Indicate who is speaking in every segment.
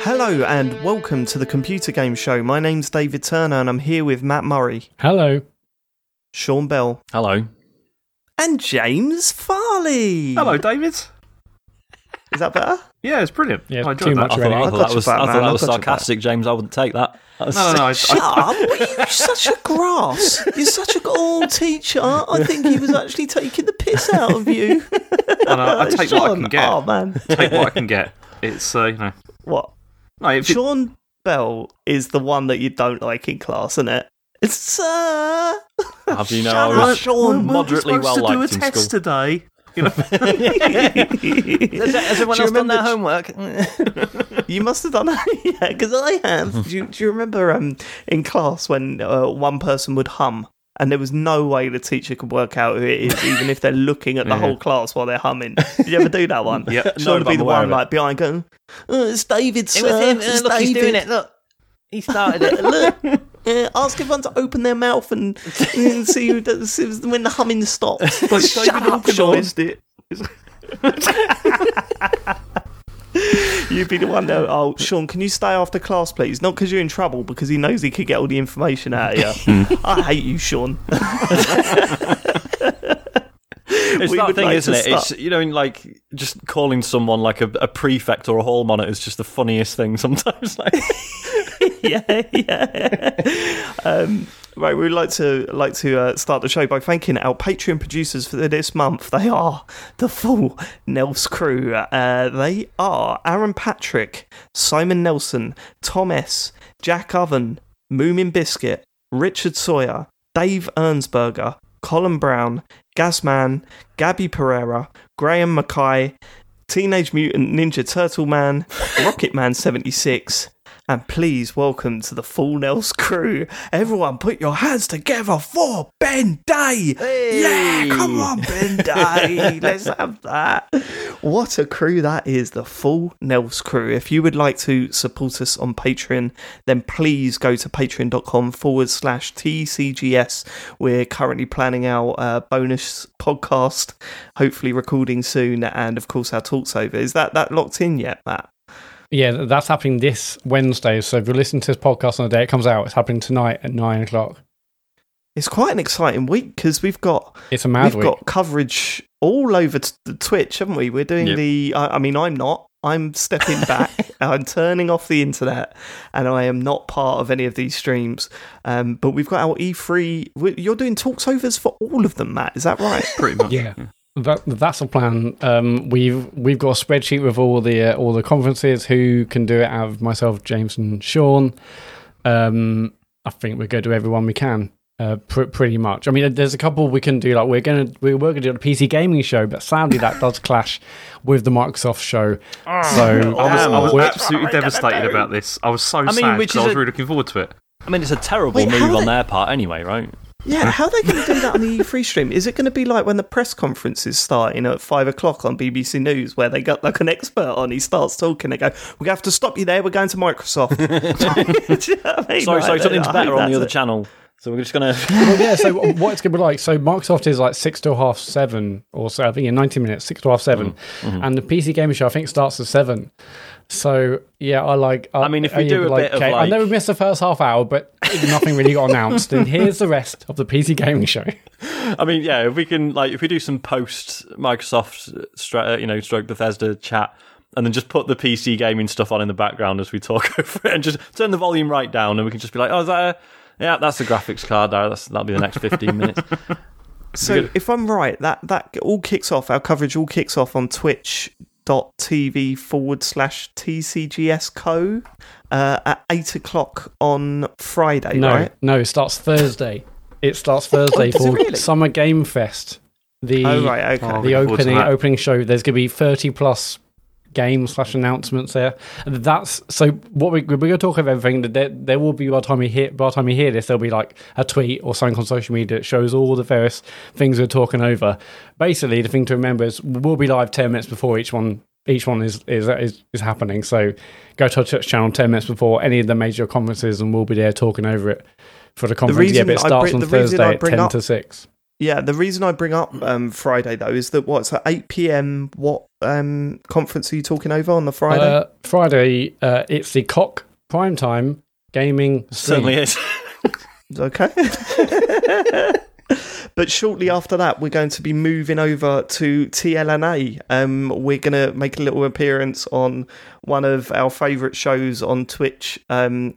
Speaker 1: Hello and welcome to the Computer Game Show. My name's David Turner and I'm here with Matt Murray,
Speaker 2: Hello.
Speaker 1: Sean Bell,
Speaker 3: Hello.
Speaker 1: and James Farley.
Speaker 4: Hello, David.
Speaker 1: Is that better?
Speaker 4: Yeah, it's brilliant.
Speaker 2: Yeah,
Speaker 4: I
Speaker 2: too
Speaker 4: enjoyed that.
Speaker 2: much
Speaker 3: I
Speaker 2: of
Speaker 3: thought,
Speaker 2: an
Speaker 3: I
Speaker 2: angle.
Speaker 3: thought that was, I
Speaker 1: I've got you,
Speaker 3: thought
Speaker 1: Batman,
Speaker 3: that was
Speaker 1: I've got you,
Speaker 3: sarcastic, James. I wouldn't take that. That was-
Speaker 4: No, no, no. I,
Speaker 1: Shut up! You're such a grass. You're such a old teacher. I think he was actually taking the piss out of you.
Speaker 4: I, I, I take what I
Speaker 1: Sean,
Speaker 4: can get.
Speaker 1: Oh man,
Speaker 4: Take what I can get. It's uh, you know.
Speaker 1: what?
Speaker 4: No, if it,
Speaker 1: Sean Bell is the one that you don't like in class, isn't it? It's sir.
Speaker 3: Have you know
Speaker 1: Shut
Speaker 3: I was
Speaker 1: up, Sean.
Speaker 3: moderately
Speaker 4: we're
Speaker 3: well
Speaker 4: supposed to do a
Speaker 3: liked in
Speaker 4: test
Speaker 3: school?
Speaker 4: today. You know,
Speaker 3: Has everyone
Speaker 1: Do you
Speaker 3: else done
Speaker 1: remember-
Speaker 3: their homework?
Speaker 1: You must have done that, yeah, because I have. do, you, do you remember um, in class when uh, one person would hum and there was no way the teacher could work out who it is, even if they're looking at the whole class while they're humming? Did you ever do that one?
Speaker 4: Yeah.
Speaker 1: Sean
Speaker 3: No,
Speaker 1: would
Speaker 3: but
Speaker 1: be
Speaker 3: I'm
Speaker 1: the
Speaker 3: aware
Speaker 1: one
Speaker 3: of it.
Speaker 1: like behind going, "Uh, "It's David, sir.
Speaker 3: It was him.
Speaker 1: It's
Speaker 3: Uh, look,
Speaker 1: David.
Speaker 3: he's doing it. Look, he started it.
Speaker 1: Look." Uh, ask everyone to open their mouth and, and see who does, see when the humming stops.
Speaker 4: like
Speaker 1: Shut
Speaker 4: David
Speaker 1: up, Sean.
Speaker 4: organised it.
Speaker 1: You'd be the one that, oh, Sean, can you stay after class, please? Not because you're in trouble, because he knows he could get all the information out of you. I hate you, Sean.
Speaker 3: It's
Speaker 1: We
Speaker 3: that
Speaker 1: would
Speaker 3: thing,
Speaker 1: like to
Speaker 3: isn't it?
Speaker 1: start-
Speaker 3: It's you know, in, like just calling someone like a, a prefect or a hall monitor is just the funniest thing sometimes. Like,
Speaker 1: yeah, yeah. Um, right, we'd like to like to uh, start the show by thanking our Patreon producers for this month. They are the full Nels crew. Uh, they are Aaron Patrick, Simon Nelson, Tom S, Jack Oven, Moomin Biscuit, Richard Sawyer, Dave Ernsberger, Colin Brown, Gasman, Gabby Pereira, Graham Mackay, Teenage Mutant Ninja Turtle Man, Rocket Man 76, and please welcome to the Full Nels crew. Everyone, put your hands together for Ben Day. Yeah, come on, Ben Day. Let's have that. What a crew that is, the Full Nels crew. If you would like to support us on Patreon, then please go to patreon.com forward slash TCGS. We're currently planning our uh, bonus podcast, hopefully recording soon, and of course, our talks over. Is that, that locked in yet, Matt?
Speaker 2: Yeah, th- that's happening this Wednesday. So if you're listening to this podcast on the day it comes out, it's happening tonight at nine o'clock.
Speaker 1: It's quite an exciting week because we've got
Speaker 2: It's a mad
Speaker 1: we've
Speaker 2: week.
Speaker 1: got coverage all over t- the Twitch, haven't we? We're doing
Speaker 3: Yep.
Speaker 1: the. I, I mean, I'm not. I'm stepping back. I'm turning off the internet, and I am not part of any of these streams. Um, but we've got our E3. we- You're doing talks overs for all of them, Matt. Is that right?
Speaker 4: Pretty much.
Speaker 2: yeah. That, that's the plan. Um, we've we've got a spreadsheet with all the uh, all the conferences, who can do it out of myself, James, and Sean. Um, I think we're going to do everyone we can, uh, pr- pretty much. I mean, there's a couple we can do. Like we're gonna we were gonna do the PC gaming show, but sadly that does clash with the Microsoft show.
Speaker 1: Ah. Oh,
Speaker 2: so
Speaker 4: I was, I was
Speaker 2: we're-
Speaker 4: absolutely devastated about this. I was so
Speaker 3: mean,
Speaker 4: sad
Speaker 3: which
Speaker 4: because I
Speaker 3: is
Speaker 4: was
Speaker 3: a-
Speaker 4: really looking forward to it.
Speaker 3: I mean, it's a terrible
Speaker 1: Wait, how
Speaker 3: move
Speaker 1: they-
Speaker 3: on their part, anyway, right?
Speaker 1: Yeah. How are they going to do that on the E3 stream? Is it going to be like when the press conference is starting at five o'clock on BBC News, where they got like an expert on? He starts talking. They go, "We have to stop you there. We're going to Microsoft." Do you know what I mean?
Speaker 3: Sorry,
Speaker 1: Like,
Speaker 3: sorry, something's
Speaker 1: I
Speaker 3: better
Speaker 1: hope
Speaker 3: on
Speaker 1: that's
Speaker 3: the other
Speaker 1: it.
Speaker 3: channel. So we're just gonna.
Speaker 2: Well, yeah. So what it's going to be like? So Microsoft is like six to half seven, or so. I think in ninety minutes, six to half 7
Speaker 3: Mm, mm-hmm.
Speaker 2: and the PC gaming show I think starts at seven. So yeah, I like. I,
Speaker 3: mean, if
Speaker 2: I
Speaker 3: we do
Speaker 2: am
Speaker 3: a bit of,
Speaker 2: I know we
Speaker 3: like-
Speaker 2: missed the first half hour, but nothing really got announced. And here's the rest of the PC gaming show.
Speaker 3: I mean, yeah, if we can, like, if we do some post Microsoft, stra- uh, you know, stroke Bethesda chat, and then just put the PC gaming stuff on in the background as we talk over it, and just turn the volume right down, and we can just be like, oh, is that a. Yeah, that's the graphics card. There, that's that'll be the next fifteen minutes.
Speaker 1: So if I'm right, that that all kicks off. Our coverage all kicks off on twitch.tv forward slash TCGS co uh, at eight o'clock on Friday,
Speaker 2: No,
Speaker 1: right?
Speaker 2: no, it starts Thursday. It starts Thursday
Speaker 1: does it
Speaker 2: for
Speaker 1: really?
Speaker 2: Summer Game Fest. The
Speaker 1: Oh right, okay.
Speaker 4: Oh,
Speaker 2: the
Speaker 4: Looking forward to
Speaker 2: opening
Speaker 4: that.
Speaker 2: opening show. There's going to be 30 plus games slash announcements there. That's so. What we, we're going to talk about everything. that There, there will be by the time you hear by the time you hear this, there'll be like a tweet or something on social media that shows all the various things we're talking over. Basically, the thing to remember is we'll be live 10 minutes before each one. Each one is, is is is happening. So go to our Twitch channel 10 minutes before any of the major conferences, and we'll be there talking over it for the conference. Yeah,
Speaker 1: reason
Speaker 2: but it
Speaker 1: I
Speaker 2: starts
Speaker 1: bring-
Speaker 2: on
Speaker 1: the reason I
Speaker 2: Thursday at
Speaker 1: bring
Speaker 2: 10
Speaker 1: up-
Speaker 2: to 6.
Speaker 1: Yeah, the reason I bring up um, Friday though is that what's at eight PM. What um, conference are you talking over on the Friday?
Speaker 2: Uh, Friday, uh, it's the Cock Primetime Gaming. Stream.
Speaker 3: Certainly is.
Speaker 1: Okay. but shortly after that, we're going to be moving over to TLNA. Um, we're going to make a little appearance on one of our favourite shows on Twitch, um,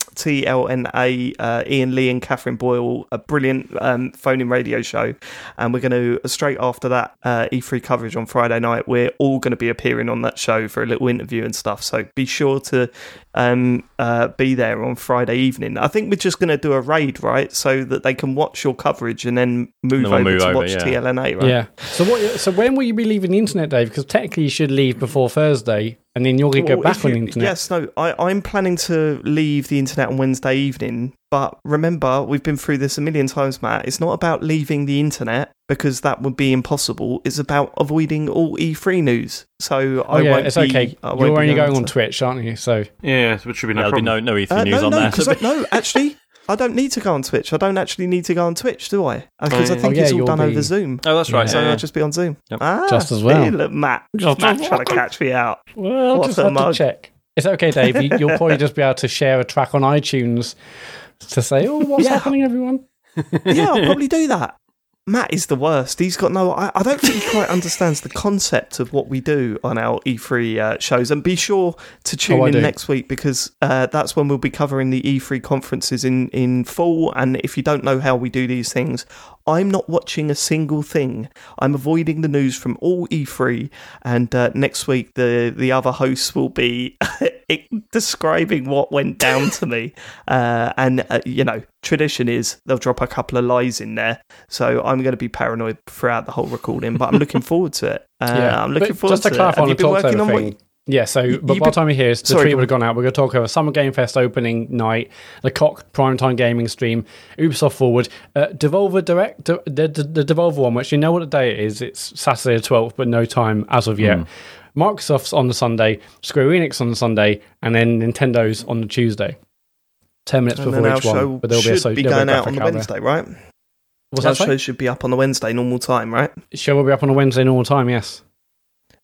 Speaker 1: TLNA. Uh, Ian Lee and Catherine Boyle, a brilliant um, phone-in radio show, and we're going to straight after that uh, E3 coverage on Friday night. We're all going to be appearing on that show for a little interview and stuff. So be sure to um, uh, be there on Friday evening. I think we're just going to do a raid, right, so that they can watch your coverage and then move
Speaker 3: They'll
Speaker 1: over
Speaker 3: move
Speaker 1: to
Speaker 3: over,
Speaker 1: watch
Speaker 3: yeah.
Speaker 1: TLNA, right?
Speaker 2: Yeah. So what? So when will you be leaving the internet, Dave? Because technically you should leave before Thursday, and then you're gonna go
Speaker 1: Well,
Speaker 2: back
Speaker 1: if
Speaker 2: on the
Speaker 1: you-
Speaker 2: internet.
Speaker 1: Yes, no, I, I'm planning to leave the internet on Wednesday evening. But remember, we've been through this a million times, Matt. It's not about leaving the internet because that would be impossible. It's about avoiding all E3 news. So
Speaker 2: Oh
Speaker 1: I
Speaker 2: yeah,
Speaker 1: won't
Speaker 2: it's
Speaker 1: be-
Speaker 2: okay.
Speaker 1: I won't
Speaker 2: You're
Speaker 1: be
Speaker 2: only going
Speaker 1: to-
Speaker 2: on Twitch, aren't you? So
Speaker 4: Yeah, so it should be no
Speaker 3: There'll be
Speaker 4: problem.
Speaker 3: no no E3
Speaker 1: Uh,
Speaker 3: news
Speaker 1: no,
Speaker 3: on
Speaker 1: no,
Speaker 3: there.
Speaker 1: because
Speaker 3: So
Speaker 1: I, no, actually, I don't need to go on Twitch. I don't actually need to go on Twitch, do I? Because
Speaker 4: Oh,
Speaker 1: I
Speaker 4: yeah.
Speaker 1: think
Speaker 2: Oh,
Speaker 1: it's
Speaker 2: yeah,
Speaker 1: all
Speaker 2: you'll
Speaker 1: done
Speaker 2: be-
Speaker 1: over Zoom.
Speaker 3: Oh, that's right.
Speaker 1: So
Speaker 3: yeah, yeah.
Speaker 1: I'll just be on Zoom.
Speaker 3: Yep.
Speaker 1: Ah,
Speaker 2: Just as well.
Speaker 1: hey, look, Matt,
Speaker 2: Just
Speaker 1: Matt
Speaker 2: as
Speaker 1: trying to catch me out.
Speaker 2: well,
Speaker 1: What
Speaker 2: just
Speaker 1: the
Speaker 2: have
Speaker 1: mug?
Speaker 2: to check. It's okay, Dave. You, you'll probably just be able to share a track on iTunes to say, "Oh, what's
Speaker 1: Yeah.
Speaker 2: happening, everyone?"
Speaker 1: yeah, I'll probably do that. Matt is the worst. He's got no. I, I don't think he quite understands the concept of what we do on our E3 uh, shows. And be sure to tune
Speaker 2: Oh, I
Speaker 1: in
Speaker 2: do.
Speaker 1: next week because uh, that's when we'll be covering the E3 conferences in, in full. And if you don't know how we do these things, I'm not watching a single thing. I'm avoiding the news from all E3. And uh, next week, the, the other hosts will be describing what went down to me. Uh, and, uh, you know, tradition is they'll drop a couple of lies in there. So I'm going to be paranoid throughout the whole recording, but I'm looking forward to it. Uh, I'm looking
Speaker 2: But
Speaker 1: forward
Speaker 2: just
Speaker 1: to,
Speaker 2: to
Speaker 1: it.
Speaker 2: clarify on the
Speaker 1: Have you
Speaker 2: talk
Speaker 1: been working
Speaker 2: over
Speaker 1: on what-
Speaker 2: thing. yeah, so but
Speaker 1: you've
Speaker 2: by the
Speaker 1: been-
Speaker 2: time we hear is the
Speaker 1: Sorry,
Speaker 2: tweet
Speaker 1: go
Speaker 2: would have gone out. We're going to talk over Summer Game Fest opening night, the Cock primetime gaming stream, Ubisoft Forward, uh, Devolver Direct, the, the, the Devolver one, which you know what day it is. It's Saturday the 12th, but no time as of yet.
Speaker 1: Hmm.
Speaker 2: Microsoft's on the Sunday, Square Enix on the Sunday, and then Nintendo's on the Tuesday. 10 minutes
Speaker 1: and
Speaker 2: before
Speaker 1: then our
Speaker 2: each
Speaker 1: show
Speaker 2: one. But there'll
Speaker 1: should
Speaker 2: be a so,
Speaker 1: be
Speaker 2: there'll
Speaker 1: going
Speaker 2: a
Speaker 1: out on the
Speaker 2: graphic there.
Speaker 1: Wednesday, right?
Speaker 2: What's
Speaker 1: our
Speaker 2: that
Speaker 1: show
Speaker 2: say?
Speaker 1: should be up on the Wednesday, normal time, right?
Speaker 2: Show will be up on a Wednesday normal time, yes.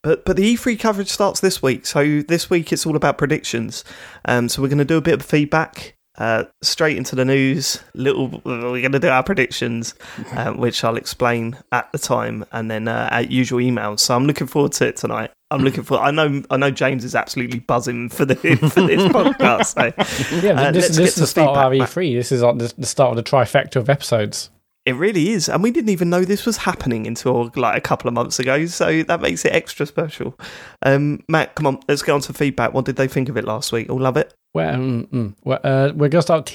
Speaker 1: But but the E3 coverage starts this week, so this week it's all about predictions. Um, so we're going to do a bit of feedback. Uh, straight into the news. Little, we're going to do our predictions, uh, which I'll explain at the time, and then uh, our usual emails. So I'm looking forward to it tonight. I'm looking for. I know. I know James is absolutely buzzing for the for this podcast. So
Speaker 2: Yeah,
Speaker 1: Uh,
Speaker 2: this,
Speaker 1: let's
Speaker 2: this
Speaker 1: get
Speaker 2: is
Speaker 1: some
Speaker 2: the start of our
Speaker 1: feedback, Matt.
Speaker 2: E3. This is like the, the start of the trifecta of episodes.
Speaker 1: It really is, and we didn't even know this was happening until like a couple of months ago. So that makes it extra special. Um, Matt, come on, let's get on to feedback. What did they think of it last week? All love it.
Speaker 2: Well, mm, mm. well uh, we're going to start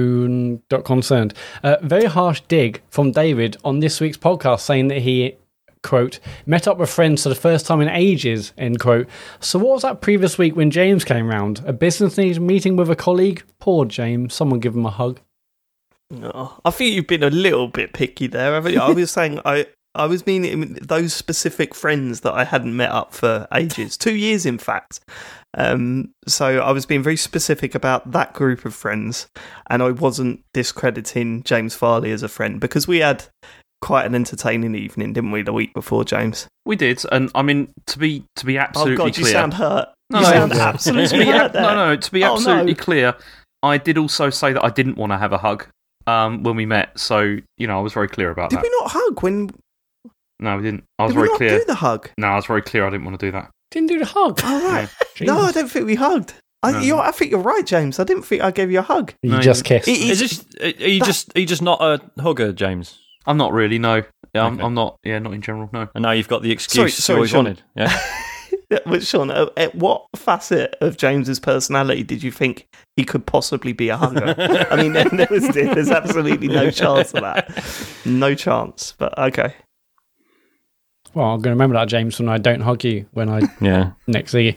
Speaker 2: tcgs.concerned. Uh, very harsh dig from David on this week's podcast saying that he, quote, met up with friends for the first time in ages, end quote. So what was that previous week when James came round? A business need- meeting with a colleague? Poor James. Someone give him a hug.
Speaker 1: Oh, I think you've been a little bit picky there. haven't you? I was saying I. I was meaning those specific friends that I hadn't met up for ages, two years in fact. Um, so I was being very specific about that group of friends, and I wasn't discrediting James Farley as a friend because we had quite an entertaining evening, didn't we, the week before, James?
Speaker 4: We did, and I mean to be to be absolutely
Speaker 1: Oh God,
Speaker 4: clear.
Speaker 1: you sound hurt.
Speaker 4: No,
Speaker 1: you
Speaker 4: no,
Speaker 1: sound
Speaker 2: yeah.
Speaker 4: to
Speaker 1: absolutely
Speaker 4: be
Speaker 1: hurt.
Speaker 4: ab- no,
Speaker 1: there.
Speaker 4: no, to be
Speaker 1: Oh, no.
Speaker 4: absolutely clear, I did also say that I didn't want to have a hug um, when we met. So you know, I was very clear about
Speaker 1: Did
Speaker 4: that.
Speaker 1: we not hug when?
Speaker 4: No, we didn't. I was
Speaker 1: Did we
Speaker 4: very
Speaker 1: not
Speaker 4: clear.
Speaker 1: do the hug?
Speaker 4: No, I was very clear. I didn't want to do that.
Speaker 2: Didn't do the hug.
Speaker 1: All Oh, right.
Speaker 2: Jesus.
Speaker 1: No, I don't think we hugged. I,
Speaker 4: No.
Speaker 1: you're, I think you're right, James. I didn't think I gave you a hug.
Speaker 2: you
Speaker 4: No,
Speaker 2: just
Speaker 4: you-
Speaker 2: kissed.
Speaker 1: It
Speaker 3: Is
Speaker 1: is-
Speaker 3: this, are you just are you just not a hugger, James?
Speaker 4: I'm not really. No, yeah, I'm,
Speaker 3: Okay.
Speaker 4: I'm not. Yeah, not in general. No.
Speaker 3: And now you've got the excuse
Speaker 1: Sorry-
Speaker 3: you
Speaker 1: sorry,
Speaker 3: always
Speaker 1: Sean.
Speaker 3: wanted. Yeah.
Speaker 1: Yeah, Well, Sean, uh, at what facet of James's personality did you think he could possibly be a hugger? I mean, there, there was, there's absolutely no chance of that. No chance. But okay.
Speaker 2: Well, I'm going to remember that, James, when I don't hug you when I
Speaker 3: yeah.
Speaker 2: next thing.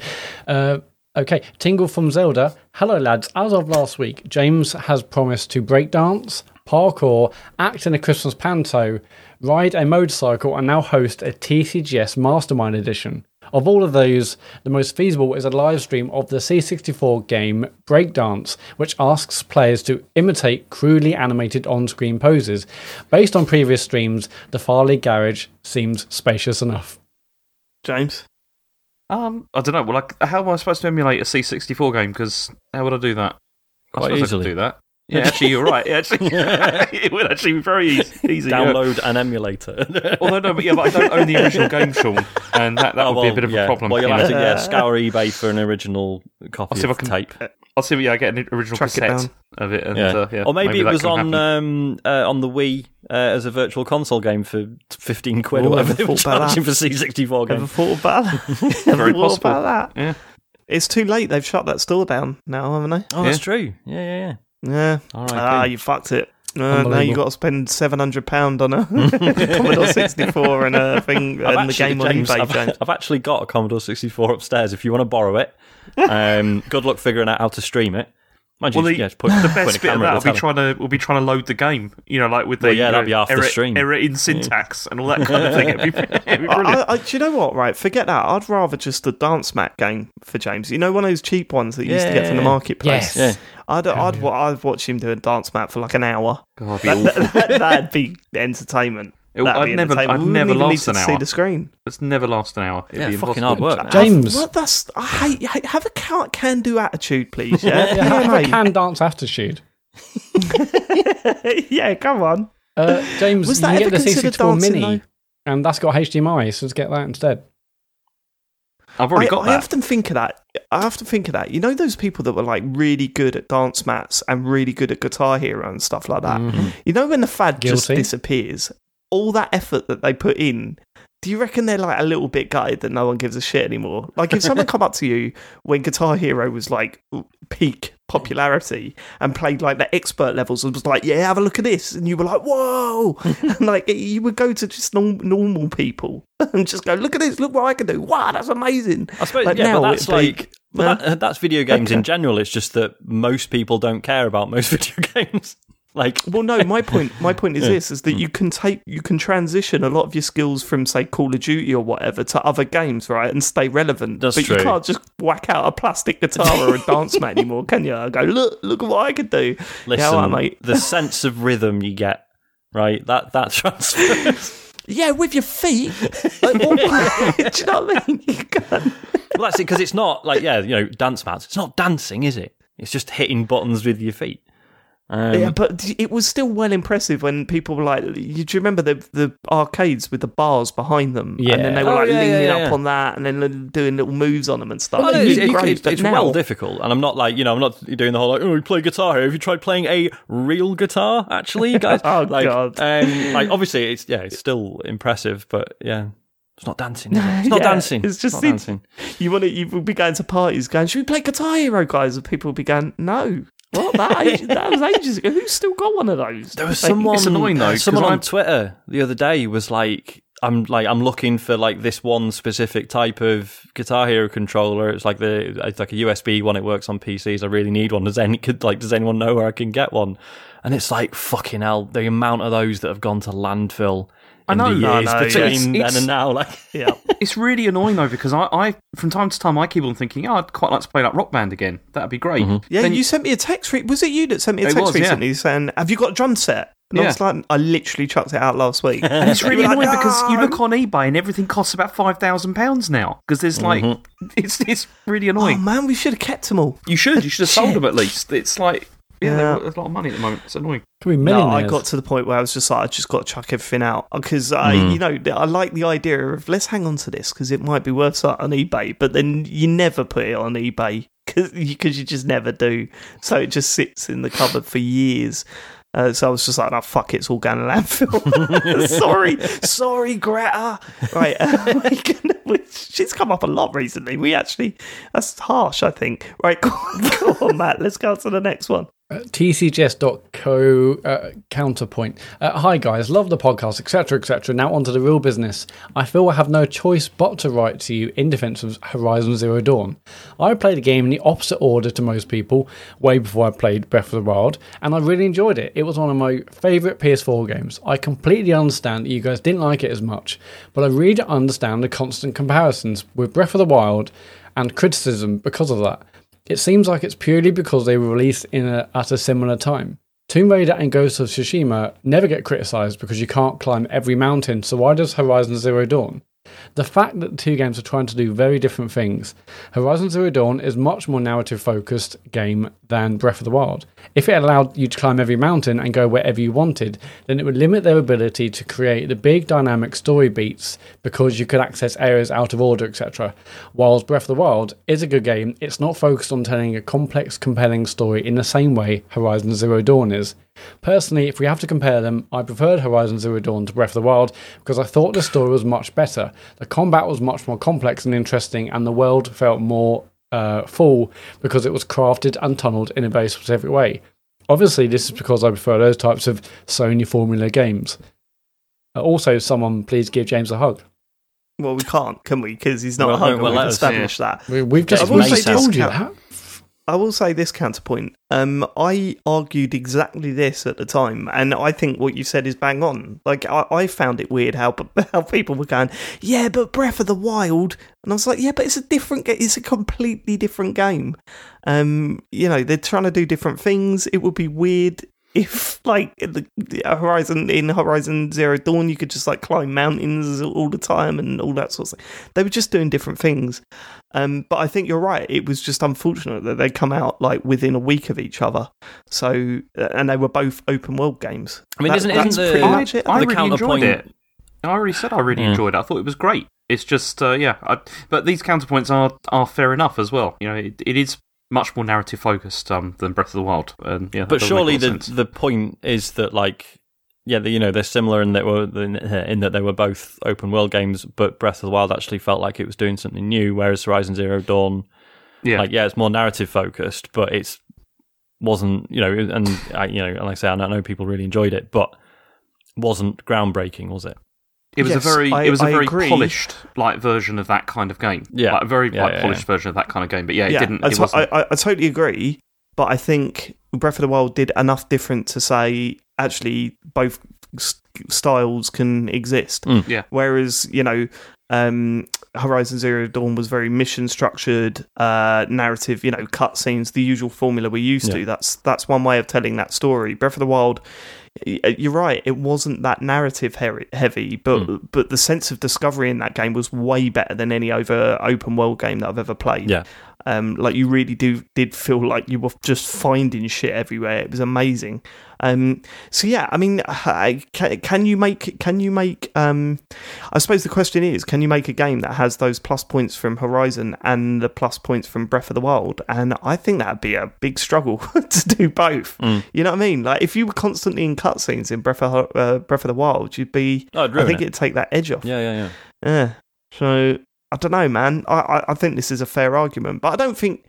Speaker 2: Uh, okay, Tingle from Zelda. Hello, lads. As of last week, James has promised to breakdance, parkour, act in a Christmas panto, ride a motorcycle, and now host a TCGS Mastermind Edition. Of all of those, the most feasible is a live stream of the C64 game Breakdance, which asks players to imitate crudely animated on screen poses. Based on previous streams, the Farley garage seems spacious enough.
Speaker 1: James?
Speaker 4: Um, I don't know. Well, like, how am I supposed to emulate a C64 game? Because how would I do that?
Speaker 3: Quite
Speaker 4: I suppose
Speaker 3: easily.
Speaker 4: I could do that. Yeah, actually, you're right. It actually, it would actually be very easy. easy yeah.
Speaker 3: Download an emulator.
Speaker 4: Although no, but yeah, but I don't own the original game, Sean, and that, that
Speaker 3: Oh,
Speaker 4: would be a
Speaker 3: well,
Speaker 4: bit of
Speaker 3: yeah.
Speaker 4: a problem.
Speaker 3: Well, you'll
Speaker 4: you
Speaker 3: have to
Speaker 4: know?
Speaker 3: yeah, scour eBay for an original copy
Speaker 4: I'll see if
Speaker 3: of
Speaker 4: I can-
Speaker 3: tape.
Speaker 4: I'll see. if, Yeah, I get an original
Speaker 1: Track it
Speaker 4: cassette
Speaker 1: down.
Speaker 4: of it, and
Speaker 3: Yeah.
Speaker 4: Uh, yeah
Speaker 3: or maybe, it
Speaker 4: that
Speaker 3: was
Speaker 4: can
Speaker 3: on
Speaker 4: happen.
Speaker 3: um, uh, on the Wii uh, as a virtual console game for fifteen quid
Speaker 1: Ooh,
Speaker 3: or whatever
Speaker 1: I
Speaker 3: they were
Speaker 1: thought about that.
Speaker 3: charging for C sixty four
Speaker 1: Ever
Speaker 3: games.
Speaker 1: thought about that? Ever
Speaker 4: Very
Speaker 1: thought
Speaker 4: possible.
Speaker 1: about that?
Speaker 4: Yeah.
Speaker 1: It's too late. They've shut that store down now, haven't they?
Speaker 3: Oh, that's true. Yeah, yeah, yeah.
Speaker 1: Yeah.
Speaker 3: R.I.P.
Speaker 1: Ah, you fucked it. Uh, now you
Speaker 2: Unbelievable.
Speaker 1: got to spend seven hundred pound on a Commodore sixty four and a thing
Speaker 3: I've
Speaker 1: and the
Speaker 3: actually-
Speaker 1: game on
Speaker 3: James,
Speaker 1: eBay.
Speaker 3: I've,
Speaker 1: James.
Speaker 3: I've actually got a Commodore 64 upstairs if you want to borrow it. Um, good luck figuring out how to stream it. Mind you,
Speaker 4: Well, the-
Speaker 3: yeah, just put,
Speaker 4: the
Speaker 3: put
Speaker 4: best
Speaker 3: a
Speaker 4: bit of
Speaker 3: camera
Speaker 4: that
Speaker 3: at
Speaker 4: will
Speaker 3: the
Speaker 4: be trying to will be trying to load the game. You know, like with the
Speaker 3: Well, yeah,
Speaker 4: you
Speaker 3: that'd
Speaker 4: know,
Speaker 3: be half the
Speaker 4: error,
Speaker 3: stream.
Speaker 4: error in syntax and all that kind of thing. It'd be, it'd be brilliant.
Speaker 1: I, I, do you know what? Right, forget that. I'd rather just the dance mat game for James. You know, one of those cheap ones that you used to get from the
Speaker 3: Yeah.
Speaker 1: marketplace.
Speaker 3: Yes.
Speaker 1: I'd, I'd, wa I'd watch him do a dance mat for like an hour.
Speaker 4: God, it'd be awful.
Speaker 1: That'd be entertainment.
Speaker 4: It-
Speaker 1: That'd
Speaker 4: I'd
Speaker 1: be
Speaker 4: never-
Speaker 1: entertainment.
Speaker 4: I'd
Speaker 1: We wouldn't
Speaker 4: never
Speaker 1: even
Speaker 4: last
Speaker 1: need to
Speaker 4: an
Speaker 1: see
Speaker 4: hour.
Speaker 1: the screen.
Speaker 4: It's never last an hour. It'd
Speaker 3: Yeah,
Speaker 4: be
Speaker 3: fucking
Speaker 4: impossible.
Speaker 3: hard work.
Speaker 2: James.
Speaker 1: Have, what? That's I hate, hate. Have a can, can do attitude, please. Yeah,
Speaker 2: Yeah, have
Speaker 1: yeah,
Speaker 2: a
Speaker 1: mate.
Speaker 2: can dance attitude.
Speaker 1: yeah come on.
Speaker 2: Uh, James,
Speaker 1: Was
Speaker 2: you
Speaker 1: that
Speaker 2: can get
Speaker 1: ever
Speaker 2: the
Speaker 1: considered
Speaker 2: C64
Speaker 1: dancing,
Speaker 2: Mini, and that's got HDMI, so let's get that instead.
Speaker 4: I've already
Speaker 1: I,
Speaker 4: got
Speaker 1: I
Speaker 4: that.
Speaker 1: often think of that. I often think of that. You know those people that were like really good at dance mats and really good at Guitar Hero and stuff like that.
Speaker 4: Mm-hmm.
Speaker 1: You know when the fad just
Speaker 2: Guilty.
Speaker 1: disappears, all that effort that they put in. Do you reckon they're like a little bit gutted that no one gives a shit anymore? Like if someone come up to you when Guitar Hero was like peak popularity and played like the expert levels and was like, "Yeah, have a look at this," and you were like, "Whoa!" and like you would go to just norm- normal people and just go, "Look at this! Look what I can do! Wow, that's amazing!"
Speaker 3: I suppose,
Speaker 1: Like,
Speaker 3: yeah,
Speaker 1: now
Speaker 3: but that's
Speaker 1: it'd be-
Speaker 3: like. but that- that's video games in general. It's just that most people don't care about most video games. Like,
Speaker 1: Well, no, my point my point is this: is that
Speaker 3: Mm.
Speaker 1: you can take you can transition a lot of your skills from say Call of Duty or whatever to other games, right, and stay relevant.
Speaker 3: That's
Speaker 1: but
Speaker 3: true.
Speaker 1: you can't just whack out a plastic guitar or a dance mat anymore, can you? I go look, look at what I could do.
Speaker 3: listen,
Speaker 1: yeah, all right, mate.
Speaker 3: the sense of rhythm you get, right? That that transfers.
Speaker 1: Yeah, with your feet. Like, what- do you know what I mean? You can't-
Speaker 3: well, that's it because it's not like yeah, you know, dance mats. It's not dancing, is it? It's just hitting buttons with your feet. Um,
Speaker 1: yeah, but it was still well impressive when people were like, you, do you remember the the arcades with the bars behind them? And then
Speaker 2: Yeah.
Speaker 1: they were
Speaker 3: Oh,
Speaker 1: like
Speaker 3: yeah, yeah,
Speaker 1: leaning
Speaker 3: yeah,
Speaker 1: up
Speaker 3: yeah.
Speaker 1: on that and then uh, doing little moves on them and stuff.
Speaker 3: Well, no,
Speaker 1: It
Speaker 3: it's,
Speaker 1: was
Speaker 3: it's-
Speaker 1: great,
Speaker 3: it's-
Speaker 1: but
Speaker 3: it's
Speaker 1: now-
Speaker 3: well difficult, and I'm not like you know I'm not doing the whole like oh you play guitar. here. Have you tried playing a real guitar actually, guys?
Speaker 1: Oh,
Speaker 3: like,
Speaker 1: God.
Speaker 3: Um, like obviously it's yeah it's still impressive, but yeah it's not dancing. is it? It's not
Speaker 1: Yeah,
Speaker 3: dancing.
Speaker 1: it's just
Speaker 3: not
Speaker 1: the-
Speaker 3: dancing.
Speaker 1: You want to, you would be going to parties going, should we play Guitar Hero, guys? And people would be going, no. What? That, age, that was ages ago. Who's still got one of those?
Speaker 3: There was someone.
Speaker 4: it's annoying, though, 'cause
Speaker 3: Someone on
Speaker 4: I'm-
Speaker 3: Twitter the other day was like, "I'm like I'm looking for like this one specific type of Guitar Hero controller. It's like the it's like a USB one. It works on PCs. I really need one. Does any could like does anyone know where I can get one?" And it's like fucking hell. The amount of those that have gone to landfill. In
Speaker 4: know.
Speaker 3: the
Speaker 4: No,
Speaker 3: years
Speaker 1: no,
Speaker 4: it's-
Speaker 3: between
Speaker 4: it's-
Speaker 3: then and now, like
Speaker 1: Yeah.
Speaker 4: It's really annoying though because I, I, from time to time, I keep on thinking, oh, I'd quite like to play like Rock Band again. That'd be great.
Speaker 3: Mm-hmm.
Speaker 1: Yeah,
Speaker 4: Then-
Speaker 1: you sent me a text. Re- was it you that sent me a
Speaker 4: It
Speaker 1: text
Speaker 4: was, yeah.
Speaker 1: recently saying, have you got a drum set? And I
Speaker 4: Yeah.
Speaker 1: was like, I literally chucked it out last week.
Speaker 4: And it's really
Speaker 1: You're like,
Speaker 4: annoying because you
Speaker 1: "No."
Speaker 4: look on eBay and everything costs about five thousand pounds now. Because there's like,
Speaker 3: Mm-hmm.
Speaker 4: it's it's really
Speaker 1: Oh,
Speaker 4: annoying.
Speaker 1: man, we should have kept them all.
Speaker 4: you should you should have sold them at least. It's like, yeah,
Speaker 1: Yeah.
Speaker 4: they're worth a lot of money at the moment. It's annoying.
Speaker 2: Could be
Speaker 1: No,
Speaker 2: millionaires.
Speaker 1: I got to the point where I was just like, I just got to chuck everything out because I, you know, I like the idea of let's hang on to this because it might be worth something on eBay. But then you never put it on eBay because you, 'cause you just never do. So it just sits in the cupboard for years. Uh, so I was just like, oh, fuck, it's all going to landfill. sorry, sorry, Greta. Right, uh, we can, we, she's come up a lot recently. We actually, that's harsh, I think. Right, go on, go on Matt, let's go on to the next one.
Speaker 2: tcgs.co uh, counterpoint uh, hi guys love the podcast etc etc now onto the real business i feel i have no choice but to write to you in defense of horizon zero dawn i played the game in the opposite order to most people way before i played breath of the wild and i really enjoyed it it was one of my favorite ps4 games i completely understand that you guys didn't like it as much but i really understand the constant comparisons with breath of the wild and criticism because of that it seems like it's purely because they were released in a, at a similar time. Tomb Raider and Ghost of Tsushima never get criticized because you can't climb every mountain, so why does Horizon Zero Dawn? The fact that the two games are trying to do very different things. Horizon Zero Dawn is much more narrative focused game than Breath of the Wild. If it allowed you to climb every mountain and go wherever you wanted, then it would limit their ability to create the big dynamic story beats because you could access areas out of order, etc. Whilst Breath of the Wild is a good game, it's not focused on telling a complex, compelling story in the same way Horizon Zero Dawn is. Personally, if we have to compare them, I preferred Horizon Zero Dawn to Breath of the Wild because I thought the story was much better. The combat was much more complex and interesting, and the world felt more uh, full because it was crafted and tunneled in a very specific way. Obviously, this is because I prefer those types of Sony formula games. Uh, Also, someone please give James a hug.
Speaker 1: Well, we can't, can we? Because he's not
Speaker 3: Well,
Speaker 1: a hug.
Speaker 3: well,
Speaker 1: we've
Speaker 3: let us,
Speaker 1: established that.
Speaker 2: We, we've just
Speaker 1: I've also
Speaker 2: made- told you that.
Speaker 1: discount- I will say this counterpoint. Um, I argued exactly this at the time, and I think what you said is bang on. Like I, I found it weird how how people were going, yeah, but Breath of the Wild, and I was like, yeah, but it's a different, ga- it's a completely different game. Um, you know, they're trying to do different things. It would be weird if like the, the Horizon in Horizon Zero Dawn, you could just like climb mountains all the time and all that sort of thing. They were just doing different things. Um, but I think you're right. It was just unfortunate that they come out like within a week of each other. So, uh, and they were both open world games.
Speaker 3: I mean,
Speaker 1: That-
Speaker 3: isn't
Speaker 1: that's
Speaker 3: isn't the,
Speaker 1: pretty much
Speaker 3: the
Speaker 1: it.
Speaker 4: I really
Speaker 3: counterpoint?
Speaker 4: enjoyed it. I already said I really
Speaker 3: Yeah.
Speaker 4: enjoyed it. I thought it was great. It's just, uh, yeah. I, but these counterpoints are are fair enough as well. You know, it, it is much more narrative focused um, than Breath of the Wild. And, yeah, that
Speaker 3: But
Speaker 4: does make a
Speaker 3: surely
Speaker 4: lot
Speaker 3: the
Speaker 4: of sense.
Speaker 3: the point is that like yeah, the, you know they're similar in that were in that they were both open world games, but Breath of the Wild actually felt like it was doing something new, whereas Horizon Zero Dawn,
Speaker 4: yeah.
Speaker 3: like yeah, it's more narrative focused, but it's wasn't you know and I, you know and like I say I know people really enjoyed it, but wasn't groundbreaking, was it?
Speaker 4: It was
Speaker 1: Yes,
Speaker 4: a very,
Speaker 1: I-
Speaker 4: it was a
Speaker 1: I
Speaker 4: very
Speaker 1: agree.
Speaker 4: polished like version of that kind of game.
Speaker 3: Yeah.
Speaker 4: like, a very
Speaker 3: Yeah,
Speaker 4: like,
Speaker 3: yeah,
Speaker 4: polished version of that kind of game. But yeah, it didn't.
Speaker 1: I,
Speaker 4: It
Speaker 1: to-
Speaker 4: wasn't.
Speaker 1: I, I, I totally agree, but I think Breath of the Wild did enough different to say actually both s- styles can exist.
Speaker 3: Mm.
Speaker 4: Yeah.
Speaker 1: Whereas you know, um, Horizon Zero Dawn was very mission structured, uh, narrative. You know, cutscenes, the usual formula we're used
Speaker 3: Yeah.
Speaker 1: to. That's that's one way of telling that story. Breath of the Wild. y- You're right. It wasn't that narrative he- heavy, but
Speaker 3: Mm.
Speaker 1: but the sense of discovery in that game was way better than any other open world game that I've ever played.
Speaker 3: Yeah.
Speaker 1: Um, like you really do did feel like you were just finding shit everywhere. It was amazing. Um, so yeah, I mean, I, can, can you make can you make? Um, I suppose the question is, can you make a game that has those plus points from Horizon and the plus points from Breath of the Wild? And I think that'd be a big struggle to do both.
Speaker 3: Mm.
Speaker 1: You know what I mean? Like if you were constantly in cutscenes in Breath of uh, Breath of the Wild, you'd be.
Speaker 3: Oh, I'd
Speaker 1: I
Speaker 3: ruin
Speaker 1: think
Speaker 3: it.
Speaker 1: it'd take that edge off.
Speaker 3: Yeah, yeah, yeah.
Speaker 1: Yeah. So I don't know, man. I, I, I think this is a fair argument, but I don't think.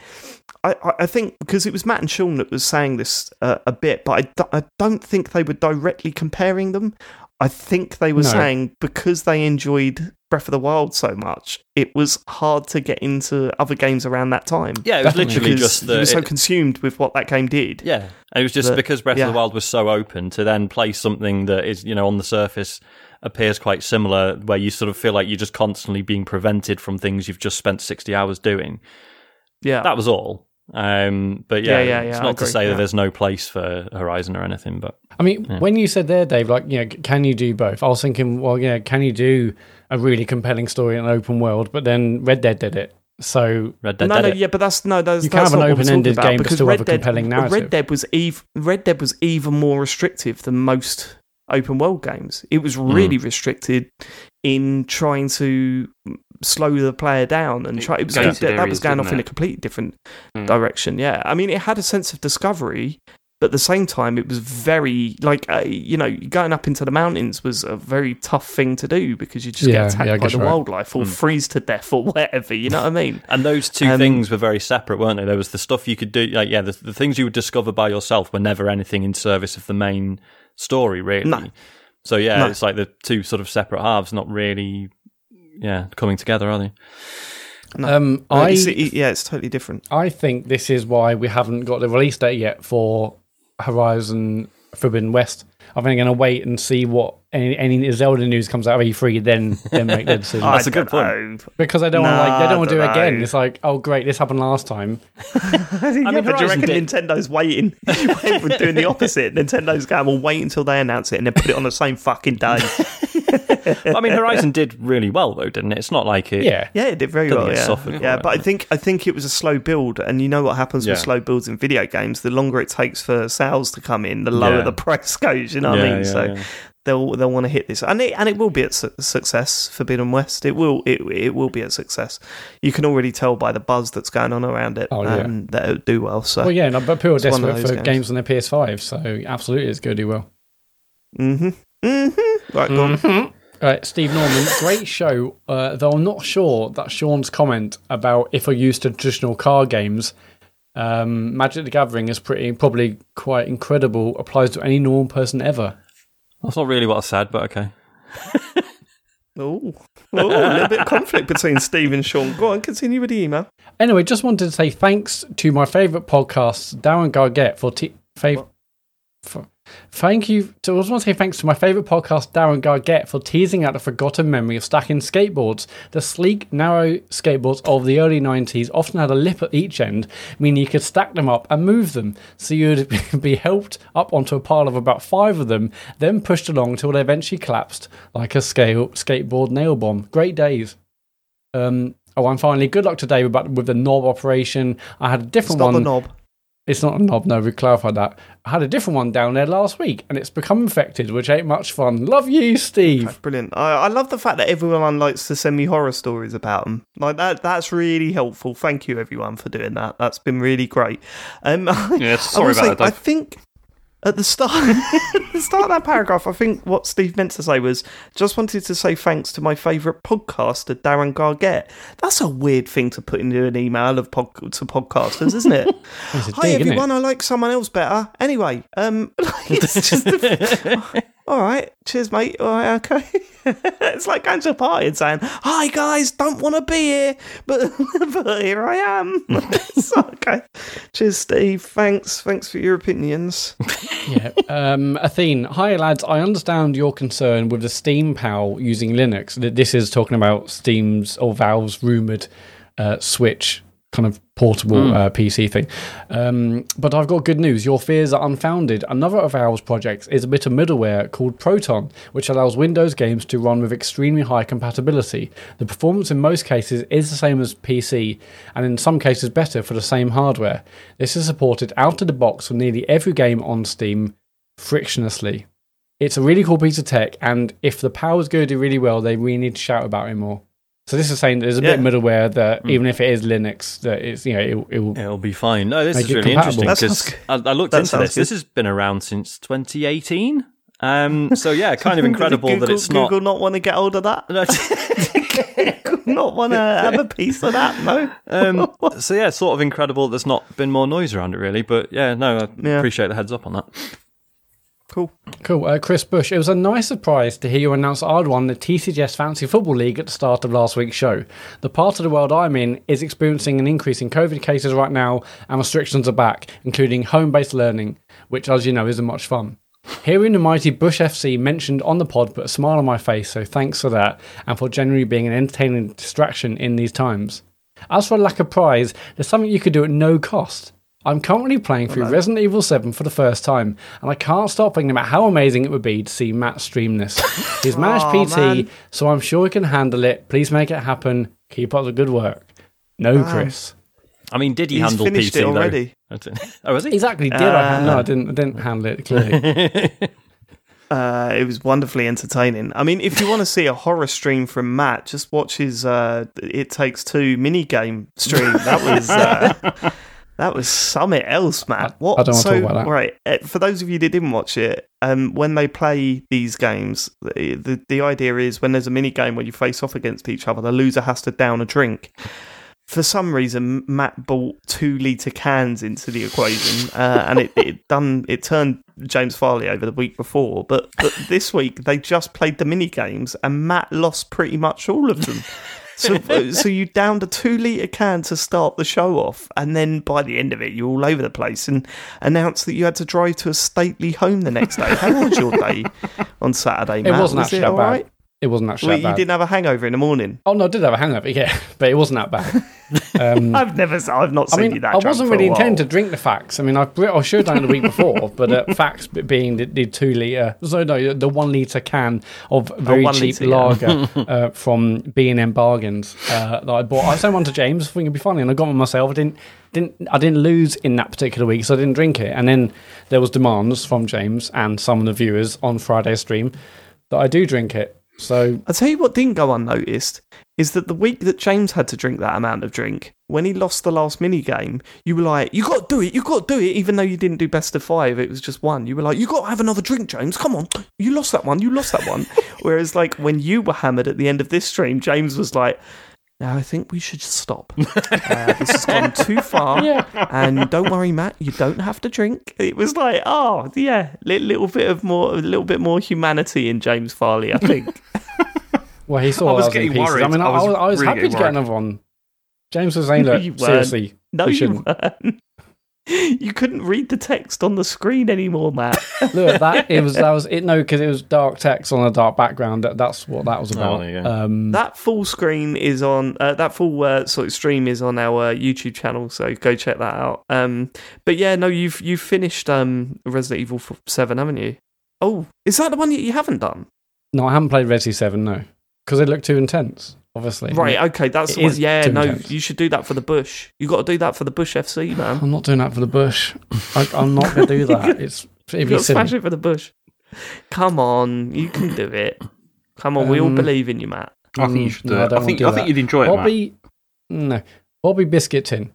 Speaker 1: I, I- I think because it was Matt and Sean that was saying this uh, a bit, but I, do- I don't think they were directly comparing them. I think they were
Speaker 2: No.
Speaker 1: saying because they enjoyed Breath of the Wild so much, it was hard to get into other games around that time.
Speaker 3: Yeah, it was
Speaker 2: Definitely.
Speaker 3: literally
Speaker 1: because
Speaker 3: just
Speaker 1: you
Speaker 3: the
Speaker 1: were so
Speaker 3: it-
Speaker 1: consumed with what that game did.
Speaker 3: Yeah, and it was just
Speaker 1: But-
Speaker 3: because Breath of
Speaker 1: yeah.
Speaker 3: the Wild was so open to then play something that is, you know, on the surface appears quite similar, where you sort of feel like you're just constantly being prevented from things you've just spent sixty hours doing.
Speaker 1: yeah.
Speaker 3: That was all. Um, but yeah,
Speaker 1: Yeah, yeah,
Speaker 3: it's
Speaker 1: yeah, I
Speaker 3: not to
Speaker 1: agree,
Speaker 3: say
Speaker 1: yeah.
Speaker 3: that there's no place for Horizon or anything, but
Speaker 2: I mean, when you said there, Dave, like, you know, can you do both? I was thinking, well, yeah, can you do a really compelling story in an open world? But then Red Dead did it. So,
Speaker 3: Red Dead
Speaker 1: No,
Speaker 3: Dead
Speaker 1: no,
Speaker 3: it.
Speaker 1: yeah, but that's no. That's,
Speaker 2: You can
Speaker 1: that's
Speaker 2: have an
Speaker 1: not what we're talking
Speaker 2: open-ended
Speaker 1: about,
Speaker 2: game, but
Speaker 1: because
Speaker 2: still have
Speaker 1: Red
Speaker 2: a
Speaker 1: Dead,
Speaker 2: compelling narrative.
Speaker 1: Red Dead was ev- Red Dead was even more restrictive than most open world games. It
Speaker 2: Hmm.
Speaker 1: was really restricted in trying to slow the player down and
Speaker 4: It
Speaker 1: try. It was
Speaker 4: gated
Speaker 1: that, that
Speaker 4: areas,
Speaker 1: was going
Speaker 4: didn't
Speaker 1: off in
Speaker 4: it?
Speaker 1: a completely different
Speaker 4: Mm.
Speaker 1: direction. Yeah, I mean, it had a sense of discovery, But at the same time, it was very like uh, you know going up into the mountains was a very tough thing to do because you just
Speaker 2: Yeah,
Speaker 1: get attacked
Speaker 2: yeah, I
Speaker 1: by
Speaker 2: guess
Speaker 1: the
Speaker 2: you're right. Hmm.
Speaker 1: wildlife or freeze to death or whatever. You know what I mean?
Speaker 3: And those two
Speaker 1: Um,
Speaker 3: things were very separate, weren't they? There was the stuff you could do, like yeah, the, the things you would discover by yourself were never anything in service of the main story, really.
Speaker 1: No.
Speaker 3: So yeah,
Speaker 1: No.
Speaker 3: it's like the two sort of separate halves, not really, yeah, coming together, are they?
Speaker 2: Um,
Speaker 1: Uh,
Speaker 2: I
Speaker 1: it's- it- yeah, it's totally different.
Speaker 2: I think this is why we haven't got the release date yet for Horizon Forbidden West. I think I'm going to wait and see what any, any Zelda news comes out of E3, then then make the decision.
Speaker 3: Oh, That's a good point.
Speaker 1: point.
Speaker 2: because I don't want
Speaker 1: Oh, Nah,
Speaker 2: like they don't want to do it
Speaker 1: dunno.
Speaker 2: again. It's like, oh great, this happened last time.
Speaker 1: yeah,
Speaker 3: mean,
Speaker 1: but do you
Speaker 3: Horizon
Speaker 1: reckon
Speaker 3: did-
Speaker 1: Nintendo's waiting? We're doing the opposite. Nintendo's going, we'll wait until they announce it and then put it on the same fucking day.
Speaker 3: But, I mean, Horizon did really well though, didn't it? It's not like it.
Speaker 2: Yeah,
Speaker 1: Yeah, it did very
Speaker 3: Don't
Speaker 1: well.
Speaker 3: think it
Speaker 1: Yeah,
Speaker 3: suffered
Speaker 1: yeah
Speaker 3: from it.
Speaker 1: but I think I think it was a slow build, and you know what happens
Speaker 3: Yeah.
Speaker 1: with slow builds in video games? The longer it takes for sales to come in, the lower
Speaker 3: Yeah.
Speaker 1: the price goes. You know what
Speaker 3: Yeah,
Speaker 1: I mean?
Speaker 3: yeah,
Speaker 1: so
Speaker 3: yeah.
Speaker 1: they'll they'll want to hit this, and it and it will be a su- success. Forbidden West, it will it it will be a success. You can already tell by the buzz that's going on around it,
Speaker 2: Oh, yeah.
Speaker 1: um, that it'll do well. So
Speaker 2: Well, yeah, no, but people are
Speaker 1: It's one of
Speaker 2: desperate
Speaker 1: those
Speaker 2: for
Speaker 1: games.
Speaker 2: games on their PS5, so absolutely, it's going to do well.
Speaker 1: hmm mm-hmm. right, go on.
Speaker 2: All right, Uh, Steve Norman, great show. Uh, though I'm not sure that Sean's comment about if we're used to traditional card games, um, Magic the Gathering is pretty probably quite incredible. Applies to any normal person ever.
Speaker 3: That's not really what I said, but okay.
Speaker 1: Ooh. Ooh, a little bit of conflict between Steve and Sean. Go on, continue with the email.
Speaker 2: Anyway, just wanted to say thanks to my favourite podcasts, Darren Gargett, for t- fav- for thank you. To, I just want to say thanks to my favourite podcast, Darren Gargett, for teasing out the forgotten memory of stacking skateboards. The sleek, narrow skateboards of the early 90s often had a lip at each end, meaning you could stack them up and move them, so you'd be helped up onto a pile of about five of them, then pushed along till they eventually collapsed like a scale, skateboard nail bomb. Great days. Um, oh, and finally, good luck today with, with the knob operation. I had a
Speaker 1: It's
Speaker 2: different
Speaker 1: not
Speaker 2: one.
Speaker 1: the knob.
Speaker 2: It's not a knob, no, we clarified that. I had a different one down there last week, and it's become infected, which ain't much fun. Love you, Steve.
Speaker 1: That's brilliant. I, I love the fact that everyone likes to send me horror stories about them. Like that, that's really helpful. Thank you, everyone, for doing that. That's been really great. Um,
Speaker 4: Yeah,
Speaker 1: I
Speaker 4: sorry
Speaker 1: will
Speaker 4: about
Speaker 1: say,
Speaker 4: that, Dave.
Speaker 1: I think at the start, at the start of that paragraph, I think what Steve meant to say was just wanted to say thanks to my favourite podcaster, Darren Gargett. That's a weird thing to put into an email of pod, to podcasters, isn't it?
Speaker 2: a
Speaker 1: Hi
Speaker 2: dig, isn't it?
Speaker 1: everyone, I like someone else better. Anyway, um, it's just the- all right. Cheers, mate. All right, okay. it's like going to a party and saying, "Hi guys, don't want to be here, but, but here I am." It's okay. Cheers, Steve. Thanks. Thanks for your opinions.
Speaker 2: yeah. Um, Athene, hi lads. I understand your concern with the Steam PAL using Linux. Th- This is talking about Steam's or Valve's rumored uh, Switch kind of portable uh, PC thing. Um, but I've got good news. Your fears are unfounded. Another of Valve's projects is a bit of middleware called Proton, which allows Windows games to run with extremely high compatibility. The performance in most cases is the same as PC, and in some cases better for the same hardware. This is supported out of the box for nearly every game on Steam frictionlessly. It's a really cool piece of tech, and if the power's going to do really well, they really need to shout about it more. So this is saying there's a bit
Speaker 1: Yeah.
Speaker 2: of middleware that even if it is Linux, that it's you know it, it will.
Speaker 3: It'll be fine. No, this
Speaker 2: Make
Speaker 3: is
Speaker 2: it
Speaker 3: really
Speaker 2: compatible.
Speaker 3: interesting
Speaker 1: That
Speaker 3: because
Speaker 1: sounds
Speaker 3: I, I looked
Speaker 1: that
Speaker 3: into
Speaker 1: sounds
Speaker 3: this. This
Speaker 1: good.
Speaker 3: has been around since 2018. Um, so yeah, kind of incredible
Speaker 1: Did Google,
Speaker 3: that it's not.
Speaker 1: Google not want to get hold of that. not want to have a piece of that. No.
Speaker 3: Um, so yeah, sort of incredible. There's not been more noise around it really, but yeah, no, I
Speaker 1: Yeah.
Speaker 3: appreciate the heads up on that.
Speaker 1: Cool.
Speaker 2: Cool. Uh, Chris Bush, it was a nice surprise to hear you announce that I'd won the TCGS Fantasy Football League at the start of last week's show. The part of the world I'm in is experiencing an increase in COVID cases right now, and restrictions are back, including home based learning, which, as you know, isn't much fun. Hearing the mighty Bush FC mentioned on the pod put a smile on my face, so thanks for that, and for generally being an entertaining distraction in these times. As for lack of prize, there's something you could do at no cost. I'm currently playing through Resident Evil 7 for the first time, and I can't stop thinking about how amazing it would be to see Matt stream this. He's managed
Speaker 1: Aw,
Speaker 2: PT,
Speaker 1: man.
Speaker 2: so I'm sure he can handle it. Please make it happen. Keep up the good work. No, Chris.
Speaker 3: I mean, did he
Speaker 1: He's
Speaker 3: handle
Speaker 1: finished
Speaker 3: PT
Speaker 1: it already.
Speaker 3: Though? I don't- Oh, has he?
Speaker 2: Exactly. Did I? hand- No, I didn't. I didn't handle it clearly.
Speaker 1: Uh, it was wonderfully entertaining. I mean, if you want to see a horror stream from Matt, just watch his uh, "It Takes Two minigame stream. That was uh, That was something else, man.
Speaker 2: I-
Speaker 1: What?
Speaker 2: I don't wanna
Speaker 1: so,
Speaker 2: talk about that.
Speaker 1: Right, eh, for those of you that didn't watch it, um, when they play these games, the, the the idea is when there's a mini game where you face off against each other, the loser has to down a drink. For some reason, Matt bought two liter cans into the equation, uh, and it, it done it turned James Farley over the week before. But, but this week they just played the mini games, and Matt lost pretty much all of them. So, so you downed a two liter can to start the show off, and then by the end of it, you're all over the place and announced that you had to drive to a stately home the next day. How was your day on Saturday?
Speaker 2: It
Speaker 1: Matt?
Speaker 2: wasn't
Speaker 1: was
Speaker 2: actually
Speaker 1: it
Speaker 2: that
Speaker 1: all
Speaker 2: bad.
Speaker 1: right?
Speaker 2: It wasn't actually
Speaker 1: Well,
Speaker 2: that
Speaker 1: you
Speaker 2: bad.
Speaker 1: didn't have a hangover in the morning.
Speaker 2: Oh no, I did have a hangover, yeah, but it wasn't that bad. Um,
Speaker 1: I've never, I've not
Speaker 2: I
Speaker 1: seen you
Speaker 2: mean,
Speaker 1: that.
Speaker 2: I
Speaker 1: drunk
Speaker 2: wasn't
Speaker 1: for a
Speaker 2: really
Speaker 1: while.
Speaker 2: intending to drink the facts. I mean, I, I should have done it the week before, but uh, facts b- being the, the two liter, so no, the one liter can of very
Speaker 1: one
Speaker 2: cheap
Speaker 1: litre, yeah.
Speaker 2: lager uh, from B and M bargains uh, that I bought. I sent one to James, thinking it'd be funny, and I got one myself. I didn't, didn't, I didn't lose in that particular week, so I didn't drink it. And then there was demands from James and some of the viewers on Friday's stream that I do drink it. So
Speaker 1: I tell you what didn't go unnoticed is that the week that James had to drink that amount of drink, when he lost the last mini game, you were like, "You got to do it, you got to do it," even though you didn't do best of five, it was just one. You were like, "You got to have another drink, James. Come on, you lost that one, you lost that one." Whereas, like when you were hammered at the end of this stream, James was like. Now I think we should stop. Uh, this has gone too far,
Speaker 2: Yeah.
Speaker 1: and don't worry, Matt. You don't have to drink. It was like, oh yeah, li- little bit of more, a little bit more humanity in James Farley, I think.
Speaker 2: Well, he saw I
Speaker 4: I
Speaker 2: was,
Speaker 4: was
Speaker 2: in
Speaker 4: getting
Speaker 2: pieces.
Speaker 4: worried.
Speaker 2: I mean, I, I was, I was
Speaker 4: really
Speaker 2: happy to
Speaker 4: getting
Speaker 2: get
Speaker 4: worried.
Speaker 2: another one. James was saying,
Speaker 1: No,
Speaker 2: look,
Speaker 1: you weren't.
Speaker 2: seriously,
Speaker 1: No,
Speaker 2: you
Speaker 1: you,
Speaker 2: shouldn't.
Speaker 1: weren't. You couldn't read the text on the screen anymore, Matt.
Speaker 2: look, that it was that was it. No, because it was dark text on a dark background. That, that's what that was about.
Speaker 3: Oh, there you go.
Speaker 2: um,
Speaker 1: that full screen is on. Uh, that full uh, sort of stream is on our uh, YouTube channel, so go check that out. Um, but yeah, no, you've you've finished um, Resident Evil f- Seven, haven't you? Oh, is that the one that you haven't done?
Speaker 2: no, I haven't played Resi Seven. No, because it looked too intense. Obviously,
Speaker 1: Right, okay, that's
Speaker 2: It
Speaker 1: the one.
Speaker 2: is
Speaker 1: Yeah,
Speaker 2: too
Speaker 1: no,
Speaker 2: intense.
Speaker 1: you should do that for the Bush. You got to do that for the Bush FC, man.
Speaker 2: I'm not doing that for the bush. I, I'm not going to do that. It's
Speaker 1: You
Speaker 2: it'd
Speaker 1: got
Speaker 2: be
Speaker 1: to smash
Speaker 2: silly.
Speaker 1: it for the Bush. Come on, you can do it. Come on, we all
Speaker 2: Um,
Speaker 1: believe in you, Matt.
Speaker 4: I think
Speaker 2: Mm,
Speaker 4: you should
Speaker 2: no,
Speaker 4: do
Speaker 2: I
Speaker 4: it.
Speaker 2: don't
Speaker 4: I
Speaker 2: wanna
Speaker 4: think
Speaker 2: do
Speaker 4: I think
Speaker 2: that.
Speaker 4: you'd enjoy it, Matt.
Speaker 2: Bobby, no, Bobby Biscuitin.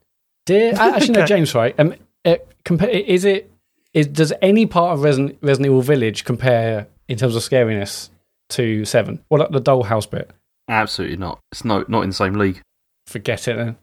Speaker 2: Dear, uh, actually, no,
Speaker 1: Okay.
Speaker 2: James, right? Um, it, compa- is it? Is, does any part of Resident, Resident Evil Village compare in terms of scariness to Seven? Well, like the dollhouse bit.
Speaker 4: Absolutely not. It's no, not in the same league.
Speaker 2: Forget it then.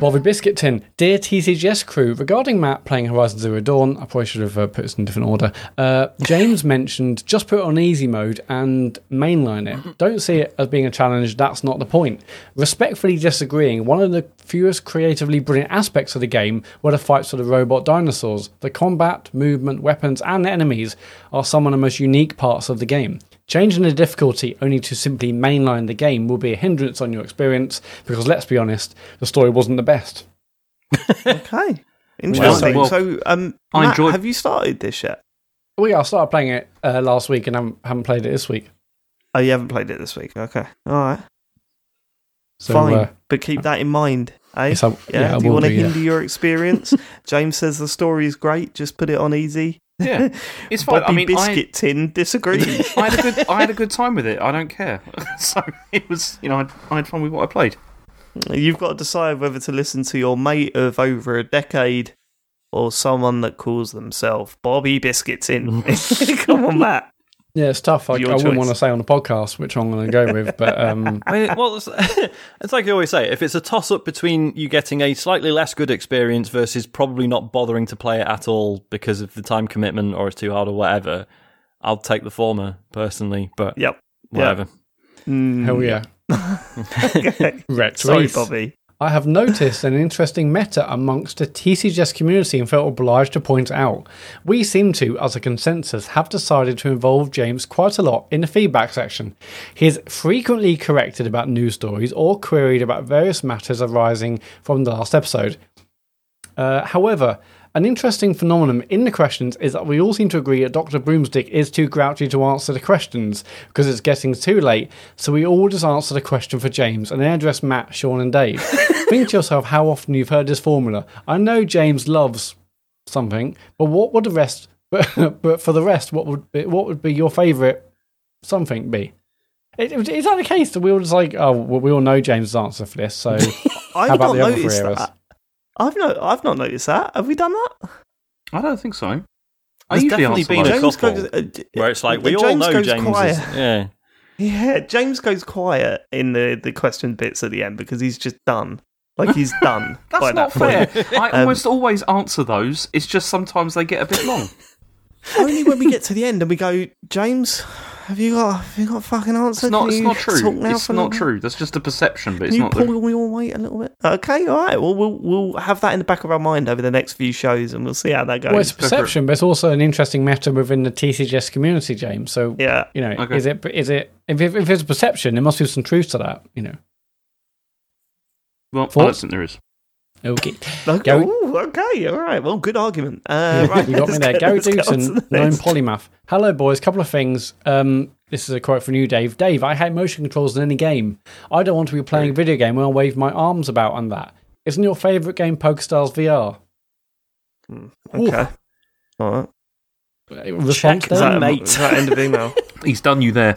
Speaker 2: Bobby Biscuit Tin, dear TCGS crew, regarding Matt playing Horizon Zero Dawn, I probably should have uh, put this in a different order. Uh, James mentioned just put it on easy mode and mainline it. Don't see it as being a challenge. That's not the point. Respectfully disagreeing. One of the fewest creatively brilliant aspects of the game were the fights with the robot dinosaurs. The combat, movement, weapons, and enemies are some of the most unique parts of the game. Changing the difficulty only to simply mainline the game will be a hindrance on your experience because let's be honest, the story wasn't the best.
Speaker 1: Okay. Interesting.
Speaker 4: well,
Speaker 1: so, um,
Speaker 4: I
Speaker 1: Matt,
Speaker 4: enjoyed-
Speaker 1: have you started this yet?
Speaker 2: Well, Oh, yeah, I started playing it uh, last week and haven't, haven't played it this week.
Speaker 1: Oh, you haven't played it this week. Okay. All right.
Speaker 2: So,
Speaker 1: Fine.
Speaker 2: uh,
Speaker 1: but keep that in mind. Eh?
Speaker 2: yes, I-
Speaker 1: yeah.
Speaker 2: yeah, I
Speaker 1: Do you
Speaker 2: will
Speaker 1: want to
Speaker 2: do, yeah.
Speaker 1: hinder your experience? James says the story is great. Just put it on easy.
Speaker 4: Yeah, it's fine.
Speaker 1: Bobby
Speaker 4: I mean, I,
Speaker 1: Biscuit Tin disagrees.
Speaker 4: I had a good I had a good time with it. I don't care. so it was you know I, had- I had fun with what I played.
Speaker 1: You've got to decide whether to listen to your mate of over a decade or someone that calls themselves Bobby Biscuit Tin. Come on, Matt.
Speaker 2: yeah, it's tough. I, I
Speaker 1: Your
Speaker 2: wouldn't
Speaker 1: choice.
Speaker 2: want to say on the podcast which I'm going to go with, but um,
Speaker 3: I mean, well, it's, it's like you always say if it's a toss up between you getting a slightly less good experience versus probably not bothering to play it at all because of the time commitment or it's too hard or whatever, I'll take the former personally, but
Speaker 1: Yep.
Speaker 3: whatever.
Speaker 2: hell yeah.
Speaker 1: Okay.
Speaker 2: Rex
Speaker 1: Mm. Sorry,
Speaker 2: Reese.
Speaker 1: Bobby.
Speaker 2: I have noticed an interesting meta amongst the TCGS community and felt obliged to point it out. We seem to, as a consensus, have decided to involve James quite a lot in the feedback section. He is frequently corrected about news stories or queried about various matters arising from the last episode. Uh, however, an interesting phenomenon in the questions is that we all seem to agree that Dr. Broomstick is too grouchy to answer the questions because it's getting too late, so we all just answer the question for James and then address Matt, Sean, and Dave. Think to yourself how often you've heard this formula. I know James loves something, but what would the rest, but, but for the rest, what would be, what would be your favourite something be? Is is that the case that we all just like, oh, well, we all know James' answer for this, so
Speaker 1: I've
Speaker 2: how about
Speaker 1: not
Speaker 2: the other three
Speaker 1: noticed
Speaker 2: of us?
Speaker 1: that. I've no, I've not noticed that. Have we done
Speaker 4: Oh,
Speaker 1: that?
Speaker 4: I don't think so. I
Speaker 3: There's
Speaker 4: usually
Speaker 3: definitely
Speaker 4: answer
Speaker 3: been a
Speaker 4: those.
Speaker 3: couple
Speaker 1: uh, d-
Speaker 3: where it's like
Speaker 1: uh,
Speaker 3: we all
Speaker 1: James
Speaker 3: know
Speaker 1: goes
Speaker 3: James.
Speaker 1: quiet.
Speaker 3: Is, yeah,
Speaker 1: Yeah, James goes quiet in the the question bits at the end because he's just done. Like he's done. by
Speaker 4: That's not
Speaker 1: that point.
Speaker 4: fair. I almost always answer those. It's just sometimes they get a bit long.
Speaker 1: Only when we get to the end and we go, James, have you got have you got a fucking answer?
Speaker 4: It's not.
Speaker 1: Can
Speaker 4: It's
Speaker 1: you
Speaker 4: not
Speaker 1: talk
Speaker 4: true.
Speaker 1: now
Speaker 4: It's
Speaker 1: for a
Speaker 4: not
Speaker 1: little-
Speaker 4: true. That's just a perception, but
Speaker 1: Can
Speaker 4: it's
Speaker 1: you
Speaker 4: not. The,
Speaker 1: pull me all weight a little bit? Okay, all right. Well, we'll we'll have that in the back of our mind over the next few shows, and we'll see how that goes.
Speaker 2: Well, it's perception, but it's also an interesting matter within the TCGS community, James. So,
Speaker 1: yeah,
Speaker 2: you know,
Speaker 4: Okay.
Speaker 2: is it is it if, if, if it's perception, there must be some truth to that. You know,
Speaker 4: well, I don't
Speaker 2: Thoughts?
Speaker 4: think there is.
Speaker 2: okay,
Speaker 1: Okay.
Speaker 2: Gary-
Speaker 1: Ooh, okay. All right. Well, good argument. Uh, right,
Speaker 2: you got me
Speaker 1: let's
Speaker 2: there.
Speaker 1: go-
Speaker 2: Gary
Speaker 1: let's go on to
Speaker 2: Dewson,
Speaker 1: the
Speaker 2: known
Speaker 1: next.
Speaker 2: polymath. Hello, boys. Couple of things. Um, this is a quote from you, Dave. Dave, I hate motion controls in any game. I don't want to be playing a video game where I wave my arms about and that. Isn't your favourite game PokerStars VR?
Speaker 1: Okay. All right.
Speaker 2: Response
Speaker 1: Is
Speaker 2: there?
Speaker 1: that,
Speaker 3: mate.
Speaker 1: is that end of email?
Speaker 4: He's done you there.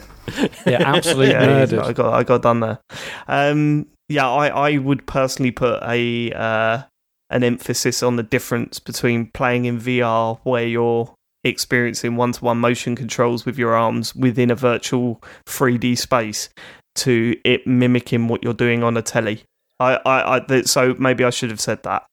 Speaker 2: Yeah, absolutely
Speaker 1: yeah,
Speaker 2: murdered.
Speaker 1: I got I got done there. Um, yeah, I, I would personally put a uh, an emphasis on the difference between playing in VR where you're experiencing one to one motion controls with your arms within a virtual 3D space to it mimicking what you're doing on a telly. I, I, I th- so maybe I should have said that,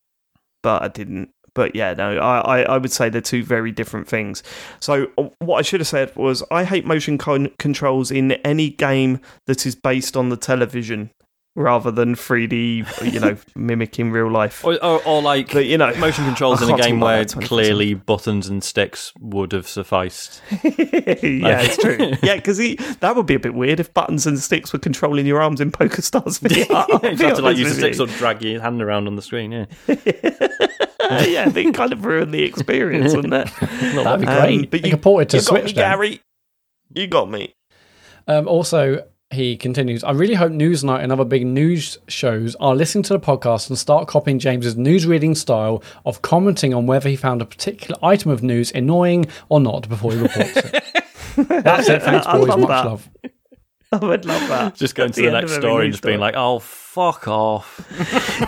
Speaker 1: but I didn't. But yeah, no, I, I, I would say they're two very different things. So uh, what I should have said was, I hate motion con- controls in any game that is based on the television rather than 3D, you know, mimicking real life.
Speaker 3: or, or, or like
Speaker 1: But you know,
Speaker 3: motion controls
Speaker 1: I
Speaker 3: in a
Speaker 1: can't
Speaker 3: game
Speaker 1: talk
Speaker 3: where
Speaker 1: about that 24/7.
Speaker 3: clearly buttons and sticks would have sufficed.
Speaker 1: yeah, it's true. Yeah, because that would be a bit weird if buttons and sticks were controlling your arms in PokerStars. VR, I'll
Speaker 3: you
Speaker 1: be
Speaker 3: have to like
Speaker 1: honest
Speaker 3: use the
Speaker 1: with
Speaker 3: sticks
Speaker 1: you.
Speaker 3: or drag your hand around on the screen. Yeah,
Speaker 1: yeah, they kind of ruined the experience, wouldn't it?
Speaker 2: That'd be great.
Speaker 1: Um, but
Speaker 2: They
Speaker 1: you
Speaker 2: could port it to
Speaker 1: you got
Speaker 2: Switch
Speaker 1: me,
Speaker 2: then.
Speaker 1: Gary. You got me.
Speaker 2: Um, also, he continues, I really hope Newsnight and other big news shows are listening to the podcast and start copying James's newsreading style of commenting on whether he found a particular item of news annoying or not before he reports it. That's it. Thanks,
Speaker 1: I
Speaker 2: boys.
Speaker 1: love
Speaker 2: Much
Speaker 1: that.
Speaker 2: love.
Speaker 1: I would love that.
Speaker 3: just going
Speaker 1: At
Speaker 3: to the,
Speaker 1: end
Speaker 3: next
Speaker 1: of every
Speaker 3: story and
Speaker 1: news
Speaker 3: just being
Speaker 1: story.
Speaker 3: like, "Oh, fuck off."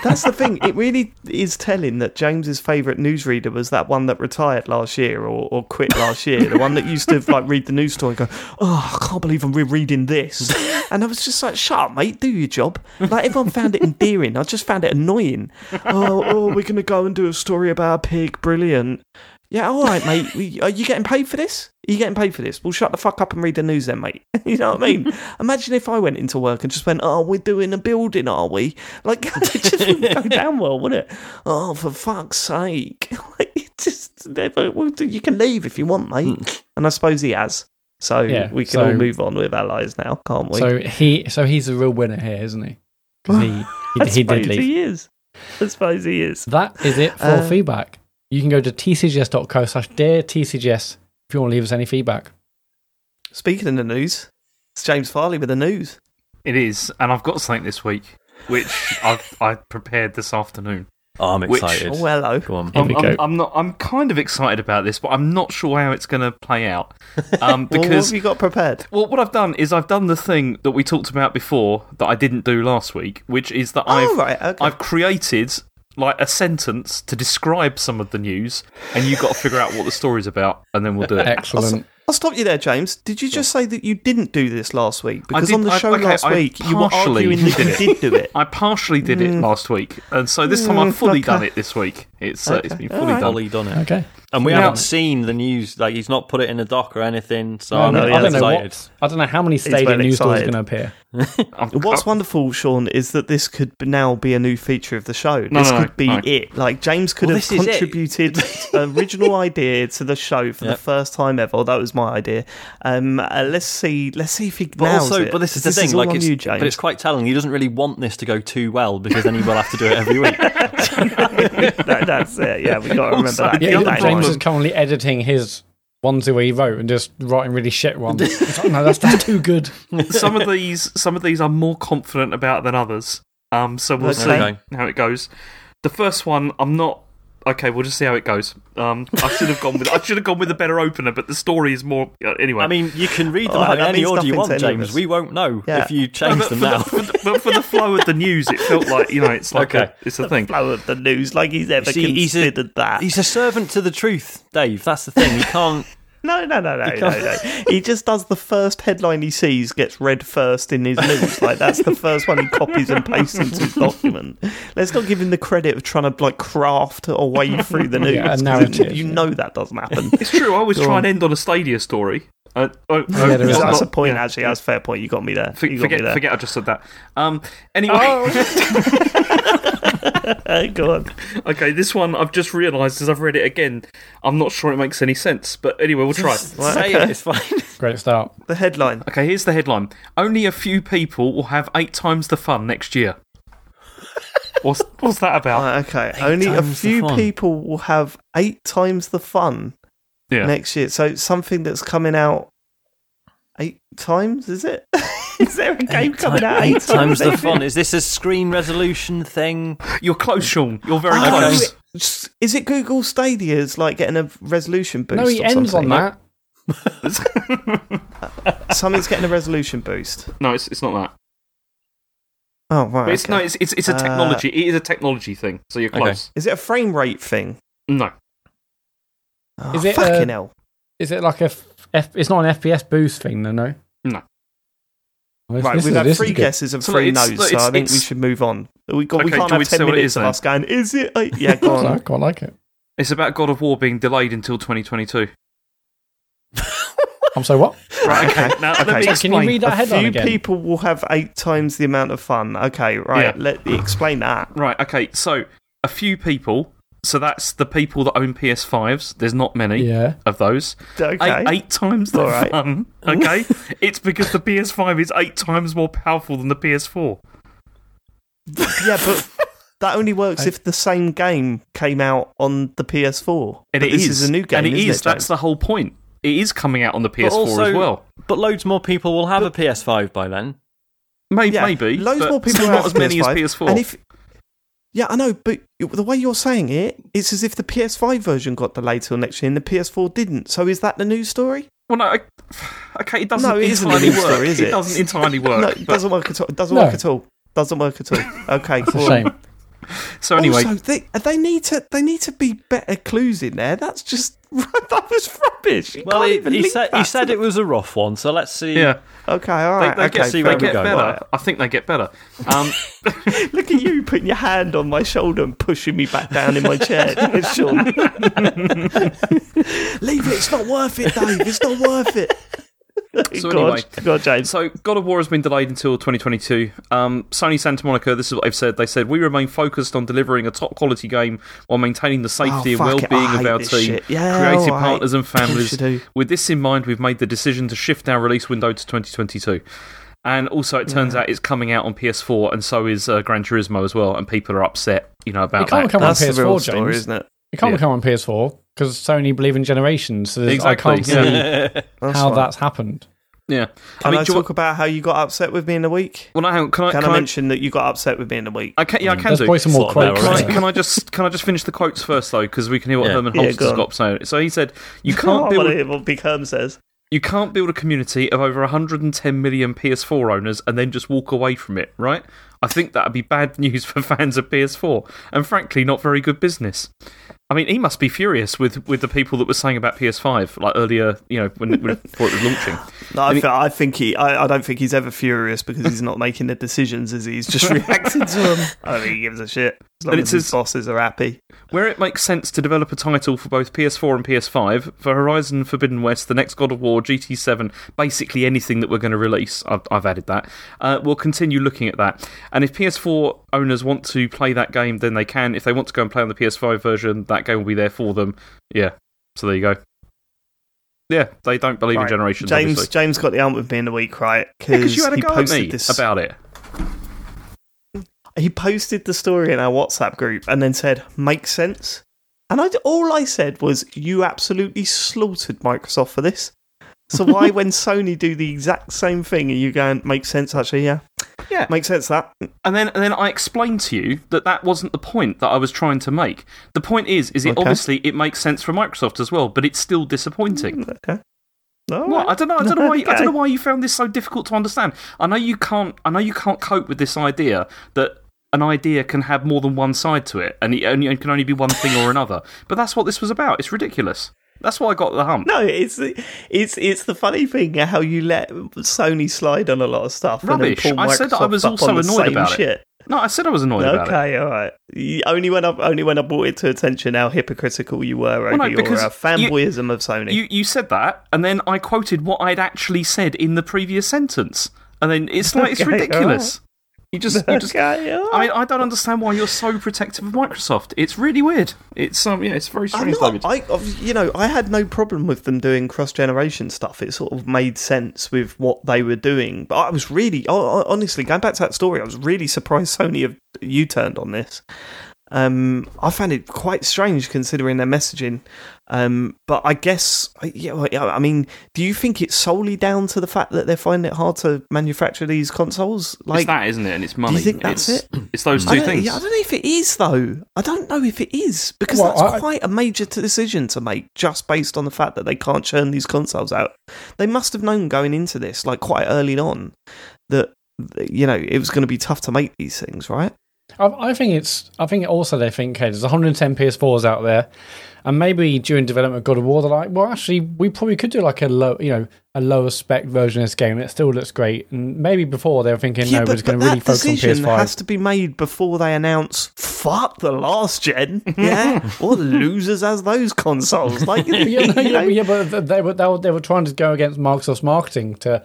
Speaker 1: That's the thing. It really is telling that James's favourite newsreader was that one that retired last year or, or quit last year. the one that used to like read the news story and go, Oh, I can't believe I'm rereading this. And I was just like, Shut up, mate, do your job. Like everyone found it endearing. I just found it annoying. Oh, oh we're gonna go and do a story about a pig, brilliant. Yeah, all right, mate. We- Are you getting paid for this? Are you getting paid for this? Well, shut the fuck up and read the news then, mate. you know what I mean? Imagine if I went into work and just went, oh, we're doing a building, are we? Like, it just wouldn't go down well, would it? Oh, for fuck's sake. like, it just, never, well, you can leave if you want, mate. and I suppose he has. So
Speaker 2: Hmm. Yeah,
Speaker 1: we can
Speaker 2: so-
Speaker 1: all move on with our lives now, can't we?
Speaker 2: So he, so he's the real winner here, isn't he? 'Cause he,
Speaker 1: I
Speaker 2: he, he did
Speaker 1: suppose
Speaker 2: leave.
Speaker 1: he is. I suppose he is.
Speaker 2: That is it for
Speaker 1: Uh,
Speaker 2: feedback. You can go to tcgs.co slash dear tcgs if you want to leave us any feedback.
Speaker 1: Speaking of the news, it's James Farley with the news.
Speaker 4: It is, and I've got something this week, which I I prepared this afternoon.
Speaker 3: Oh, I'm
Speaker 4: Which-
Speaker 3: excited.
Speaker 1: Oh, hello.
Speaker 3: Go on.
Speaker 2: Here we
Speaker 4: I'm,
Speaker 2: go.
Speaker 4: I'm, I'm not. I'm kind of excited about this, but I'm not sure how it's going to play out. Um,
Speaker 1: Well, what have
Speaker 4: because
Speaker 1: you got prepared?
Speaker 4: well, what I've done is I've done the thing that we talked about before that I didn't do last week, which is that
Speaker 1: Oh,
Speaker 4: I've
Speaker 1: right, okay.
Speaker 4: I've created like a sentence to describe some of the news, and you've got to figure out what the story's about, and then we'll do it.
Speaker 2: Excellent.
Speaker 1: I'll stop you there, James. Did you just say that you didn't do this last week? Because
Speaker 4: did-
Speaker 1: on the
Speaker 4: I-
Speaker 1: show
Speaker 4: okay,
Speaker 1: last
Speaker 4: I
Speaker 1: week, you were
Speaker 4: partially
Speaker 1: arguing that
Speaker 4: did
Speaker 1: you did
Speaker 4: it.
Speaker 1: do it.
Speaker 4: I partially did
Speaker 1: Mm.
Speaker 4: it last week, and so this time I've fully
Speaker 1: okay.
Speaker 4: done it this week. It's uh, it's been fully
Speaker 1: alright.
Speaker 4: done.
Speaker 3: Ollie done it.
Speaker 2: Okay.
Speaker 3: And we
Speaker 4: Now-
Speaker 3: haven't seen the news. Like he's not put it in the doc or anything. So
Speaker 2: I
Speaker 3: I'm
Speaker 2: don't know- I don't know
Speaker 3: excited.
Speaker 2: what. I don't know how many
Speaker 1: well
Speaker 2: stadium news stories are
Speaker 1: excited.
Speaker 2: going to appear.
Speaker 4: I've-
Speaker 1: What's
Speaker 4: I've-
Speaker 1: wonderful, Sean, is that this could b- now be a new feature of the show.
Speaker 4: No,
Speaker 1: this
Speaker 4: no, no,
Speaker 1: could be
Speaker 4: no.
Speaker 1: it. Like James could
Speaker 3: Well,
Speaker 1: have
Speaker 3: this is it.
Speaker 1: contributed an original idea to the show for
Speaker 3: Yeah.
Speaker 1: the first time ever. That was my idea. Um, uh, let's see. Let's see if he
Speaker 3: But
Speaker 1: nails
Speaker 3: also,
Speaker 1: it.
Speaker 3: but this is the thing.
Speaker 1: all
Speaker 3: like,
Speaker 1: on
Speaker 3: it's,
Speaker 1: you,
Speaker 3: but it's
Speaker 1: James.
Speaker 3: quite telling. He doesn't really want this to go too well because then he will have to do it every week.
Speaker 1: No, that's it. Yeah, we got to remember
Speaker 4: Also,
Speaker 1: that.
Speaker 4: the
Speaker 2: Yeah,
Speaker 1: Get
Speaker 4: other
Speaker 1: that in
Speaker 2: James
Speaker 4: problem-
Speaker 1: mind.
Speaker 2: is currently editing his ones that he wrote and just writing really shit ones. It's like, no, that's, that's too good.
Speaker 4: some of these some of these I'm more confident about than others. Um, so we'll
Speaker 1: Okay.
Speaker 4: see how it goes. The first one, I'm not. Okay, we'll just see how it goes. Um, I should have gone with I should have gone with a better opener, but the story is more uh, anyway.
Speaker 3: I mean, you can read them
Speaker 1: Oh,
Speaker 3: out in
Speaker 1: that
Speaker 3: any
Speaker 1: means
Speaker 3: order you
Speaker 1: nothing to
Speaker 3: want,
Speaker 1: any of
Speaker 3: James.
Speaker 1: us.
Speaker 3: We won't know
Speaker 1: Yeah.
Speaker 3: if you
Speaker 4: No,
Speaker 3: change
Speaker 4: but,
Speaker 3: them
Speaker 4: for
Speaker 3: now.
Speaker 4: The, for the, but for the flow of the news, it felt like you know, it's like
Speaker 3: Okay.
Speaker 4: a, it's a thing.
Speaker 1: Flow of the news, like he's ever
Speaker 3: See, he's a-
Speaker 1: considered that.
Speaker 3: He's a servant to the truth, Dave. That's the thing. You can't.
Speaker 1: No, no, no, no, no, no. He just does the first headline he sees, gets read first in his news. Like that's the first one he copies and pastes into his document. Let's not give him the credit of trying to like craft a way through the news.
Speaker 2: Yeah, a
Speaker 1: 'cause
Speaker 2: narrative,
Speaker 1: You
Speaker 2: yeah.
Speaker 1: know that doesn't happen.
Speaker 4: It's true. I always
Speaker 1: Go
Speaker 4: try
Speaker 1: on.
Speaker 4: and end on a Stadia story. Uh, oh, no,
Speaker 2: Yeah, there is
Speaker 4: not-
Speaker 2: that.
Speaker 1: that's a
Speaker 4: not-
Speaker 1: point.
Speaker 4: yeah.
Speaker 1: Actually, that's a fair point. You got me there.
Speaker 4: For-
Speaker 1: you got
Speaker 4: forget,
Speaker 1: me there.
Speaker 4: forget, I just said that. Um, anyway,
Speaker 1: Uh, go on.
Speaker 4: okay, this one I've just realised as I've read it again, I'm not sure it makes any sense. But anyway, we'll try.
Speaker 3: Say it. It's fine.
Speaker 2: Great start.
Speaker 1: The headline.
Speaker 4: Okay, here's the headline: Only a few people will have eight times the fun next year. what's what's that about?
Speaker 1: Uh, okay. Only a
Speaker 3: times the
Speaker 1: few
Speaker 3: fun.
Speaker 1: people will have eight times the fun
Speaker 4: yeah.
Speaker 1: next year. So something that's coming out eight times, is it? is there a game coming out eight,
Speaker 3: Eight times the
Speaker 1: David?
Speaker 3: fun. Is this a screen resolution thing?
Speaker 4: You're close, Sean. You're very
Speaker 1: Oh,
Speaker 4: close.
Speaker 1: it- s- Is it Google Stadia's like getting a resolution boost?
Speaker 2: No, he
Speaker 1: or
Speaker 2: ends on
Speaker 1: something?
Speaker 2: that.
Speaker 1: Something's getting a resolution boost.
Speaker 4: No, it's, it's not that.
Speaker 1: Oh right.
Speaker 4: But it's
Speaker 1: okay.
Speaker 4: no, it's it's, it's a
Speaker 1: Uh,
Speaker 4: technology. it is a technology thing. So you're
Speaker 3: Okay.
Speaker 4: close.
Speaker 1: Is it a frame rate thing?
Speaker 4: No,
Speaker 1: Oh,
Speaker 2: Is it, uh,
Speaker 1: fucking hell?
Speaker 2: Is it like a? F- F- it's not an FPS boost thing, though, no.
Speaker 4: No.
Speaker 2: Well, this-
Speaker 1: Right,
Speaker 2: this
Speaker 1: we've
Speaker 2: is-
Speaker 1: had
Speaker 2: this
Speaker 1: three
Speaker 2: is good.
Speaker 1: guesses and
Speaker 4: So
Speaker 1: three
Speaker 4: it's-
Speaker 1: no's,
Speaker 4: look,
Speaker 1: so I
Speaker 4: it's-
Speaker 1: think we
Speaker 4: it's-
Speaker 1: should move on. We, got, we
Speaker 4: Okay,
Speaker 1: can't
Speaker 4: do we
Speaker 1: have ten
Speaker 4: see what it
Speaker 1: minutes
Speaker 4: is
Speaker 1: of
Speaker 4: then?
Speaker 1: us going. Is it? a-" Yeah, go
Speaker 2: I
Speaker 1: on.
Speaker 2: quite like it.
Speaker 4: it's about God of War being delayed until 2022.
Speaker 2: I'm sorry, what?
Speaker 4: Right. Okay. now
Speaker 1: Okay.
Speaker 4: let
Speaker 1: Can
Speaker 2: Can
Speaker 4: me
Speaker 2: you
Speaker 4: explain.
Speaker 2: read that
Speaker 1: A
Speaker 2: headline
Speaker 1: few
Speaker 2: again?
Speaker 1: people will have eight times the amount of fun. Okay, right.
Speaker 4: Yeah.
Speaker 1: Let me explain that.
Speaker 4: Right. Okay. So a few people. So that's the people that own PS5s. There's not many
Speaker 2: Yeah.
Speaker 4: of those.
Speaker 1: Okay.
Speaker 4: Eight, eight times the
Speaker 1: All right.
Speaker 4: fun. Okay. it's because the PS5 is eight times more powerful than the PS4.
Speaker 1: Yeah, but that only works if the same game came out on the PS4.
Speaker 4: And
Speaker 1: But
Speaker 4: it
Speaker 1: this is. a new game.
Speaker 4: And it
Speaker 1: isn't
Speaker 4: is.
Speaker 1: It,
Speaker 4: That's the whole point. It is coming out on the PS4 as well.
Speaker 3: But loads more people will have a PS5 by then.
Speaker 4: Maybe,
Speaker 1: Yeah,
Speaker 4: maybe.
Speaker 1: loads
Speaker 4: but
Speaker 1: more people.
Speaker 4: still
Speaker 1: have
Speaker 4: not as many as
Speaker 1: PS5,
Speaker 4: PS4.
Speaker 1: And if yeah, I know, but the way you're saying it, it's as if the PS5 version got delayed till next year and the PS4 didn't. So is that the news story?
Speaker 4: Well, no, I- okay, it doesn't
Speaker 1: No, it isn't a
Speaker 4: entirely
Speaker 1: news
Speaker 4: work.
Speaker 1: story, is it?
Speaker 4: it doesn't entirely work.
Speaker 1: no, it
Speaker 4: but-
Speaker 1: doesn't work at all. It doesn't
Speaker 2: No.
Speaker 1: work at all. Doesn't work at all. Okay,
Speaker 2: It's a
Speaker 1: cool.
Speaker 2: shame.
Speaker 4: so anyway,
Speaker 1: also, they they need to they need to be better clues in there. That's just that was rubbish. You
Speaker 3: Well,
Speaker 1: can't
Speaker 3: he,
Speaker 1: even
Speaker 3: he
Speaker 1: link
Speaker 3: said
Speaker 1: that
Speaker 3: he
Speaker 1: to
Speaker 3: said
Speaker 1: the-
Speaker 3: it was a rough one, so let's see.
Speaker 4: yeah,
Speaker 1: Okay, all
Speaker 4: they,
Speaker 1: right.
Speaker 4: they
Speaker 1: okay,
Speaker 4: get, see, they
Speaker 1: fair
Speaker 4: get
Speaker 1: enough.
Speaker 4: better.
Speaker 1: Right.
Speaker 4: I think they get better. Um,
Speaker 1: Look at you putting your hand on my shoulder and pushing me back down in my chair. Sean. Leave it. It's not worth it, Dave. It's not worth it.
Speaker 4: So
Speaker 1: God,
Speaker 4: anyway.
Speaker 1: God, James.
Speaker 4: so God of War has been delayed until 2022. Um, Sony Santa Monica, this is what they've said. They said we remain focused on delivering a top quality game while maintaining the safety
Speaker 1: Oh,
Speaker 4: and
Speaker 1: fuck it.
Speaker 4: well-being
Speaker 1: I
Speaker 4: of
Speaker 1: hate
Speaker 4: our
Speaker 1: this
Speaker 4: team,
Speaker 1: shit. Yeah,
Speaker 4: creative
Speaker 1: all right.
Speaker 4: partners, and
Speaker 1: Of course you
Speaker 4: families.
Speaker 1: do.
Speaker 4: With this in mind, we've made the decision to shift our release window to 2022. And also, it turns out it's coming out on PS4, and so is uh, Gran Turismo as well. And people are upset, you know, about
Speaker 2: It can't
Speaker 4: that.
Speaker 2: come on
Speaker 1: That's the
Speaker 2: PS4,
Speaker 1: real
Speaker 2: James.
Speaker 1: story, isn't it?
Speaker 2: It can't
Speaker 4: Yeah.
Speaker 2: come on PS4 because Sony believe in generations. So there's-
Speaker 4: Exactly,
Speaker 2: I can't see how
Speaker 1: right.
Speaker 2: that's happened.
Speaker 4: Yeah.
Speaker 1: Can I,
Speaker 4: I mean, do you
Speaker 1: talk
Speaker 4: want-
Speaker 1: about how you got upset with me in a week?
Speaker 4: well, no, hang on. Can I,
Speaker 1: Can,
Speaker 4: can
Speaker 1: I
Speaker 4: I-
Speaker 1: mention that you got upset with me in a week?
Speaker 4: I can, yeah, I can
Speaker 2: Let's
Speaker 4: do.
Speaker 2: play some more
Speaker 3: Sort of
Speaker 2: quotes.
Speaker 4: Can
Speaker 3: narrow
Speaker 4: I,
Speaker 3: it.
Speaker 2: later.
Speaker 4: can I just can I just finish the quotes first though, because we can hear what
Speaker 3: Yeah.
Speaker 4: Herman
Speaker 1: Yeah,
Speaker 4: Holst
Speaker 1: go
Speaker 4: has
Speaker 1: on.
Speaker 4: got saying. So he said, "You can't
Speaker 1: I want to
Speaker 4: build
Speaker 1: hear what Big Herm says.
Speaker 4: you can't build a community of over 110 million PS4 owners and then just walk away from it, right? I think that'd be bad news for fans of PS4, and frankly, not very good business." I mean, he must be furious with, with the people that were saying about PS5 like earlier, you know, when, when before it was launching.
Speaker 1: No, I, fe- I think he. I, I don't think he's ever furious because he's not making the decisions. Is he? he's just reacting to them. I don't think he gives a shit. As long
Speaker 4: And it
Speaker 1: as his
Speaker 4: says-
Speaker 1: bosses are happy.
Speaker 4: Where it makes sense to develop a title for both PS4 and PS5, for Horizon Forbidden West, the next God of War, GT7, basically anything that we're going to release, I've, I've added that, uh, we'll continue looking at that. And if PS4 owners want to play that game, then they can. If they want to go and play on the PS5 version, that game will be there for them. Yeah, so there you go. Yeah, they don't believe in
Speaker 1: Right.
Speaker 4: generations,
Speaker 1: James
Speaker 4: obviously.
Speaker 1: James got the arm with me in the week, right?
Speaker 4: Because you had a
Speaker 1: he
Speaker 4: go at
Speaker 1: posted
Speaker 4: me
Speaker 1: this.
Speaker 4: about it.
Speaker 1: he posted the story in our WhatsApp group and then said, "Makes sense." And I, all I said was, "You absolutely slaughtered Microsoft for this." So why, when Sony do the exact same thing, are you going makes sense? Actually, yeah,
Speaker 4: Yeah.
Speaker 1: makes sense. That
Speaker 4: And then, and then I explained to you that that wasn't the point that I was trying to make. The point is, is it
Speaker 1: Okay.
Speaker 4: obviously it makes sense for Microsoft as well, but it's still disappointing.
Speaker 1: okay. Mm, No,
Speaker 4: What? I don't know. I don't know why. I
Speaker 1: Okay.
Speaker 4: don't know why you found this so difficult to understand. I know you can't. I know you can't cope with this idea that an idea can have more than one side to it, and it only it can only be one thing or another. But that's what this was about. It's ridiculous. That's why I got the hump.
Speaker 1: No, it's it's it's the funny thing how you let Sony slide on a lot of stuff. and then
Speaker 4: Rubbish.
Speaker 1: pull
Speaker 4: I said that I
Speaker 1: Microsoft
Speaker 4: was
Speaker 1: up
Speaker 4: also
Speaker 1: on the
Speaker 4: annoyed
Speaker 1: same
Speaker 4: about it.
Speaker 1: shit.
Speaker 4: No, I said I was annoyed about it.
Speaker 1: okay, all right. You- Only when I only when I brought it to attention how hypocritical you were over
Speaker 4: no,
Speaker 1: your
Speaker 4: because
Speaker 1: uh,
Speaker 4: you-
Speaker 1: fanboyism of Sony.
Speaker 4: You you said that, and then I quoted what I'd actually said in the previous sentence, and then it's like it's
Speaker 1: Okay,
Speaker 4: ridiculous. You just you just.
Speaker 1: Okay, all
Speaker 4: I
Speaker 1: right.
Speaker 4: mean, I don't understand why you're so protective of Microsoft. It's really weird. It's um, yeah, it's very
Speaker 1: I'm
Speaker 4: strange. David.
Speaker 1: not, I, I've- you know, I had no problem with them doing cross generation stuff. It sort of made sense with what they were doing. But I was really, oh, honestly, going back to that story, I was really surprised Sony have U turned on this. Um, I found it quite strange considering their messaging. Um, but I guess, I- yeah, well, yeah, I mean, do you think it's solely down to the fact that they're finding it hard to manufacture these consoles?
Speaker 4: it's that, isn't it? And it's money.
Speaker 1: you think that's
Speaker 4: it's, It's those
Speaker 1: I
Speaker 4: two
Speaker 1: don't-
Speaker 4: things.
Speaker 1: yeah, I don't know if it is though. I don't know if it is because
Speaker 2: Well,
Speaker 1: that's
Speaker 2: I-
Speaker 1: quite a major t- decision to make, just based on the fact that they can't churn these consoles out. They must have known going into this, like quite early on, that that, you know it was going to be tough to make these things, right?
Speaker 2: I, I think it's. I think also they think, okay, there's 110 PS4s out there, and maybe during development of God of War, they're like, well, actually, we probably could do like a low, you know, a lower spec version of this game. It still looks great, and maybe before they were thinking, no, we're
Speaker 1: but,
Speaker 2: going
Speaker 1: but
Speaker 2: to really
Speaker 1: that
Speaker 2: focus on
Speaker 1: decision
Speaker 2: PS5.
Speaker 1: has to be made before they announce "fuck the last gen." Yeah, what losers has those consoles? Like,
Speaker 2: yeah, no,
Speaker 1: you
Speaker 2: yeah,
Speaker 1: know?
Speaker 2: yeah, but th- they were, they were they were trying to go against Microsoft's marketing to,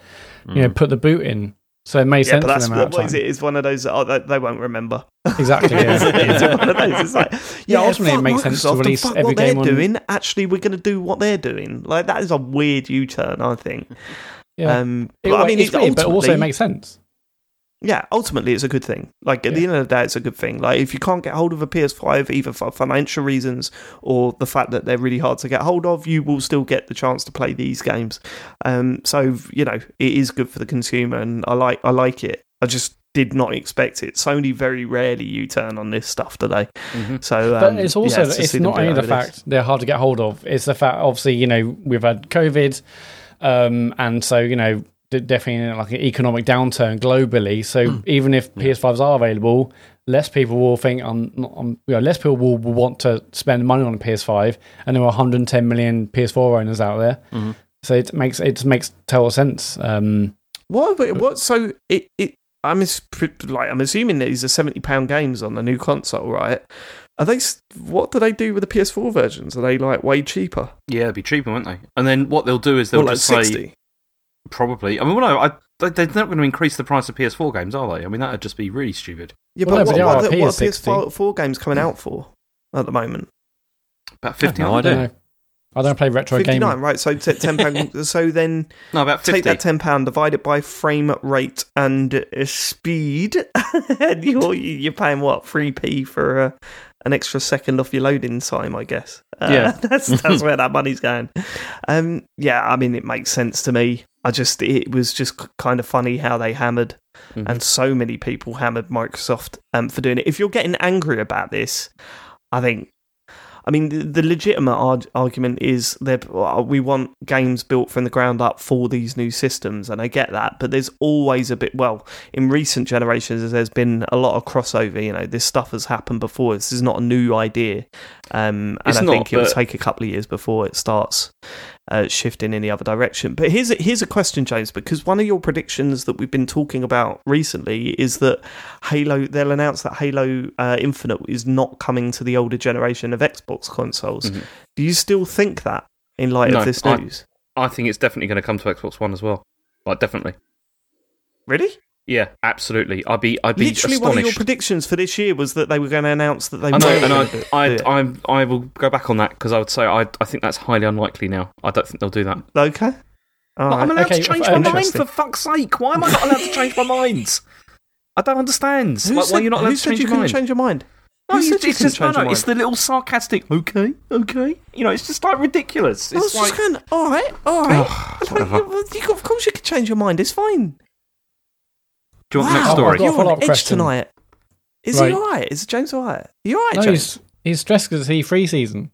Speaker 2: you know, put the boot in. So it made
Speaker 1: Hmm. Yeah,
Speaker 2: sense
Speaker 1: but
Speaker 2: for
Speaker 1: that's
Speaker 2: them at
Speaker 1: what,
Speaker 2: that
Speaker 1: what is
Speaker 2: time.
Speaker 1: it? It's one of those oh, they, they won't remember.
Speaker 2: Exactly.
Speaker 1: it's
Speaker 2: Yeah.
Speaker 1: one of those. It's like,
Speaker 2: Yeah,
Speaker 1: yeah,
Speaker 2: ultimately it
Speaker 1: fuck
Speaker 2: makes sense to
Speaker 1: Microsoft and
Speaker 2: release
Speaker 1: fuck
Speaker 2: every
Speaker 1: what they're
Speaker 2: game on-
Speaker 1: doing. Actually, we're going to do what they're doing. Like that is a weird U-turn, I think.
Speaker 2: yeah.
Speaker 1: Um,
Speaker 2: It-
Speaker 1: but, I
Speaker 2: well,
Speaker 1: mean,
Speaker 2: it's
Speaker 1: it's
Speaker 2: weird, but also it
Speaker 1: ultimately-
Speaker 2: makes sense.
Speaker 1: yeah, ultimately it's a good thing. Like at the
Speaker 2: Yeah.
Speaker 1: end of the day, it's a good thing. Like if you can't get hold of a PS5, either for financial reasons or the fact that they're really hard to get hold of, you will still get the chance to play these games. Um, so you know it is good for the consumer, and I like I like it. I just did not expect it. Sony very rarely U turn on this stuff today. So,
Speaker 2: Mm-hmm. But
Speaker 1: um,
Speaker 2: it's
Speaker 1: yeah,
Speaker 2: also
Speaker 1: to
Speaker 2: it's
Speaker 1: see them
Speaker 2: not
Speaker 1: do
Speaker 2: only
Speaker 1: it
Speaker 2: the
Speaker 1: over this.
Speaker 2: fact they're hard to get hold of. It's the fact obviously you know we've had COVID, um, and so you know d- definitely in like an economic downturn globally. So
Speaker 1: Hmm.
Speaker 2: even if PS5s are available, less people will think on, on you know, less people will, will want to spend money on a PS5, and there are 110 million PS4 owners out there.
Speaker 1: Mm-hmm.
Speaker 2: So it makes it just makes total sense. Um,
Speaker 1: What? But what? So it it I'm as- like I'm assuming these are seventy pound games on the new console, right? Are they? s- What do they do with the PS4 versions? Are they like way cheaper?
Speaker 4: Yeah, it'd be cheaper, wouldn't they? And then what they'll do is they'll
Speaker 1: Well, like
Speaker 4: just say
Speaker 1: sixty.
Speaker 4: probably. I mean, well, no, I, they- they're not going to increase the price of PS4 games, are they? I mean, that'd just be really stupid.
Speaker 1: Yeah,
Speaker 2: Well,
Speaker 1: but
Speaker 2: no,
Speaker 1: what, what,
Speaker 2: but the
Speaker 1: are the-
Speaker 2: RRP
Speaker 1: what
Speaker 2: is
Speaker 1: are PS4 games coming out for at the moment?
Speaker 4: About fifty.
Speaker 3: no
Speaker 4: aren't they?
Speaker 2: I don't know. I don't play retro
Speaker 1: Fifty nine,
Speaker 2: gaming.
Speaker 1: right? So t- ten pound. so then
Speaker 4: No, about fifty.
Speaker 1: take that ten pound, divide it by frame rate and uh, speed, and you're you're paying what three p for uh, an extra second off your loading time, I guess. Uh,
Speaker 4: Yeah.
Speaker 1: that's that's where that money's going. Um, yeah, I mean it makes sense to me. I just it was just k- kind of funny how they hammered,
Speaker 4: Mhm.
Speaker 1: and so many people hammered Microsoft um, for doing it. If you're getting angry about this, I think I mean, the, the legitimate arg- argument is that well, we want games built from the ground up for these new systems, and I get that. But there's always a bit. Well, in recent generations, there's been a lot of crossover. You know, this stuff has happened before. This is not a new idea, um, and
Speaker 4: It's
Speaker 1: I
Speaker 4: not,
Speaker 1: think it will
Speaker 4: but-
Speaker 1: take a couple of years before it starts uh, shifting in the other direction. But here's a, here's a question, James, because one of your predictions that we've been talking about recently is that Halo they'll announce that Halo uh, Infinite is not coming to the older generation of Xbox consoles.
Speaker 4: Mhm.
Speaker 1: Do you still think that in light
Speaker 4: No,
Speaker 1: of this
Speaker 4: I-
Speaker 1: news?
Speaker 4: I think it's definitely going to come to Xbox One as well. Like, definitely.
Speaker 1: Really?
Speaker 4: Yeah, absolutely. I'd be, I'd be
Speaker 1: Literally, one of your
Speaker 4: astonished.
Speaker 1: predictions for this year was that they were going to announce that they
Speaker 4: I
Speaker 1: were.
Speaker 4: know,
Speaker 1: going
Speaker 4: and
Speaker 1: to
Speaker 4: I, I, I'm- I, will go back on that because I would say I, I think that's highly unlikely now. I don't think they'll do that.
Speaker 1: okay. All
Speaker 4: But I'm
Speaker 1: right.
Speaker 4: allowed
Speaker 2: Okay,
Speaker 4: to change
Speaker 2: uh,
Speaker 4: my mind
Speaker 1: interesting.
Speaker 4: for fuck's sake. Why am I not allowed to change my mind? I don't understand.
Speaker 1: Who
Speaker 4: like, why
Speaker 1: said-
Speaker 4: you're not
Speaker 1: who
Speaker 4: allowed to
Speaker 1: said
Speaker 4: change
Speaker 1: you
Speaker 4: your
Speaker 1: couldn't
Speaker 4: mind?
Speaker 1: change your mind?
Speaker 4: No, it's,
Speaker 1: you
Speaker 4: it's
Speaker 1: didn't
Speaker 4: just no,
Speaker 1: change your
Speaker 4: no, it's the little sarcastic. Okay, okay. You know, it's just like ridiculous.
Speaker 1: I was
Speaker 4: It's like
Speaker 1: just going, all right, all right. It's like,
Speaker 4: whatever.
Speaker 1: well, you got- of course, you can change your mind. It's fine.
Speaker 4: do you want the next
Speaker 1: Wow,
Speaker 4: story?
Speaker 2: I've got a
Speaker 1: You're on
Speaker 2: follow-up
Speaker 1: edge
Speaker 2: question.
Speaker 1: tonight. Is
Speaker 2: Right.
Speaker 1: he all right? Is James all right? You all right,
Speaker 2: No,
Speaker 1: James?
Speaker 2: he's, he's stressed because it's E3 season.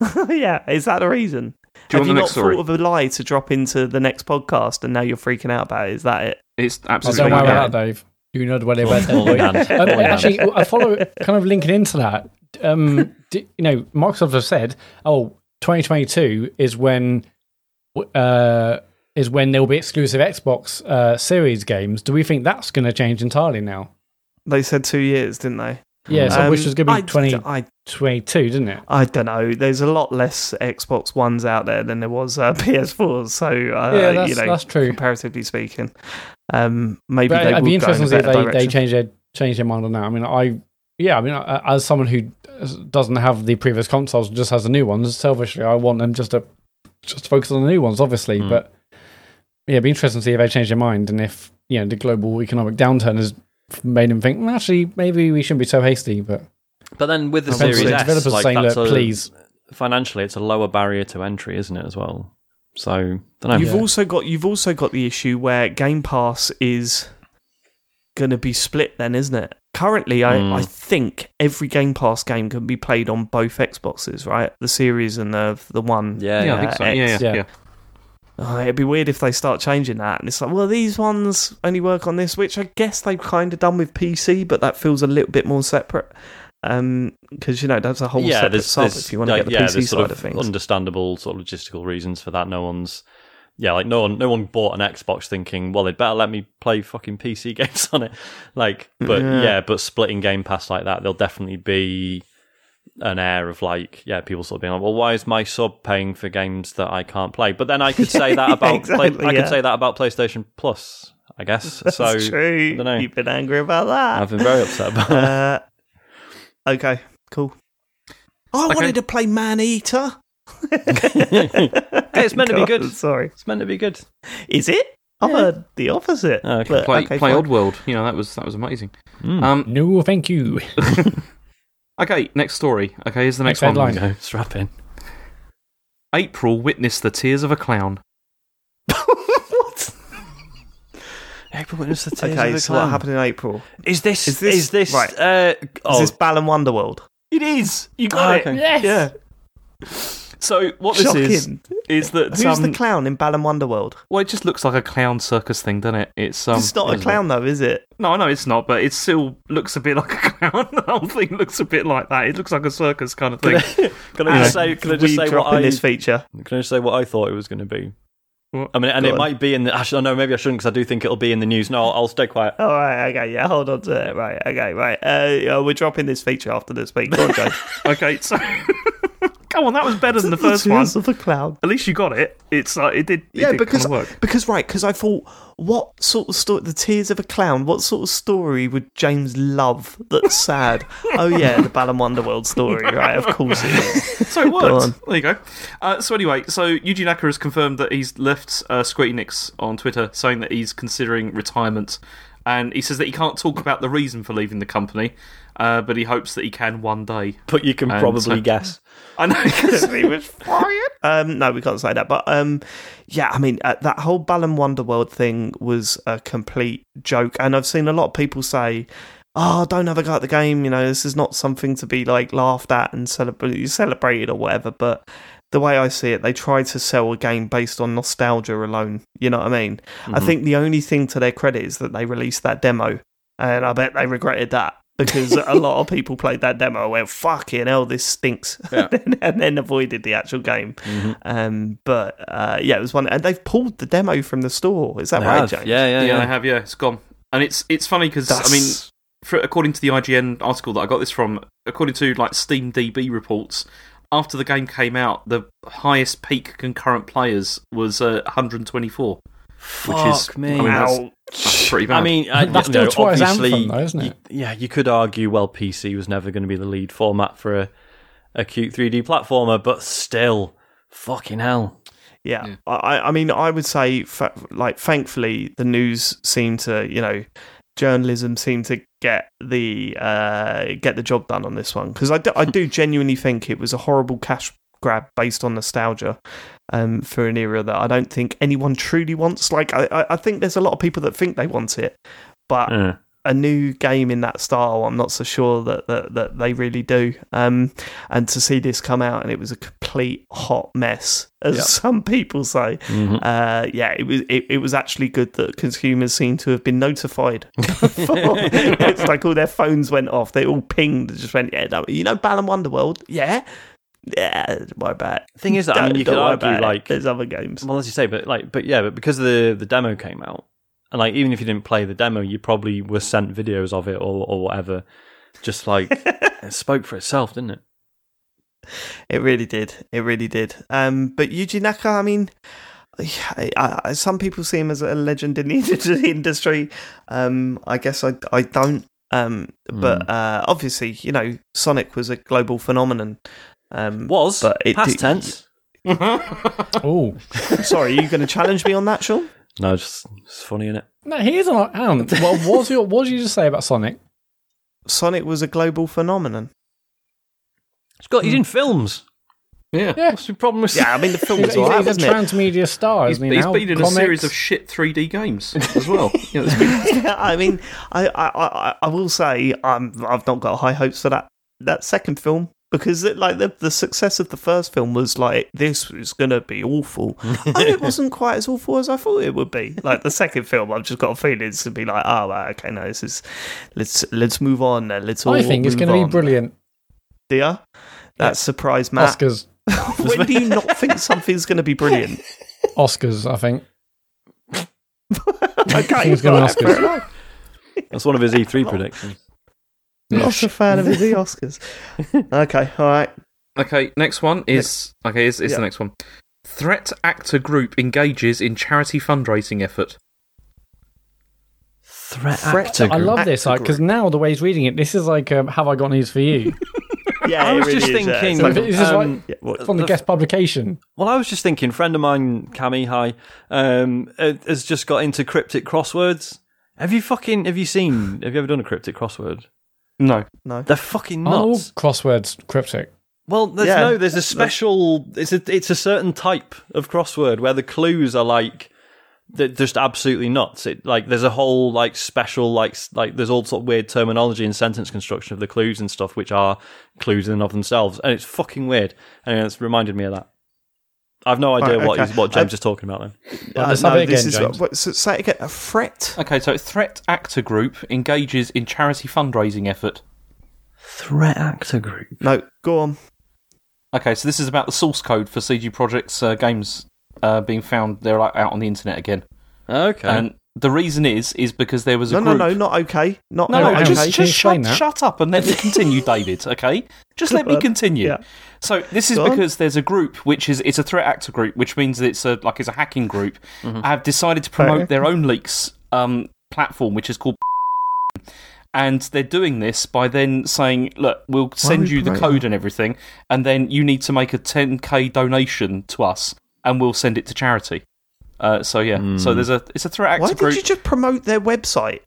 Speaker 1: yeah, is that the reason?
Speaker 4: Do you
Speaker 1: Have you
Speaker 4: want the
Speaker 1: not
Speaker 4: next story?
Speaker 1: thought of a lie to drop into the next podcast, and now you're freaking out about it? Is that it?
Speaker 4: It's
Speaker 2: Oh,
Speaker 4: absolutely
Speaker 2: don't worry
Speaker 4: okay.
Speaker 2: about that, Dave. You know where they went.
Speaker 3: All in hand.
Speaker 2: Um,
Speaker 3: All in hand.
Speaker 2: actually, I follow kind of linking into that. Um, d you know, Microsoft have said, "Oh, 2022 is when uh, is when there will be exclusive Xbox uh, Series games." Do we think that's going to change entirely now?
Speaker 1: They said two years, didn't they?
Speaker 2: Yeah, so
Speaker 1: Um,
Speaker 2: which is going to be
Speaker 1: I-
Speaker 2: 2022, didn't it?
Speaker 1: I, I don't know. There's a lot less Xbox Ones out there than there was uh, PS4s. So, uh,
Speaker 2: yeah, that's,
Speaker 1: you know,
Speaker 2: that's true.
Speaker 1: comparatively speaking, um, maybe
Speaker 2: But
Speaker 1: they
Speaker 2: it'd
Speaker 1: will
Speaker 2: be
Speaker 1: go in
Speaker 2: interesting
Speaker 1: a
Speaker 2: to see if
Speaker 1: better
Speaker 2: they, they
Speaker 1: direction.
Speaker 2: change their change their mind on that. I mean, I yeah, I mean, uh, as someone who doesn't have the previous consoles, just has the new ones. Selfishly, I want them just to just to focus on the new ones, obviously.
Speaker 3: Hmm.
Speaker 2: But yeah, it'd be interesting to see if they change their mind and if you know the global economic downturn has made them think "Mm, actually maybe we shouldn't be so hasty. But
Speaker 3: But then with the
Speaker 1: Oh, well, so
Speaker 3: Series
Speaker 1: the
Speaker 3: S,
Speaker 2: developers are
Speaker 3: like,
Speaker 2: saying,
Speaker 3: that's
Speaker 2: look,
Speaker 3: a-
Speaker 2: please.
Speaker 3: financially, it's a lower barrier to entry, isn't it, as well? So, don't know.
Speaker 1: You've
Speaker 2: Yeah.
Speaker 1: also got you've also got the issue where Game Pass is going to be split, then, isn't it? Currently, I,
Speaker 3: Mm.
Speaker 1: I think every Game Pass game can be played on both Xboxes, right? The series and the the one.
Speaker 3: Yeah,
Speaker 4: Yeah, I
Speaker 1: uh,
Speaker 4: think so.
Speaker 1: X.
Speaker 4: Yeah, yeah,
Speaker 2: Yeah.
Speaker 4: yeah.
Speaker 1: Oh, it'd be weird if they start changing that, and it's like, well, these ones only work on this, which I guess they've kind of done with PC, but that feels a little bit more separate. Um, because you know that's a whole separate sub if you want to
Speaker 3: like,
Speaker 1: get the
Speaker 3: yeah,
Speaker 1: PC
Speaker 3: there's
Speaker 1: side
Speaker 3: sort
Speaker 1: of things.
Speaker 3: Understandable sort of logistical reasons for that. No one's yeah, like no one no one bought an Xbox thinking, well, they'd better let me play fucking PC games on it. Like, but
Speaker 1: Yeah.
Speaker 3: yeah, but splitting Game Pass like that, there'll definitely be an air of like, yeah, people sort of being like, well, why is my sub paying for games that I can't play? But then I could say that
Speaker 1: Yeah,
Speaker 3: about
Speaker 1: exactly,
Speaker 3: play, I
Speaker 1: yeah.
Speaker 3: could say that about PlayStation Plus, I guess.
Speaker 1: that's
Speaker 3: so
Speaker 1: true.
Speaker 3: I don't know.
Speaker 1: You've been angry about that.
Speaker 3: I've been very upset. About that.
Speaker 1: uh, okay, cool. I
Speaker 4: Okay.
Speaker 1: wanted to play Man Eater. it's
Speaker 3: meant to be good.
Speaker 1: Sorry,
Speaker 3: It's meant to be good.
Speaker 1: is it? I've heard the opposite.
Speaker 3: Oh, Okay.
Speaker 1: but
Speaker 4: Play,
Speaker 1: okay,
Speaker 4: play
Speaker 1: fine.
Speaker 4: Odd World. You know that was that was amazing.
Speaker 1: Hmm.
Speaker 3: Mm.
Speaker 4: Um,
Speaker 2: No, thank you.
Speaker 4: okay, next story. Okay, here's the next,
Speaker 2: Next
Speaker 4: one.
Speaker 2: headline.
Speaker 3: Okay, strap in.
Speaker 4: April witnessed the tears of a clown.
Speaker 1: what?
Speaker 3: April witnessed the tears
Speaker 1: Okay,
Speaker 3: of a
Speaker 1: so what
Speaker 3: clown.
Speaker 1: happened in April?
Speaker 3: Is this
Speaker 1: Is this-
Speaker 3: is this
Speaker 1: right.
Speaker 3: uh oh,
Speaker 1: Is this Balan Wonderworld?
Speaker 4: It is. You
Speaker 1: Ah,
Speaker 3: got it. Okay.
Speaker 2: Yes.
Speaker 1: Yeah,
Speaker 4: So what this is
Speaker 1: shocking.
Speaker 4: is that
Speaker 1: Who's
Speaker 4: some,
Speaker 1: the clown in Balan Wonderworld?
Speaker 4: well, it just looks like a clown circus thing, doesn't it? It's um,
Speaker 1: it's not a
Speaker 4: isn't it?
Speaker 1: clown though, is it?
Speaker 4: No, no, it's not. But it still looks a bit like a clown. the whole thing looks a bit like that. It looks like a circus kind of thing.
Speaker 3: Can I just
Speaker 1: Uh,
Speaker 3: say? Can I
Speaker 1: we
Speaker 3: just say
Speaker 1: drop
Speaker 3: what
Speaker 1: in
Speaker 3: I?
Speaker 1: this feature?
Speaker 3: Can I just say what I thought it was going to be?
Speaker 4: What?
Speaker 3: I mean, and
Speaker 1: Go
Speaker 3: it
Speaker 1: on.
Speaker 3: might be in the. Actually, no, maybe I shouldn't because I do think it'll be in the news. No, I'll, I'll stay quiet.
Speaker 1: All right, okay, yeah, hold on to it. Right, okay, right. Uh, uh, we're dropping this feature after this week. Go on, Joe.
Speaker 4: okay, so come on, that was better than the first one.
Speaker 1: Tears of a clown.
Speaker 4: At least you got it. It's like it did. It
Speaker 1: yeah,
Speaker 4: did
Speaker 1: because
Speaker 4: kinda work.
Speaker 1: because right, because I thought, what sort of story? The tears of a clown. What sort of story would James love? That's sad. oh yeah, the Balan Wonderworld story. Right, of course it is.
Speaker 4: so it
Speaker 1: Go
Speaker 4: worked.
Speaker 1: on.
Speaker 4: There you go. Uh, so anyway, so Yuji Naka has confirmed that he's left uh, Square Enix on Twitter, saying that he's considering retirement, and he says that he can't talk about the reason for leaving the company, uh, but he hopes that he can one day.
Speaker 3: But you can
Speaker 4: And
Speaker 3: probably
Speaker 4: so-
Speaker 3: guess.
Speaker 4: I know because he was fired.
Speaker 1: Um, no, we can't say that. But um, yeah, I mean uh, that whole Balan Wonderworld thing was a complete joke, and I've seen a lot of people say. Oh, don't have a go at the game. You know, this is not something to be like laughed at and celebrate, celebrated or whatever. But the way I see it, they tried to sell a game based on nostalgia alone. You know what I mean? I think the only thing to their credit is that they released that demo, and I bet they regretted that because a lot of people played that demo and went, "Fucking hell, this stinks," and, then, and then avoided the actual game.
Speaker 3: Mm-hmm.
Speaker 1: Um, but uh, yeah, it was one, and they've pulled the demo from the store. Is that
Speaker 3: They
Speaker 1: right,
Speaker 3: have.
Speaker 1: James?
Speaker 3: Yeah, yeah,
Speaker 4: Yeah,
Speaker 3: yeah.
Speaker 4: I have. Yeah, it's gone. And it's it's funny because I mean,
Speaker 1: That's-
Speaker 4: for, according to the IGN article that I got this from, according to like Steam DB reports, after the game came out, the highest peak concurrent players was uh, 124, which is
Speaker 3: Fuck me.
Speaker 4: I mean, that's,
Speaker 1: Ouch.
Speaker 4: that's pretty bad.
Speaker 3: I mean, I,
Speaker 2: That's
Speaker 3: you know,
Speaker 2: still twice
Speaker 3: obviously,
Speaker 2: Anthem, though, isn't
Speaker 3: you-
Speaker 2: it?
Speaker 3: yeah, you could argue well, PC was never going to be the lead format for a, a cute 3D platformer, but still, fucking hell.
Speaker 1: Yeah, I, I- I mean, I would say, fa- like, thankfully, the news seemed to, you know, journalism seemed to get the uh, get the job done on this one because I do, I do genuinely think it was a horrible cash grab based on nostalgia um, for an era that I don't think anyone truly wants. Like I, I- I think there's a lot of people that think they want it, but
Speaker 3: Yeah.
Speaker 1: a new game in that style, I'm not so sure that that, that they really do. Um, and to see this come out and it was a complete hot mess, as
Speaker 3: Yeah. Mm-hmm.
Speaker 1: some people say. Uh, yeah, it was it, it was actually good that consumers seem to have been notified. it's like all their phones went off; they all pinged and just went, "Yeah, no, you know, Balan Wonderworld, yeah, yeah, my bad."
Speaker 3: Thing is that I mean, you could argue like
Speaker 1: there's other games.
Speaker 3: Well, as you say, but like, but yeah, but because the the demo came out, and like, even if you didn't play the demo, you probably were sent videos of it or or whatever. Just like it spoke for itself, didn't it?
Speaker 1: It really did. It really did. Um, but Yuji Naka, I mean, I, I, some people see him as a legend in the industry. Um, I guess I, I don't. Um, but uh, obviously, you know, Sonic was a global phenomenon. Um,
Speaker 3: Was
Speaker 1: But it
Speaker 3: past
Speaker 1: did-
Speaker 3: tense.
Speaker 2: Oh,
Speaker 1: Sorry, are you going to challenge me on that, Sean?
Speaker 3: No, just it's funny, is it?
Speaker 2: no, here's a lot. Hang on. What was your, what did you just say about Sonic?
Speaker 1: Sonic was a global phenomenon.
Speaker 3: It's got he's in films.
Speaker 4: Yeah.
Speaker 2: Yeah.
Speaker 3: What's the problem with?
Speaker 1: Yeah, I mean, the film
Speaker 2: He's,
Speaker 1: was all
Speaker 2: he's
Speaker 1: right,
Speaker 2: a
Speaker 1: wasn't it?
Speaker 2: transmedia star,
Speaker 4: He's,
Speaker 2: isn't he?
Speaker 4: he's
Speaker 2: now?
Speaker 4: been in a series
Speaker 2: Comics.
Speaker 4: of shit 3D games as well. You know, there's been-
Speaker 1: yeah, I mean, I, I, I, I will say I'm, I've not got high hopes for that that second film because it, like the, the success of the first film was like this is going to be awful and it wasn't quite as awful as I thought it would be like the second film I've just got a feeling it's going to be like oh right, okay no this is let's let's move on now, let's all
Speaker 2: I think it's
Speaker 1: move
Speaker 2: going to
Speaker 1: on."
Speaker 2: be brilliant.
Speaker 1: dear that surprised Matt
Speaker 2: Oscars,
Speaker 1: when do you not think something's going to be brilliant
Speaker 2: Oscars. I think.
Speaker 1: okay
Speaker 2: He's going
Speaker 1: right,
Speaker 2: to
Speaker 1: fair
Speaker 2: Oscars.
Speaker 1: enough.
Speaker 3: That's one of his E3 predictions.
Speaker 1: not a fan of the Oscars okay all right
Speaker 4: okay, next one is okay. Is, is
Speaker 1: Yeah.
Speaker 4: the next one? Threat actor group engages in charity fundraising effort.
Speaker 3: Threat,
Speaker 1: Threat-
Speaker 3: actor.
Speaker 2: I
Speaker 3: group.
Speaker 2: love this
Speaker 1: Actor
Speaker 2: because now the way he's reading it, this is like, um, "Have I got news for you?"
Speaker 1: yeah
Speaker 3: I
Speaker 1: it
Speaker 3: was
Speaker 1: really
Speaker 3: just
Speaker 1: is, yeah.
Speaker 3: thinking.
Speaker 1: It's like-
Speaker 2: Is this
Speaker 3: um,
Speaker 2: like-
Speaker 1: Yeah, what-
Speaker 2: From the
Speaker 3: The-
Speaker 2: guest publication.
Speaker 3: Well, I was just thinking, friend of mine, Cammy, hi, um, uh, has just got into cryptic crosswords. Have you fucking have you seen? Have you ever done a cryptic crossword?
Speaker 4: No,
Speaker 1: no.
Speaker 3: They're fucking
Speaker 2: Aren't all
Speaker 3: nuts.
Speaker 2: Oh, crosswords cryptic?
Speaker 3: Well, there's
Speaker 1: Oh. Yeah.
Speaker 3: no, there's a special. It's a it's a certain type of crossword where the clues are like they're just absolutely nuts. It like there's a whole like special like s- like there's all sort of weird terminology and sentence construction of the clues and stuff, which are clues in and of themselves, and it's fucking weird. And it's reminded me of that. I've no idea
Speaker 1: Right,
Speaker 3: what
Speaker 1: okay.
Speaker 3: he's, what James
Speaker 1: Um,
Speaker 3: is talking about then.
Speaker 2: Like,
Speaker 1: Uh,
Speaker 2: let's have
Speaker 1: no,
Speaker 2: it
Speaker 1: this
Speaker 2: again,
Speaker 1: is-
Speaker 2: James.
Speaker 1: what- so- say it again. A threat.
Speaker 4: Okay, so Threat Actor Group engages in charity fundraising effort.
Speaker 3: Threat actor group.
Speaker 1: No, go on.
Speaker 4: Okay, so this is about the source code for CG Project's uh, games uh, being found. They're like, out on the internet again,
Speaker 3: Okay.
Speaker 4: and the reason is is because there was a
Speaker 1: No, no,
Speaker 4: group.
Speaker 1: no, not okay. Not
Speaker 4: No,
Speaker 2: No,
Speaker 4: no,
Speaker 2: hang
Speaker 4: just,
Speaker 2: on, can you
Speaker 4: just
Speaker 2: explain
Speaker 4: shut,
Speaker 2: that?
Speaker 4: shut up and let me continue, David, okay? Just let me continue.
Speaker 1: Yeah.
Speaker 4: So this is
Speaker 1: Go on.
Speaker 4: because there's a group which is it's a threat actor group, which means that it's a like it's a hacking group. Have decided to promote
Speaker 1: Mm-hmm. Okay.
Speaker 4: their own leaks um, platform, which is called and they're doing this by then saying, "Look, we'll send
Speaker 1: we
Speaker 4: you the
Speaker 1: promoting
Speaker 4: code and everything, and then you need to make a 10k donation to us, and we'll send it to charity." Uh, so yeah, so there's a it's a threat actor
Speaker 1: Hmm. Why
Speaker 4: group.
Speaker 1: did you just promote their website?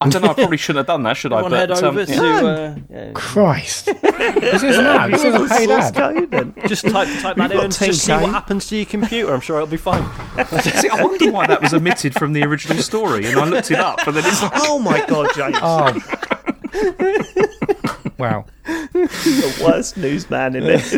Speaker 4: I don't know. I probably shouldn't have done that, should I?
Speaker 3: Everyone head
Speaker 4: But,
Speaker 3: over
Speaker 4: um,
Speaker 3: to uh, yeah.
Speaker 2: Christ. this is an ad. This is a paid
Speaker 1: Source
Speaker 2: ad.
Speaker 1: code and-
Speaker 3: just type type that in
Speaker 1: got
Speaker 3: and just see
Speaker 1: 10K.
Speaker 3: what happens to your computer. I'm sure it'll be fine.
Speaker 4: See, I wonder why that was omitted from the original story, and I looked it up, and then it's like,
Speaker 1: oh my god, James,
Speaker 2: Oh. wow.
Speaker 1: the worst newsman in this.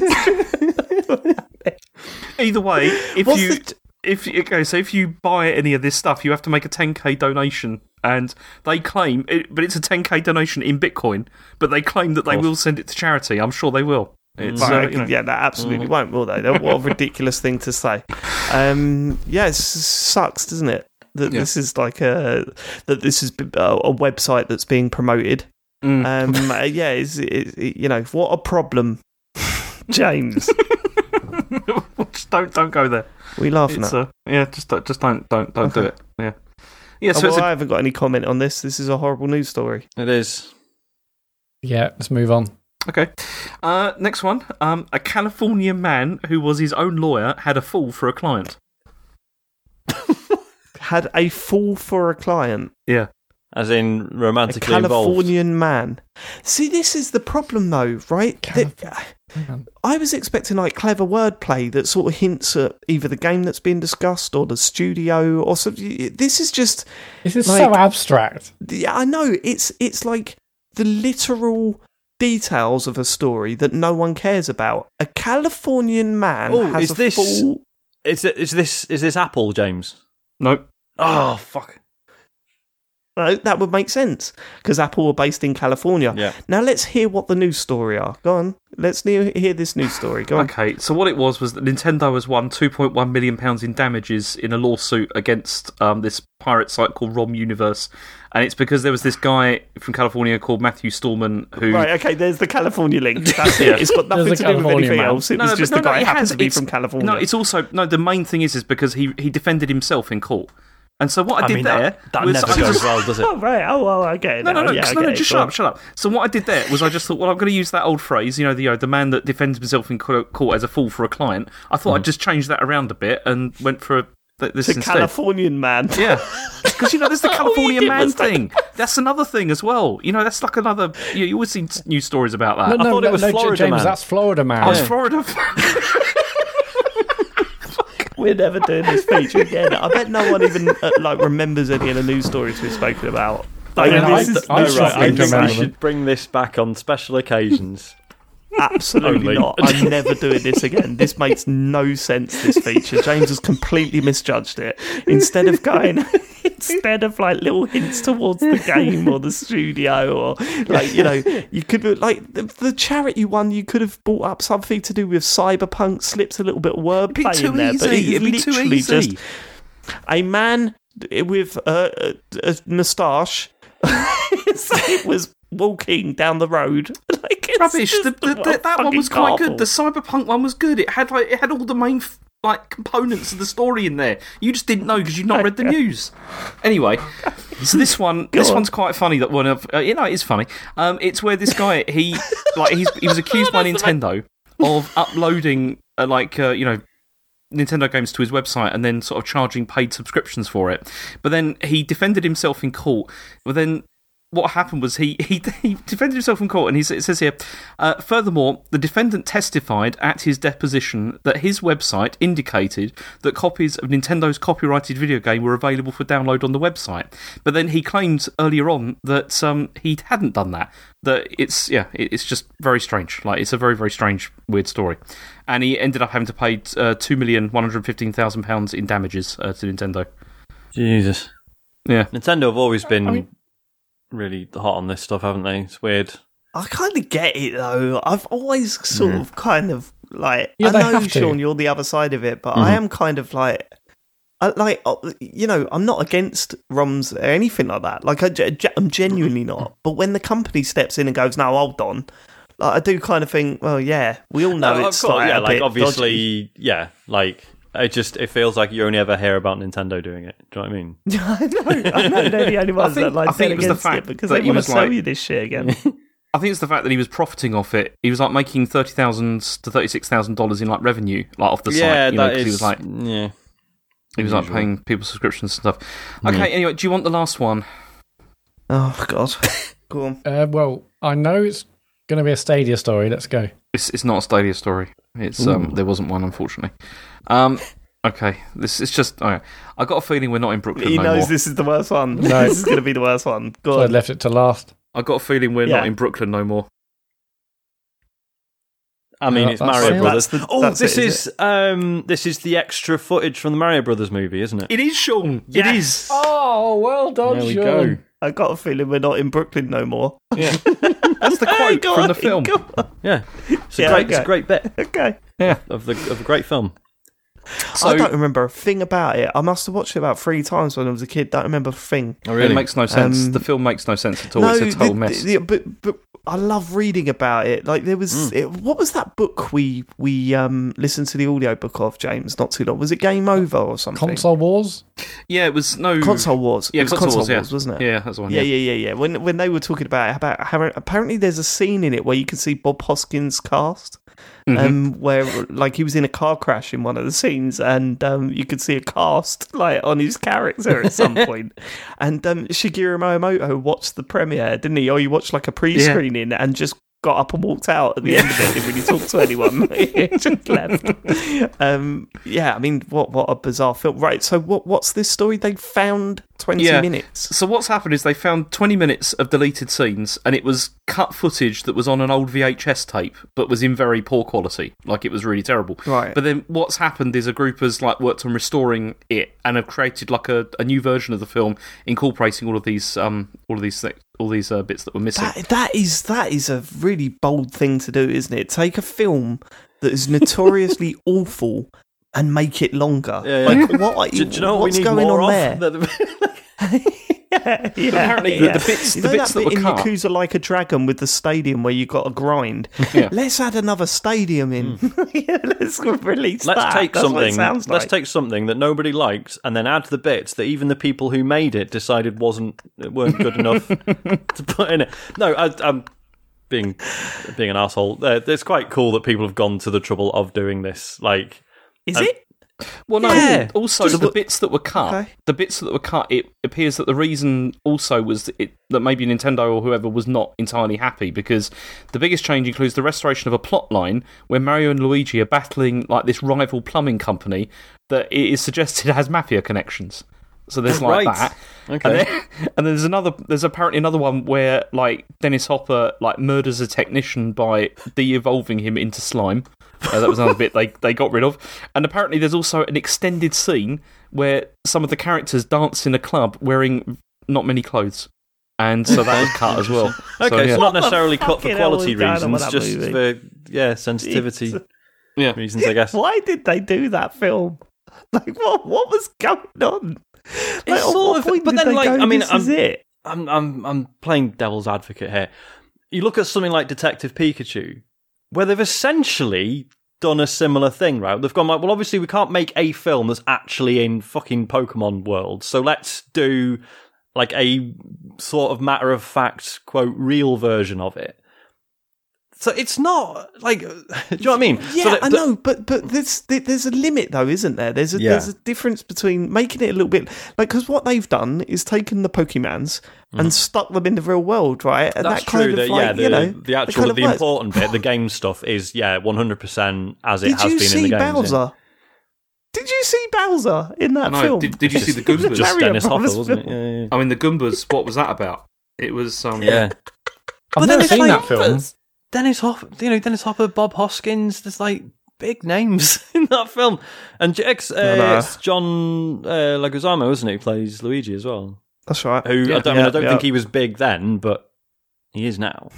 Speaker 4: either way, if
Speaker 1: What's
Speaker 4: you
Speaker 1: the t-
Speaker 4: if you- okay, so if you buy any of this stuff, you have to make a 10k donation, and they claim, it, but it's a 10k donation in Bitcoin, but they claim that they will send it to charity. I'm sure they will. It's, uh, you know, Mm.
Speaker 1: yeah, that absolutely won't, will they? That- What a ridiculous thing to say. Um, yeah, it s- sucks, doesn't it? That
Speaker 4: Yeah.
Speaker 1: this is like a that this is b- a a website that's being promoted.
Speaker 3: Mm,
Speaker 1: Um, uh, yeah, it's, it, it- you know what a problem, James.
Speaker 4: just don't don't go there.
Speaker 1: We laughing at.
Speaker 4: It's, uh, yeah, just don't- just don't don't don't do it. Yeah, yeah.
Speaker 1: Oh,
Speaker 4: So it's
Speaker 1: well,
Speaker 4: a
Speaker 1: I haven't got any comment on this. This is a horrible news story.
Speaker 3: It is.
Speaker 2: Yeah, let's move on.
Speaker 4: Okay. Uh, next one. Um, a California man who was his own lawyer had a fall for a client.
Speaker 1: Had a fall for a client.
Speaker 4: Yeah.
Speaker 3: as in
Speaker 1: A
Speaker 3: romantically involved.
Speaker 1: Californian man. See, this is the problem, though, right? That- I was expecting like clever wordplay that sort of hints at either the game that's being discussed or the studio or something. This is just.
Speaker 2: This is so
Speaker 1: Like-
Speaker 2: abstract.
Speaker 1: Yeah, I know. It's it's like the literal details of a story that no one cares about. A Californian man
Speaker 3: Oh,
Speaker 1: has
Speaker 3: is
Speaker 1: a
Speaker 3: this-
Speaker 1: full.
Speaker 3: Is, it, is this is this Apple, James?
Speaker 4: Nope.
Speaker 3: Oh fuck!
Speaker 1: No, that would make sense because Apple were based in California.
Speaker 3: Yeah.
Speaker 1: Now let's hear what the news story are. Go on. Let's ne- hear this news story. Go on.
Speaker 4: Okay, so what it was was that Nintendo has won 2.1 million pounds in damages in a lawsuit against um, this pirate site called ROM Universe, and it's because there was this guy from California called Matthew Stallman who
Speaker 1: Right, okay, there's the California link. That's
Speaker 4: Yeah.
Speaker 1: it. It's got nothing
Speaker 2: There's
Speaker 1: to
Speaker 2: a
Speaker 1: do with
Speaker 2: California
Speaker 1: anything
Speaker 2: man.
Speaker 1: else. It was
Speaker 4: but
Speaker 1: just the guy
Speaker 4: it
Speaker 1: who happens
Speaker 4: has-
Speaker 1: to be
Speaker 4: it's-
Speaker 1: from California.
Speaker 4: No, it's also no. The main thing is, is because he he defended himself in court, and so what I,
Speaker 3: I
Speaker 4: did
Speaker 3: mean,
Speaker 4: there
Speaker 3: that, that
Speaker 4: was
Speaker 3: never
Speaker 4: I
Speaker 3: goes
Speaker 4: just-
Speaker 3: well, does it?
Speaker 1: Oh, right. Oh, well, I get it.
Speaker 4: No, no,
Speaker 1: now.
Speaker 4: no,
Speaker 1: Yeah, I
Speaker 4: just- no,
Speaker 1: get
Speaker 4: no,
Speaker 1: it.
Speaker 4: just
Speaker 1: Go
Speaker 4: shut
Speaker 1: on.
Speaker 4: up, shut up. So what I did there was I just thought, well, I'm going to use that old phrase, you know, the uh, the man that defends himself in co- court as a fool for a client. I thought
Speaker 1: Mm.
Speaker 4: I'd just change that around a bit and went for th- this
Speaker 1: The
Speaker 4: instead.
Speaker 1: Californian man.
Speaker 4: Yeah, because you know, there's the
Speaker 1: Oh,
Speaker 4: California
Speaker 1: did
Speaker 4: man
Speaker 1: was that-
Speaker 4: thing. That's another thing as well. You know, that's like another. You, you always see t- news stories about that.
Speaker 2: No, no,
Speaker 3: thought it
Speaker 2: no,
Speaker 3: was
Speaker 2: no, J-
Speaker 3: Florida
Speaker 2: James,
Speaker 3: man.
Speaker 2: that's Florida man.
Speaker 4: I was Florida.
Speaker 1: We're never doing this feature again. I bet no one even uh, like remembers any of the news stories we've spoken about. Like,
Speaker 2: mean, I-
Speaker 1: this is
Speaker 2: I
Speaker 1: no,
Speaker 2: struggle
Speaker 1: right,
Speaker 2: to
Speaker 1: I think
Speaker 2: remember
Speaker 1: we
Speaker 3: we
Speaker 2: them.
Speaker 1: should-
Speaker 3: should bring this back on special occasions.
Speaker 1: Absolutely
Speaker 3: Only.
Speaker 1: not. I'm never doing this again. This makes no sense. This feature. James has completely misjudged it. Instead of going, instead of like little hints towards the game or the studio or like you know, you could like the, the charity one. You could have brought up something to do with cyberpunk. Slipped a little bit of wordplay in there, but it is literally just a man with a, a, a moustache was walking down the road. Like, it's
Speaker 4: Rubbish.
Speaker 1: just
Speaker 4: The, the,
Speaker 1: world
Speaker 4: the, that one was
Speaker 1: fucking
Speaker 4: quite good. The
Speaker 1: garbled.
Speaker 4: cyberpunk one was good. It had like it had all the main f- like components of the story in there. You just didn't know because you'd not read the news. Anyway, so this one this
Speaker 1: on.
Speaker 4: one's quite funny. That one of uh, you know it is funny. Um, it's where this guy he like he's, he was accused by Nintendo of uploading uh, like uh, you know Nintendo games to his website and then sort of charging paid subscriptions for it. But then he defended himself in court. But then what happened was he he, he defended himself in court and he s- it says here, uh, furthermore, the defendant testified at his deposition that his website indicated that copies of Nintendo's copyrighted video game were available for download on the website. But then he claims earlier on that um, he hadn't done that. That it's yeah, it, it's just very strange. Like it's a very very strange weird story and he ended up having to pay uh, two million one hundred fifteen thousand pounds in damages uh, to Nintendo.
Speaker 3: Jesus.
Speaker 4: Yeah,
Speaker 3: Nintendo have always been
Speaker 2: I mean-
Speaker 3: really hot on this stuff, haven't they? It's weird.
Speaker 1: I kind of get it though. I've always sort of kind of like
Speaker 2: Yeah,
Speaker 1: I
Speaker 2: they
Speaker 1: know
Speaker 2: have to.
Speaker 1: Sean, you're the other side of it, but I am kind of like. I, like uh, you know, I'm not against ROMs or anything like that. Like I, ge- I'm genuinely not. But when the company steps in and goes, "No, hold on," like I do kind of think, "Well, yeah, we all know
Speaker 3: Uh, of
Speaker 1: it's
Speaker 3: course,
Speaker 1: like
Speaker 3: yeah,
Speaker 1: a
Speaker 3: like
Speaker 1: bit
Speaker 3: obviously,
Speaker 1: dodgy.
Speaker 3: yeah, like it just it feels like you only ever hear about Nintendo doing it. Do you know what I mean?
Speaker 1: I know, I know they're the only ones
Speaker 4: think-
Speaker 1: that like
Speaker 4: I think
Speaker 1: bet
Speaker 4: it was the
Speaker 1: against
Speaker 4: fact
Speaker 1: it because
Speaker 4: that
Speaker 1: they
Speaker 4: he
Speaker 1: want
Speaker 4: was
Speaker 1: to sell
Speaker 4: like-
Speaker 1: you this shit again.
Speaker 4: I think it's the fact that he was profiting off it. He was like making thirty thousand to thirty six thousand dollars in like revenue, like off the site. you know, 'cause He was like
Speaker 3: yeah.
Speaker 4: he was like paying people subscriptions and stuff. Okay, anyway, do you want the last one?
Speaker 1: oh god, go on.
Speaker 2: Uh, well, I know it's going to be a Stadia story. Let's go.
Speaker 4: It's it's not a Stadia story. It's um there wasn't one unfortunately. Um. Okay, this it's just. Okay. I got a feeling we're not in Brooklyn
Speaker 1: He
Speaker 4: no
Speaker 1: knows
Speaker 4: more.
Speaker 1: this is the worst one.
Speaker 2: No.
Speaker 1: this is going to be the worst one. Go
Speaker 2: So I
Speaker 1: on.
Speaker 2: left it to last.
Speaker 4: I got a feeling we're
Speaker 1: Yeah.
Speaker 4: not in Brooklyn no more.
Speaker 3: I mean,
Speaker 2: Yeah,
Speaker 3: it's
Speaker 2: that's
Speaker 3: Mario
Speaker 2: it.
Speaker 3: Brothers.
Speaker 1: That's the-
Speaker 3: oh,
Speaker 1: that's
Speaker 3: this
Speaker 1: it,
Speaker 3: is
Speaker 1: is
Speaker 3: um, this is the extra footage from the Mario Brothers movie, isn't it?
Speaker 4: It is Sean. It is.
Speaker 2: Oh, well done,
Speaker 3: there we
Speaker 2: Sean.
Speaker 3: go.
Speaker 1: I got a feeling we're not in Brooklyn no more.
Speaker 3: Yeah,
Speaker 4: That's the
Speaker 1: Hey,
Speaker 4: quote
Speaker 1: go
Speaker 4: from
Speaker 1: on,
Speaker 4: the film.
Speaker 1: go on.
Speaker 3: yeah. It's a
Speaker 1: Yeah,
Speaker 3: great, it's
Speaker 1: okay.
Speaker 3: a great bit
Speaker 1: Okay.
Speaker 4: Yeah.
Speaker 3: of the of a great film.
Speaker 4: So
Speaker 1: I don't remember a thing about it. I must have watched it about three times when I was a kid. Don't remember a thing.
Speaker 3: Oh,
Speaker 4: it makes no sense.
Speaker 1: Um,
Speaker 4: the film makes no sense at all. it's a
Speaker 1: the-
Speaker 4: total mess.
Speaker 1: the- but but I love reading about it. Like there was
Speaker 4: Hmm.
Speaker 1: it, what was that book we we um listened to the audiobook of James not too long. Was it Game Over or something?
Speaker 2: Console Wars?
Speaker 4: yeah, it was no
Speaker 1: Console Wars.
Speaker 4: Yeah,
Speaker 1: it was
Speaker 4: console,
Speaker 1: Console
Speaker 4: wars, yeah.
Speaker 1: Wars, wasn't it?
Speaker 4: Yeah, that's the one.
Speaker 1: Yeah,
Speaker 4: Yeah,
Speaker 1: yeah, yeah, yeah. When when they were talking about it, about how apparently there's a scene in it where you can see Bob Hoskins cast, um, where like he was in a car crash in one of the scenes, and um, you could see a cast like on his character at some point. And um, Shigeru Miyamoto watched the premiere, didn't he? Or he watched like a pre-screening and just got up and walked out at the end of it. Didn't really talk to anyone. He just left. Um, yeah, I mean, what what a bizarre film, right? So what what's this story? They found twenty minutes.
Speaker 4: So what's happened is they found 20 minutes of deleted scenes, and it was cut footage that was on an old VHS tape, but was in very poor quality. Like it was really terrible.
Speaker 1: Right.
Speaker 4: But then what's happened is a group has like worked on restoring it and have created like a, a new version of the film, incorporating all of these um all of these thi- all these uh, bits that were missing.
Speaker 1: That, that is that is a really bold thing to do, isn't it? Take a film that is notoriously awful and make it longer.
Speaker 3: Yeah, yeah.
Speaker 1: Like, what are,
Speaker 3: Do, do you know what
Speaker 1: what's
Speaker 3: we need
Speaker 1: going
Speaker 3: more
Speaker 1: on
Speaker 3: of?
Speaker 1: there?
Speaker 3: That-
Speaker 1: yeah, yeah,
Speaker 4: Apparently the- the bits-
Speaker 1: You
Speaker 4: the
Speaker 1: know
Speaker 4: bits
Speaker 1: that,
Speaker 4: that
Speaker 1: bit
Speaker 4: were
Speaker 1: in
Speaker 4: cut?
Speaker 1: Yakuza Like a Dragon with the stadium where you got to grind.
Speaker 4: Yeah.
Speaker 1: Let's add another stadium in. yeah, let's release
Speaker 3: Mm. Let's
Speaker 1: that.
Speaker 3: take
Speaker 1: That's what it
Speaker 3: something.
Speaker 1: sounds
Speaker 3: Let's
Speaker 1: like.
Speaker 3: take something that nobody likes, and then add the bits that even the people who made it decided wasn't weren't good enough to put in it. No, I, I'm being being an asshole. Uh, it's quite cool that people have gone to the trouble of doing this. Like,
Speaker 1: Is
Speaker 3: Um,
Speaker 1: it?
Speaker 4: Well, no.
Speaker 1: Yeah.
Speaker 4: Also,
Speaker 1: Just
Speaker 4: the
Speaker 1: look-
Speaker 4: bits that were cut,
Speaker 1: Okay.
Speaker 4: the bits that were cut, it appears that the reason also was that, it, that maybe Nintendo or whoever was not entirely happy because the biggest change includes the restoration of a plot line where Mario and Luigi are battling like this rival plumbing company that it is suggested has mafia connections. So there's like
Speaker 3: Right.
Speaker 4: that.
Speaker 3: okay,
Speaker 4: And, then, and there's another. There's apparently another one where like Dennis Hopper like murders a technician by de-evolving him into slime. Uh, that was another bit they they got rid of. And apparently there's also an extended scene where some of the characters dance in a club wearing not many clothes, and so that was cut as well.
Speaker 3: okay,
Speaker 4: so,
Speaker 3: it's
Speaker 4: yeah.
Speaker 3: not
Speaker 1: the
Speaker 3: necessarily cut for
Speaker 1: fucking hell
Speaker 3: quality
Speaker 1: was going on with
Speaker 3: reasons,
Speaker 1: that movie?
Speaker 3: just for yeah sensitivity
Speaker 1: Jesus.
Speaker 4: Yeah.
Speaker 3: reasons, I guess.
Speaker 1: Why did they do that film? Like, what what was going on? Like, at
Speaker 3: sort
Speaker 1: what
Speaker 3: of-
Speaker 1: point
Speaker 3: but
Speaker 1: did
Speaker 3: then,
Speaker 1: they
Speaker 3: like,
Speaker 1: go,
Speaker 3: I mean,
Speaker 1: this
Speaker 3: I'm-
Speaker 1: is it.
Speaker 3: I'm I'm I'm playing devil's advocate here. You look at something like Detective Pikachu, where they've essentially done a similar thing, right? They've gone like, well, obviously we can't make a film that's actually in fucking Pokemon world, so let's do like a sort of matter of fact, quote, real version of it. So it's not like, do you know what I mean? So
Speaker 1: Yeah,
Speaker 3: that-
Speaker 1: I
Speaker 3: that-
Speaker 1: know, but but there's there's a limit though, isn't there? There's a
Speaker 3: Yeah.
Speaker 1: there's a difference between making it a little bit like because what they've done is taken the Pokemans and stuck them in the real world, right? And
Speaker 3: Mm-hmm. That's
Speaker 1: that kind
Speaker 3: true.
Speaker 1: of
Speaker 3: that,
Speaker 1: like
Speaker 3: yeah, the,
Speaker 1: you know
Speaker 3: the actual,
Speaker 1: kind of
Speaker 3: the
Speaker 1: works.
Speaker 3: important bit, the game stuff is yeah, one hundred percent as it
Speaker 1: Did
Speaker 3: has
Speaker 1: you
Speaker 3: been
Speaker 1: see
Speaker 3: in the games. yeah.
Speaker 1: Bowser? Did you see Bowser in that
Speaker 4: No,
Speaker 1: film?
Speaker 4: did- did you see the Goombas?
Speaker 3: Just
Speaker 1: Mario
Speaker 3: Dennis Hopper,
Speaker 1: Brothers
Speaker 3: wasn't it?
Speaker 1: film.
Speaker 3: Yeah, yeah.
Speaker 4: I mean, the Goombas. What was that about? It was um,
Speaker 3: Yeah.
Speaker 2: I've never seen that film.
Speaker 3: Dennis Hopper, you know, Dennis Hopper, Bob Hoskins, there's like big names in that film. And Jax, uh,
Speaker 1: Hello.
Speaker 3: it's John uh, Leguizamo, isn't he, who plays Luigi as well?
Speaker 1: That's right.
Speaker 3: Who, I
Speaker 4: Yeah.
Speaker 3: don't, I mean, I
Speaker 1: Yeah,
Speaker 3: don't
Speaker 1: yeah.
Speaker 3: think he was big then, but he is now.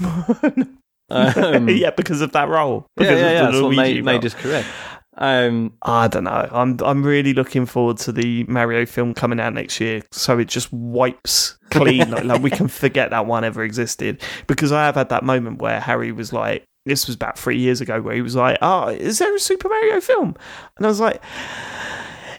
Speaker 3: Um,
Speaker 1: yeah, because of that role.
Speaker 3: yeah, yeah,
Speaker 1: Because of
Speaker 3: yeah,
Speaker 1: the
Speaker 3: that's what
Speaker 1: Luigi
Speaker 3: made,
Speaker 1: role.
Speaker 3: made his career. Um,
Speaker 1: I don't know. I'm I'm really looking forward to the Mario film coming out next year, so it just wipes clean. like, like we can forget that one ever existed. Because I have had that moment where Harry was like, this was about three years ago, where he was like, "Oh, is there a Super Mario film?" And I was like,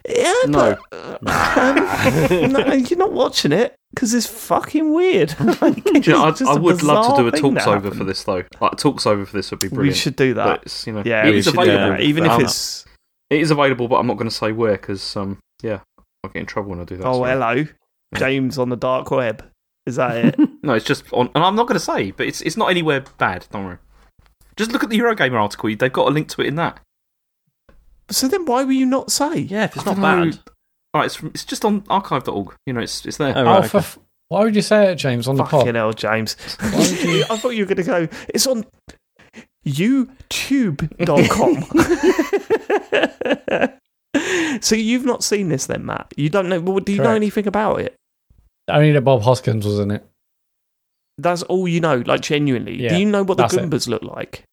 Speaker 1: "Yeah,
Speaker 4: No.
Speaker 1: but um, no, you're not watching it because it's fucking weird." Like,
Speaker 4: Do you know,
Speaker 1: it's
Speaker 4: I,
Speaker 1: just
Speaker 4: I
Speaker 1: a
Speaker 4: would love to
Speaker 1: bizarre
Speaker 4: do a
Speaker 1: thing that
Speaker 4: talks over
Speaker 1: happened.
Speaker 4: for this though. Like, a talks over for this would be
Speaker 1: We
Speaker 4: brilliant.
Speaker 1: should do that.
Speaker 4: But it's, you know,
Speaker 1: yeah,
Speaker 4: it
Speaker 1: we
Speaker 4: is
Speaker 1: should do
Speaker 4: available,
Speaker 1: that. Even if
Speaker 4: but- Um,
Speaker 1: it's
Speaker 4: It is available, but I'm not going to say where because, um, yeah, I'll get in trouble when I do that.
Speaker 1: oh
Speaker 4: so-
Speaker 1: hello, James on the dark web. Is that it?
Speaker 4: No, it's just on, and I'm not going to say, but it's it's not anywhere bad. Don't worry. Just look at the Eurogamer article. They've got a link to it in that.
Speaker 1: so then, why were you not say?
Speaker 3: yeah, if it's not
Speaker 4: I don't know.
Speaker 3: bad.
Speaker 4: All right, it's from, it's just on archive.org. You know, it's it's there.
Speaker 3: Oh,
Speaker 2: Oh,
Speaker 3: right,
Speaker 2: for
Speaker 3: okay.
Speaker 2: f- why would you say it, James, on the
Speaker 1: Fucking
Speaker 2: pod?
Speaker 1: hell, James. I thought you were going to go, it's on youtube.com. so you've not seen this then, Matt? You don't know, well, do you know
Speaker 2: Correct.
Speaker 1: anything about it?
Speaker 2: Only that Bob Hoskins was in it.
Speaker 1: That's all you know, like genuinely.
Speaker 2: Yeah,
Speaker 1: do you know what the
Speaker 2: that's it.
Speaker 1: Goombas look like?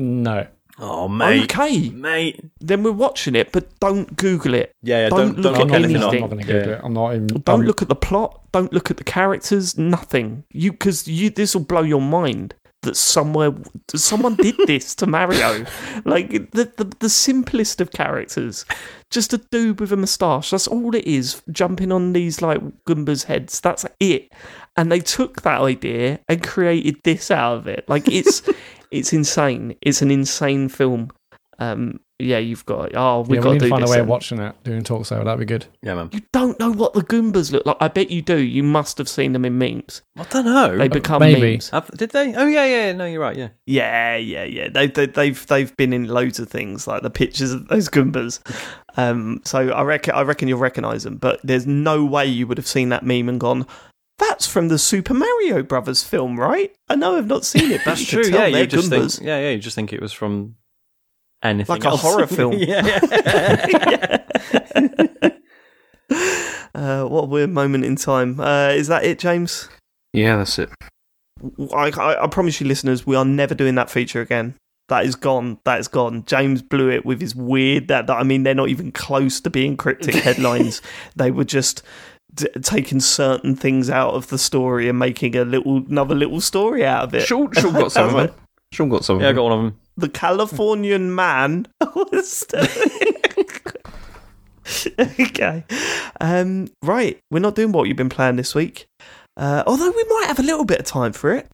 Speaker 2: No.
Speaker 3: Oh, mate.
Speaker 1: Okay,
Speaker 3: Mate.
Speaker 1: then we're watching it, but don't Google it.
Speaker 3: Yeah, yeah,
Speaker 1: Don't
Speaker 3: don't, don't
Speaker 1: look
Speaker 3: look
Speaker 1: at
Speaker 3: anything
Speaker 1: anything.
Speaker 2: I'm not
Speaker 3: up.
Speaker 2: going to go to it. I'm not even.
Speaker 1: Don't
Speaker 2: I'm-
Speaker 1: look at the plot. Don't look at the characters. Nothing. You because you this will blow your mind that somewhere someone did this to Mario. Like the, the the simplest of characters, just a dude with a moustache. That's all it is. Jumping on these like Goombas' heads. That's it. And they took that idea and created this out of it. Like it's it's insane. It's an insane film. Um, yeah, you've got. Oh,
Speaker 2: We
Speaker 1: we've
Speaker 2: yeah,
Speaker 1: got
Speaker 2: we
Speaker 1: to
Speaker 2: need to
Speaker 1: do
Speaker 2: find a
Speaker 1: this.
Speaker 2: way of
Speaker 1: then.
Speaker 2: watching it, doing talk show. That'd be good.
Speaker 3: Yeah, man.
Speaker 1: You don't know what the Goombas look like. I bet you do. You must have seen them in memes.
Speaker 3: I don't know.
Speaker 1: They become
Speaker 2: maybe.
Speaker 1: memes.
Speaker 3: Have- did they? Oh yeah, yeah. No, you're right. Yeah.
Speaker 1: Uh, Yeah, yeah, yeah. They, they, they've they've been in loads of things like the pictures of those Goombas. Um, so I reckon I reckon you'll recognise them, but there's no way you would have seen that meme and gone, "That's from the Super Mario Brothers film, right?" I know I've not seen it, but
Speaker 3: That's
Speaker 1: you
Speaker 3: true.
Speaker 1: Could tell
Speaker 3: Yeah,
Speaker 1: they're
Speaker 3: you just
Speaker 1: Goombas.
Speaker 3: think. Yeah, yeah. You just think it was from anything
Speaker 1: Like a
Speaker 3: else.
Speaker 1: horror film.
Speaker 3: yeah. yeah.
Speaker 1: Uh, what a weird moment in time. Uh, is that it, James?
Speaker 4: Yeah, that's it.
Speaker 1: I, I, I promise you, listeners, we are never doing that feature again. That is gone. That is gone. James blew it with his weird. That, that I mean, they're not even close to being cryptic headlines. They were just d- taking certain things out of the story and making a little another little story out of it.
Speaker 4: Sean, Sean got some of it. Sean got some of
Speaker 3: yeah, I
Speaker 4: it.
Speaker 3: got one of them.
Speaker 1: The Californian man. was- okay. Um, right. We're not doing what you've been playing this week. Uh, although we might have a little bit of time for it.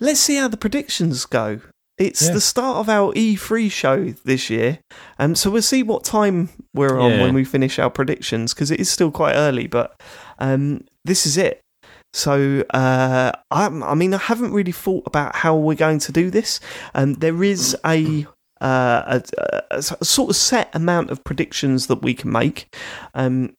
Speaker 1: Let's see how the predictions go. It's
Speaker 2: Yeah.
Speaker 1: the start of our E3 show this year. Um, so we'll see what time we're on
Speaker 3: Yeah.
Speaker 1: when we finish our predictions because it is still quite early, but um, this is it. So, uh, I, I mean, I haven't really thought about how we're going to do this. Um, there is a, uh, a, a s- a sort of set amount of predictions that we can make, um,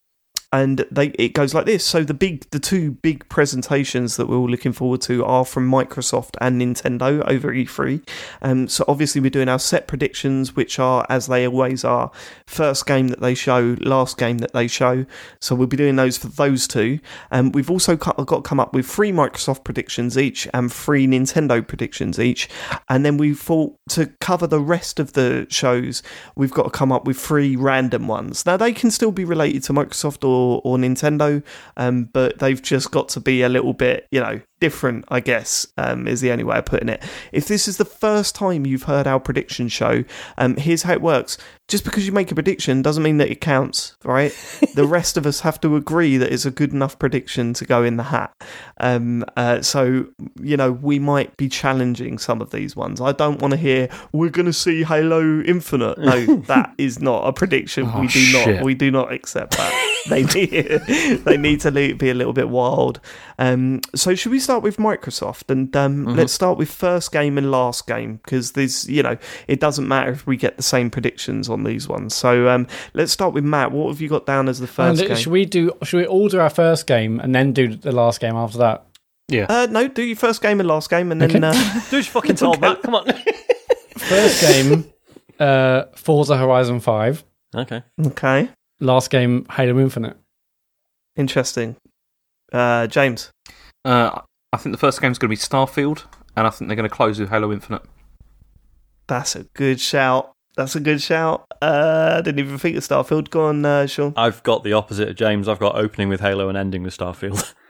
Speaker 1: and they it goes like this. So the big, the two big presentations that we're all looking forward to are from Microsoft and Nintendo over E3. Um, so obviously we're doing our set predictions, which are as they always are: first game that they show, last game that they show. So we'll be doing those for those two. Um, we've also cu- got to come up with three Microsoft predictions each and three Nintendo predictions each. And then we thought to cover the rest of the shows, we've got to come up with three random ones. Now, they can still be related to Microsoft or, or Nintendo, um, but they've just got to be a little bit, you know, different, I guess, um, is the only way of putting it. If this is the first time you've heard our prediction show, um, here's how it works. Just because you make a prediction doesn't mean that it counts, right? the rest of us have to agree that it's a good enough prediction to go in the hat. Um, uh, so, you know, we might be challenging some of these ones. I don't want to hear, we're going to see Halo Infinite. No, that is not a prediction.
Speaker 4: Oh,
Speaker 1: we do
Speaker 4: shit.
Speaker 1: not we do not accept that. they, need, they need to le- be a little bit wild. Um, so should we start with Microsoft and um, let's start with first game and last game because there's you know it doesn't matter if we get the same predictions on these ones. So um, let's start with Matt. What have you got down as the
Speaker 2: And
Speaker 1: first game?
Speaker 2: Uh, should we do? Should we all do our first game and then do the last game after that?
Speaker 1: uh, no, do your first game and last game, and then uh,
Speaker 3: Dude, you fucking told Matt. Come on.
Speaker 2: First game, uh, Forza Horizon Five.
Speaker 3: okay.
Speaker 1: okay,
Speaker 2: Last game, Halo Infinite.
Speaker 1: interesting. Uh, James,
Speaker 4: Uh, I think the first game's going to be Starfield, and I think they're going to close with Halo Infinite.
Speaker 1: that's a good shout. That's a good shout. Uh, I didn't even think of Starfield. Go on, uh, Sean.
Speaker 3: I've got the opposite of James. I've got opening with Halo and ending with Starfield.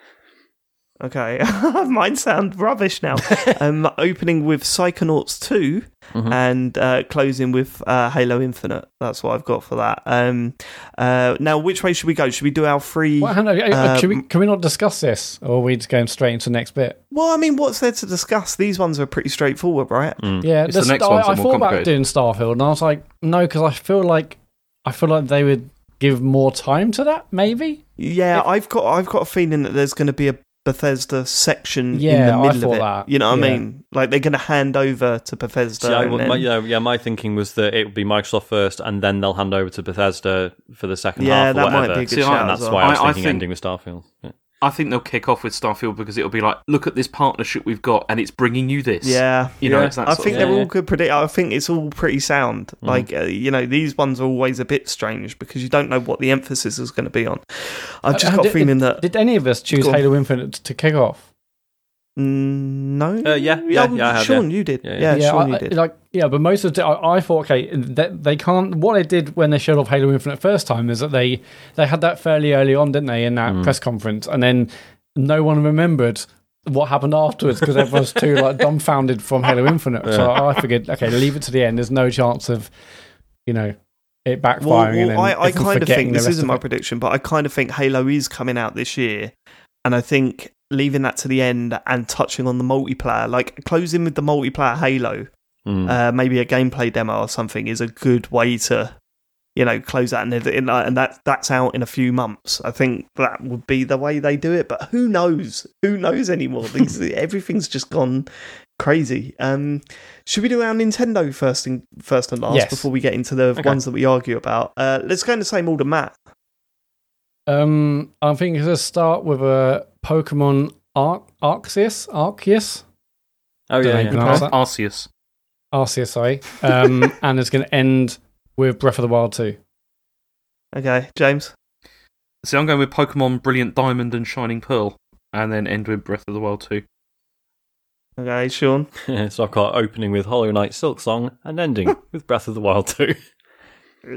Speaker 1: Okay, mine sound rubbish now. um, opening with Psychonauts 2
Speaker 2: Mm-hmm.
Speaker 1: and uh, closing with uh, Halo Infinite. That's what I've got for that. Um, uh, now, which way should we go? Should we do our free?
Speaker 2: What, hang on, uh,
Speaker 1: Uh,
Speaker 2: can, we, can we not discuss this, or are we just going straight into the next bit?
Speaker 1: Well, I mean, what's there to discuss? These ones are pretty straightforward, right?
Speaker 2: Yeah,
Speaker 4: It's the next
Speaker 2: sta-
Speaker 4: ones that
Speaker 2: I,
Speaker 4: are
Speaker 2: I
Speaker 4: more
Speaker 2: thought about
Speaker 4: complicated.
Speaker 2: doing Starfield, and I was like, no, because I feel like I feel like they would give more time to that. Maybe.
Speaker 1: Yeah, I've got I've got a feeling that there's going to be a Bethesda section in
Speaker 2: Yeah, I
Speaker 1: the middle
Speaker 2: thought
Speaker 1: of it.
Speaker 2: that.
Speaker 1: You know what I
Speaker 2: Yeah.
Speaker 1: mean? Like they're going to hand over to Bethesda.
Speaker 3: See, I,
Speaker 1: and
Speaker 3: my,
Speaker 1: then-
Speaker 3: yeah, yeah, my thinking was that it would be Microsoft first, and then they'll hand over to Bethesda for the second
Speaker 1: Yeah,
Speaker 3: half or
Speaker 1: that might
Speaker 3: whatever.
Speaker 1: be a good
Speaker 4: See, I-
Speaker 1: shout
Speaker 3: and
Speaker 1: as
Speaker 3: that's
Speaker 1: well.
Speaker 3: why I was
Speaker 4: I- I
Speaker 3: thinking
Speaker 4: think-
Speaker 3: ending with Starfield. Yeah.
Speaker 4: I think they'll kick off with Starfield because it'll be like, look at this partnership we've got, and it's bringing you this.
Speaker 1: Yeah.
Speaker 4: you know,
Speaker 3: Yeah.
Speaker 4: it's that
Speaker 1: I
Speaker 4: sort
Speaker 1: think
Speaker 4: of
Speaker 1: they're
Speaker 3: yeah.
Speaker 1: all good predict. I think it's all pretty sound.
Speaker 2: Mm-hmm.
Speaker 1: Like uh, you know, these ones are always a bit strange because you don't know what the emphasis is going to be on. I've just
Speaker 2: Uh,
Speaker 1: got a
Speaker 2: did-
Speaker 1: feeling that
Speaker 2: Did any of us choose
Speaker 1: Go on.
Speaker 2: Halo Infinite to kick off?
Speaker 1: mm, no. Oh,
Speaker 3: Uh, yeah, yeah, yeah, I have,
Speaker 1: Sean, you did.
Speaker 3: Yeah,
Speaker 1: Yeah,
Speaker 3: yeah.
Speaker 1: Sean,
Speaker 2: I,
Speaker 1: you did.
Speaker 2: I- like yeah, but most of the I, I thought okay, they, they can't. What they did when they showed off Halo Infinite first time is that they they had that fairly early on, didn't they, in
Speaker 1: Mm.
Speaker 2: that press conference, and then no one remembered what happened afterwards because everyone was too like dumbfounded from Halo Infinite. So I figured okay, leave it to the end. There's no chance of you know it backfiring.
Speaker 1: well,
Speaker 2: and then
Speaker 1: well, I, I
Speaker 2: everyone
Speaker 1: kind of
Speaker 2: forgetting
Speaker 1: think
Speaker 2: the
Speaker 1: this
Speaker 2: rest
Speaker 1: isn't
Speaker 2: of
Speaker 1: my
Speaker 2: it.
Speaker 1: prediction, but I kind of think Halo is coming out this year, and I think leaving that to the end and touching on the multiplayer, like closing with the multiplayer Halo,
Speaker 3: Hmm.
Speaker 1: uh, maybe a gameplay demo or something is a good way to, you know, close that. And, it- and, uh, and that that's out in a few months. I think that would be the way they do it. But who knows? Who knows anymore? These everything's just gone crazy. Um, should we do our Nintendo first and first and last
Speaker 2: Yes.
Speaker 1: before we get into the
Speaker 3: Okay.
Speaker 1: ones that we argue about? Uh, let's go in the same order, Matt.
Speaker 2: Um, I think let's start with a Pokemon Ar- Arceus. Arceus?
Speaker 3: Oh
Speaker 2: Don't know
Speaker 3: yeah, yeah.
Speaker 2: how you
Speaker 4: Ar-
Speaker 2: pronounce that.
Speaker 4: Arceus.
Speaker 2: Arceus, sorry. Um, and it's going to end with Breath of the Wild 2.
Speaker 1: Okay, James.
Speaker 4: See, I'm going with Pokemon Brilliant Diamond and Shining Pearl, and then end with Breath of the Wild 2.
Speaker 1: Okay, Sean.
Speaker 3: so I've got opening with Hollow Knight Silk Song and ending with Breath of the Wild 2.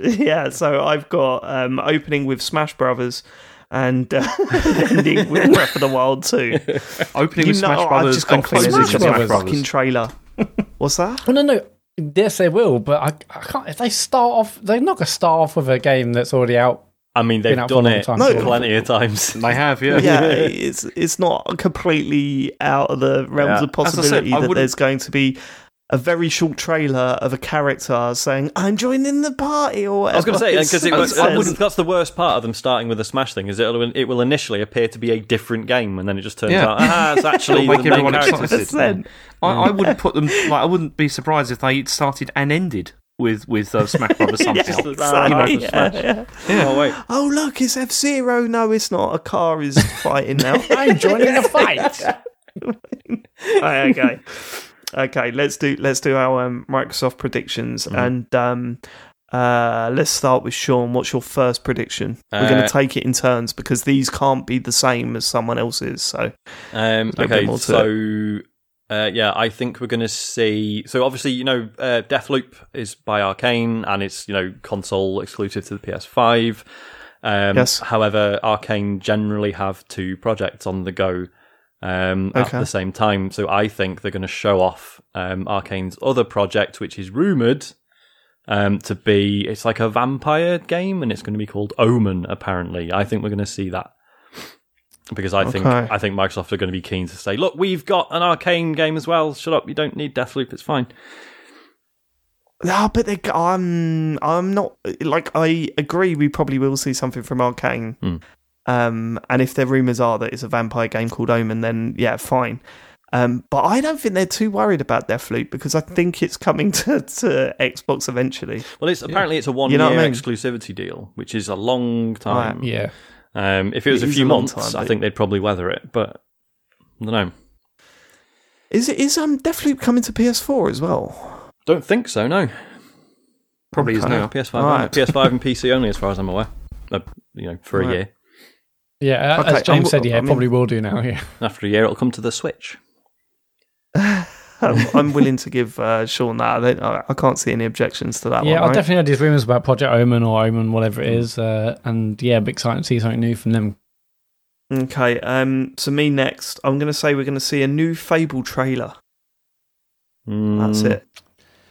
Speaker 1: Yeah, so I've got um, opening with Smash Brothers and uh, ending with Breath of the Wild 2.
Speaker 4: Opening
Speaker 1: You
Speaker 4: with
Speaker 1: know,
Speaker 4: Smash
Speaker 1: I've
Speaker 4: Brothers
Speaker 1: just
Speaker 4: and
Speaker 1: got feelings
Speaker 4: closing with
Speaker 1: with
Speaker 4: Smash
Speaker 2: Smash
Speaker 1: the
Speaker 4: Brothers.
Speaker 1: fucking trailer. What's that?
Speaker 2: Oh, no, no. Yes, they will, but I, I can't. If they start off, they're not going to start off with a game that's already out.
Speaker 3: I mean, they've
Speaker 2: Been out for a
Speaker 3: done
Speaker 2: long
Speaker 3: it
Speaker 2: time,
Speaker 1: No.
Speaker 3: plenty of times.
Speaker 4: They have, yeah.
Speaker 1: Yeah, it's it's not completely out of the realms of
Speaker 3: Yeah.
Speaker 4: As I said,
Speaker 1: possibility
Speaker 4: I
Speaker 1: that
Speaker 4: wouldn't-
Speaker 1: there's going to be a very short trailer of a character saying "I'm joining the party" or whatever.
Speaker 3: I was going to say
Speaker 1: It's-
Speaker 3: because it,
Speaker 1: it
Speaker 3: was- I
Speaker 1: says-
Speaker 3: wouldn't- that's the worst part of them starting with a Smash thing is it will, it will initially appear to be a different game and then it just turns
Speaker 4: Yeah.
Speaker 3: out ah it's actually
Speaker 4: It'll make
Speaker 3: the main
Speaker 4: everyone
Speaker 3: character."
Speaker 4: excited.
Speaker 1: That's then.
Speaker 4: I, I wouldn't put them. Like, I wouldn't be surprised if they started and ended with with uh, Smash Brothers somehow.
Speaker 1: Yes,
Speaker 4: You
Speaker 1: exactly,
Speaker 4: know,
Speaker 1: yeah, yeah.
Speaker 3: Oh wait,
Speaker 1: Oh look, it's F Zero. No, it's not. A car is fighting now.
Speaker 2: I'm joining the fight.
Speaker 1: Right, okay. Okay, let's do let's do our um, Microsoft predictions and um, uh, let's start with Sean. What's your first prediction? We're going
Speaker 3: Uh,
Speaker 1: to take it in turns because these can't be the same as someone else's. So
Speaker 3: Um,
Speaker 1: a bit
Speaker 3: okay,
Speaker 1: more to
Speaker 3: so uh, yeah, I think we're going to see. So obviously, you know, uh, Deathloop is by Arcane, and it's you know console exclusive to the PS5. Um,
Speaker 1: Yes.
Speaker 3: However, Arcane generally have two projects on the go um,
Speaker 1: Okay.
Speaker 3: at the same time, so I think they're going to show off um, Arcane's other project, which is rumored. Um, to be, it's like a vampire game, and it's going to be called Omen. Apparently, I think we're going to see that because I think
Speaker 1: Okay.
Speaker 3: I think Microsoft are going to be keen to say, look, we've got an arcane game as well. Shut up, you don't need Deathloop, it's fine.
Speaker 1: Ah, but they, I'm I'm not like I agree. We probably will see something from Arcane. Um, and if their rumors are that it's a vampire game called Omen, then yeah, fine. Um, but I don't think they're too worried about Deathloop because I think it's coming to, to Xbox eventually.
Speaker 3: Well, it's apparently it's a one
Speaker 1: You know
Speaker 3: year
Speaker 1: what I mean?
Speaker 3: exclusivity deal, which is a long time.
Speaker 2: Yeah.
Speaker 3: Um, if it was
Speaker 1: It
Speaker 3: a
Speaker 1: is
Speaker 3: few
Speaker 1: a long
Speaker 3: months,
Speaker 1: time,
Speaker 3: I
Speaker 1: but-
Speaker 3: think they'd probably weather it. But I don't know.
Speaker 1: Is it is um Deathloop coming to PS4 as well?
Speaker 3: Don't think so. No,
Speaker 4: Probably is
Speaker 1: Okay.
Speaker 4: now.
Speaker 3: PS5,
Speaker 1: Right.
Speaker 3: only- PS5 and PC only, as far as I'm aware. Uh, you know, for a
Speaker 1: Right.
Speaker 3: year.
Speaker 2: Yeah, uh,
Speaker 1: Okay,
Speaker 2: as James
Speaker 1: I'm-
Speaker 2: said, yeah,
Speaker 1: I mean-
Speaker 2: probably will do now. Yeah.
Speaker 3: After a year, it'll come to the Switch.
Speaker 1: I'm, Um, I'm willing to give uh, Sean that. I, don't, I, I can't see any objections to that
Speaker 2: Yeah,
Speaker 1: one.
Speaker 2: I've
Speaker 1: right?
Speaker 2: definitely had these rumors about Project Omen or Omen, whatever it is. Uh, and yeah, I'm excited to see something new from them.
Speaker 1: Okay. Um. So me next. I'm going to say we're going to see a new Fable trailer.
Speaker 3: Mm,
Speaker 1: That's it.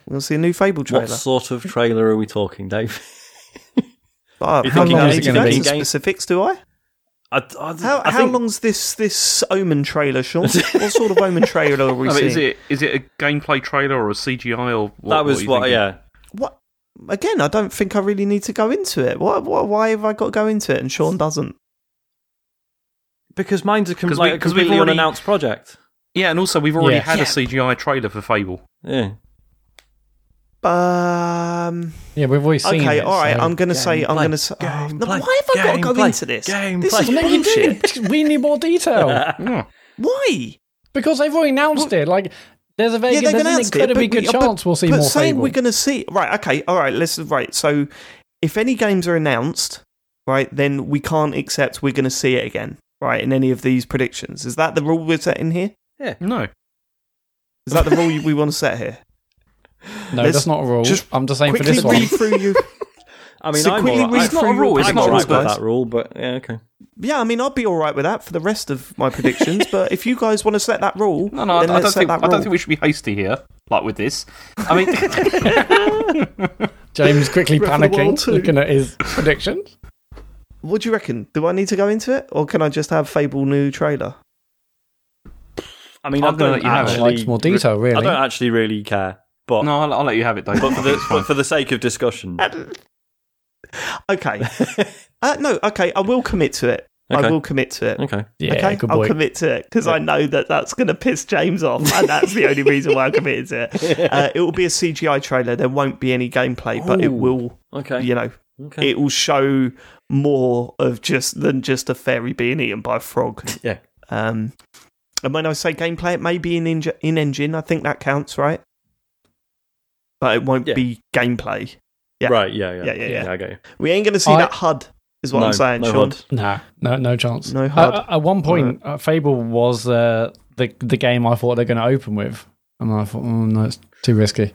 Speaker 1: We're going to see a new Fable
Speaker 3: What
Speaker 1: trailer.
Speaker 3: sort of trailer are we talking, Dave?
Speaker 1: But Ah,
Speaker 3: you
Speaker 1: how
Speaker 3: thinking
Speaker 1: long
Speaker 2: it's
Speaker 1: is it
Speaker 2: gonna
Speaker 1: going
Speaker 2: be?
Speaker 1: to Specifics? Do I?
Speaker 3: I, I,
Speaker 1: How
Speaker 3: I
Speaker 1: how
Speaker 3: think-
Speaker 1: long's this this Omen trailer, Sean? what sort of Omen trailer are we
Speaker 4: No, but
Speaker 1: seeing?
Speaker 4: is it is it a gameplay trailer or a CGI or what,
Speaker 3: That was
Speaker 4: are you
Speaker 3: what.
Speaker 4: thinking?
Speaker 3: Yeah,
Speaker 1: What? Again, I don't think I really need to go into it. What? what why have I got to go into it and Sean doesn't?
Speaker 3: Because mine's a, com-
Speaker 4: 'Cause we-
Speaker 3: like a
Speaker 4: 'cause we've
Speaker 3: completely
Speaker 4: already-
Speaker 3: unannounced project.
Speaker 4: Yeah, and also we've already
Speaker 2: Yeah.
Speaker 4: had
Speaker 2: Yeah.
Speaker 4: a CGI trailer for Fable.
Speaker 3: Yeah.
Speaker 1: Um.
Speaker 2: Yeah, we've already seen
Speaker 1: Okay,
Speaker 2: it.
Speaker 1: all right.
Speaker 2: so-
Speaker 1: I'm gonna say I'm
Speaker 3: Gameplay.
Speaker 1: gonna say. oh, no,
Speaker 3: Gameplay.
Speaker 1: why have I got to go
Speaker 3: Gameplay.
Speaker 1: into this? This
Speaker 3: Gameplay.
Speaker 1: is
Speaker 2: No, you
Speaker 1: bullshit.
Speaker 2: didn't. We need more
Speaker 1: Oh.
Speaker 2: detail
Speaker 4: Yeah.
Speaker 1: Why?
Speaker 2: because they've already announced it. Like, there's a
Speaker 1: Yeah,
Speaker 2: very,
Speaker 1: they've
Speaker 2: there's an
Speaker 1: announced it.
Speaker 2: incredibly
Speaker 1: but-
Speaker 2: good
Speaker 1: yeah, but-
Speaker 2: chance we'll see
Speaker 1: but
Speaker 2: more
Speaker 1: saying
Speaker 2: Fable.
Speaker 1: we're gonna see. Right. Okay. All right. Let's. Right. So, if any games are announced, right, then we can't accept we're gonna see it again. Right. In any of these predictions, is that the rule we're setting here?
Speaker 4: No.
Speaker 1: Is that the rule we want to set here?
Speaker 2: No,
Speaker 1: Let's
Speaker 2: that's not a rule.
Speaker 1: just
Speaker 2: I'm just saying for
Speaker 1: Quickly
Speaker 2: this one.
Speaker 1: read through you.
Speaker 3: I mean,
Speaker 1: So
Speaker 3: I'm
Speaker 1: quickly
Speaker 3: all
Speaker 1: read
Speaker 3: right.
Speaker 4: It's not a rule, it's
Speaker 3: I'm
Speaker 4: not a
Speaker 3: all
Speaker 4: rule,
Speaker 3: right with
Speaker 1: guys.
Speaker 3: that rule, but yeah, okay.
Speaker 1: Yeah, I mean, I'd be all right with that for the rest of my predictions. but if you guys want to set that rule,
Speaker 4: No, no, I, I
Speaker 1: then
Speaker 4: don't
Speaker 1: let's set
Speaker 4: think
Speaker 1: that
Speaker 4: I
Speaker 1: rule.
Speaker 4: don't think we should be hasty here, like with this. I mean,
Speaker 2: James quickly
Speaker 1: Breath of the Wild
Speaker 2: panicking,
Speaker 1: two.
Speaker 2: looking at his predictions.
Speaker 1: What do you reckon? Do I need to go into it, or can I just have Fable new trailer?
Speaker 3: I mean,
Speaker 4: I'm
Speaker 3: I
Speaker 4: gonna
Speaker 3: don't
Speaker 4: let you have it.
Speaker 3: actually.
Speaker 2: Like more detail,
Speaker 3: I
Speaker 2: really.
Speaker 3: don't actually really care. But
Speaker 4: No, I'll, I'll let you have it, Dave.
Speaker 3: but for the but for the sake of discussion,
Speaker 1: Okay. uh, no, okay, I will commit to it. I
Speaker 3: Okay.
Speaker 1: will commit to it.
Speaker 3: okay.
Speaker 2: Yeah,
Speaker 1: okay,
Speaker 2: good
Speaker 1: I'll
Speaker 2: boy.
Speaker 1: commit to it because I know that that's going to piss James off, and that's the only reason why I committed to it. Uh, it will be a CGI trailer. There won't be any gameplay, but it
Speaker 3: Ooh.
Speaker 1: will,
Speaker 3: Okay.
Speaker 1: you know,
Speaker 3: okay.
Speaker 1: it will show more of just than just a fairy being eaten by a frog.
Speaker 3: Yeah.
Speaker 1: Um, and when I say gameplay, it may be in in, in engine. I think that counts, right? But it won't
Speaker 3: Yeah.
Speaker 1: be gameplay. yeah.
Speaker 3: Right. Yeah. Yeah.
Speaker 1: Yeah, yeah, yeah.
Speaker 3: I get you.
Speaker 1: We ain't going to see
Speaker 2: I-
Speaker 1: that HUD, is what
Speaker 3: no,
Speaker 1: I'm saying,
Speaker 3: no
Speaker 1: Sean.
Speaker 3: HUD.
Speaker 2: No, no, no chance. Uh,
Speaker 1: No hard.
Speaker 2: At, at one point, uh, Fable was uh, the the game I thought they're going to open with, and I thought, oh no, it's too risky.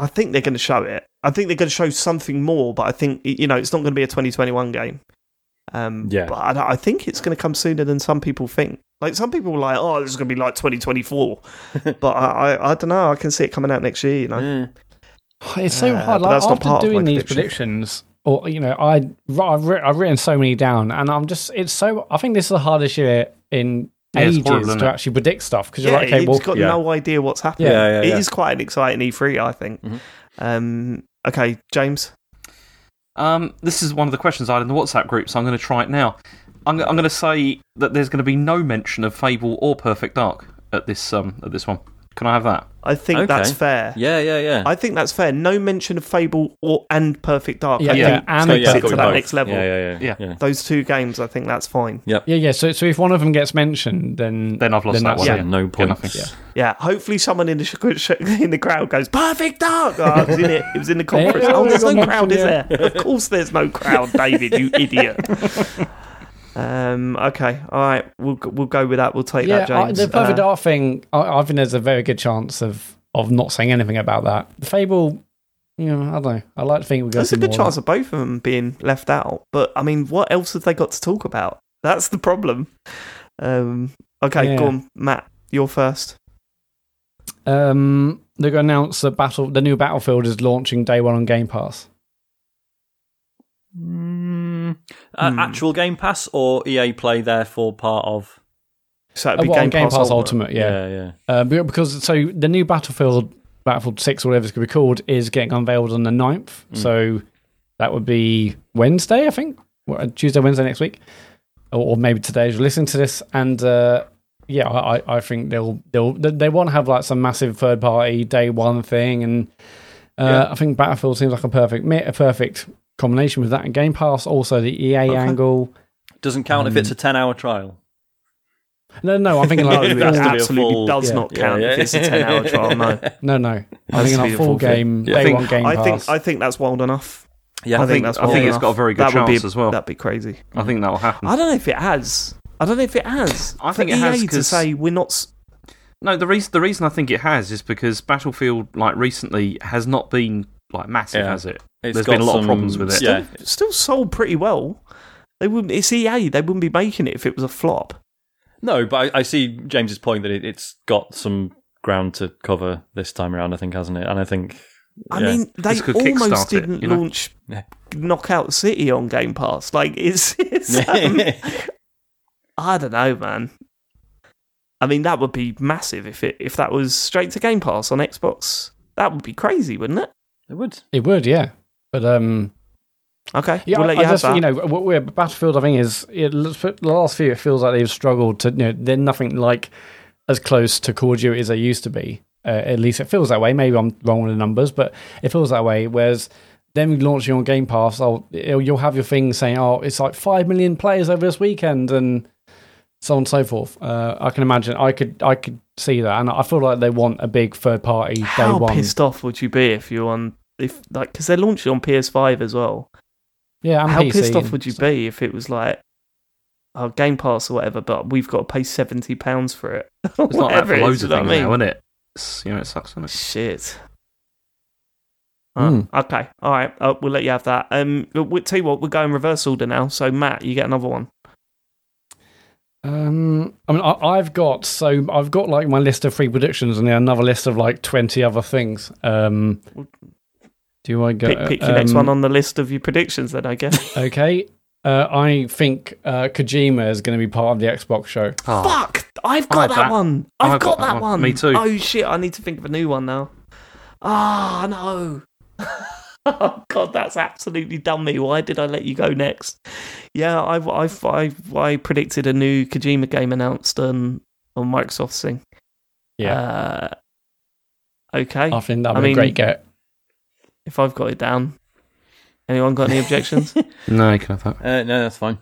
Speaker 1: I think they're going to show it. I think they're going to show something more, but I think you know it's not going to be a 2021 game. Um,
Speaker 3: Yeah.
Speaker 1: But I, I think it's going to come sooner than some people think. Like some people are like, oh, this is going to be like 2024. but I, I, I don't know. I can see it coming out next year. You know.
Speaker 3: Yeah.
Speaker 2: It's so
Speaker 1: Uh,
Speaker 2: hard.
Speaker 1: but
Speaker 2: Like,
Speaker 1: that's not
Speaker 2: after
Speaker 1: part of my
Speaker 2: doing these
Speaker 1: prediction.
Speaker 2: predictions, or you know, I I've, writ- I've written so many down, and I'm just it's so. I think this is the hardest year in
Speaker 4: Yeah, it's
Speaker 2: ages
Speaker 4: horrible, isn't
Speaker 2: to
Speaker 4: it?
Speaker 2: actually predict stuff because you're
Speaker 1: Yeah,
Speaker 2: like, okay,
Speaker 1: you've
Speaker 2: well,
Speaker 1: got
Speaker 3: Yeah.
Speaker 1: no idea what's happening.
Speaker 3: Yeah, yeah, yeah.
Speaker 1: It is quite an exciting E3, I think.
Speaker 2: Mm-hmm.
Speaker 1: Um, okay, James.
Speaker 4: Um, this is one of the questions I had in the WhatsApp group, so I'm going to try it now. I'm, I'm going to say that there's going to be no mention of Fable or Perfect Dark at this um, at this one. Can I have that?
Speaker 1: I think
Speaker 3: Okay.
Speaker 1: that's fair.
Speaker 3: Yeah. Yeah. Yeah.
Speaker 1: I think that's fair. No mention of Fable or and Perfect Dark.
Speaker 2: yeah,
Speaker 1: I
Speaker 2: yeah,
Speaker 1: think
Speaker 2: and
Speaker 3: So, yeah,
Speaker 1: takes
Speaker 3: I've
Speaker 1: it
Speaker 3: got
Speaker 1: to
Speaker 3: you
Speaker 1: that
Speaker 3: both.
Speaker 1: next level.
Speaker 3: Yeah. Yeah. Yeah.
Speaker 4: Yeah.
Speaker 1: those two games, I think that's fine.
Speaker 2: yeah, yeah. So, so if one of them gets mentioned, then
Speaker 4: Then I've lost that
Speaker 2: that's
Speaker 4: one.
Speaker 2: it.
Speaker 1: Yeah.
Speaker 3: No
Speaker 4: Good
Speaker 3: points.
Speaker 4: enough.
Speaker 1: Yeah, hopefully someone in the sh- sh- in the crowd goes perfect dark. Oh, it was in it. It was in the conference.
Speaker 2: Yeah,
Speaker 1: oh, there's
Speaker 2: everyone
Speaker 1: no crowd, is
Speaker 2: mentioned
Speaker 1: there? Of course, there's no crowd, David. You idiot. Um. Okay. All right. We'll g- we'll go with that. We'll take
Speaker 2: Yeah,
Speaker 1: that,
Speaker 2: I,
Speaker 1: James.
Speaker 2: the Perfect
Speaker 1: Uh,
Speaker 2: Dark thing, I, I think there's a very good chance of of not saying anything about that. The Fable, you know, I don't know. I like to think we got
Speaker 1: There's a good chance of both of them being left out. But I mean, what else have they got to talk about? That's the problem. Um. Okay.
Speaker 2: Yeah.
Speaker 1: Go on, Matt. You're first.
Speaker 2: Um, they're going to announce that battle. The new Battlefield is launching day one on Game Pass.
Speaker 3: Mm, uh,
Speaker 1: Hmm.
Speaker 3: Actual Game Pass or EA Play, therefore part of.
Speaker 1: So
Speaker 2: Uh,
Speaker 1: it'd be
Speaker 2: well, on
Speaker 1: Game, Pass, Ultimate.
Speaker 2: Ultimate, yeah.
Speaker 3: Yeah. yeah.
Speaker 2: Uh, be- because so the new Battlefield, Battlefield Six or whatever it's going to be called, is getting unveiled on the 9th. So that would be Wednesday, I think, Well, Tuesday, Wednesday next week, or, or maybe today as you're listening to this. And uh, yeah, I, I- I think they'll they'll they, they want to have like some massive third party day one thing, and uh,
Speaker 3: Yeah.
Speaker 2: I think Battlefield seems like a perfect mi- a perfect combination with that. And Game Pass also the EA angle.
Speaker 3: Doesn't count if it's a ten-hour trial.
Speaker 2: No, no, I'm thinking
Speaker 1: No,
Speaker 2: like
Speaker 1: it
Speaker 3: has to be a
Speaker 1: absolutely
Speaker 3: full-
Speaker 1: does
Speaker 2: Yeah.
Speaker 1: not
Speaker 3: Yeah,
Speaker 1: count
Speaker 3: yeah.
Speaker 1: if it's a ten-hour trial. No.
Speaker 2: no, no. I'm
Speaker 1: Has to be
Speaker 2: thinking like
Speaker 1: the
Speaker 2: full
Speaker 1: full
Speaker 2: game,
Speaker 3: Yeah.
Speaker 2: day
Speaker 4: I think-
Speaker 2: one Game
Speaker 1: I
Speaker 2: Pass.
Speaker 1: think I think that's wild enough.
Speaker 3: Yeah.
Speaker 1: I think that's
Speaker 4: I
Speaker 1: wild
Speaker 4: think it's
Speaker 1: enough.
Speaker 4: got a very good
Speaker 1: that would
Speaker 4: chance
Speaker 1: be,
Speaker 4: as well.
Speaker 1: That'd be crazy.
Speaker 4: I think that will happen.
Speaker 1: I don't know if it has. I don't know if it has.
Speaker 4: I
Speaker 1: For
Speaker 4: think
Speaker 1: EA
Speaker 4: it has
Speaker 1: to
Speaker 4: 'cause-
Speaker 1: say we're not. s-
Speaker 4: No, the reason the reason I think it has is because Battlefield, like recently, has not been like massive,
Speaker 3: Yeah.
Speaker 4: has it?
Speaker 3: It's
Speaker 4: There's
Speaker 3: got
Speaker 4: been a lot of
Speaker 3: some-
Speaker 4: problems with it.
Speaker 3: Yeah.
Speaker 1: Still sold pretty well. They wouldn't. It's EA. They wouldn't be making it if it was a flop.
Speaker 3: No, but I, I see James's point that it, it's got some ground to cover this time around. I think hasn't it? And I think
Speaker 1: I
Speaker 3: Yeah.
Speaker 1: mean, they
Speaker 4: This could
Speaker 1: almost
Speaker 4: kickstart it,
Speaker 1: didn't
Speaker 4: you know?
Speaker 1: launch
Speaker 3: Yeah.
Speaker 1: Knockout City on Game Pass. Like it's. it's um, I don't know, man. I mean, that would be massive if it if that was straight to Game Pass on Xbox. That would be crazy, wouldn't it?
Speaker 3: it would.
Speaker 2: it would, yeah. But um,
Speaker 1: Okay,
Speaker 2: Yeah,
Speaker 1: we'll let
Speaker 2: I
Speaker 1: you have
Speaker 2: just
Speaker 1: that.
Speaker 2: you know what we're Battlefield. I think is it, looks- the last few. It feels like they've struggled to. You know, they're nothing like as close to Call of Duty as they used to be. Uh, at least it feels that way. Maybe I'm wrong with the numbers, but it feels that way. Whereas them launching on Game Pass, I'll, it'll, you'll have your thing saying, "Oh, it's like five million players over this weekend," and so on and so forth. Uh, I can imagine. I could. I could see that, and I feel like they want a big third party
Speaker 1: How
Speaker 2: day one.
Speaker 1: pissed off would you be if you're on if like because they're launching on PS5 as well?
Speaker 2: yeah, and
Speaker 1: How
Speaker 2: PC
Speaker 1: pissed off
Speaker 2: and
Speaker 1: would you
Speaker 2: stuff.
Speaker 1: be if it was like oh, Game Pass or whatever, but we've got to pay seventy pounds for it?
Speaker 4: It's not that for
Speaker 1: it
Speaker 4: loads
Speaker 1: you
Speaker 4: of
Speaker 1: know what I
Speaker 4: things now,
Speaker 1: mean?
Speaker 4: isn't it? It's, you know, it sucks, doesn't it?
Speaker 1: Shit. Ah,
Speaker 4: Hmm.
Speaker 1: okay, all right. Uh, we'll let you have that. Um, we- we'll tell you what, we're going reverse order now. So Matt, you get another one.
Speaker 2: Um, I mean, I, I've got so I've got like my list of three predictions and then another list of like twenty other things. Um, do I go? um,
Speaker 1: Pick, pick your
Speaker 4: uh, um,
Speaker 1: next one on the list of your predictions, then I guess.
Speaker 2: Okay, uh, I think uh, Kojima is going to be part of the Xbox show.
Speaker 4: Oh.
Speaker 1: Fuck! I've got
Speaker 4: had
Speaker 1: that,
Speaker 4: that.
Speaker 1: one.
Speaker 4: I've
Speaker 1: I've got, that one.
Speaker 4: Me too.
Speaker 1: Oh shit! I need to think of a new one now. Ah, no. oh, God, that's absolutely done me. Why did I let you go next? Yeah, I, I, I, I predicted a new Kojima game announced on, on Microsoft's thing.
Speaker 2: Yeah,
Speaker 1: Uh, okay.
Speaker 2: I think that'd
Speaker 1: Uh, I
Speaker 2: be
Speaker 1: mean-
Speaker 2: a great get.
Speaker 1: if I've got it down. Anyone got any objections?
Speaker 4: No, you can have that.
Speaker 3: Uh, no, that's fine.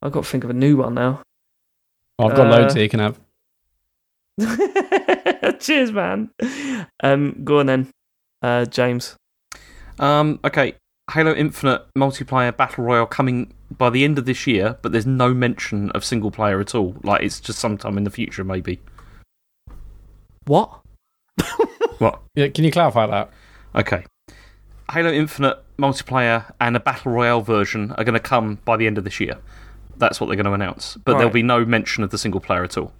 Speaker 1: I've got to think of a new one now.
Speaker 2: I've got
Speaker 1: uh,
Speaker 2: loads that you can have.
Speaker 1: Cheers, man. Um, go on then, uh, James.
Speaker 4: Um, okay, Halo Infinite multiplayer battle royale coming by the end of this year, but there's no mention of single player at all. Like it's just sometime in the future, maybe.
Speaker 1: What?
Speaker 4: What?
Speaker 2: Yeah, can you clarify that?
Speaker 4: Okay. Halo Infinite multiplayer and a battle royale version are going to come by the end of this year. That's what they're going to announce, but there'll
Speaker 1: Right.
Speaker 4: be no mention of the single player at all.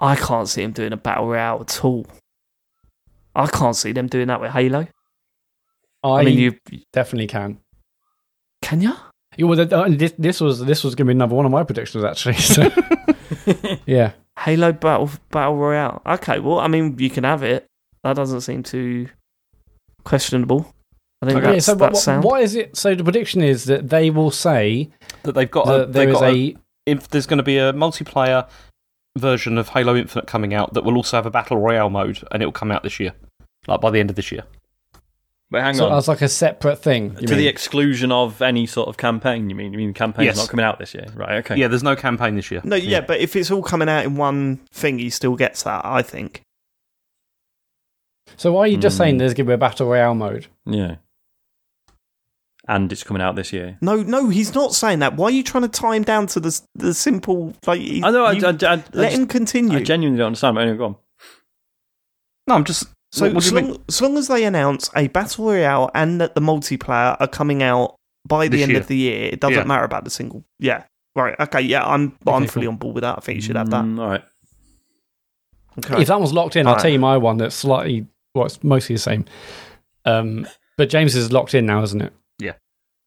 Speaker 1: I can't see him doing a battle royale at all. I can't see them doing that with Halo.
Speaker 2: I,
Speaker 1: I, mean, you
Speaker 2: definitely can.
Speaker 1: can you?
Speaker 2: Yeah, well, th- uh, this, this was this was going to be number one of my predictions actually. So yeah,
Speaker 1: Halo battle battle royale. Okay, well, I mean, you can have it. That doesn't seem too questionable. I think
Speaker 4: Okay,
Speaker 2: yeah.
Speaker 1: that's
Speaker 2: So
Speaker 1: that
Speaker 2: what, what-
Speaker 1: sound.
Speaker 2: what is it? So the prediction is that they will say
Speaker 4: That they've
Speaker 1: uh,
Speaker 4: got. A,
Speaker 2: that there
Speaker 4: they've
Speaker 2: is
Speaker 4: got a,
Speaker 2: a
Speaker 4: if there's going to be a multiplayer version of Halo Infinite coming out that will also have a battle royale mode, and it'll come out this year, like by the end of this year.
Speaker 3: But hang
Speaker 2: so
Speaker 3: on.
Speaker 2: as like a separate thing. you
Speaker 3: to the
Speaker 2: mean?
Speaker 3: exclusion of any sort of campaign, you mean? You mean the campaign's
Speaker 4: Yes.
Speaker 3: not coming out this year? Right, okay.
Speaker 4: Yeah, there's no campaign this year.
Speaker 1: No, yeah, but if it's all coming out in one thing, he still gets that. I think.
Speaker 2: so are you just
Speaker 3: Hmm.
Speaker 2: saying there's going to be a battle royale mode?
Speaker 3: Yeah. And it's coming out this year.
Speaker 1: No, no, he's not saying that. Why are you trying to tie him down to the the simple? Like, he-
Speaker 3: I know, I,
Speaker 1: you-
Speaker 3: I, I, I, just-
Speaker 1: let him continue.
Speaker 3: I genuinely don't understand. But anyway, go on.
Speaker 4: No, I'm just.
Speaker 1: so,
Speaker 4: what, what do
Speaker 1: as,
Speaker 4: you mean?
Speaker 1: long, as long as they announce a battle royale and that the multiplayer are coming out by the
Speaker 4: This
Speaker 1: end
Speaker 4: year.
Speaker 1: of the year, it doesn't
Speaker 4: Yeah.
Speaker 1: matter about the single. Yeah, right. Okay, yeah, I'm I'm
Speaker 2: Okay,
Speaker 1: fully on board with that. I think you should have that.
Speaker 3: Mm, all right.
Speaker 1: Okay.
Speaker 2: If that one's locked in, I'll
Speaker 1: Alright.
Speaker 2: tell you my one that's slightly well, it's mostly the same. Um, but James is locked in now, isn't it?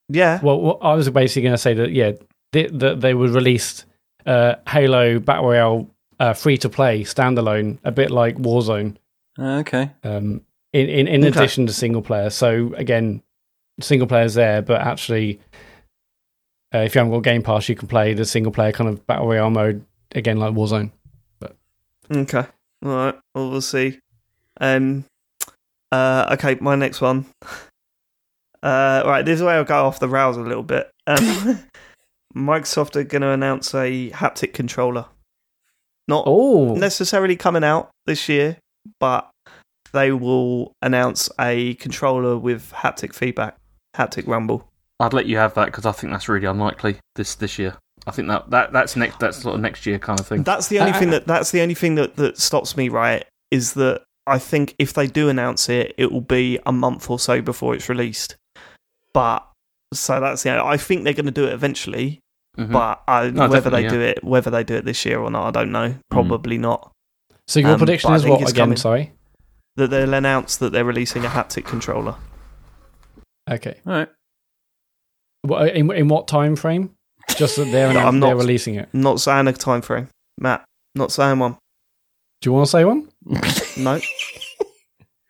Speaker 1: yeah,
Speaker 2: Well, what- I was basically going to say that yeah, th- that they would release uh, Halo Battle Royale uh, free to play standalone, a bit like Warzone,
Speaker 3: Uh, okay.
Speaker 2: um, in in, in
Speaker 1: Okay.
Speaker 2: addition to single player. So again, single player's there, but actually, uh, if you haven't got Game Pass, you can play the single player kind of Battle Royale mode again, like Warzone.
Speaker 1: okay, all right. Well, we'll see. Um, uh, okay, my next one. Uh, right, this is where I'll go off the rails a little bit. Um, Microsoft are going to announce a haptic controller. Not
Speaker 2: Oh,
Speaker 1: necessarily coming out this year, but they will announce a controller with haptic feedback, haptic rumble.
Speaker 4: I'd let you have that because I think that's really unlikely this this year. I think that, that that's next that's sort of next year kind of thing.
Speaker 1: That's the only
Speaker 2: I-
Speaker 1: thing that that's the only thing that that stops me. Right, is that I think if they do announce it, it will be a month or so before it's released. But so that's the. I think they're going to do it eventually,
Speaker 4: Mhm.
Speaker 1: but I,
Speaker 4: No,
Speaker 1: whether
Speaker 4: definitely,
Speaker 1: they
Speaker 4: yeah. Mm-hmm.
Speaker 1: do it, whether they do it this year or not, I don't know. Probably not.
Speaker 2: so your
Speaker 1: um,
Speaker 2: prediction
Speaker 1: but I
Speaker 2: is
Speaker 1: think
Speaker 2: what
Speaker 1: it's
Speaker 2: again?
Speaker 1: coming.
Speaker 2: Sorry.
Speaker 1: That they'll announce that they're releasing a haptic controller.
Speaker 2: Okay.
Speaker 3: All right.
Speaker 2: Wha- In, in what time frame? Just that they're,
Speaker 1: No, I'm
Speaker 2: they're
Speaker 1: not-
Speaker 2: releasing it.
Speaker 1: Not saying a time frame, Matt. Not saying one.
Speaker 2: Do you want to say one?
Speaker 1: No.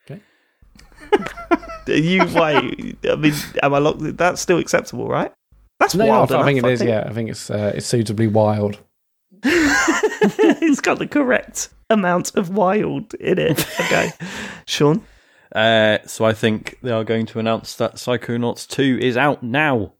Speaker 2: Okay.
Speaker 1: you wait. I mean, am I locked? That's still acceptable, right? That's
Speaker 2: No,
Speaker 1: wild.
Speaker 2: I, I think it
Speaker 1: enough,
Speaker 2: is. Yeah, I think it's uh, it's suitably wild.
Speaker 1: it's got the correct amount of wild in it. Okay, Sean.
Speaker 3: Uh, so I think they are going to announce that Psychonauts 2 is out now.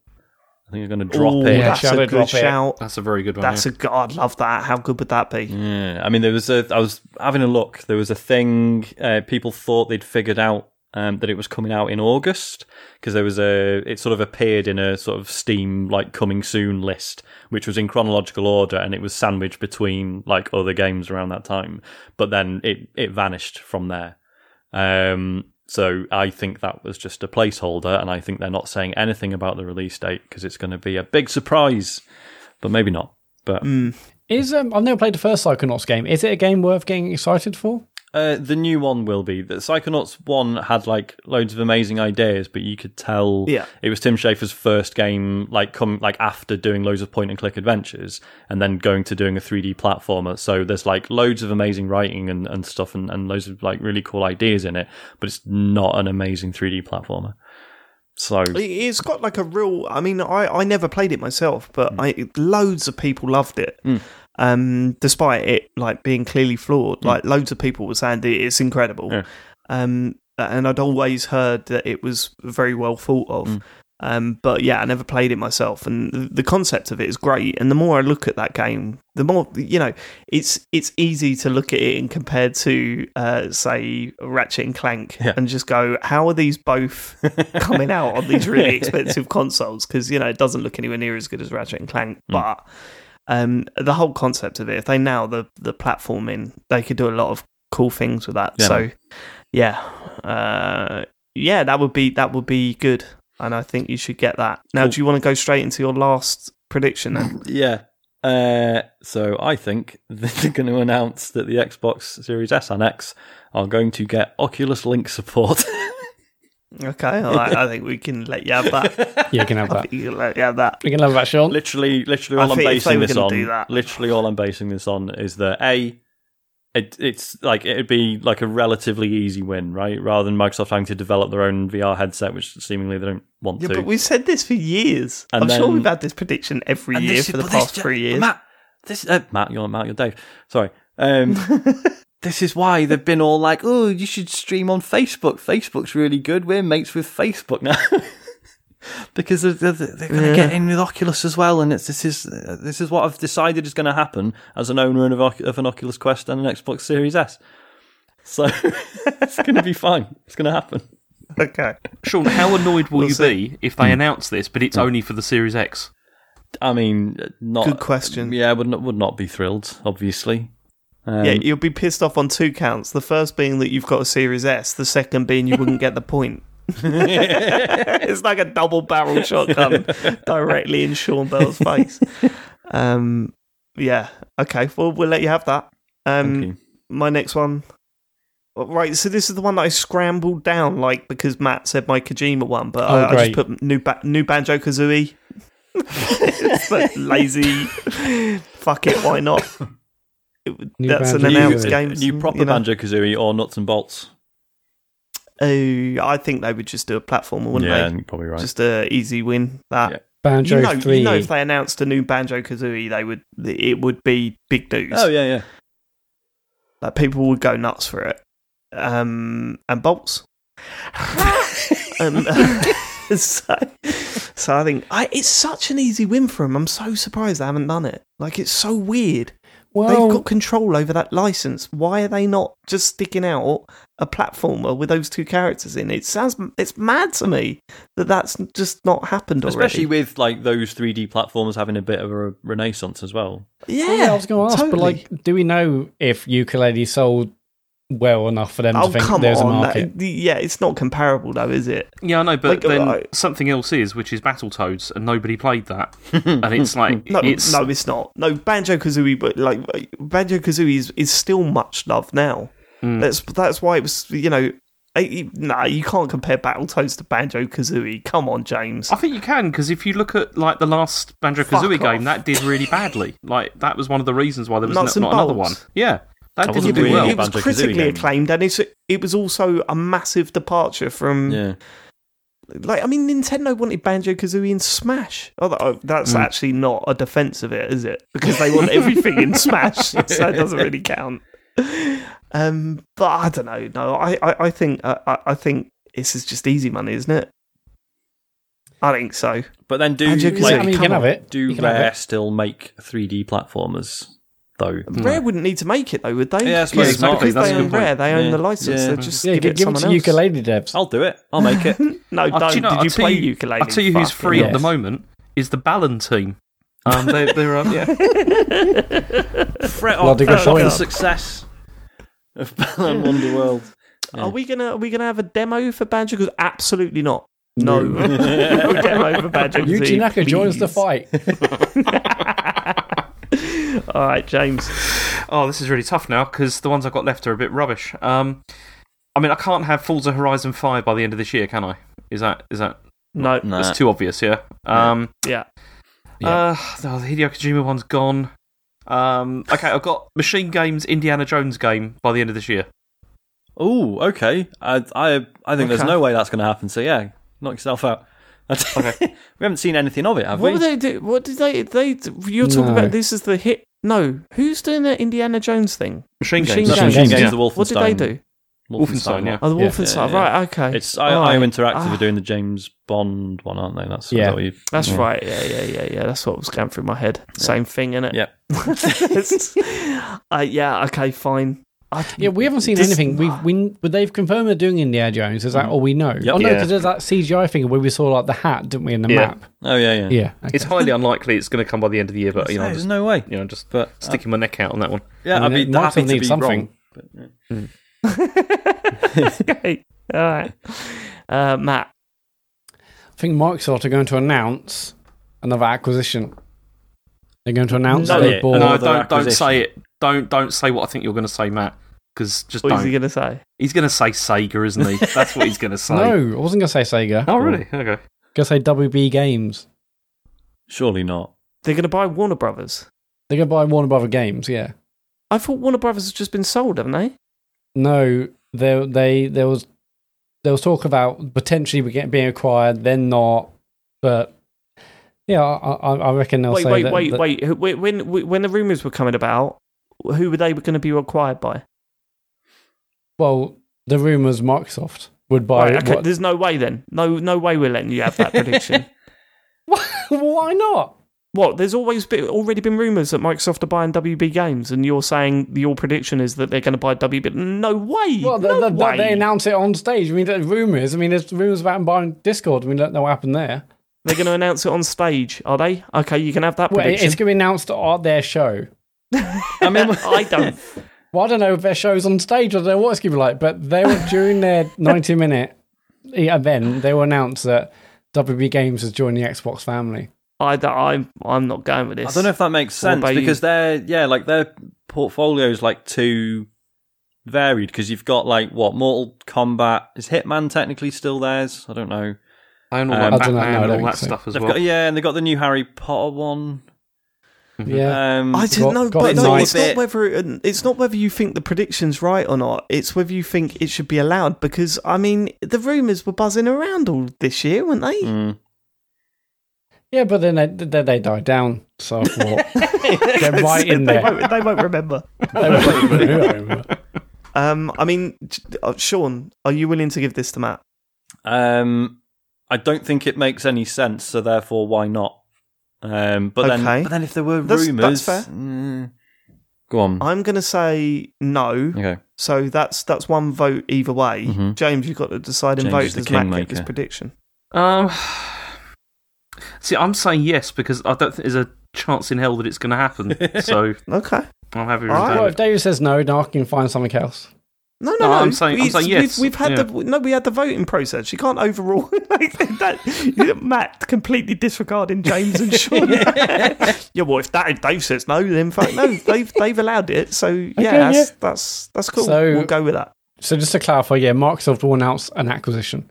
Speaker 3: I think they're going to drop
Speaker 1: Ooh,
Speaker 3: it.
Speaker 2: Yeah,
Speaker 1: that's
Speaker 2: shadow
Speaker 1: a
Speaker 2: drop
Speaker 1: good
Speaker 2: it. Oh,
Speaker 1: shout.
Speaker 4: that's a very good one.
Speaker 1: That's a good. I'd love that. How good would that be?
Speaker 3: Yeah, I mean, there was a. I was having a look. There was a thing. Uh, people thought they'd figured out um, that it was coming out in August because there was a. It sort of appeared in a sort of Steam like coming soon list, which was in chronological order, and it was sandwiched between like other games around that time. But then it it vanished from there. Um, so I think that was just a placeholder, and I think they're not saying anything about the release date because it's going to be a big surprise, but maybe not. But
Speaker 2: Is um, I've never played the first Psychonauts game. Is it a game worth getting excited for?
Speaker 3: Uh, Uh, the new one will be. The Psychonauts 1 had like loads of amazing ideas, but you could tell
Speaker 1: Yeah.
Speaker 3: it was Tim Schafer's first game like come like after doing loads of point and click adventures and then going to doing a 3D platformer. So there's like loads of amazing writing and, and stuff and, and loads of like really cool ideas in it, but it's not an amazing 3D platformer. So
Speaker 1: It- It's got like a real. I mean, I, I never played it myself, but I loads of people loved it. Um, despite it like being clearly flawed, like loads of people were saying that it's incredible.
Speaker 3: Yeah.
Speaker 1: Um, and I'd always heard that it was very well thought of. Um, but yeah, I never played it myself, and the- the concept of it is great. And the more I look at that game, the more you know. It's it's easy to look at it and compare to, uh, say, Ratchet and Clank,
Speaker 3: Yeah.
Speaker 1: and just go, how are these both coming out on these really expensive consoles? Because you know it doesn't look anywhere near as good as Ratchet and Clank,
Speaker 3: Hmm.
Speaker 1: but um, the whole concept of it, if they nail the the platforming, they could do a lot of cool things with that.
Speaker 3: Yeah.
Speaker 1: So, yeah, uh, yeah, that would be that would be good, and I think you should get that. Now,
Speaker 3: Cool.
Speaker 1: do you want to go straight into your last prediction? Then?
Speaker 3: Yeah. Uh, so I think that they're going to announce that the Xbox Series S and X are going to get Oculus Link support.
Speaker 1: okay, all right, I think we can let you have that.
Speaker 2: Yeah, you can have
Speaker 1: I
Speaker 2: that.
Speaker 1: think you can let you have that.
Speaker 2: You can have that, Sean.
Speaker 3: literally, literally,
Speaker 1: I
Speaker 3: all I'm
Speaker 1: think if they
Speaker 3: basing
Speaker 1: were
Speaker 3: this
Speaker 1: gonna
Speaker 3: on.
Speaker 1: do that-
Speaker 3: Literally, all I'm basing this on is that a, it, it's like it'd be like a relatively easy win, right? Rather than Microsoft having to develop their own VR headset, which seemingly they don't want
Speaker 1: Yeah,
Speaker 3: to.
Speaker 1: but we've said this for years.
Speaker 3: And
Speaker 1: I'm sure
Speaker 3: then-
Speaker 1: we've had this prediction every
Speaker 3: And
Speaker 1: year
Speaker 3: this-
Speaker 1: for the
Speaker 3: but this
Speaker 1: past
Speaker 3: ju-
Speaker 1: three years.
Speaker 3: Matt, this uh, Matt, you're not Matt, you're Dave. Sorry. Um, this is why they've been all like, "Oh, you should stream on Facebook. Facebook's really good. We're mates with Facebook now." Because they're, they're, they're going to get in with Oculus as well, and it's this is uh, this is what I've decided is going to happen as an owner of, Oc- of an Oculus Quest and an Xbox Series S. So it's going to be fine. It's going to happen.
Speaker 1: Okay.
Speaker 4: Sean, how annoyed will
Speaker 1: We'll
Speaker 4: you
Speaker 1: see.
Speaker 4: be if they announce this, but it's only for the Series X?
Speaker 3: I mean, uh, not
Speaker 1: Good question.
Speaker 3: Yeah, would not would not be thrilled, obviously. Um,
Speaker 1: yeah, you'll be pissed off on two counts. The first being that you've got a Series S, the second being you wouldn't get the point. it's like a double barrel shotgun directly in Sean Bell's face. Um, yeah, okay. Well, we'll let you have that. Um,
Speaker 3: thank you.
Speaker 1: My next one. Oh, Right, so this is the one that I scrambled down, like because Matt said my Kojima one, but I,
Speaker 2: Oh,
Speaker 1: I just
Speaker 2: great.
Speaker 1: put new ba- new Banjo Kazooie. it's the lazy. Fuck it, why not? It-
Speaker 2: New
Speaker 1: That's an
Speaker 2: Banjo-Kazooie.
Speaker 1: announced
Speaker 2: New-
Speaker 1: game.
Speaker 3: New proper
Speaker 1: you know.
Speaker 3: Banjo Kazooie or Nuts and Bolts?
Speaker 1: Oh, I think they would just do a platformer, wouldn't
Speaker 3: yeah,
Speaker 1: they?
Speaker 3: you're probably right.
Speaker 1: Just a easy win. That
Speaker 3: Yeah.
Speaker 2: Banjo
Speaker 1: you know,
Speaker 2: Three.
Speaker 1: you know, if they announced a new Banjo Kazooie, they would. It would be big news.
Speaker 3: oh yeah, yeah.
Speaker 1: Like people would go nuts for it. Um, and bolts. um, so, so I think I, it's such an easy win for them. I'm so surprised they haven't done it. Like it's so weird. They've
Speaker 2: well,
Speaker 1: got control over that license. Why are they not just sticking out a platformer with those two characters in? It sounds it's mad to me that that's just not happened already.
Speaker 3: Especially with like those 3D platformers having a bit of a renaissance as well.
Speaker 1: yeah,
Speaker 2: Oh, yeah, I was going to ask, but
Speaker 1: totally.
Speaker 2: like, do we know if ukulele sold well enough for them to
Speaker 1: oh
Speaker 2: think
Speaker 1: come
Speaker 2: there's a
Speaker 1: on,
Speaker 2: market?
Speaker 1: that- yeah, it's not comparable though, is it?
Speaker 4: Yeah, I know, but
Speaker 1: Like,
Speaker 4: then
Speaker 1: I-
Speaker 4: something else is, which is Battletoads, and nobody played that. and it's like,
Speaker 1: No,
Speaker 4: it's,
Speaker 1: no, it's not. No, Banjo Kazooie, but like Banjo Kazooie is, is still much loved now. That's that's why it was. You know, I- you- nah, you can't compare Battletoads to Banjo Kazooie. Come on, James.
Speaker 4: I think you can because if you look at like the last Banjo Kazooie
Speaker 1: Fuck off.
Speaker 4: game, that did really badly. Like that was one of the reasons why there was
Speaker 1: Nuts
Speaker 4: no-
Speaker 1: and
Speaker 4: not another one.
Speaker 1: bolts.
Speaker 4: Yeah, that
Speaker 3: wasn't
Speaker 4: didn't do
Speaker 3: really
Speaker 4: well.
Speaker 1: it was
Speaker 3: Banjo-Kazooie
Speaker 1: critically
Speaker 3: game.
Speaker 1: acclaimed, and it's it was also a massive departure from.
Speaker 3: Yeah.
Speaker 1: Like, I mean, Nintendo wanted Banjo Kazooie in Smash. Although oh, that's actually not a defense of it, is it? Because they want everything in Smash, so it doesn't really count. Um, but I don't know. No, I, I, I think, uh, I, I- I think this is just easy money, isn't it? I think so.
Speaker 3: But then do
Speaker 1: Banjo-Kazooie,
Speaker 2: Yeah,
Speaker 3: like
Speaker 2: I mean, you
Speaker 1: come
Speaker 2: can have
Speaker 1: on,
Speaker 2: it.
Speaker 3: do
Speaker 2: you can have
Speaker 3: Rare
Speaker 2: it.
Speaker 3: still make 3D platformers though?
Speaker 1: Rare wouldn't need to make it though, would they?
Speaker 3: Yeah, I
Speaker 1: because,
Speaker 3: suppose
Speaker 4: exactly,
Speaker 1: because
Speaker 4: that's
Speaker 1: they
Speaker 4: a good
Speaker 1: own Rare, they
Speaker 3: Yeah.
Speaker 1: own the license.
Speaker 3: Yeah.
Speaker 1: They'll just
Speaker 2: Yeah,
Speaker 1: give,
Speaker 2: gi-
Speaker 1: it
Speaker 2: give it
Speaker 1: someone
Speaker 2: to
Speaker 1: else.
Speaker 2: ukulele devs.
Speaker 3: I'll do it. I'll make it.
Speaker 1: No,
Speaker 4: Uh,
Speaker 1: don't.
Speaker 4: do you
Speaker 1: Did
Speaker 4: know, I'll
Speaker 1: you
Speaker 4: tell
Speaker 1: play
Speaker 4: you-
Speaker 1: ukulele?
Speaker 4: I'll tell you who's
Speaker 1: Fuck,
Speaker 4: free
Speaker 1: yeah.
Speaker 4: at the moment is the Ballon team. Um, they, they're um, yeah.
Speaker 3: Fret
Speaker 1: oh,
Speaker 2: Well,
Speaker 3: on,
Speaker 2: they got
Speaker 3: fret on the
Speaker 2: points.
Speaker 3: success of Balan Wonderworld.
Speaker 1: Are we gonna are we gonna have a demo for Banjo? Because absolutely not. No, no demo for Banjo.
Speaker 2: Yuji Naka joins the fight.
Speaker 1: All right, James.
Speaker 4: Oh, this is really tough now because the ones I've got left are a bit rubbish. Um, I mean, I can't have Forza Horizon Five by the end of this year, can I? Is that is that
Speaker 1: No.
Speaker 3: No.
Speaker 4: it's too obvious? Yeah. Um,
Speaker 1: Yeah.
Speaker 4: Uh, oh, the Hideo Kojima one's gone. Um, okay, I've got Machine Games Indiana Jones game by the end of this year.
Speaker 3: Oh, okay. I I I think there's
Speaker 1: Okay.
Speaker 3: no way that's going to happen. So yeah, knock yourself out. That's- we haven't seen anything of it, have
Speaker 1: What
Speaker 3: we?
Speaker 1: were they do? What did they? They you're talking
Speaker 2: No.
Speaker 1: about? This is the hit. No, who's doing the Indiana Jones thing?
Speaker 4: Machine,
Speaker 1: Machine
Speaker 4: Games.
Speaker 3: That's
Speaker 1: Games.
Speaker 3: Machine
Speaker 2: Yeah.
Speaker 3: Games, the Wolfenstein.
Speaker 1: What did they do?
Speaker 4: Wolfenstein, yeah.
Speaker 1: Oh, the
Speaker 2: Yeah.
Speaker 1: Wolfenstein.
Speaker 3: Yeah, yeah.
Speaker 1: Right. Okay.
Speaker 3: It's I,
Speaker 1: All
Speaker 3: IO
Speaker 1: right.
Speaker 3: Interactive
Speaker 1: Ah,
Speaker 3: are doing the James Bond one, aren't they? That's is
Speaker 2: Yeah.
Speaker 3: that what you-
Speaker 1: That's
Speaker 3: yeah.
Speaker 1: right. Yeah, yeah, yeah, yeah. That's what was going through my head. Same thing, innit?
Speaker 3: Yeah.
Speaker 1: Yeah. uh, yeah. Okay. Fine. I,
Speaker 2: Yeah, we haven't seen
Speaker 1: This- Mm.
Speaker 2: anything. We've we, but they've confirmed they're doing Indiana Jones. Is that all we know?
Speaker 3: Yep.
Speaker 2: Oh no,
Speaker 4: Yeah.
Speaker 2: 'cause there's that CGI thing where we saw like the hat, didn't we, in the
Speaker 4: Yeah.
Speaker 2: map?
Speaker 3: Oh yeah, yeah.
Speaker 2: Yeah, okay.
Speaker 4: It's highly unlikely it's going to come by the end of the year, but you know, I'm
Speaker 3: there's
Speaker 4: just
Speaker 3: no way.
Speaker 4: you know, just
Speaker 3: But uh,
Speaker 4: sticking my neck out on that one.
Speaker 3: yeah,
Speaker 2: I
Speaker 3: I'd
Speaker 2: mean,
Speaker 3: be
Speaker 2: it might
Speaker 3: happy
Speaker 2: still
Speaker 3: to
Speaker 2: need
Speaker 3: be
Speaker 2: something.
Speaker 3: wrong. But, yeah.
Speaker 1: okay. All right. Uh, Matt.
Speaker 2: I think Microsoft are going to announce another acquisition. They're going to announce
Speaker 1: No,
Speaker 2: they
Speaker 3: yeah.
Speaker 2: bought.
Speaker 3: Or
Speaker 4: no,
Speaker 3: the
Speaker 4: don't don't say
Speaker 3: acquisition.
Speaker 4: it. Don't don't say what I think you're going to say, Matt. Because just
Speaker 1: What is he
Speaker 4: don't.
Speaker 1: going to say?
Speaker 4: He's going to say Sega, isn't he? That's what he's going to say.
Speaker 2: No, I wasn't going to say Sega.
Speaker 4: Oh, really? Okay.
Speaker 2: Going to say WB Games.
Speaker 3: Surely not.
Speaker 1: They're going to buy Warner Brothers.
Speaker 2: They're going to buy Warner Brother Games. Yeah.
Speaker 1: I thought Warner Brothers has just been sold, haven't they?
Speaker 2: No, there they there was there was talk about potentially we get- being acquired, then not. But yeah, I, I, I reckon they'll
Speaker 1: wait,
Speaker 2: say
Speaker 1: wait,
Speaker 2: that,
Speaker 1: wait,
Speaker 2: that-
Speaker 1: wait, who- wait. When when the rumors were coming about, who were they going to be acquired by?
Speaker 2: Well, the rumors Microsoft would buy.
Speaker 1: Right, okay,
Speaker 2: what-
Speaker 1: there's no way then. No, no way we're letting you have that prediction.
Speaker 2: Why not?
Speaker 1: What? There's always been, already been rumours that Microsoft are buying WB Games, and you're saying your prediction is that they're going to buy WB. No way.
Speaker 2: Well,
Speaker 1: no
Speaker 2: they,
Speaker 1: way.
Speaker 2: they, they announce it on stage. I mean, there's rumors. I mean, there's rumors about them buying Discord. I mean, don't know what happened there.
Speaker 1: They're going to announce it on stage, are they? Okay, you can have that
Speaker 2: Well, it-
Speaker 1: prediction.
Speaker 2: it's going to be announced at their show.
Speaker 3: I mean,
Speaker 1: I don't.
Speaker 2: Well, I don't know if their show's on stage. I don't know what it's going to be like. But they were during their 90 minute event, they will announce that WB Games has joined the Xbox family.
Speaker 1: I don't. I'm. I'm not going with this.
Speaker 3: I don't know if that makes
Speaker 1: What
Speaker 3: sense
Speaker 1: about you?
Speaker 3: because they're yeah, like their portfolio is like too varied because you've got like what Mortal Kombat is Hitman technically still theirs? I don't know.
Speaker 4: I own all
Speaker 3: Um,
Speaker 4: that
Speaker 2: I don't know, no,
Speaker 4: Batman
Speaker 2: I
Speaker 4: and
Speaker 2: don't
Speaker 4: all that
Speaker 2: think so.
Speaker 4: stuff as
Speaker 3: They've
Speaker 4: well.
Speaker 3: got yeah, and they've got the new Harry Potter one.
Speaker 1: Mm-hmm. Uh,
Speaker 2: Yeah.
Speaker 3: Um,
Speaker 1: I
Speaker 2: Got-
Speaker 1: don't know,
Speaker 2: got
Speaker 1: but
Speaker 2: it
Speaker 1: no,
Speaker 3: nice.
Speaker 1: it's not
Speaker 3: Bit.
Speaker 1: whether it's not whether you think the prediction's right or not. It's whether you think it should be allowed. Because I mean, the rumours were buzzing around all this year, weren't they?
Speaker 3: mm.
Speaker 2: yeah, but then they, then they die down. So what? they're right in
Speaker 1: they,
Speaker 2: there.
Speaker 1: won't, they won't remember.
Speaker 2: They won't-
Speaker 1: Um, I mean, j- uh, Sean, are you willing to give this to Matt?
Speaker 3: um, I don't think it makes any sense. So therefore, why not? Um, but
Speaker 1: Okay.
Speaker 3: then, but then if there were
Speaker 1: That's- that's
Speaker 3: rumors,
Speaker 1: fair.
Speaker 3: mm, go on.
Speaker 1: I'm going to say no.
Speaker 3: okay,
Speaker 1: So that's that's one vote either way.
Speaker 3: Mhm.
Speaker 1: James, you've got to decide and
Speaker 3: James is
Speaker 1: vote.
Speaker 3: the
Speaker 1: Does Matt get
Speaker 3: kingmaker.
Speaker 1: this prediction?
Speaker 4: Um, see, I'm saying yes because I don't think there's a chance in hell that it's going to happen. so
Speaker 1: Okay.
Speaker 4: I'm happy with
Speaker 1: Alright.
Speaker 2: well,
Speaker 4: that.
Speaker 2: if David says no, then I can find something else.
Speaker 1: No, no,
Speaker 4: No,
Speaker 1: no.
Speaker 4: I'm saying- I'm
Speaker 1: It's-
Speaker 4: saying yes.
Speaker 1: We've, we've had
Speaker 4: Yeah.
Speaker 1: the no, we had the voting process. You can't overrule like that. Matt completely disregarding James and Sean. yeah, well, if that Dave says no, then fuck no. They've they've allowed it, so yeah, that's,
Speaker 2: yeah.
Speaker 1: that's that's cool.
Speaker 2: So-
Speaker 1: we'll go with that.
Speaker 2: So just to clarify, yeah, Microsoft will announce an acquisition.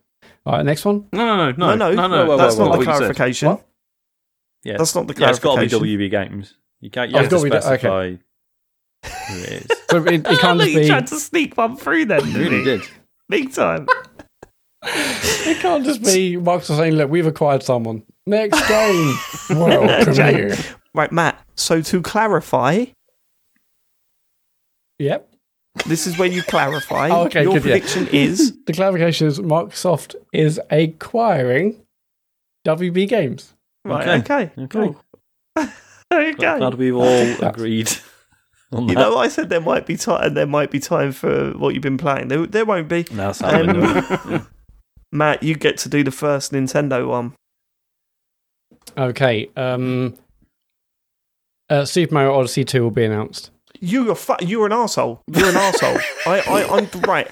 Speaker 2: All right, next one.
Speaker 4: No, no, no,
Speaker 1: no, no,
Speaker 4: no,
Speaker 1: that's
Speaker 4: whoa,
Speaker 1: not
Speaker 4: whoa,
Speaker 1: the
Speaker 4: what you said.
Speaker 1: clarification.
Speaker 2: What?
Speaker 3: yeah,
Speaker 1: That's not the
Speaker 3: yeah, it's got to be
Speaker 1: clarification.
Speaker 3: WB Games. You can't. You
Speaker 2: Oh,
Speaker 3: have to
Speaker 2: it's gotta be- okay.
Speaker 3: specify who it is.
Speaker 2: So it, it
Speaker 1: Oh,
Speaker 2: can't
Speaker 1: look,
Speaker 2: just
Speaker 1: he
Speaker 2: be.
Speaker 1: tried to sneak one through then,
Speaker 3: You
Speaker 1: didn't
Speaker 3: really
Speaker 1: he?
Speaker 3: did.
Speaker 1: Big time.
Speaker 2: It can't just be Microsoft saying, "Look, we've acquired someone." Next game, welcome here.
Speaker 1: Right, Matt. So to clarify,
Speaker 2: Yep.
Speaker 1: this is where you clarify.
Speaker 2: Oh, okay,
Speaker 1: Your
Speaker 2: good, yeah.
Speaker 1: prediction is
Speaker 2: The clarification is Microsoft is acquiring WB Games.
Speaker 1: right. Okay,
Speaker 3: Okay.
Speaker 1: cool. okay.
Speaker 3: Glad we've all agreed on that.
Speaker 1: You know, I said there might be time. There might be time for what you've been playing. There, there won't be.
Speaker 3: No, it's
Speaker 1: Um,
Speaker 3: happened.
Speaker 1: Matt, you get to do the first Nintendo one.
Speaker 2: Okay. Um. Uh, Super Mario Odyssey Two will be announced.
Speaker 1: You are fu- you're an asshole. You're an asshole. I, I, I'm right.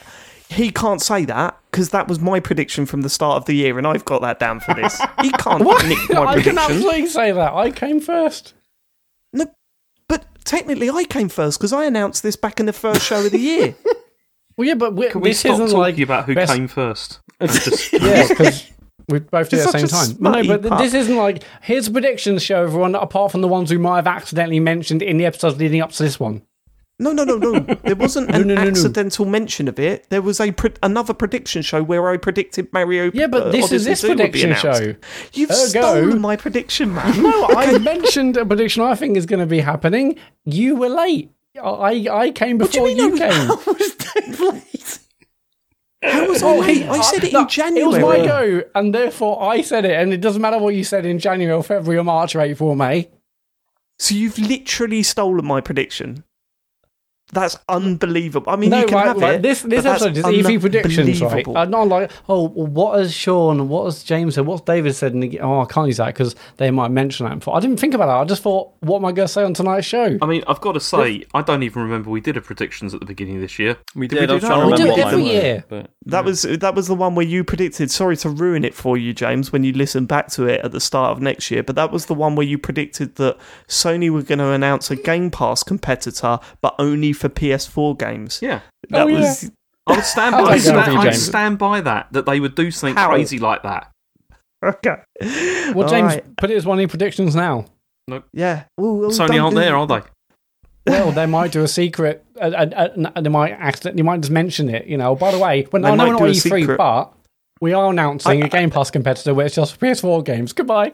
Speaker 1: He can't say that because that was my prediction from the start of the year, and I've got that down for this. He can't nick my
Speaker 2: I can
Speaker 1: prediction.
Speaker 2: absolutely say that. I came first.
Speaker 1: No, technically I came first because I announced this back in the first show of the year.
Speaker 2: Well, yeah, but we,
Speaker 4: Can we
Speaker 2: this
Speaker 4: stop
Speaker 2: isn't
Speaker 4: talking
Speaker 2: like
Speaker 4: about who
Speaker 2: best-
Speaker 4: came first? Just-
Speaker 2: Yeah, because we both did
Speaker 1: You're
Speaker 2: it at the
Speaker 1: such
Speaker 2: same
Speaker 1: a
Speaker 2: time. No,
Speaker 1: smutty
Speaker 2: but th-
Speaker 1: pup.
Speaker 2: this isn't like here's a predictions show, everyone, apart from the ones we might have accidentally mentioned in the episodes leading up to this one.
Speaker 1: No, no, no, no. There wasn't
Speaker 2: No,
Speaker 1: an
Speaker 2: no, no, no.
Speaker 1: accidental mention of it. There was a pre- another prediction show where I predicted Mario.
Speaker 2: Yeah, but
Speaker 1: uh,
Speaker 2: this
Speaker 1: Odyssey
Speaker 2: is this
Speaker 1: 2 would be
Speaker 2: prediction
Speaker 1: announced.
Speaker 2: show.
Speaker 1: You've
Speaker 2: Ergo-
Speaker 1: stolen my prediction, man.
Speaker 2: No, I mentioned a prediction I think is going to be happening. You were late. I I came before you, came.
Speaker 1: How was I? late? I said it
Speaker 2: No,
Speaker 1: in January.
Speaker 2: It was my go, and therefore I said it. And it doesn't matter what you said in January, or February, or March, or April, or May.
Speaker 1: So you've literally stolen my prediction. That's unbelievable. I mean,
Speaker 2: no,
Speaker 1: you can
Speaker 2: right,
Speaker 1: have
Speaker 2: right,
Speaker 1: it.
Speaker 2: This
Speaker 1: but
Speaker 2: this
Speaker 1: that's
Speaker 2: episode is EV predictions, right?
Speaker 1: unbelievable.
Speaker 2: Uh, not like oh, well, what has Sean, what has James said, what's David said? In the, oh, I can't use that because they might mention that. Before. I didn't think about that. I just thought, what am I going to say on tonight's show?
Speaker 4: I mean, I've got to say, I don't even remember we did a predictions at the beginning of this year.
Speaker 3: We
Speaker 4: we
Speaker 3: did.
Speaker 4: do
Speaker 3: I'm
Speaker 4: that?
Speaker 3: trying to
Speaker 4: We do
Speaker 3: remember
Speaker 4: it
Speaker 3: what
Speaker 4: every
Speaker 3: mine was,
Speaker 2: year.
Speaker 3: but-
Speaker 1: That was that was the one where you predicted. Sorry to ruin it for you, James, when you listen back to it at the start of next year. But that was the one where you predicted that Sony were going to announce a Game Pass competitor, but only for PS4 games.
Speaker 4: Yeah.
Speaker 1: That
Speaker 2: Oh, yeah.
Speaker 1: was
Speaker 4: I would stand
Speaker 2: How
Speaker 4: by, I
Speaker 2: did that
Speaker 4: stand,
Speaker 2: happen,
Speaker 4: I
Speaker 2: James?
Speaker 4: stand by that, that they would do something
Speaker 1: How?
Speaker 4: crazy like that.
Speaker 1: okay.
Speaker 2: Well,
Speaker 1: All
Speaker 2: James,
Speaker 1: right.
Speaker 2: put it as one of your predictions now.
Speaker 1: Yeah. Ooh, ooh,
Speaker 4: Sony
Speaker 1: don't
Speaker 4: aren't
Speaker 1: do-
Speaker 4: there, are they?
Speaker 2: Well, they might do a secret, uh, uh, uh, and they might accidentally, you might just mention it. You know, by the way, when
Speaker 1: They
Speaker 2: I
Speaker 1: might
Speaker 2: know we're not
Speaker 1: do a
Speaker 2: E3,
Speaker 1: secret.
Speaker 2: but we are announcing a Game Pass competitor where it's just for PS4 games. Goodbye.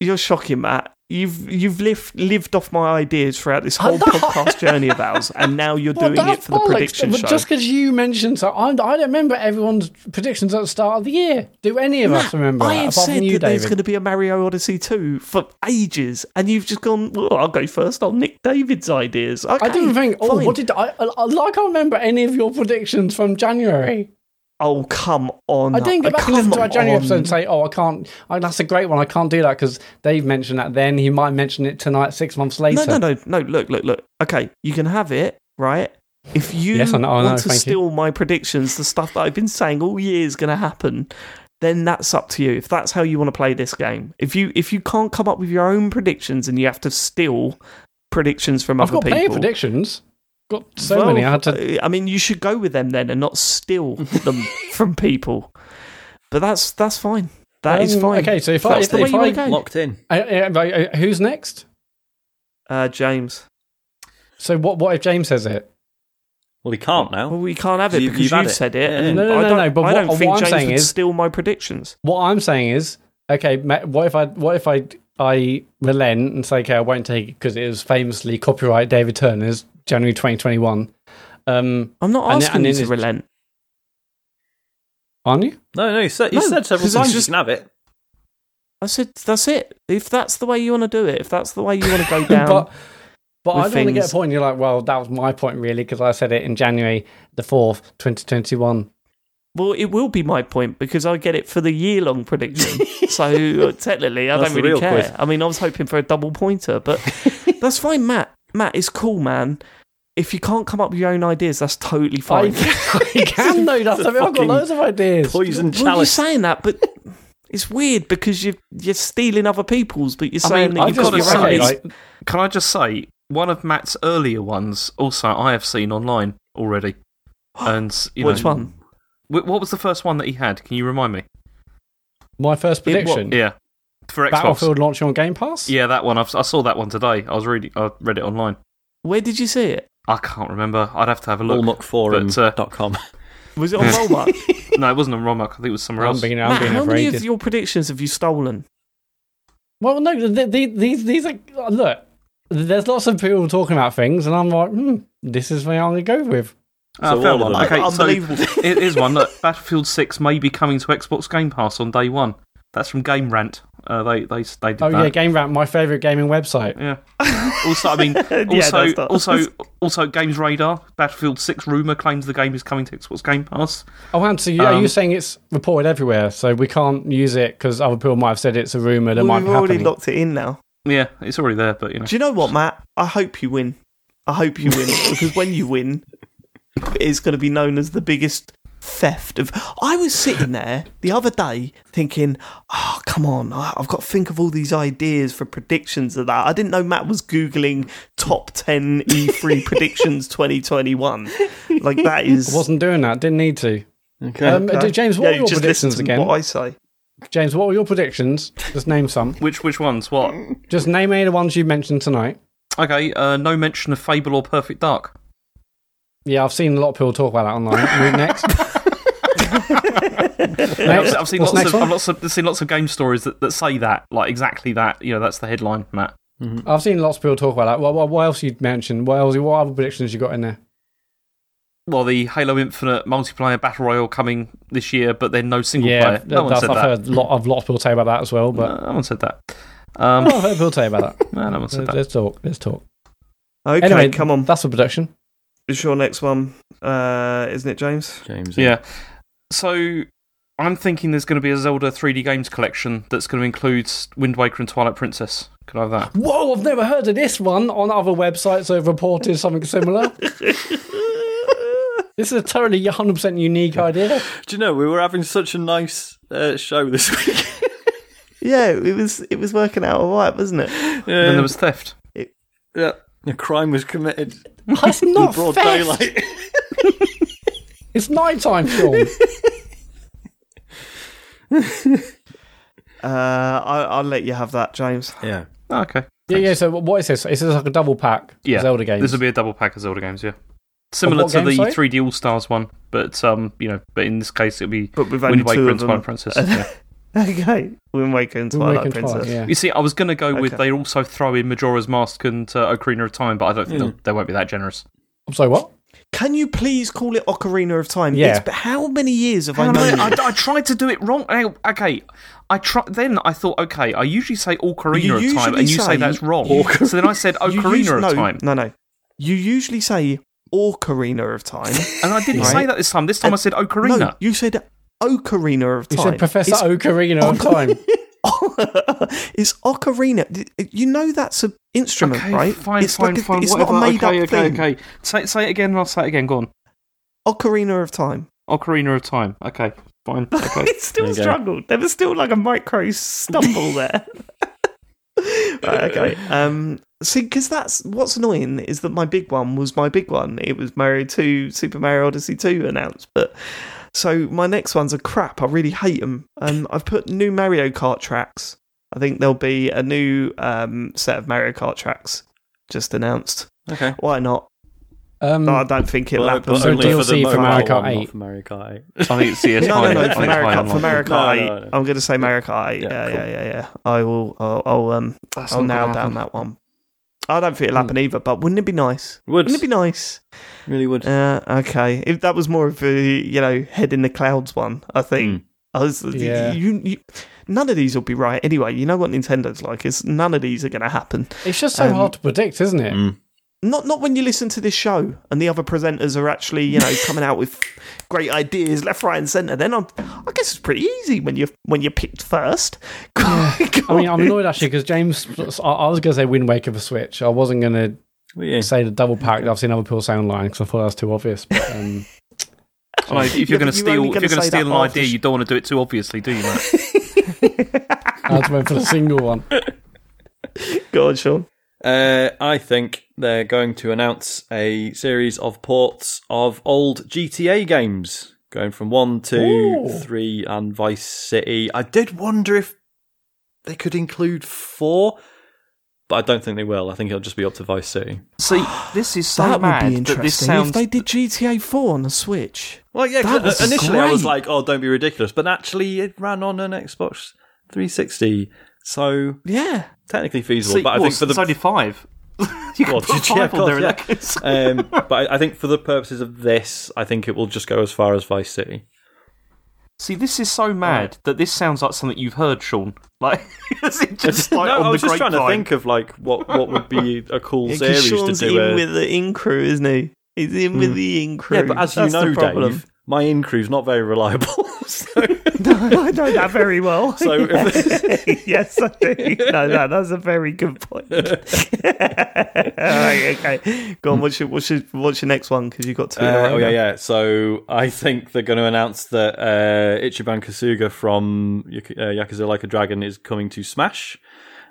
Speaker 1: You're shocking, Matt. You've you've lived lived off my ideas throughout this whole podcast journey of ours, and now you're doing it
Speaker 2: that's
Speaker 1: for the
Speaker 2: bollocks.
Speaker 1: prediction
Speaker 2: But
Speaker 1: show.
Speaker 2: Just because you mentioned so, I'm, I don't remember everyone's predictions at the start of the year. Do any of us
Speaker 1: Matt,
Speaker 2: remember?
Speaker 1: I
Speaker 2: that,
Speaker 1: have
Speaker 2: apart
Speaker 1: said
Speaker 2: from you,
Speaker 1: that there's
Speaker 2: David.
Speaker 1: going to be a Mario Odyssey 2 for ages, and you've just gone, well, I'll go first on Nick David's ideas.
Speaker 2: I
Speaker 1: Okay,
Speaker 2: didn't think. Oh,
Speaker 1: fine.
Speaker 2: what did I, I, I? Like, I remember any of your predictions from January.
Speaker 1: Oh, come on.
Speaker 2: I didn't go back and
Speaker 1: Come
Speaker 2: listen to our January
Speaker 1: on.
Speaker 2: episode and say, "Oh, I can't. I, that's a great one. I can't do that because Dave mentioned that. Then he might mention it tonight, six months later.
Speaker 1: No, no, no, no. Look, look, look. Okay, you can have it, right? If you
Speaker 2: Yes, I know, I know,
Speaker 1: want to
Speaker 2: thank you.
Speaker 1: steal my predictions, the stuff that I've been saying all year is going to happen, then that's up to you. If that's how you want to play this game, if you if you can't come up with your own predictions and you have to steal predictions from
Speaker 2: I've
Speaker 1: other
Speaker 2: got
Speaker 1: people,
Speaker 2: plenty of predictions. Got so
Speaker 1: well, uh,
Speaker 2: many. I had to.
Speaker 1: I mean, you should go with them then and not steal them from people. But that's that's fine. That is
Speaker 2: Um,
Speaker 1: fine.
Speaker 2: Okay, so if I,
Speaker 1: that's
Speaker 2: if,
Speaker 1: the way
Speaker 2: if
Speaker 1: you
Speaker 2: I, uh,
Speaker 1: wanna go.
Speaker 3: Locked in.
Speaker 2: I, I- I- who's next?
Speaker 1: Uh, James.
Speaker 2: So what? What if James says it?
Speaker 3: Well, he can't now.
Speaker 1: Well, we can't have it
Speaker 3: Oh. You-
Speaker 1: because
Speaker 3: you've
Speaker 1: you've,
Speaker 3: had it.
Speaker 1: said it.
Speaker 3: Yeah.
Speaker 1: And
Speaker 2: No, no,
Speaker 1: I
Speaker 2: no,
Speaker 1: don't,
Speaker 2: no, but
Speaker 1: I don't
Speaker 2: what-
Speaker 1: think
Speaker 2: what I'm
Speaker 1: James
Speaker 2: saying
Speaker 1: would
Speaker 2: is-
Speaker 1: steal my predictions.
Speaker 2: What I'm saying is, okay, ma- what if I what if I I relent and say, okay, I won't take it because it was famously copyright David Turner's January 2021. Um,
Speaker 1: I'm not
Speaker 2: And-
Speaker 1: asking
Speaker 2: and
Speaker 1: you
Speaker 2: it
Speaker 1: to
Speaker 2: is-
Speaker 1: relent.
Speaker 2: aren't you?
Speaker 3: No, no, he said, he
Speaker 1: No,
Speaker 3: said several
Speaker 1: 'cause I'm
Speaker 3: times
Speaker 1: just-
Speaker 3: you can have it.
Speaker 1: I said that's it. If that's the way you want to do it, if that's the way you want to go down,
Speaker 2: but but I
Speaker 1: with
Speaker 2: don't want to get a
Speaker 1: things.
Speaker 2: point. You're like, well, that was my point really because I said it in January the fourth, 2021.
Speaker 1: well, it will be my point because I get it for the year-long prediction. so uh, technically, I
Speaker 3: That's
Speaker 1: don't
Speaker 3: the
Speaker 1: really
Speaker 3: real
Speaker 1: care.
Speaker 3: quiz.
Speaker 1: I mean, I was hoping for a double pointer, but that's fine, Matt. Matt is cool, man. If you can't come up with your own ideas, that's totally
Speaker 2: I,
Speaker 1: fine.
Speaker 2: I can know that. I mean, I've got
Speaker 3: Fucking
Speaker 2: loads of ideas.
Speaker 3: Poison
Speaker 1: well, you're
Speaker 3: chalice.
Speaker 1: saying that, but it's weird because you you're stealing other people's, but you're saying
Speaker 4: mean,
Speaker 1: that
Speaker 4: I've
Speaker 1: you've
Speaker 4: just
Speaker 1: got your
Speaker 4: got to
Speaker 1: own.
Speaker 4: say,
Speaker 2: Okay,
Speaker 4: it's-
Speaker 2: like,
Speaker 4: Can I just say, one of Matt's earlier ones also I have seen online already. And you
Speaker 1: Which
Speaker 4: know,
Speaker 1: one?
Speaker 4: wh- What was the first one that he had? Can you remind me?
Speaker 2: my first
Speaker 4: It wa-
Speaker 2: prediction:
Speaker 4: yeah. For Xbox.
Speaker 2: Battlefield launching on Game Pass.
Speaker 4: Yeah, that one. I've, I saw that one today. I was reading. I read it online.
Speaker 1: Where did you see it?
Speaker 4: I can't remember. I'd have to have a look. uh,
Speaker 3: Allmuckforum.com.
Speaker 1: Was it on Walmart?
Speaker 4: no, it wasn't on Romuck. I think it was somewhere
Speaker 2: I'm
Speaker 4: else.
Speaker 2: being, I'm
Speaker 1: Matt,
Speaker 2: being
Speaker 1: how many
Speaker 2: overrated.
Speaker 1: of your predictions have you stolen?
Speaker 2: Well, no, th th these these are uh, look. There's lots of people talking about things, and I'm like, hmm, this is what I'm gonna go with.
Speaker 4: Ah,
Speaker 3: So
Speaker 4: fair
Speaker 3: all of
Speaker 4: one.
Speaker 3: them.
Speaker 4: Okay,
Speaker 1: Unbelievable.
Speaker 4: so it is one. Look, Battlefield Six may be coming to Xbox Game Pass on day one. That's from Game Rant. Uh, they they they did
Speaker 2: Oh yeah,
Speaker 4: that.
Speaker 2: Game Rant, my favorite gaming website.
Speaker 4: Yeah. Also, I mean, also,
Speaker 1: that's not-
Speaker 4: also, also, Games Radar. Battlefield Six rumor claims the game is coming to Xbox Game Pass.
Speaker 2: Oh, and so you, are
Speaker 4: Um,
Speaker 2: you saying it's reported everywhere, so we can't use it because other people might have said it's a rumor
Speaker 1: Well,
Speaker 2: that might
Speaker 1: we've
Speaker 2: be
Speaker 1: already
Speaker 2: happening.
Speaker 1: locked it in now.
Speaker 4: Yeah, it's already there, but you know.
Speaker 1: Do you know what, Matt? I hope you win. I hope you win because when you win, it's going to be known as the biggest theft of. I was sitting there the other day thinking, oh, come on, I- I've got to think of all these ideas for predictions of that. I didn't know Matt was Googling top 10 E3 predictions 2021. Like, that is.
Speaker 2: I wasn't doing that. Didn't need to.
Speaker 3: Okay.
Speaker 2: Um, uh, James, what
Speaker 1: yeah,
Speaker 2: were
Speaker 1: you
Speaker 2: your
Speaker 1: just listen
Speaker 2: predictions
Speaker 1: to
Speaker 2: again?
Speaker 1: what I say.
Speaker 2: James, what were your predictions? Just name some.
Speaker 4: Which which ones? What?
Speaker 2: Just name any of the ones you mentioned tonight.
Speaker 4: Okay, uh, no mention of Fable or Perfect Dark.
Speaker 2: Yeah, I've seen a lot of people talk about that online. Move next.
Speaker 4: I've,
Speaker 2: next.
Speaker 4: I've seen
Speaker 2: What's
Speaker 4: lots
Speaker 2: next
Speaker 4: of, I've
Speaker 2: one?
Speaker 4: lots of seen lots of game stories that, that say that, like exactly that. You know, that's the headline, Matt.
Speaker 2: I've seen lots of people talk about that. What, what, what else you mentioned? What else? What other predictions you got in there?
Speaker 4: Well, the Halo Infinite multiplayer battle royale coming this year, but then no single
Speaker 2: Yeah,
Speaker 4: player. No one
Speaker 2: that's-
Speaker 4: said
Speaker 2: I've
Speaker 4: that. Uh,
Speaker 2: heard a lot of lot of people say about that as well. But
Speaker 4: No one said that. Um,
Speaker 2: Well, I've heard people say about that.
Speaker 4: no, no one said
Speaker 2: Let's-
Speaker 4: that.
Speaker 2: Let's talk. Let's talk.
Speaker 1: Okay,
Speaker 2: anyway,
Speaker 1: come on.
Speaker 2: That's the production.
Speaker 1: It's your next one, uh, isn't it, James?
Speaker 3: James.
Speaker 4: Yeah. So I'm thinking there's going to be a Zelda 3D games collection that's going to include Wind Waker and Twilight Princess. Could I have that?
Speaker 2: Whoa! I've never heard of this one. On other websites, have reported something similar. this is a totally 100 percent unique idea.
Speaker 3: Do you know we were having such a nice uh, show this week?
Speaker 1: Yeah, it was it was working out all right, wasn't it?
Speaker 4: And then there was theft.
Speaker 3: yeah. A crime was committed
Speaker 2: That's
Speaker 3: in
Speaker 2: not
Speaker 3: broad
Speaker 2: fair.
Speaker 3: daylight.
Speaker 2: It's nighttime, Sean.
Speaker 1: Uh, I, I'll let you have that, James.
Speaker 3: yeah.
Speaker 4: Oh, okay.
Speaker 2: yeah, yeah. So what is this? Is this like a double pack? of
Speaker 4: Yeah.
Speaker 2: Zelda games.
Speaker 4: This will be a double pack of Zelda games, yeah. Similar
Speaker 2: what
Speaker 4: to
Speaker 2: game,
Speaker 4: the
Speaker 2: sorry?
Speaker 4: 3D All Stars one, but um, you know, but in this case it'll be
Speaker 1: But we've only
Speaker 4: Wind
Speaker 1: two
Speaker 4: Waker
Speaker 1: of
Speaker 4: and Twilight
Speaker 1: them.
Speaker 4: Princess. yeah.
Speaker 1: Okay, Wind Waker and
Speaker 2: We're
Speaker 1: Twilight
Speaker 2: making
Speaker 1: Princess.
Speaker 2: twice, yeah.
Speaker 4: You see, I was going to go with
Speaker 1: Okay.
Speaker 4: they also throw in Majora's Mask and uh, Ocarina of Time, but I don't
Speaker 1: Mm.
Speaker 4: think they'll- they won't be that generous.
Speaker 2: I'm sorry. What?
Speaker 1: Can you please call it Ocarina of Time?
Speaker 2: Yeah.
Speaker 1: It's, but how many years have I
Speaker 4: Hang on a
Speaker 1: known?
Speaker 4: minute, I, I tried to do it wrong. Hang on, Okay, I try. Then I thought, okay, I usually say Ocarina
Speaker 1: You
Speaker 4: of Time,
Speaker 1: usually
Speaker 4: and you say,
Speaker 1: say-
Speaker 4: that's wrong.
Speaker 1: you-
Speaker 4: so then I said
Speaker 1: You
Speaker 4: Oh, Ocarina
Speaker 1: usu-
Speaker 4: of
Speaker 1: no,
Speaker 4: Time,
Speaker 1: No, no. You usually say Ocarina of Time.
Speaker 4: and I didn't say
Speaker 2: Right.
Speaker 4: that this time. This time I said Ocarina.
Speaker 1: No, you said Ocarina of
Speaker 2: You
Speaker 1: Time.
Speaker 2: said Professor
Speaker 1: It's-
Speaker 2: Ocarina of Time.
Speaker 1: it's ocarina. You know that's an instrument,
Speaker 4: okay,
Speaker 1: right?
Speaker 4: fine,
Speaker 1: it's
Speaker 4: fine,
Speaker 1: like a,
Speaker 4: fine.
Speaker 1: It's
Speaker 4: whatever.
Speaker 1: not a made
Speaker 4: okay,
Speaker 1: up
Speaker 4: okay,
Speaker 1: thing.
Speaker 4: okay. Say, say it again, and I'll say it again. Go on.
Speaker 1: Ocarina of Time.
Speaker 4: Ocarina of Time. Okay, fine. Okay.
Speaker 1: It still
Speaker 3: There you go.
Speaker 1: struggled. There was still like a micro stumble there. right, okay. Um, see, because that's what's annoying is that my big one was my big one. It was Mario Two, Super Mario Odyssey Two announced, but so my next ones are crap. I really hate them. Um, I've put new Mario Kart tracks. I think there'll be a new um, set of Mario Kart tracks just announced.
Speaker 3: Okay.
Speaker 1: Why not?
Speaker 2: Um,
Speaker 1: No, I don't think it'll
Speaker 3: Well,
Speaker 1: happen.
Speaker 3: but
Speaker 2: So
Speaker 3: only for the
Speaker 2: DLC for
Speaker 3: mobile
Speaker 2: Mario Kart
Speaker 3: one, not
Speaker 2: 8.
Speaker 3: For Mario Kart 8.
Speaker 4: I think it's, yeah, it's
Speaker 1: no,
Speaker 4: fine.
Speaker 1: no,
Speaker 4: I
Speaker 1: no,
Speaker 4: think
Speaker 1: for
Speaker 4: it's
Speaker 1: Mario Kart,
Speaker 4: fine
Speaker 1: for
Speaker 4: online.
Speaker 1: Mario
Speaker 3: No,
Speaker 1: Kart.
Speaker 3: no,
Speaker 1: eight.
Speaker 3: no.
Speaker 1: I'm going to say Mario Kart. eight.
Speaker 3: Yeah,
Speaker 1: Yeah, yeah,
Speaker 3: cool.
Speaker 1: yeah, yeah, I will. I'll, I'll um.
Speaker 4: That's
Speaker 1: I'll
Speaker 4: not gonna
Speaker 1: nail down
Speaker 4: happen.
Speaker 1: that one. I don't think it'll happen either, but wouldn't it be nice?
Speaker 3: Would
Speaker 1: Hmm. Wouldn't it be nice?
Speaker 3: really would.
Speaker 1: Uh, okay, if that was more of a you know head in the clouds one, I think. I was,
Speaker 2: Yeah.
Speaker 1: you, you, none of these will be right anyway. You know what Nintendo's like is none of these are going to happen.
Speaker 2: it's just so
Speaker 1: um,
Speaker 2: hard to predict, isn't it?
Speaker 1: Not not when you listen to this show and the other presenters are actually you know coming out with great ideas left, right, and centre. Then I'm, I guess it's pretty easy when you when you're picked first.
Speaker 2: I mean, I'm annoyed actually because James. I, I was going to say Wind Waker for Switch. I wasn't going to
Speaker 3: Well, yeah.
Speaker 2: say the double pack that I've seen other people say online because I thought that was too obvious. But, um,
Speaker 4: I know, if
Speaker 1: Yeah,
Speaker 4: you're
Speaker 1: but
Speaker 4: going to
Speaker 1: you're only
Speaker 4: steal, if
Speaker 1: gonna
Speaker 4: you're going to
Speaker 1: say that
Speaker 4: steal an
Speaker 1: after
Speaker 4: idea,
Speaker 1: sh-
Speaker 4: you don't want to do it too obviously, do you, Matt?
Speaker 2: I just went for the single one.
Speaker 1: Go on, Sean.
Speaker 3: Uh, I think they're going to announce a series of ports of old GTA games, going from one to
Speaker 2: Ooh.
Speaker 3: three and Vice City. I did wonder if they could include four, but I don't think they will. I think it'll just be up to Vice City.
Speaker 4: See, this is so
Speaker 1: that
Speaker 4: mad
Speaker 1: would be
Speaker 4: that
Speaker 1: interesting.
Speaker 4: this sounds.
Speaker 1: If they did GTA 4 on a Switch,
Speaker 3: Well, yeah. 'cause uh,
Speaker 1: That was
Speaker 3: initially, I was
Speaker 1: great.
Speaker 3: like, "Oh, don't be ridiculous," but actually, it ran on an Xbox 360, so
Speaker 1: yeah.
Speaker 3: technically feasible.
Speaker 4: See,
Speaker 3: but I
Speaker 4: well,
Speaker 3: think for
Speaker 4: it's
Speaker 3: the
Speaker 4: only five. you can
Speaker 3: Well,
Speaker 4: put
Speaker 3: yeah,
Speaker 4: five
Speaker 3: of
Speaker 4: on there in that
Speaker 3: course,
Speaker 4: case.
Speaker 3: yeah. um, but I, I think for the purposes of this, I think it will just go as far as Vice City.
Speaker 4: See, this is so mad that this sounds like something you've heard, Sean. Like, is it just like
Speaker 3: no,
Speaker 4: on
Speaker 3: I was
Speaker 4: the
Speaker 3: just trying to
Speaker 4: grapevine?
Speaker 3: think of like what, what would be a cool
Speaker 1: Because
Speaker 3: series
Speaker 1: Sean's
Speaker 3: to do.
Speaker 1: in
Speaker 3: a-
Speaker 1: with the in crew, isn't he? He's in with the in crew.
Speaker 3: yeah, but as you
Speaker 1: That's the
Speaker 3: know,
Speaker 1: problem.
Speaker 3: Dave, my in crew's not very reliable. so,
Speaker 1: I know that very well.
Speaker 3: so if,
Speaker 1: yes, I do. No, no, that's a very good point. All right, okay, go on. What's your what's your, what's your next one? Because you got two. in a
Speaker 3: Uh,
Speaker 1: row
Speaker 3: oh yeah,
Speaker 1: now.
Speaker 3: yeah. So I think they're going to announce that uh, Ichiban Kasuga from Yaku- uh, Yakuza Like a Dragon is coming to Smash.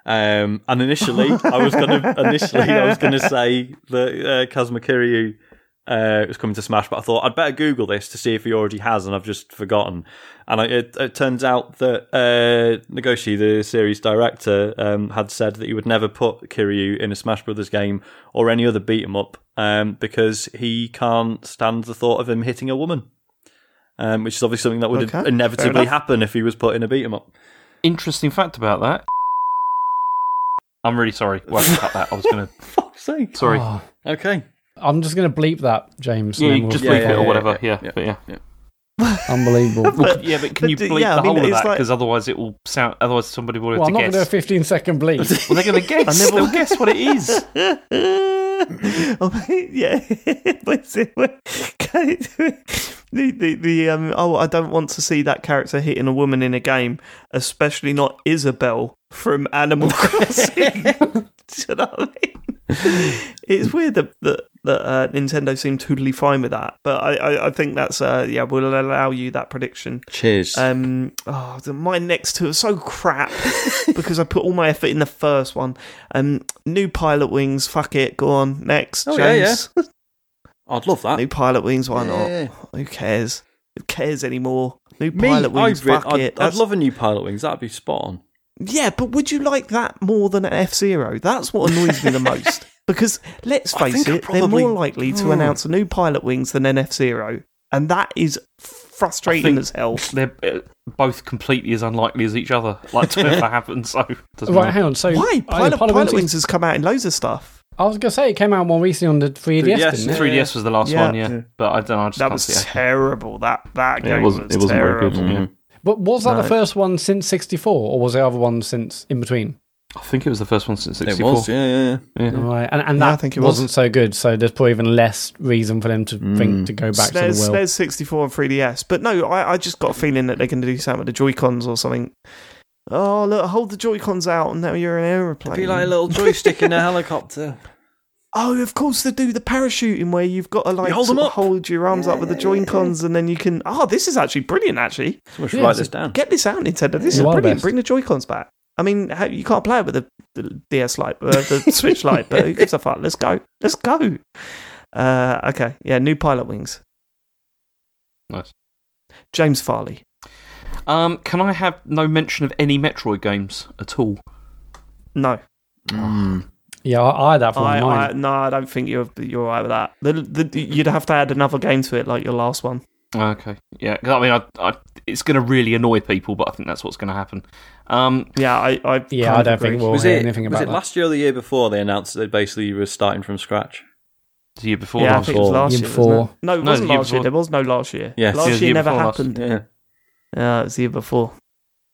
Speaker 3: Um, and initially, I was going to initially I was going to say that uh, Kazuma Kiryu uh, was coming to Smash, but I thought I'd better Google this to see if he already has, and I've just forgotten. And I, it, it turns out that uh, Nagoshi, the series director, um, had said that he would never put Kiryu in a Smash Brothers game or any other beat 'em up um, because he can't stand the thought of him hitting a woman. Um, which is obviously something that would
Speaker 1: Okay, fair
Speaker 3: inevitably
Speaker 1: enough.
Speaker 3: happen if he was put in a beat 'em up.
Speaker 4: Interesting fact about that. I'm really sorry. Well, cut that. I was going to.
Speaker 3: Fuck's sake.
Speaker 4: Sorry.
Speaker 2: Oh,
Speaker 3: Okay.
Speaker 2: I'm just going to bleep that, James. and
Speaker 4: yeah,
Speaker 2: then
Speaker 4: you
Speaker 2: we'll-
Speaker 4: just
Speaker 3: yeah,
Speaker 4: leave
Speaker 3: yeah,
Speaker 4: it or
Speaker 3: yeah,
Speaker 4: whatever.
Speaker 3: yeah,
Speaker 4: Yeah,
Speaker 3: yeah.
Speaker 4: but yeah.
Speaker 2: unbelievable.
Speaker 4: Well, but, yeah, but can
Speaker 1: but
Speaker 4: you
Speaker 1: d-
Speaker 4: bleep
Speaker 1: yeah, I
Speaker 4: the
Speaker 1: mean,
Speaker 4: whole of
Speaker 1: it's
Speaker 4: that?
Speaker 1: like-
Speaker 4: Because otherwise, it will sound. Otherwise, somebody will have
Speaker 2: well, I'm
Speaker 4: to
Speaker 2: not going to do a
Speaker 4: guess.
Speaker 2: 15 second bleep.
Speaker 4: well, they're going to guess. They'll guess what it is.
Speaker 1: oh, yeah. What's it- what- can I- the, the, the, um, oh, I don't want to see that character hitting a woman in a game, especially not Isabel from Animal Crossing. Do you know what I mean? It's weird that, that, that uh, Nintendo seem totally fine with that, but I, I, I think that's, uh, yeah, we'll allow you that prediction.
Speaker 3: Cheers.
Speaker 1: Um, oh, the- my next two are so crap because I put all my effort in the first one. Um, new pilot wings, fuck it, go on next.
Speaker 3: Oh, yeah,
Speaker 1: James.
Speaker 3: I'd love that.
Speaker 1: new pilot wings, why
Speaker 3: Yeah.
Speaker 1: not? Who cares? Who cares anymore? New
Speaker 3: Me,
Speaker 1: pilot wings,
Speaker 3: I'd, re-
Speaker 1: fuck
Speaker 3: I'd,
Speaker 1: it.
Speaker 3: I'd
Speaker 1: That's-
Speaker 3: love a new Pilot Wings. That'd be spot on.
Speaker 1: yeah, but would you like that more than F Zero? That's what annoys me the most. Because let's
Speaker 3: I
Speaker 1: face
Speaker 3: think I
Speaker 1: it, they're
Speaker 3: probably-
Speaker 1: more likely to
Speaker 3: Hmm.
Speaker 1: announce a new pilot wings than an F Zero, and that is frustrating
Speaker 4: think-
Speaker 1: as hell.
Speaker 4: They're uh, both completely as unlikely as each other. Like to ever happen. So it doesn't
Speaker 2: right,
Speaker 4: matter.
Speaker 2: hang on. So
Speaker 1: Why?
Speaker 2: I,
Speaker 1: Pilot, pilot wings has come out in loads of stuff.
Speaker 2: I was going to say it came out more recently on the 3DS,
Speaker 3: Yes,
Speaker 2: didn't it?
Speaker 3: yeah.
Speaker 4: 3DS was the last
Speaker 1: Yeah.
Speaker 4: one, yeah. But I don't know. I just
Speaker 1: That
Speaker 4: can't
Speaker 1: was
Speaker 4: see it.
Speaker 1: terrible. That that
Speaker 4: Yeah,
Speaker 1: game
Speaker 4: it wasn't.
Speaker 1: was
Speaker 4: It wasn't very
Speaker 1: terrible.
Speaker 4: good. Yeah.
Speaker 2: But was that
Speaker 1: No.
Speaker 2: the first one since 64, or was the other one since in between?
Speaker 4: I think it was the first one since
Speaker 3: It
Speaker 4: 64.
Speaker 3: was, yeah, yeah, yeah.
Speaker 2: Right, and, and
Speaker 1: Yeah,
Speaker 2: that
Speaker 1: I think it
Speaker 2: wasn't so good. So there's probably even less reason for them to think to go
Speaker 1: So
Speaker 2: back
Speaker 1: there's,
Speaker 2: to the world.
Speaker 1: there's 64 and 3DS, but no, I, I just got a feeling that they're going to do something with the Joy Cons or something. Oh look, hold the Joy Cons out, and now you're an aeroplane.
Speaker 3: Be like a little joystick in a helicopter.
Speaker 1: oh, of course they do the parachuting where you've got to like
Speaker 3: You hold 'em
Speaker 1: sort of
Speaker 3: up.
Speaker 1: hold your arms up with the Joy Cons, and then you can. Oh, this is actually brilliant. Actually,
Speaker 3: Someone should
Speaker 2: Yeah,
Speaker 3: write
Speaker 2: it's
Speaker 3: this
Speaker 2: a-
Speaker 3: down.
Speaker 1: get this out, Nintendo. This
Speaker 2: You
Speaker 1: is
Speaker 2: are
Speaker 1: brilliant.
Speaker 2: best.
Speaker 1: Bring the Joy Cons back. I mean, how, you can't play it with the, the DS Lite, uh, the Switch Lite, but who gives a fuck? Let's go. Let's go. Uh, okay, yeah, new Pilot Wings.
Speaker 4: Nice.
Speaker 1: James Farley.
Speaker 4: Um, can I have no mention of any Metroid games at all?
Speaker 1: No,
Speaker 2: Yeah, I, I had that for
Speaker 1: I,
Speaker 2: Oh, mine.
Speaker 1: I, no, I don't think you're you're right with that. The, the, you'd have to add another game to it, like your last one.
Speaker 4: Ah, Okay. Yeah. 'cause I mean, I, I, it's going to really annoy people, but I think that's what's going to happen. Um,
Speaker 1: Yeah, I, I kind
Speaker 2: yeah, I
Speaker 1: of
Speaker 2: don't
Speaker 1: agree.
Speaker 2: think we'll
Speaker 3: was
Speaker 2: hear
Speaker 3: it,
Speaker 2: anything
Speaker 3: was
Speaker 2: about
Speaker 3: it
Speaker 2: that.
Speaker 3: last year or the year before they announced that they basically were starting from scratch?
Speaker 4: the year before
Speaker 1: yeah, I
Speaker 4: last.
Speaker 1: think it was
Speaker 3: year
Speaker 1: last year.
Speaker 2: before.
Speaker 1: wasn't it? No, it
Speaker 4: No,
Speaker 1: wasn't
Speaker 4: the year
Speaker 1: last year.
Speaker 4: before.
Speaker 1: There was no last year.
Speaker 3: Yes.
Speaker 1: last
Speaker 4: Yeah, the
Speaker 1: year,
Speaker 4: year
Speaker 1: never
Speaker 4: before last.
Speaker 1: happened.
Speaker 3: Yeah.
Speaker 1: Yeah, it was the year before.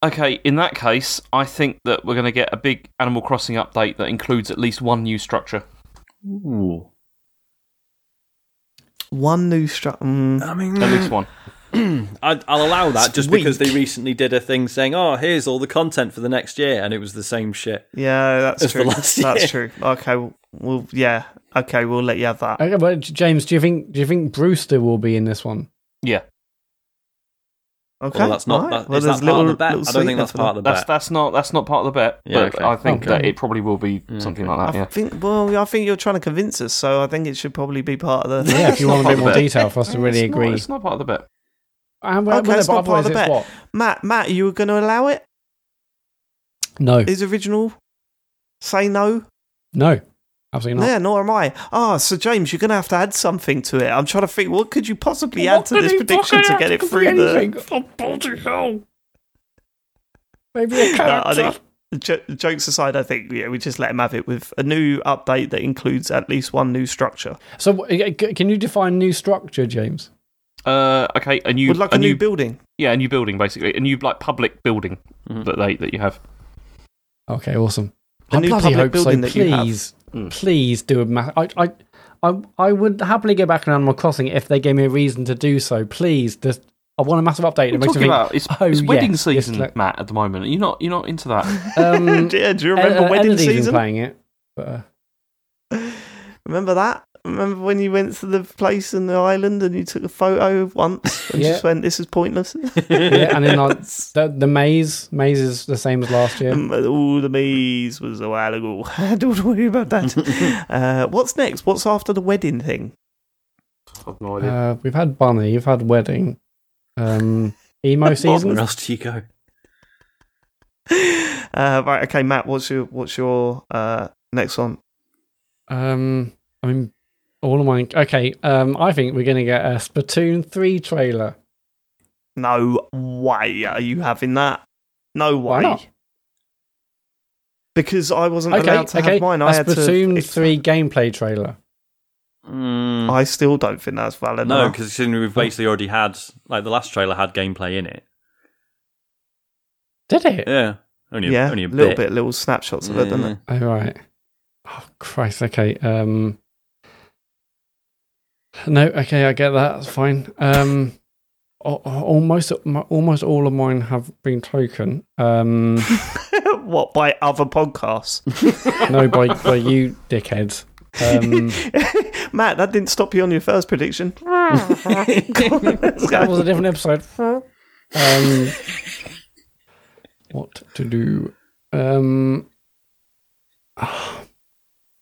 Speaker 4: Okay. In that case, I think that we're going to get a big Animal Crossing update that includes at least one new structure.
Speaker 3: Ooh.
Speaker 1: One new strat. Mm.
Speaker 3: I mean,
Speaker 4: At least one.
Speaker 3: I'd, I'll allow that just because
Speaker 1: weak.
Speaker 3: they recently did a thing saying, "Oh, here's all the content for the next year," and it was the same shit.
Speaker 1: Yeah, that's
Speaker 3: As for
Speaker 1: true.
Speaker 3: last
Speaker 1: That's
Speaker 3: year.
Speaker 1: true. Okay, well, we'll yeah. Okay, we'll let you have that.
Speaker 2: Okay, but J- James, do you think do you think Brewster will be in this one?
Speaker 4: Yeah.
Speaker 1: Okay,
Speaker 3: Well, that's not.
Speaker 1: alright.
Speaker 3: That, is that
Speaker 1: there's
Speaker 3: part of the bet? I don't think that's part of the
Speaker 4: That's
Speaker 3: bet.
Speaker 4: that's not that's not part of the bet.
Speaker 3: Yeah,
Speaker 4: but
Speaker 3: okay.
Speaker 4: I think
Speaker 2: Okay.
Speaker 4: that it probably will be something like
Speaker 1: I
Speaker 4: that. Yeah.
Speaker 1: think. Well, I think you're trying to convince us, so I think it should probably be part of the.
Speaker 2: Yeah, if you
Speaker 4: not
Speaker 2: want a
Speaker 4: part
Speaker 2: bit
Speaker 4: of
Speaker 2: more
Speaker 4: it.
Speaker 2: detail for us to really
Speaker 4: It's not-
Speaker 2: agree.
Speaker 4: it's not part of the bet.
Speaker 2: And well,
Speaker 1: Okay,
Speaker 2: well,
Speaker 1: it's
Speaker 2: but
Speaker 1: not part of the
Speaker 2: otherwise it's
Speaker 1: Matt, Matt, you were going to allow it?
Speaker 2: what? No,
Speaker 1: His original? Say no?
Speaker 2: no, absolutely not.
Speaker 1: Yeah, nor am I. Ah, so James, you're going to have to add something to it. I'm trying to think. What could you possibly add to this prediction to get it through the?
Speaker 2: Oh, bloody hell! Maybe a
Speaker 1: No, I
Speaker 2: character.
Speaker 1: think. Jo- jokes aside, I think yeah, we just let him have it with a new update that includes at least one new structure.
Speaker 2: so, uh, c- can you define new structure, James?
Speaker 4: Uh, okay, a new,
Speaker 1: Would like a, new, building.
Speaker 4: yeah, a new building basically, a new like public building
Speaker 2: Mm-hmm.
Speaker 4: that they that you have.
Speaker 2: Okay, awesome.
Speaker 1: The
Speaker 2: I
Speaker 1: new
Speaker 2: bloody
Speaker 1: public
Speaker 2: hope so.
Speaker 1: building that you have. Hmm.
Speaker 2: please, please do a ma- I, I, I I would happily go back on Animal Crossing if they gave me a reason to do so. Please, there's, I want a massive update. It
Speaker 4: What are you
Speaker 2: makes me
Speaker 4: talking
Speaker 2: think,
Speaker 4: about? It's,
Speaker 2: oh,
Speaker 4: it's wedding
Speaker 2: yes, yes,
Speaker 4: season,
Speaker 2: like-
Speaker 4: Matt. At the moment, you're not you're not into that.
Speaker 2: Um,
Speaker 1: yeah, do you
Speaker 2: Ed-
Speaker 1: remember
Speaker 2: uh,
Speaker 1: wedding
Speaker 2: Edna's even
Speaker 1: season?
Speaker 2: playing it. But, uh,
Speaker 1: Remember that? Remember when you went to the place in the island and you took a photo once and
Speaker 2: Yeah.
Speaker 1: just went, "This is pointless."
Speaker 2: yeah, and then like, the, the maze, maze is the same as last year.
Speaker 1: Um, all the maze was a while ago. Don't worry about that. uh, what's next? What's after the wedding thing?
Speaker 4: I've no idea.
Speaker 2: Uh, we've had bunny, you've had wedding, um, emo
Speaker 3: Where
Speaker 2: season.
Speaker 3: else do you go?
Speaker 1: Uh, right, okay, Matt. What's your what's your uh, next one?
Speaker 2: Um, I mean, all of mine. Okay, um, I think we're gonna get a Splatoon three trailer.
Speaker 1: No way are you having that? No way.
Speaker 2: Why not?
Speaker 1: Because I wasn't
Speaker 2: Okay,
Speaker 1: allowed to
Speaker 2: okay.
Speaker 1: have mine.
Speaker 2: a
Speaker 1: I had
Speaker 2: Splatoon
Speaker 1: to.
Speaker 2: three gameplay trailer.
Speaker 3: Mm,
Speaker 1: I still don't think that's valid.
Speaker 3: no,
Speaker 1: No,
Speaker 3: because we've basically already had like the last trailer had gameplay in it.
Speaker 2: Did it?
Speaker 3: Yeah, only a,
Speaker 1: yeah,
Speaker 3: only a
Speaker 1: little
Speaker 3: bit. Mm.
Speaker 1: bit, little snapshots of it, didn't it?
Speaker 2: Oh right. Oh Christ. Okay. Um. No. Okay. I get that. That's fine. Um. al- al- Almost, almost all of mine have been taken. Um,
Speaker 1: what by other podcasts?
Speaker 2: no, by by you, dickheads. Um,
Speaker 1: Matt, that didn't stop you on your first prediction. Go on, let's
Speaker 2: that
Speaker 1: go.
Speaker 2: was a different episode. Um, what to do? Um, ah,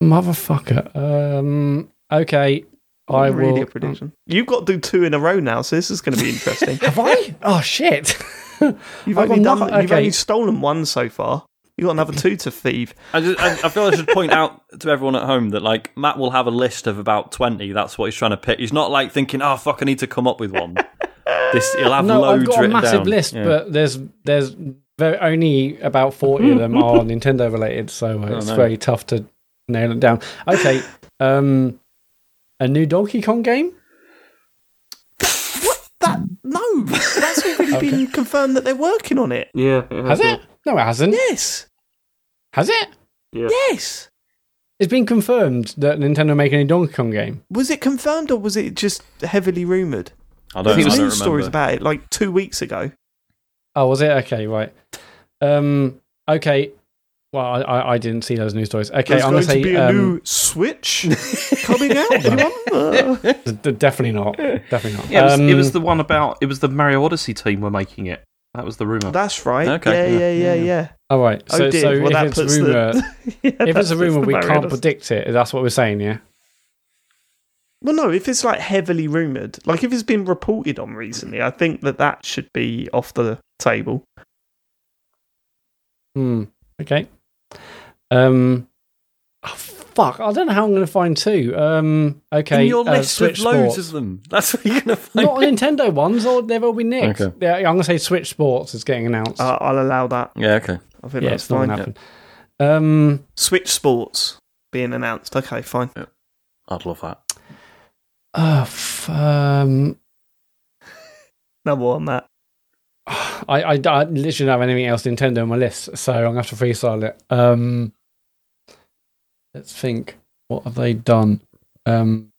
Speaker 2: motherfucker. Um, okay, I
Speaker 1: Really
Speaker 2: will.
Speaker 1: a prediction. You've got to do two in a row now, so this is going to be interesting.
Speaker 2: Have I? Oh shit!
Speaker 1: You've
Speaker 2: I've
Speaker 1: only done,
Speaker 2: got nothing-
Speaker 1: you've
Speaker 2: okay.
Speaker 1: only stolen one so far. You've got another two to thieve.
Speaker 3: I, just, I, I feel I should point out to everyone at home that like Matt will have a list of about twenty. That's what he's trying to pick. He's not like thinking, "Oh fuck, I need to come up with one." This he'll have
Speaker 2: No,
Speaker 3: loads
Speaker 2: I've got a
Speaker 3: written
Speaker 2: massive
Speaker 3: down.
Speaker 2: list,
Speaker 3: Yeah.
Speaker 2: but there's there's very, only about forty of them are Nintendo related, so uh, it's
Speaker 3: Oh, no.
Speaker 2: very tough to nail it down. Okay, um, a new Donkey Kong game.
Speaker 1: That no, that's already been confirmed that they're working on it.
Speaker 4: yeah,
Speaker 2: Has it? No, it hasn't.
Speaker 1: Yes,
Speaker 2: Has it?
Speaker 1: yes.
Speaker 2: It's been confirmed that Nintendo are making a Donkey Kong game.
Speaker 1: Was it confirmed or was it just heavily rumored?
Speaker 3: I
Speaker 1: There
Speaker 3: don't, I
Speaker 1: was
Speaker 3: don't
Speaker 1: news stories
Speaker 3: remember.
Speaker 1: about it like two weeks ago.
Speaker 2: Oh, was it? Okay, right. Um, okay. Well, I, I, I didn't see those news stories. Okay,
Speaker 1: There's
Speaker 2: I'm
Speaker 1: going
Speaker 2: gonna say
Speaker 1: to be a
Speaker 2: um,
Speaker 1: new Switch coming out. anyone? Uh,
Speaker 2: d- d- definitely not. Definitely not.
Speaker 4: Yeah, it, was, it
Speaker 2: Um,
Speaker 4: was the one about it was the Mario Odyssey team were making it. That was the rumor.
Speaker 1: that's right.
Speaker 3: Okay.
Speaker 1: Yeah, yeah, yeah, yeah.
Speaker 2: All right.
Speaker 1: Oh
Speaker 2: So,
Speaker 1: dear.
Speaker 2: so
Speaker 1: well, that
Speaker 2: if it's
Speaker 1: puts
Speaker 2: rumor,
Speaker 1: the. Yeah,
Speaker 2: if
Speaker 1: that
Speaker 2: it's a
Speaker 1: puts
Speaker 2: rumor,
Speaker 1: the
Speaker 2: we
Speaker 1: barrier
Speaker 2: can't
Speaker 1: on us.
Speaker 2: predict it. That's what we're saying, yeah.
Speaker 1: Well, no, if it's like heavily rumored, like if it's been reported on recently, I think that that should be off the table.
Speaker 2: Hmm. Okay. Um. oh, fuck. I don't know how I'm going to find two. Um. Okay.
Speaker 3: In your
Speaker 2: uh,
Speaker 3: list
Speaker 2: Switch
Speaker 3: with loads
Speaker 2: Sports.
Speaker 3: of them. That's what you're gonna find.
Speaker 2: Not Nintendo ones, or they've all been nicked.
Speaker 3: Okay.
Speaker 2: Yeah, I'm going to say Switch Sports is getting announced.
Speaker 1: Uh, I'll allow that.
Speaker 3: yeah. Okay.
Speaker 1: I think
Speaker 2: yeah,
Speaker 1: that's
Speaker 2: it's
Speaker 1: fine.
Speaker 2: not going to happen. Um.
Speaker 1: Switch Sports being announced. Okay, fine.
Speaker 3: I'd love that.
Speaker 2: Uh, f- um.
Speaker 1: No more on that.
Speaker 2: I, I, I literally don't have anything else Nintendo on my list, so I'm going to have to freestyle it. Um. Let's think. What have they done? Um.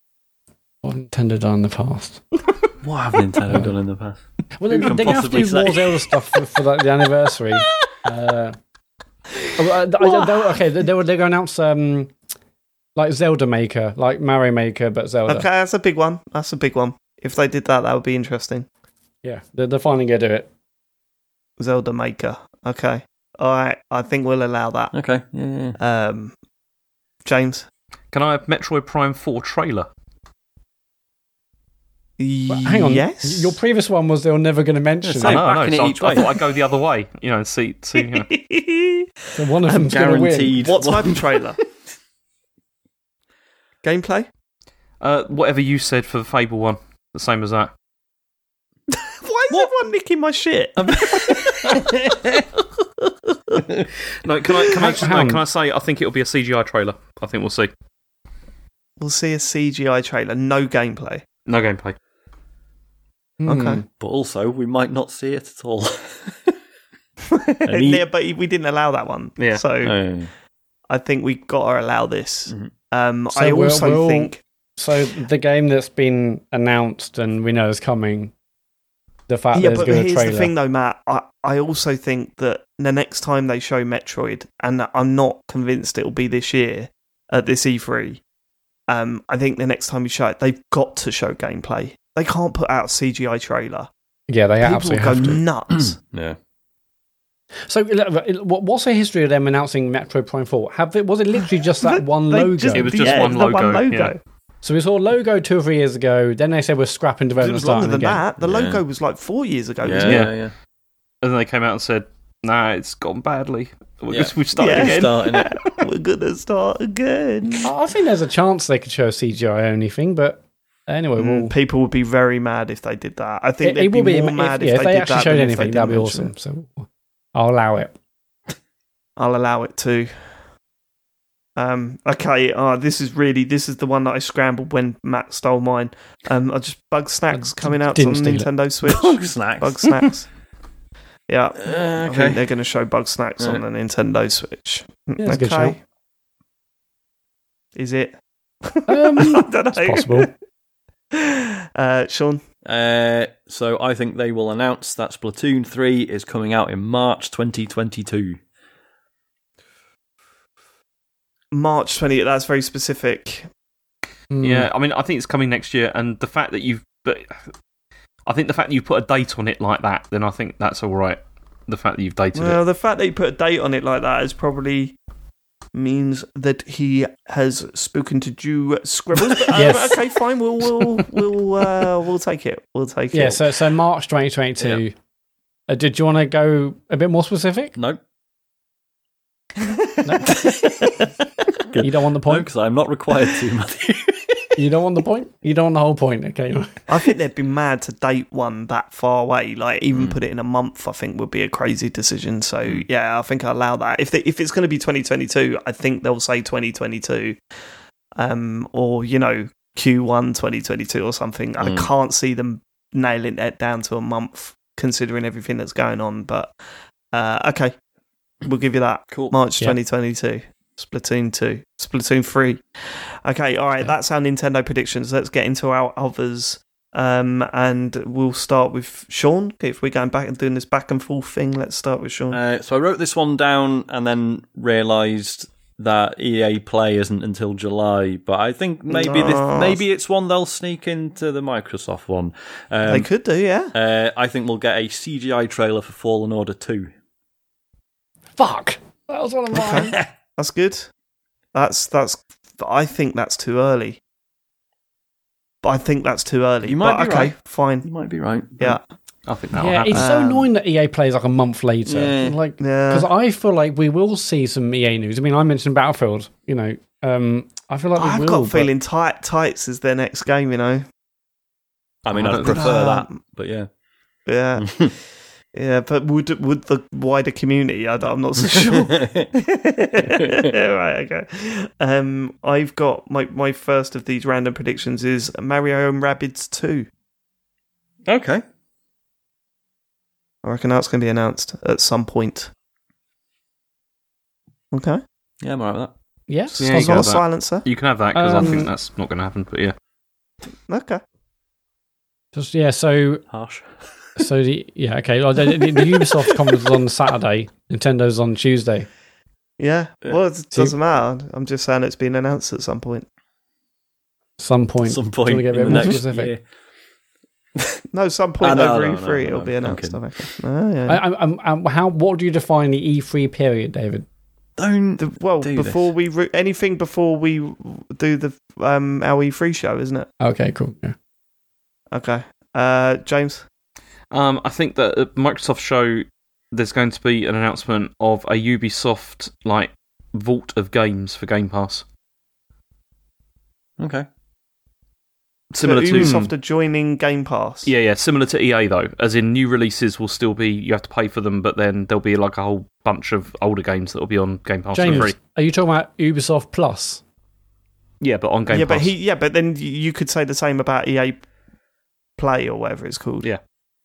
Speaker 2: What have Nintendo done in the past?
Speaker 3: What have Nintendo done in the past?
Speaker 2: Well, they,
Speaker 3: Who can
Speaker 2: they have to
Speaker 3: possibly
Speaker 2: do
Speaker 3: say?
Speaker 2: War Zelda stuff for, for like, the anniversary. Uh, oh, uh, th- I- they were- okay, they, they were they're going to announce um, like Zelda Maker, like Mario Maker, but Zelda.
Speaker 1: Okay, that's a big one. That's a big one. If they did that, that would be interesting.
Speaker 2: Yeah, they're, they're finally going to do it.
Speaker 1: Zelda Maker. Okay. All right. I think we'll allow that.
Speaker 3: Okay. Yeah. yeah, yeah.
Speaker 1: Um, James.
Speaker 4: Can I have Metroid Prime Four trailer?
Speaker 2: But hang on,
Speaker 1: Yes.
Speaker 2: your previous one was they were never going to mention.
Speaker 3: Yeah,
Speaker 4: I
Speaker 2: it.
Speaker 3: same. backing
Speaker 4: know, I know.
Speaker 3: it
Speaker 4: So I, I
Speaker 3: each way.
Speaker 4: thought I'd go the other way, you know, and see, see. You know.
Speaker 2: So one of them's going to win.
Speaker 3: Guaranteed.
Speaker 1: what type of trailer? Gameplay.
Speaker 4: uh, whatever you said for the Fable one, the same as that.
Speaker 1: Why is everyone nicking my shit?
Speaker 4: No, can I can I,
Speaker 2: Hang
Speaker 4: no,
Speaker 2: on.
Speaker 4: can I say I think it'll be a CGI trailer. I think we'll see.
Speaker 1: We'll see a CGI trailer, no gameplay.
Speaker 4: No gameplay.
Speaker 2: Hmm.
Speaker 1: Okay.
Speaker 3: But also, we might not see it at all.
Speaker 1: yeah, but we didn't allow that one.
Speaker 4: Yeah.
Speaker 1: So
Speaker 3: Oh, yeah, yeah.
Speaker 1: I think we got to allow this.
Speaker 3: Mhm.
Speaker 1: Um,
Speaker 2: Mm-hmm. So
Speaker 1: I
Speaker 2: we'll-
Speaker 1: also
Speaker 2: we'll-
Speaker 1: think
Speaker 2: So the game that's been announced and we know is coming. The fact
Speaker 1: yeah,
Speaker 2: there's
Speaker 1: but
Speaker 2: going to
Speaker 1: here's
Speaker 2: a trailer.
Speaker 1: the thing though, Matt. I, I also think that the next time they show Metroid, and I'm not convinced it'll be this year at this E3. Um, I think the next time you show it, they've got to show gameplay. They can't put out a CGI trailer.
Speaker 2: yeah, they
Speaker 1: People will
Speaker 2: absolutely
Speaker 1: go
Speaker 2: have to.
Speaker 1: nuts.
Speaker 3: Yeah.
Speaker 2: So, uh, what- what's the history of them announcing Metro Prime Four? Have they, was it literally just that one
Speaker 1: They
Speaker 2: logo?
Speaker 1: just-
Speaker 4: It was just
Speaker 1: yeah,
Speaker 4: one
Speaker 1: the
Speaker 4: logo,
Speaker 2: so we saw logo two or three years ago. Then they said we're scrapping
Speaker 1: It
Speaker 2: development and
Speaker 1: was
Speaker 2: starting
Speaker 1: longer than
Speaker 2: again.
Speaker 1: that. The
Speaker 3: Yeah.
Speaker 1: logo was like four years ago.
Speaker 3: Yeah,
Speaker 1: wasn't it?
Speaker 3: yeah,
Speaker 4: Yeah.
Speaker 3: yeah.
Speaker 4: And then they came out and said, "Nah, it's gone badly. We-
Speaker 3: Yeah.
Speaker 4: We've started
Speaker 1: Yeah.
Speaker 4: again."
Speaker 3: Starting it.
Speaker 1: We're gonna start again.
Speaker 2: I I think there's a chance they could show a CGI only thing, but anyway, we'll,
Speaker 1: Mm, people would be very mad if they did that. I think
Speaker 2: it,
Speaker 1: they'd
Speaker 2: it
Speaker 1: be
Speaker 2: will be
Speaker 1: more
Speaker 2: if,
Speaker 1: mad
Speaker 2: yeah, if they,
Speaker 1: did
Speaker 2: actually
Speaker 1: that
Speaker 2: showed
Speaker 1: than if they
Speaker 2: anything. That'd be
Speaker 1: didn't mention
Speaker 2: awesome.
Speaker 1: it.
Speaker 2: So I'll allow it.
Speaker 1: I'll allow it too. Um, okay, uh, this is really this is the one that I scrambled when Matt stole mine. Um, I just Bug Snacks coming out on
Speaker 2: didn't steal it.
Speaker 1: Nintendo Switch.
Speaker 3: Bug snacks.
Speaker 1: Bug Snacks. Yeah,
Speaker 3: Uh,
Speaker 1: I
Speaker 3: okay.
Speaker 1: think they're going to show Bug Snacks on the Nintendo Switch.
Speaker 2: that's a good shout.
Speaker 1: Is it?
Speaker 2: Um,
Speaker 1: I don't know.
Speaker 2: it's possible.
Speaker 1: Uh, Sean,
Speaker 3: Uh, so I think they will announce that Splatoon 3 is coming out in March 2022.
Speaker 1: March 20th. That's very specific.
Speaker 2: Mm.
Speaker 4: Yeah, I mean, I think it's coming next year, and the fact that you've, but I think the fact that you put a date on it like that, then I think that's all right. The fact that you've dated
Speaker 1: Well, the fact that he put a date on it like that is probably means that he has spoken to Jew scribbles. But, um,
Speaker 2: Yes.
Speaker 1: Okay, fine. We'll we'll we'll uh, we'll take it. We'll take
Speaker 2: Yeah,
Speaker 1: it.
Speaker 2: so so March 2022. Uh, did you want to go a bit more specific?
Speaker 3: Nope.
Speaker 2: You don't want the
Speaker 3: No,
Speaker 2: point.
Speaker 3: because I'm not required to, Matthew.
Speaker 2: You don't want the point. You don't want the whole point. Okay.
Speaker 1: I think they'd be mad to date one that far away. Like
Speaker 3: Mm.
Speaker 1: even put it in a month. I think would be a crazy decision. So yeah, I think I allow that. If they, if it's going to be 2022, I think they'll say 2022, um, or you know Q1 2022 or something. I
Speaker 3: Mm.
Speaker 1: can't see them nailing that down to a month, considering everything that's going on. But uh, okay, we'll give you that.
Speaker 3: cool.
Speaker 1: March
Speaker 2: Yeah.
Speaker 1: 2022. Splatoon 2. Splatoon 3. Okay, all right, that's our Nintendo predictions. Let's get into our others. Um, and we'll start with Sean. If we're going back and doing this back and forth thing, let's start with Sean.
Speaker 3: Uh, so I wrote this one down and then realised that EA Play isn't until July, but I think maybe
Speaker 1: No.
Speaker 3: this, maybe it's one they'll sneak into the Microsoft one. Um,
Speaker 1: they could do, yeah.
Speaker 3: uh, I think we'll get a CGI trailer for Fallen Order 2.
Speaker 2: Fuck. That was one of mine.
Speaker 1: That's good. That's that's. I think that's too early. But I think that's too early.
Speaker 3: You might
Speaker 1: but
Speaker 3: be
Speaker 1: okay,
Speaker 3: right.
Speaker 1: fine.
Speaker 3: You might be right.
Speaker 1: Yeah.
Speaker 4: it. I think that'll
Speaker 2: yeah,
Speaker 4: happen.
Speaker 2: it's so
Speaker 1: Um,
Speaker 2: annoying that EA plays like a month later.
Speaker 3: Yeah.
Speaker 2: Like,
Speaker 1: Yeah.
Speaker 2: because I feel like we will see some EA news. I mean, I mentioned Battlefield. You know, um, I feel like we
Speaker 1: I've
Speaker 2: will.
Speaker 1: got
Speaker 2: but-
Speaker 1: feeling tight tights is their next game, you know. Um,
Speaker 3: I mean,
Speaker 4: I
Speaker 3: I'd
Speaker 4: don't think-
Speaker 3: prefer that, Mm. but yeah.
Speaker 1: Yeah. Yeah, but would would the wider community? I, am not so sure. right, okay. Um, I've got my my first of these random predictions is Mario and Rabbids two.
Speaker 3: okay.
Speaker 1: I reckon that's going to be announced at some point. Okay,
Speaker 3: Yeah, I'm all right with that.
Speaker 2: Yes.
Speaker 4: Yeah,
Speaker 1: I was
Speaker 4: you
Speaker 1: on
Speaker 4: got
Speaker 1: a
Speaker 4: that.
Speaker 1: silencer.
Speaker 4: You can have that because I
Speaker 2: Um,
Speaker 4: think that's not going to happen. But yeah,
Speaker 1: Okay,
Speaker 2: Just, yeah. So,
Speaker 3: Harsh.
Speaker 2: so the yeah. Okay. Like, the, the- the Ubisoft conference is on Saturday. Nintendo's on Tuesday.
Speaker 1: yeah. Well, it
Speaker 2: So-
Speaker 1: doesn't matter. I'm just saying it's been announced at some point.
Speaker 2: Some point.
Speaker 3: At some
Speaker 2: Do you
Speaker 3: point
Speaker 2: wanna
Speaker 3: in
Speaker 2: get a
Speaker 3: the
Speaker 2: bit more
Speaker 3: next
Speaker 2: specific?
Speaker 3: year.
Speaker 1: No, some point
Speaker 3: Ah, no,
Speaker 1: over
Speaker 3: no,
Speaker 1: E3
Speaker 3: no, no,
Speaker 1: it'll
Speaker 3: no,
Speaker 1: be
Speaker 3: I'm
Speaker 1: announced. I
Speaker 3: kidding.
Speaker 1: reckon. Oh, yeah.
Speaker 2: I, I, I'm, I'm, how? What do you define the E3 period, David?
Speaker 3: Don't.
Speaker 1: The- well,
Speaker 3: do
Speaker 1: before we re- anything before we do the um our E3 show, isn't it?
Speaker 2: Okay, cool. Yeah.
Speaker 1: Okay. Uh, James.
Speaker 4: um, I think that at Microsoft show there's going to be an announcement of a Ubisoft like vault of games for Game Pass,
Speaker 3: Okay.
Speaker 4: similar
Speaker 1: so
Speaker 4: to
Speaker 1: Ubisoft are joining Game Pass.
Speaker 4: Yeah, yeah, similar to EA though. As in, new releases will still be you have to pay for them, but then there'll be like a whole bunch of older games that will be on Game Pass for
Speaker 2: James,
Speaker 4: free.
Speaker 2: are you talking about Ubisoft Plus?
Speaker 4: Yeah, but on Game
Speaker 1: yeah,
Speaker 4: Pass.
Speaker 1: but he, yeah, but then y- you could say the same about EA Play or whatever it's called.
Speaker 4: Yeah.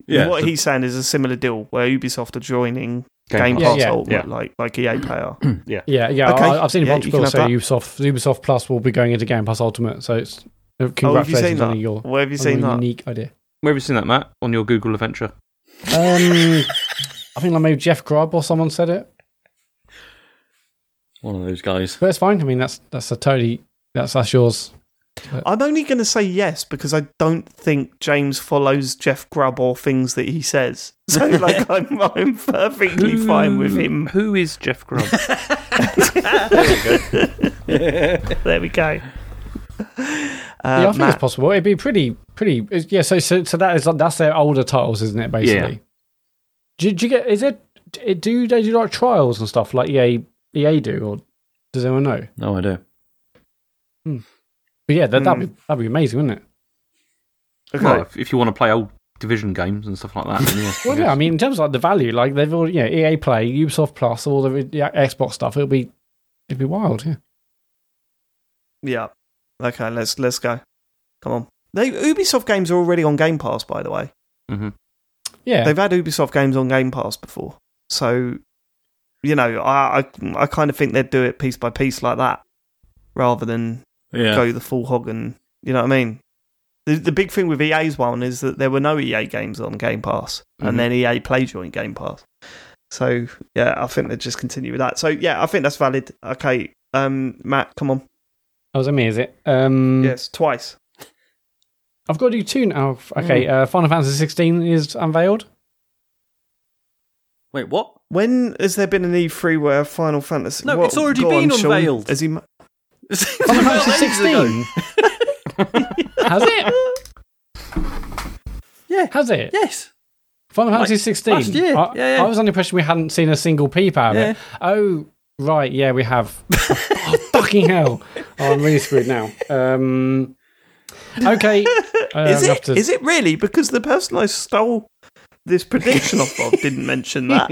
Speaker 3: Yeah.
Speaker 1: what
Speaker 3: so-
Speaker 1: he's saying is a similar deal where Ubisoft are joining Game,
Speaker 4: Game Pass.
Speaker 1: Pass,
Speaker 2: Yeah, yeah,
Speaker 1: Ultimate,
Speaker 4: yeah.
Speaker 1: like like EA Play are. Oh,
Speaker 2: Yeah, yeah.
Speaker 1: Okay.
Speaker 2: I, I've seen a
Speaker 1: Yeah,
Speaker 2: bunch
Speaker 1: you
Speaker 2: of people
Speaker 1: can
Speaker 2: say
Speaker 1: have
Speaker 2: Ubisoft Ubisoft Plus will be going into Game Pass Ultimate, so it's
Speaker 1: Oh,
Speaker 2: Uh, Congratulations
Speaker 1: that?
Speaker 2: on your,
Speaker 1: Where have you
Speaker 2: on your
Speaker 1: seen that?
Speaker 2: unique idea.
Speaker 4: Where have you seen that, Matt? On your Google adventure?
Speaker 2: Um, I think like maybe Jeff Grubb or someone said it,
Speaker 3: One of those guys.
Speaker 2: but it's fine. I mean, that's that's a totally that's that's yours.
Speaker 1: I'm only going to say yes because I don't think James follows Jeff Grubb or things that he says. So, like, I'm, I'm perfectly fine with him.
Speaker 4: Mm, Who is Jeff Grubb?
Speaker 1: There we go.
Speaker 2: yeah, I
Speaker 1: Uh,
Speaker 2: think it's
Speaker 1: Matt,
Speaker 2: possible. It'd be pretty pretty. it's- Yeah. So so so that is that's their older titles, isn't it? Basically. Do, do you get? Is it? Do they do like trials and stuff like E EA EA do or does anyone know?
Speaker 3: No idea.
Speaker 2: But yeah, that that'd, be, that'd be amazing, wouldn't it?
Speaker 1: okay.
Speaker 4: well, if, if you want to play old division games and stuff like that, then yeah.
Speaker 2: Well,
Speaker 4: I guess.
Speaker 2: yeah, I mean, in terms of like the value, like they've all, you know, EA Play, Ubisoft Plus, all the, the Xbox stuff, it'll be, it'd be wild. Yeah,
Speaker 1: yeah. Okay, let's let's go. Come on. They, Ubisoft games are already on Game Pass, by the way.
Speaker 4: Mhm.
Speaker 2: yeah.
Speaker 1: They've had Ubisoft games on Game Pass before, so you know I I, I kind of think they'd do it piece by piece like that, rather than
Speaker 3: Yeah.
Speaker 1: go the full hog and you know what I mean. The, the big thing with EA's one is that there were no EA games on Game Pass,
Speaker 4: Mhm.
Speaker 1: and then E EA Play joined Game Pass. So yeah, I think they just continue with that. So yeah, I think that's valid. Okay, um, Matt, come on,
Speaker 2: That was me, is it? Um,
Speaker 1: yes, twice.
Speaker 2: I've got to do two now.
Speaker 3: Mm.
Speaker 2: Okay, uh, Final Fantasy 16 is unveiled.
Speaker 3: Wait, what?
Speaker 1: When has there been an E3 where Final Fantasy?
Speaker 3: No,
Speaker 1: what-
Speaker 3: it's already
Speaker 1: go
Speaker 3: been
Speaker 1: on, Sean.
Speaker 3: unveiled.
Speaker 1: Has he? ma-
Speaker 2: Final Fantasy 16 has it?
Speaker 3: Yeah.
Speaker 2: has it?
Speaker 3: Yes.
Speaker 2: Final Fantasy
Speaker 3: Like,
Speaker 2: 16.
Speaker 3: last year.
Speaker 2: I,
Speaker 3: Yeah, yeah.
Speaker 2: I was under the impression we hadn't seen a single peep out of it. Oh, right, yeah, we have. oh, fucking hell! Oh, I'm really screwed now. Um, okay, uh,
Speaker 1: Is
Speaker 2: I'm gonna have
Speaker 1: it?
Speaker 2: to-
Speaker 1: Is it really? Because the person I stole this prediction off of didn't mention that.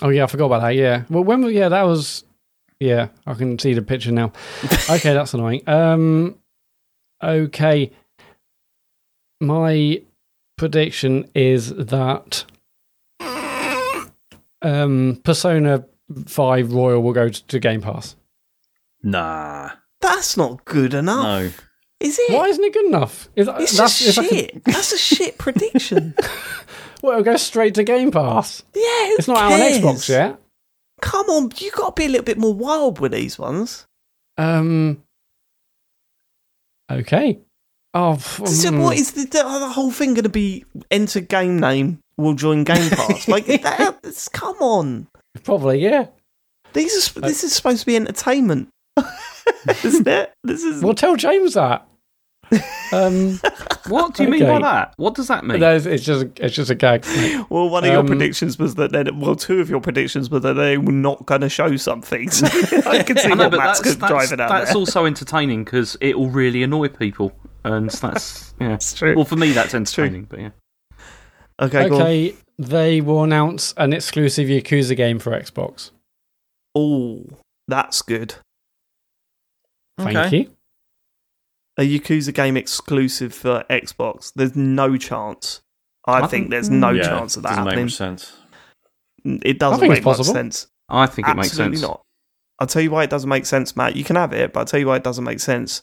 Speaker 2: Oh yeah, I forgot about that. Yeah. Well, when was yeah that was yeah I can see the picture now. okay, that's annoying. Um, okay, my prediction is that um Persona Five Royal will go to, to Game Pass.
Speaker 3: Nah.
Speaker 1: That's not good enough,
Speaker 3: No.
Speaker 1: is it?
Speaker 2: Why isn't it good enough? Is that-
Speaker 1: It's
Speaker 2: that's-
Speaker 1: just
Speaker 2: if I can-
Speaker 1: shit. That's a shit prediction.
Speaker 2: well, it'll go straight to Game Pass.
Speaker 1: yeah, who
Speaker 2: It's not
Speaker 1: cares?
Speaker 2: out on Xbox yet.
Speaker 1: Come on, you got to be a little bit more wild with these ones.
Speaker 2: Um. Okay. Oh, f-
Speaker 1: So what is the, the the whole thing going to be? Enter game name. Will join Game Pass. like that, it's, come on.
Speaker 2: probably yeah.
Speaker 1: These are,
Speaker 2: Uh,
Speaker 1: sp- this is supposed to be entertainment, isn't it? This is
Speaker 2: Well, tell James that. Um,
Speaker 4: What do you mean by
Speaker 2: Okay.
Speaker 4: that? What does that mean?
Speaker 2: no, it's- it's just a, it's just a gag. mate.
Speaker 1: Well, one of
Speaker 2: Um,
Speaker 1: your predictions was that then, well, two of your predictions were that they were not going to show something. So I can see
Speaker 4: I know,
Speaker 1: what
Speaker 4: but
Speaker 1: Matt's
Speaker 4: that's,
Speaker 1: that's,
Speaker 4: that's,
Speaker 1: driving out
Speaker 4: that's
Speaker 1: there.
Speaker 4: also entertaining because it will really annoy people, and that's yeah.
Speaker 1: It's true.
Speaker 4: Well, for me, that's
Speaker 1: true.
Speaker 4: entertaining, but yeah.
Speaker 1: okay, go on.
Speaker 2: Okay, they will announce an exclusive Yakuza game for Xbox.
Speaker 1: Oh, that's good.
Speaker 2: Thank
Speaker 3: Okay.
Speaker 2: you.
Speaker 1: A Yakuza game exclusive for Xbox. There's no chance. I,
Speaker 4: I
Speaker 1: think
Speaker 4: think- Hmm.
Speaker 1: there's no
Speaker 3: Yeah,
Speaker 1: chance of that
Speaker 3: doesn't make
Speaker 1: happening.
Speaker 3: much sense.
Speaker 1: It doesn't
Speaker 2: I think
Speaker 1: make
Speaker 2: it's
Speaker 1: much
Speaker 2: possible.
Speaker 1: sense.
Speaker 4: I think it makes
Speaker 1: Absolutely
Speaker 4: sense.
Speaker 1: not. I'll tell you why it doesn't make sense, Matt. You can have it, but I'll tell you why it doesn't make sense.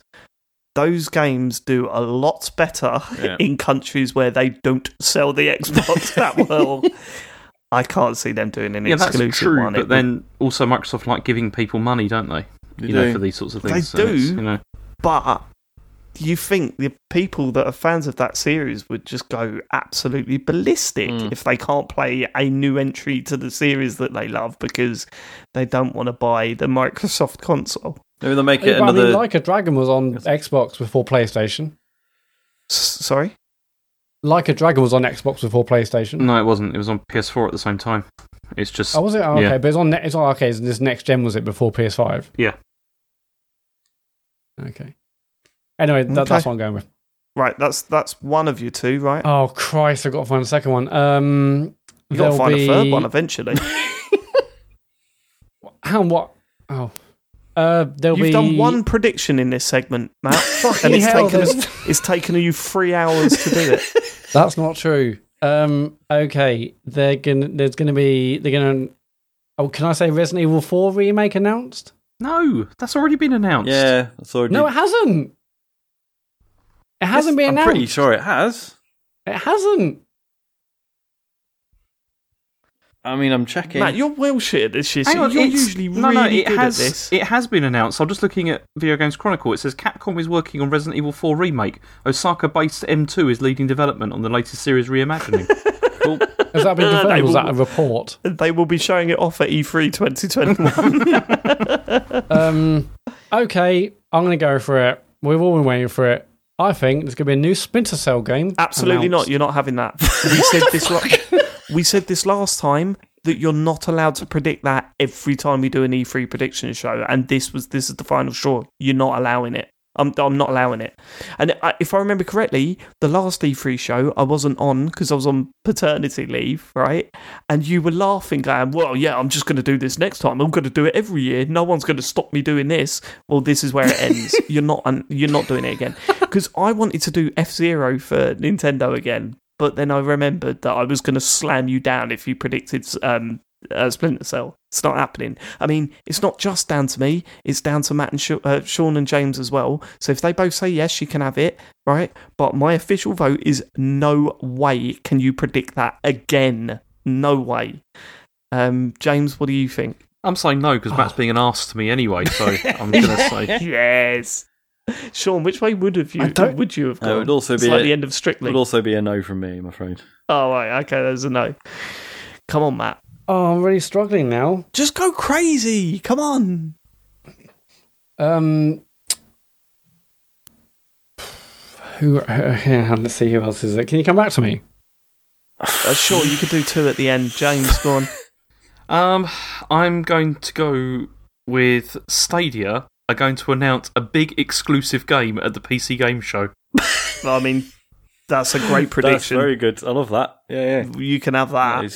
Speaker 1: Those games do a lot better
Speaker 3: Yeah.
Speaker 1: in countries where they don't sell the Xbox that well. I can't see them doing an
Speaker 4: Yeah, that's
Speaker 1: exclusive
Speaker 4: true.
Speaker 1: one. It
Speaker 4: But then also Microsoft like giving people money, don't they? You, know,
Speaker 3: do.
Speaker 4: for these sorts of
Speaker 1: They
Speaker 4: things. so it's,
Speaker 1: do.
Speaker 4: You know,
Speaker 1: would- but you think the people that are fans of that series would just go absolutely ballistic
Speaker 4: Hmm.
Speaker 3: Mm.
Speaker 1: if they can't play a new entry to the series that they love because they don't want to buy the Microsoft console.
Speaker 3: Maybe they'll make it
Speaker 2: But, I
Speaker 3: another.
Speaker 2: mean, Like a Dragon was on Xbox before PlayStation.
Speaker 1: S- sorry?
Speaker 2: Like a Dragon was on Xbox before PlayStation.
Speaker 4: no, it wasn't. It was on PS4 at the same time. It's just
Speaker 2: Oh, was it? Oh, okay,
Speaker 4: Yeah.
Speaker 2: but it's on. ne- It's on. Okay, so this next gen was it before PS5?
Speaker 4: Yeah.
Speaker 2: Okay. Anyway, that, that's
Speaker 1: Okay.
Speaker 2: what I'm going with.
Speaker 1: Right, that's that's one of you two, right?
Speaker 2: Oh Christ! I've got to find a second one. Um,
Speaker 1: You gotta
Speaker 2: there'll
Speaker 1: find
Speaker 2: be-
Speaker 1: a third one eventually.
Speaker 2: How what? Oh, uh, there'll
Speaker 1: You've
Speaker 2: be
Speaker 1: done one prediction in this segment, Matt,
Speaker 2: Fucking
Speaker 1: and it's
Speaker 2: hell,
Speaker 1: taken us,
Speaker 2: there's-
Speaker 1: it's taken you three hours to do it.
Speaker 2: That's not true. Um, okay, they're gonna. There's gonna be. They're gonna. Oh, can I say Resident Evil Four remake announced?
Speaker 4: No, that's already been announced.
Speaker 3: Yeah, that's already.
Speaker 2: No, it hasn't. It hasn't been
Speaker 3: I'm
Speaker 2: announced.
Speaker 3: pretty sure it has.
Speaker 2: It hasn't.
Speaker 3: I mean, I'm checking.
Speaker 1: Matt, you're well shit at this shit.
Speaker 4: Hang on,
Speaker 1: you're
Speaker 4: it's-
Speaker 1: usually
Speaker 4: no,
Speaker 1: really
Speaker 4: no, it
Speaker 1: good
Speaker 4: has,
Speaker 1: at this.
Speaker 4: It has been announced. I'm just looking at Video Games Chronicle. It says Capcom is working on Resident Evil 4 remake. Osaka-based M2 is leading development on the latest series reimagining.
Speaker 3: Oh,
Speaker 4: well,
Speaker 2: Has that been
Speaker 1: they
Speaker 2: confirmed? or Was
Speaker 1: will-
Speaker 2: that a report?
Speaker 1: they will be showing it off at E E3 2021.
Speaker 2: Um, okay, I'm going to go for it. We've all been waiting for it. I think there's going to be a new Splinter Cell game.
Speaker 1: Absolutely not.
Speaker 2: announced.
Speaker 1: You're not having that. We said this. La- we said this last time that you're not allowed to predict that every time we do an E3 prediction show, and this was this is the final straw. You're not allowing it. I'm, I'm not allowing it. And I, if I remember correctly, the last E3 show I wasn't on because I was on paternity leave, right? And you were laughing, going, "Well, yeah, I'm just going to do this next time. I'm going to do it every year. No one's going to stop me doing this." Well, this is where it ends. you're not you're not doing it again because I wanted to do F Zero for Nintendo again, but then I remembered that I was going to slam you down if you predicted um, uh, Splinter Cell. It's not happening. I mean, it's not just down to me; it's down to Matt and Sh- uh, Sean and James as well. So if they both say yes, you can have it, right? But my official vote is no way can you predict that again. No way. Um, James, what do you think?
Speaker 4: I'm saying no because
Speaker 1: Oh.
Speaker 4: Matt's being an arse to me anyway, so I'm going to say.
Speaker 1: yes. Sean, which way would have you?
Speaker 2: I don't-
Speaker 1: Would you have
Speaker 3: Uh,
Speaker 1: gone?
Speaker 3: it would also
Speaker 1: it's
Speaker 3: be
Speaker 1: like
Speaker 3: a-
Speaker 1: the end of Strictly.
Speaker 3: would also be a no from me, I'm afraid.
Speaker 1: Oh, right. Okay, there's a no. Come on, Matt.
Speaker 2: Oh, I'm really struggling now.
Speaker 1: Just go crazy. Come on.
Speaker 2: Um, who? Yeah, let's see who else is it. Can you come back to me?
Speaker 1: Uh, sure, you could do two at the end. James, go on.
Speaker 4: Um, I'm going to go with Stadia. Are going to announce a big exclusive game at the PC Game Show.
Speaker 1: Well, I mean, that's a great
Speaker 3: That's
Speaker 1: prediction.
Speaker 3: very good. I love that. Yeah, yeah.
Speaker 1: You can have that.
Speaker 3: That is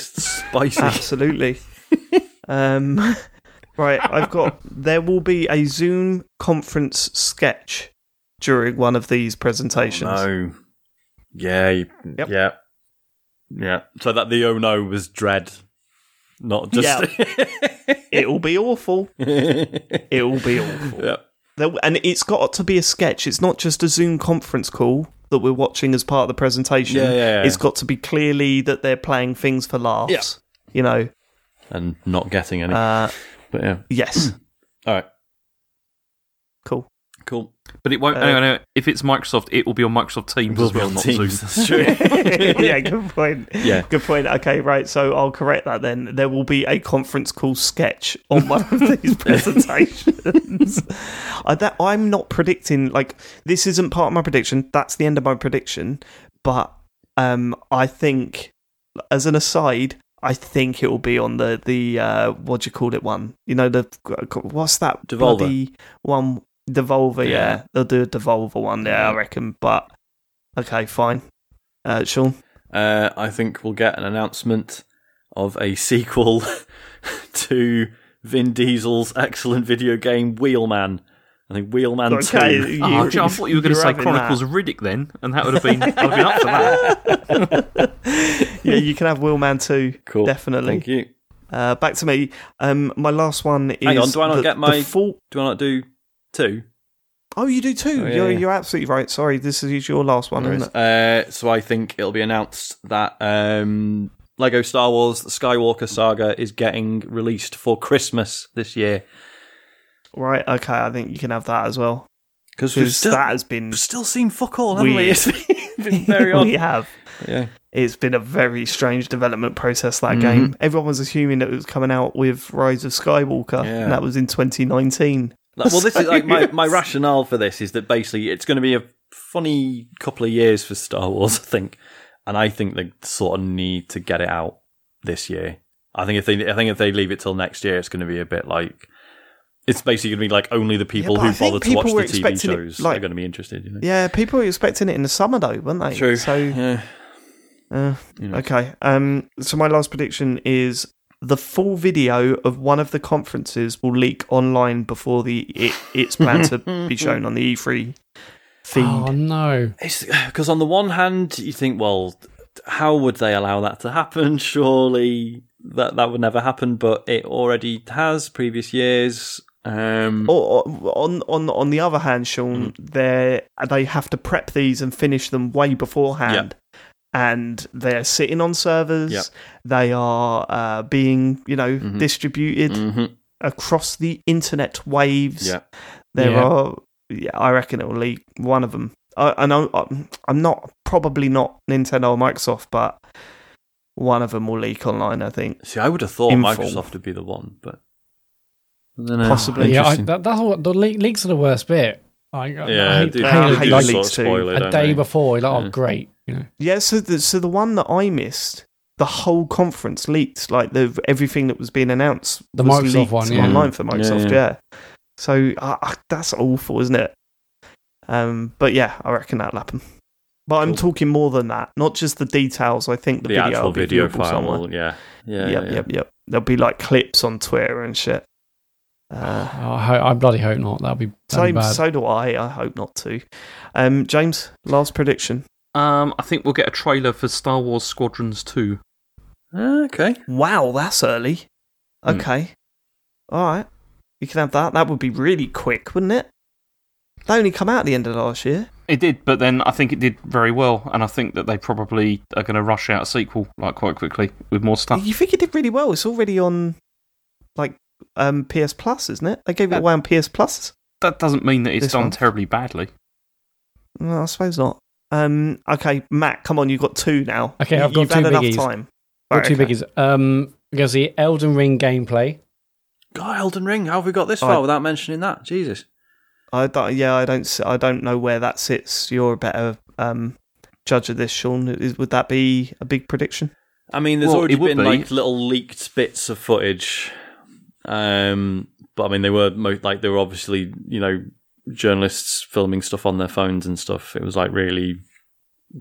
Speaker 3: spicy.
Speaker 1: Absolutely. um, right, I've got. There will be a Zoom conference sketch during one of these presentations.
Speaker 3: Oh, no. Yeah. you-
Speaker 1: Yep.
Speaker 3: Yeah. Yeah. So that the oh no was dread, not just.
Speaker 1: It'll be awful. It'll be awful.
Speaker 3: Yep.
Speaker 1: There- And it's got to be a sketch. It's not just a Zoom conference call that we're watching as part of the presentation.
Speaker 3: Yeah, yeah, yeah.
Speaker 1: It's got to be clearly that they're playing things for laughs. You know,
Speaker 3: And not getting any.
Speaker 1: uh,
Speaker 3: but yeah.
Speaker 1: yes,
Speaker 3: All right.
Speaker 1: cool.
Speaker 3: Cool.
Speaker 4: But it won't.
Speaker 1: Uh,
Speaker 4: no, no, if it's Microsoft, it will be on Microsoft Teams
Speaker 3: We'll
Speaker 4: as
Speaker 3: be
Speaker 4: well,
Speaker 3: on
Speaker 4: not
Speaker 3: Teams,
Speaker 4: Zoom.
Speaker 3: That's true.
Speaker 1: yeah, good point.
Speaker 3: Yeah.
Speaker 1: Good point. Okay, right. So I'll correct that then. There will be a conference call sketch on one of these presentations. I, that, I'm not predicting, like, this isn't part of my prediction. That's the end of my prediction. But um, I think, as an aside, I think it will be on the, the uh, what do you call it one? You know, the, uh, what's that?
Speaker 3: Devolver.
Speaker 1: bloody one. Devolver, yeah.
Speaker 3: Yeah.
Speaker 1: They'll do a Devolver one, yeah, I reckon. But, okay, fine. Uh, Sean?
Speaker 3: Uh, I think we'll get an announcement of a sequel to Vin Diesel's excellent video game Wheelman. I think Wheelman Ah,
Speaker 1: Okay,
Speaker 3: 2.
Speaker 1: you-
Speaker 4: Oh, gee, I thought you were going to
Speaker 1: you're
Speaker 4: say
Speaker 1: having
Speaker 4: Chronicles
Speaker 1: that.
Speaker 4: of Riddick then, and that would have been. I'd have been up for that.
Speaker 1: yeah, you can have Wheelman too.
Speaker 3: Cool. Thank
Speaker 1: Definitely.
Speaker 3: you.
Speaker 1: Uh, back to me. Um, my last one is.
Speaker 3: Hang on, do I not
Speaker 1: the-
Speaker 3: get
Speaker 1: the
Speaker 3: my-
Speaker 1: full-
Speaker 3: Do I not do two?
Speaker 1: Oh, you do too.
Speaker 3: Oh, yeah,
Speaker 1: you're,
Speaker 3: yeah.
Speaker 1: you're absolutely right. Sorry, this is your last one, isn't it?
Speaker 3: Uh, so I think it'll be announced that um, Lego Star Wars The Skywalker Saga is getting released for Christmas this year.
Speaker 1: Right. Okay, I think you can have that as well
Speaker 3: Because we've
Speaker 1: because
Speaker 3: still,
Speaker 1: that has been.
Speaker 3: we've still seen fuck all, haven't we?
Speaker 1: Weird.
Speaker 3: It's been very odd.
Speaker 1: we have.
Speaker 3: Yeah. Mm-hmm.
Speaker 1: It's been a very strange development process. That game. Everyone was assuming that it was coming out with Rise of Skywalker,
Speaker 3: Yeah.
Speaker 1: and that was in 2019.
Speaker 3: Like, well, this is like my, my rationale for this is that basically it's going to be a funny couple of years for Star Wars, I think, and I think they sort of need to get it out this year. I think if they I think if they leave it till next year, it's going to be a bit like it's basically going to be like only the people
Speaker 1: but I
Speaker 3: who
Speaker 1: think
Speaker 3: bother to
Speaker 1: people
Speaker 3: watch the
Speaker 1: were
Speaker 3: TV
Speaker 1: expecting it,
Speaker 3: shows
Speaker 1: like-
Speaker 3: are going to be interested. You know?
Speaker 1: Yeah, people were expecting it in the summer though, weren't they?
Speaker 3: True.
Speaker 1: So
Speaker 3: yeah.
Speaker 1: Uh, Okay. Um, so my last prediction is the full video of one of the conferences will leak online before the it, it's planned to be shown on the E E3 feed.
Speaker 2: Oh no!
Speaker 3: It's because on the one hand you think, well, how would they allow that to happen? Surely that that would never happen, but it already has previous years, Um,
Speaker 1: Or, or on on on the other hand, Sean,
Speaker 3: Mm.
Speaker 1: they they have to prep these and finish them way beforehand, and they're sitting on servers.
Speaker 3: Yeah.
Speaker 1: They are uh, being you know
Speaker 3: Mhm.
Speaker 1: distributed
Speaker 3: mhm,
Speaker 1: across the internet waves.
Speaker 3: Yeah.
Speaker 1: There
Speaker 2: Yeah.
Speaker 1: are, yeah, I reckon it'll leak one of them. I, I know I'm- I'm not probably not Nintendo or Microsoft, but one of them will leak online. I think.
Speaker 3: See, I would have thought
Speaker 1: Info.
Speaker 3: Microsoft would be the one, but I don't know.
Speaker 1: Possibly.
Speaker 2: yeah, I,
Speaker 3: Interesting.
Speaker 2: that, that's what the le- leaks are the worst bit. Like, I-
Speaker 3: yeah,
Speaker 2: I
Speaker 3: I
Speaker 2: hate,
Speaker 3: do,
Speaker 2: I
Speaker 1: hate
Speaker 2: hate
Speaker 1: they do
Speaker 2: leaks.
Speaker 1: leaks.
Speaker 3: sort of spoil it,
Speaker 2: a
Speaker 3: don't
Speaker 2: day
Speaker 3: they?
Speaker 2: before, you're like,
Speaker 3: Yeah.
Speaker 2: oh great, you know.
Speaker 1: Yeah, so the so the one that I missed, the whole conference leaked, like the everything that was being announced.
Speaker 2: The
Speaker 1: was
Speaker 2: Microsoft
Speaker 1: leaked
Speaker 2: one, yeah.
Speaker 1: online for Microsoft. Yeah,
Speaker 3: yeah.
Speaker 1: so uh, uh, that's awful, isn't it? Um, but yeah, I reckon that'll happen. But I'm
Speaker 3: Cool.
Speaker 1: talking more than that, not just the details. I think the,
Speaker 3: the,
Speaker 1: video
Speaker 3: actual
Speaker 1: will be
Speaker 3: video
Speaker 1: viewable
Speaker 3: file.
Speaker 1: somewhere.
Speaker 3: will- Yeah, yeah,
Speaker 1: yep,
Speaker 3: yeah,
Speaker 1: yep, yep. There'll be like clips on Twitter and shit. Uh,
Speaker 2: Oh, I, ho- I bloody hope not. That'll be, that'll be
Speaker 1: same,
Speaker 2: bad.
Speaker 1: so do I. I hope not to. Um, James, last prediction.
Speaker 4: Um, I think we'll get a trailer for Star Wars Squadrons 2.
Speaker 3: yeah. Ah, Okay.
Speaker 1: Wow, that's early.
Speaker 4: Hmm.
Speaker 1: Okay. All right. You can have that. That would be really quick, wouldn't it? They only come out at the end of last year.
Speaker 4: It did, but then I think it did very well, and I think that they probably are going to rush out a sequel like quite quickly with more stuff.
Speaker 1: You think it did really well. It's already on, like, um, PS Plus, isn't it? They gave it
Speaker 4: Yeah.
Speaker 1: away on PS Plus.
Speaker 4: That doesn't mean that it's
Speaker 1: This
Speaker 4: done
Speaker 1: one?
Speaker 4: terribly badly.
Speaker 1: No, I suppose not. Um, okay, Matt, come on. You've got two now.
Speaker 2: Okay,
Speaker 1: You-
Speaker 2: I've got
Speaker 1: You've
Speaker 2: two
Speaker 1: had
Speaker 2: biggies.
Speaker 1: enough time.
Speaker 2: Got
Speaker 1: Right,
Speaker 2: two
Speaker 1: okay.
Speaker 2: biggies. Um, we got the Elden Ring gameplay.
Speaker 3: God, Elden Ring. How have we got this
Speaker 1: Oh, I-
Speaker 3: far without mentioning that? Jesus.
Speaker 1: I don't, yeah, I don't, s- I don't know where that sits. You're a better um, judge of this, Sean. Is, would that be a big prediction?
Speaker 3: I mean, there's
Speaker 4: Well,
Speaker 3: already
Speaker 4: it would
Speaker 3: been
Speaker 4: be.
Speaker 3: like little leaked bits of footage, um, but I mean, they were mo- like they were obviously you know journalists filming stuff on their phones and stuff. It was like really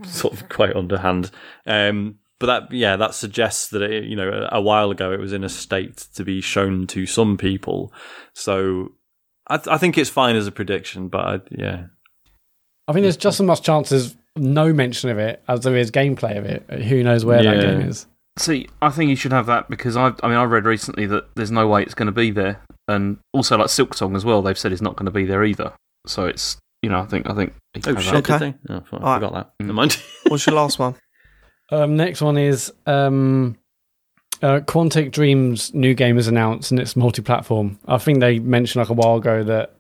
Speaker 3: sort of quite underhand. Um, but that yeah, that suggests that it, you know a, a while ago it was in a state to be shown to some people. So I, th- I think it's fine as a prediction, but I, yeah,
Speaker 2: I think there's just as much chances no mention of it as there is gameplay of it. Who knows where that
Speaker 3: Yeah.
Speaker 2: game is?
Speaker 4: See, I think you should have that because I, I mean, I read recently that there's no way it's going to be there, and also like Silk Song as well. They've said it's not going to be there either. So it's you know, I think I think you
Speaker 3: oh
Speaker 4: have
Speaker 3: shit,
Speaker 4: that.
Speaker 1: Okay.
Speaker 3: did they? Oh, I forgot
Speaker 1: Alright.
Speaker 3: that. Never
Speaker 4: Mm.
Speaker 3: mind.
Speaker 1: What's your last one?
Speaker 2: Um, next one is um, uh, Quantic Dream's new game is announced and it's multi-platform. I think they mentioned like a while ago that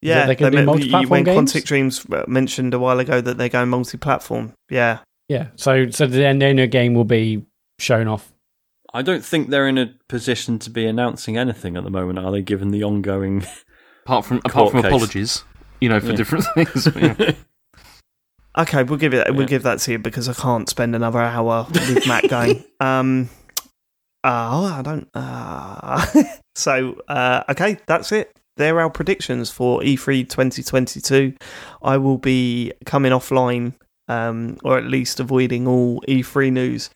Speaker 1: Yeah,
Speaker 2: they can do
Speaker 1: meant-
Speaker 2: multi-platform
Speaker 1: when
Speaker 2: games?
Speaker 1: Quantic Dreams uh, mentioned a while ago that they're going multi-platform. Yeah,
Speaker 2: yeah. So so then their new game will be shown off.
Speaker 3: I don't think they're in a position to be announcing anything at the moment, are they? Given the ongoing,
Speaker 4: Apart from apart
Speaker 3: Court
Speaker 4: from
Speaker 3: case.
Speaker 4: apologies, you know, for
Speaker 3: Yeah.
Speaker 4: different things. yeah.
Speaker 1: Okay, we'll give it. We'll
Speaker 3: Yeah.
Speaker 1: give that to you because I can't spend another hour with Matt going. Um, oh, I don't. Uh, so, uh, okay, that's it. They're our predictions for E E3 2022. I will be coming offline, um, or at least avoiding all E3 news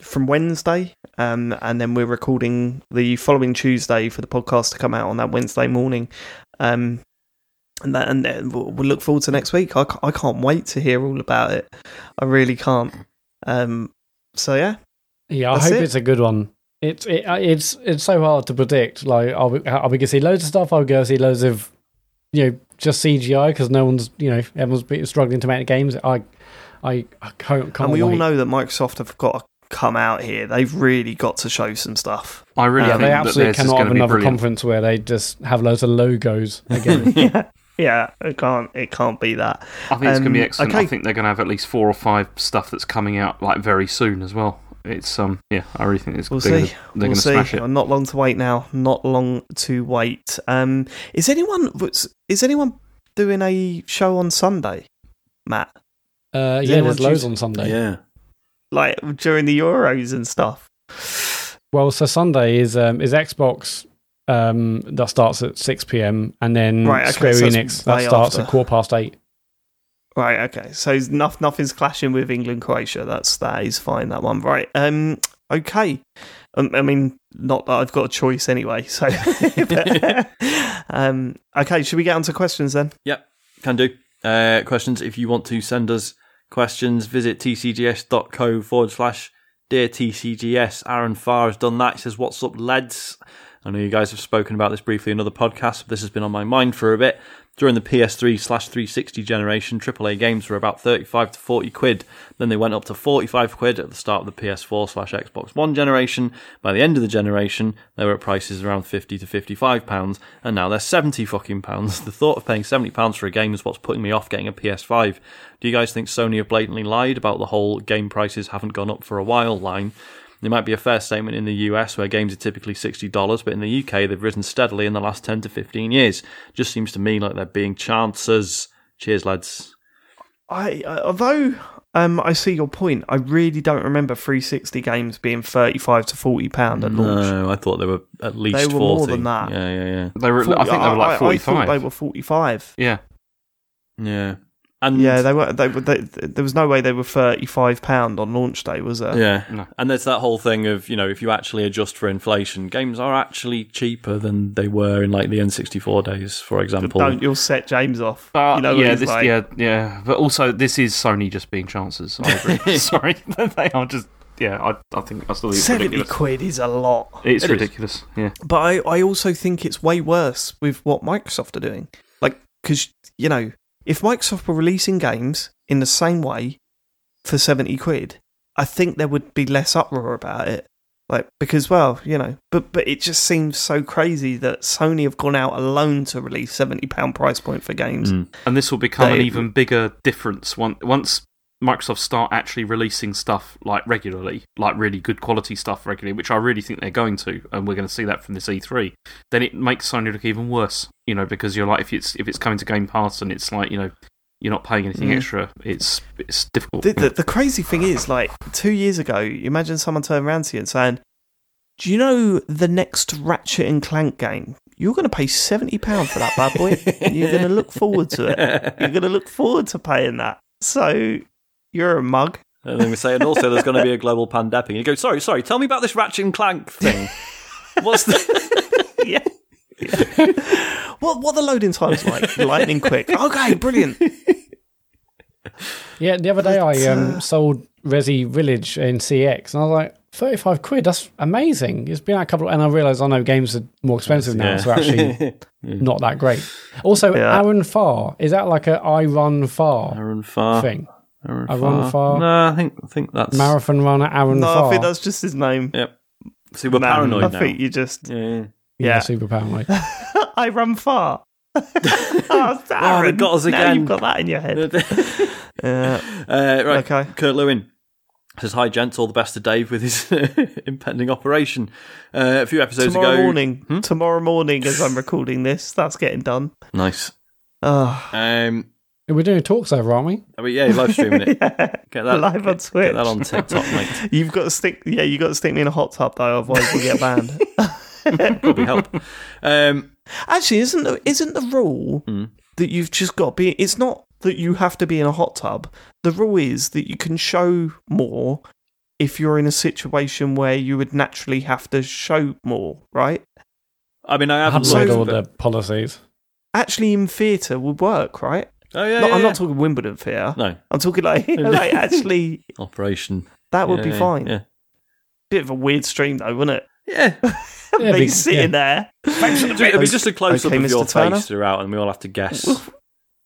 Speaker 1: from Wednesday, um, and then we're recording the following Tuesday for the podcast to come out on that Wednesday morning. Um, and that, and then we'll we'll look forward to next week. I, ca- I can't wait to hear all about it. I really can't. Um, so yeah,
Speaker 2: Yeah, I
Speaker 1: That's
Speaker 2: hope
Speaker 1: it.
Speaker 2: it's a good one. It's it, uh, it's it's so hard to predict. Like, are we, are we gonna see loads of stuff? Are we gonna see loads of you know just CGI because no one's you know everyone's been struggling to make games. I I, I can't, can't
Speaker 1: and we all
Speaker 2: wait.
Speaker 1: know that Microsoft have got to come out here. They've really got to show some stuff.
Speaker 4: I really
Speaker 2: Yeah,
Speaker 4: think
Speaker 2: they
Speaker 4: that
Speaker 2: absolutely
Speaker 4: theirs is
Speaker 2: cannot
Speaker 4: going
Speaker 2: have
Speaker 4: to be
Speaker 2: another
Speaker 4: brilliant.
Speaker 2: conference where they just have loads of logos again. Uh,
Speaker 1: yeah, yeah, it can't, it can't be that.
Speaker 4: I think it's going to be
Speaker 1: Um,
Speaker 4: excellent.
Speaker 1: okay.
Speaker 4: I think they're going to have at least four or five stuff that's coming out like very soon as well. It's um yeah, I really think it's
Speaker 1: We'll
Speaker 4: they're
Speaker 1: see.
Speaker 4: Gonna, they're
Speaker 1: we'll
Speaker 4: going to
Speaker 1: see.
Speaker 4: smash it.
Speaker 1: Not long to wait now. Not long to wait. Um, is anyone what's- is anyone doing a show on Sunday, Matt?
Speaker 2: uh,
Speaker 1: Does
Speaker 2: yeah,
Speaker 1: anyone
Speaker 2: there's loads
Speaker 1: choose-
Speaker 2: on Sunday.
Speaker 3: yeah.
Speaker 1: Like during the Euros and stuff.
Speaker 2: Well, so Sunday is um, is Xbox um, that starts at six p.m. and then
Speaker 1: Right, okay,
Speaker 2: Square
Speaker 1: so it's
Speaker 2: Enix that
Speaker 1: way
Speaker 2: starts
Speaker 1: after.
Speaker 2: at quarter past eight.
Speaker 1: Right. Okay. So it's no, nothing's clashing with England Croatia. That's that is fine. That one. Right. Um. Okay. Um, I mean, not that I've got a choice anyway. So. um. Okay. Should we get on to questions then?
Speaker 3: Yep, can do. Uh, questions. If you want to send us questions, visit tcgs.co forward slash dear tcgs. Aaron Farr has done that. He says, What's up, lads? I know you guys have spoken about this briefly in other podcasts, but this has been on my mind for a bit. During the PS3 slash 360 generation, AAA games were about 35 to 40 quid. Then they went up to 45 quid at the start of the PS4 slash Xbox One generation. By the end of the generation, they were at prices around 50 to 55 pounds, and now they're 70 fucking pounds. The thought of paying 70 pounds for a game is what's putting me off getting a PS5. Do you guys think Sony have blatantly lied about the whole game prices haven't gone up for a while line? It might be a fair statement in the US where games are typically $60, but in the UK they've risen steadily in the last 10 to 15 years. Just seems to me like they're being chances. Cheers, lads.
Speaker 1: I uh, although um, I see your point, I really don't remember 360 games being 35 to 40 pound at launch.
Speaker 3: No, I thought they were at least
Speaker 1: They were
Speaker 3: 40.
Speaker 1: more than that.
Speaker 3: Yeah, yeah, yeah.
Speaker 4: They were, I think they were
Speaker 1: I-
Speaker 4: like
Speaker 1: I- I thought
Speaker 4: 45.
Speaker 1: they were 45.
Speaker 4: yeah.
Speaker 3: Yeah. And
Speaker 1: Yeah, they were. They, were- they, there was no way they were 35 pound on launch day, was there?
Speaker 3: Yeah.
Speaker 4: No.
Speaker 3: And there's that whole thing of, you know, if you actually adjust for inflation, games are actually cheaper than they were in like the N64 days, for example.
Speaker 1: Don't you'll set James off.
Speaker 4: But
Speaker 1: you know what
Speaker 4: Uh, yeah,
Speaker 1: he's
Speaker 4: this,
Speaker 1: like.
Speaker 4: yeah, yeah. But also, this is Sony just being chances. I agree. Sorry, they are just. Yeah, I, I think I still think it's
Speaker 1: 70
Speaker 4: ridiculous.
Speaker 1: quid is a lot.
Speaker 4: It's
Speaker 3: It is.
Speaker 4: ridiculous. Yeah,
Speaker 1: But I, I also think it's way worse with what Microsoft are doing. Like, because, you know, if Microsoft were releasing games in the same way for 70 quid, I think there would be less uproar about it. Like, because, well, you know, but, but it just seems so crazy that Sony have gone out alone to release £70 price point for games.
Speaker 3: Mm.
Speaker 4: and this will become an
Speaker 1: They-
Speaker 4: even bigger difference once once Microsoft start actually releasing stuff like regularly, like really good quality stuff regularly, which I really think they're going to, and we're going to see that from this E3. Then it makes Sony look even worse, you know, because you're like if it's if it's coming to Game Pass and it's like you know you're not paying anything
Speaker 1: Mm.
Speaker 4: extra, it's it's difficult.
Speaker 1: The, the, the crazy thing is, like, two years ago, you imagine someone turning around to you and saying, Do you know the next Ratchet and Clank game? You're going to pay £70 for that bad boy. and you're going to look forward to it. You're going to look forward to paying that. So you're a mug.
Speaker 3: And then we say, and also there's going to be a global pandemic. And you go, sorry, sorry, tell me about this Ratchet and Clank thing. What's the.
Speaker 1: Yeah. Yeah. what what the loading times like? Lightning quick. Okay, brilliant.
Speaker 2: Yeah, the other day I
Speaker 1: uh,
Speaker 2: um, sold Resi Village in CX, and I was like, 35 quid, that's amazing. It's been out a couple, and I realised I know games are more expensive now, so actually not that great. Also,
Speaker 1: Yeah.
Speaker 2: Aaron Far, is that like a I run far
Speaker 3: Aaron Farr.
Speaker 2: thing?
Speaker 3: Aaron
Speaker 2: I run far.
Speaker 3: No, I think, I think that's.
Speaker 2: Marathon runner Aaron
Speaker 1: No,
Speaker 2: Far.
Speaker 1: I think that's just his name.
Speaker 3: Yep. See, we're
Speaker 1: No,
Speaker 3: paranoid
Speaker 1: I
Speaker 3: now.
Speaker 1: think you just.
Speaker 3: Yeah, yeah.
Speaker 2: yeah,
Speaker 1: yeah.
Speaker 2: super paranoid.
Speaker 1: I run far. oh,
Speaker 3: Oh, they
Speaker 1: Aaron,
Speaker 3: got us
Speaker 1: Now
Speaker 3: again.
Speaker 1: you've got that in your head. Yeah.
Speaker 3: Uh, right,
Speaker 1: Okay.
Speaker 3: Kurt Lewin says, "Hi, gents. All the best to Dave with his impending operation." Uh, a few episodes
Speaker 1: tomorrow
Speaker 3: ago,
Speaker 1: morning. Hmm? Tomorrow morning, as I'm recording this, that's getting done.
Speaker 3: nice.
Speaker 1: Oh,
Speaker 3: Um,
Speaker 2: We're doing talks over, aren't we?
Speaker 3: I mean, yeah, live streaming it. Get that
Speaker 1: Live on
Speaker 3: get-
Speaker 1: Twitch.
Speaker 3: Get that on TikTok, mate.
Speaker 1: you've got to stick. Yeah, you have got to stick me in a hot tub though, otherwise we'll get banned.
Speaker 3: Probably help. Um,
Speaker 1: Actually, isn't the, isn't the rule
Speaker 3: Hmm.
Speaker 1: that you've just got to be? It's not that you have to be in a hot tub. The rule is that you can show more if you're in a situation where you would naturally have to show more, right?
Speaker 3: I mean, I
Speaker 2: I
Speaker 3: haven't
Speaker 2: haven't
Speaker 1: so-
Speaker 2: read
Speaker 3: looked,
Speaker 2: all
Speaker 3: but-
Speaker 2: the policies.
Speaker 1: Actually, in theatre would work, right?
Speaker 3: Oh yeah,
Speaker 1: Not-
Speaker 3: yeah,
Speaker 1: I'm
Speaker 3: yeah.
Speaker 1: not talking Wimbledon theatre.
Speaker 3: No
Speaker 1: I'm talking like, like actually,
Speaker 3: operation.
Speaker 1: that would be
Speaker 3: Yeah,
Speaker 1: fine.
Speaker 3: Yeah.
Speaker 1: Bit of a weird stream though, wouldn't it?
Speaker 3: Yeah,
Speaker 2: Yeah,
Speaker 1: me
Speaker 2: big-
Speaker 1: sitting there.
Speaker 3: it'll be just a close up
Speaker 1: Okay,
Speaker 3: of
Speaker 1: Mr.
Speaker 3: your
Speaker 1: Turner.
Speaker 3: face throughout, and we all have to guess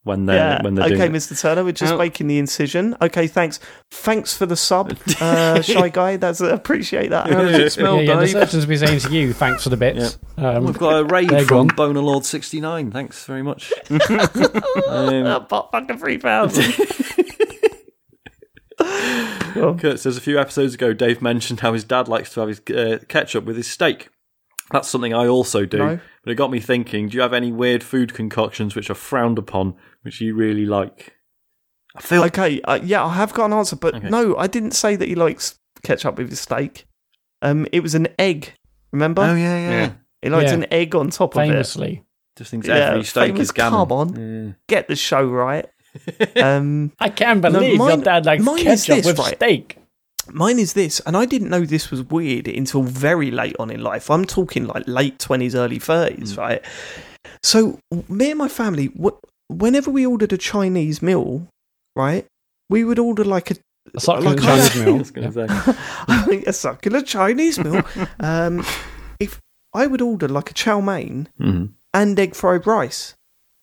Speaker 3: when they're
Speaker 1: Yeah.
Speaker 3: when they're
Speaker 1: okay,
Speaker 3: doing. it.
Speaker 1: Mr. Turner, we're just
Speaker 4: How-
Speaker 1: making the incision. Okay, thanks. Thanks for the sub, uh, shy guy. That's appreciate
Speaker 4: How
Speaker 1: that.
Speaker 4: does it smell,
Speaker 2: Yeah, yeah, the
Speaker 4: Dave?
Speaker 2: surgeons be saying to you, thanks for the bits. Um,
Speaker 3: We've got a raid
Speaker 2: They're
Speaker 3: from
Speaker 2: gone.
Speaker 3: Boner Lord sixty nine. Thanks very much. um,
Speaker 1: Butt Uh, fucking three thousand.
Speaker 3: Kurt says a few episodes ago, Dave mentioned how his dad likes to have his uh, ketchup with his steak. That's something I also do.
Speaker 1: No.
Speaker 3: But it got me thinking do you have any weird food concoctions which are frowned upon, which you really like? I feel
Speaker 1: okay, uh, yeah, I have got an answer, but
Speaker 3: Okay.
Speaker 1: no, I didn't say that he likes ketchup with his steak. Um, it was an egg. Remember,
Speaker 3: Oh, yeah, yeah.
Speaker 4: Yeah.
Speaker 1: he likes
Speaker 2: Yeah.
Speaker 1: an egg on top of it.
Speaker 2: famously.
Speaker 3: Just thinks
Speaker 1: Yeah,
Speaker 3: every steak
Speaker 1: famous
Speaker 3: is gammon.
Speaker 1: carbon. Get the show right. Um.
Speaker 2: I can believe
Speaker 1: mine-
Speaker 2: your dad likes
Speaker 1: mine is
Speaker 2: ketchup
Speaker 1: this,
Speaker 2: with
Speaker 1: right?
Speaker 2: steak.
Speaker 1: Mine is this, and I didn't know this was weird until very late on in life. I'm talking like late 20s, early 30s, right? So, me and my family, wh- whenever we ordered a Chinese meal, right, we would order like a
Speaker 2: A succulent
Speaker 1: Like I-
Speaker 2: Chinese
Speaker 3: Yeah. I
Speaker 2: meal.
Speaker 3: was gonna
Speaker 2: Yeah.
Speaker 3: say.
Speaker 1: I think a succulent Chinese meal. Um, if I would order like a chow mein
Speaker 3: Mm-hmm.
Speaker 1: and egg fried rice.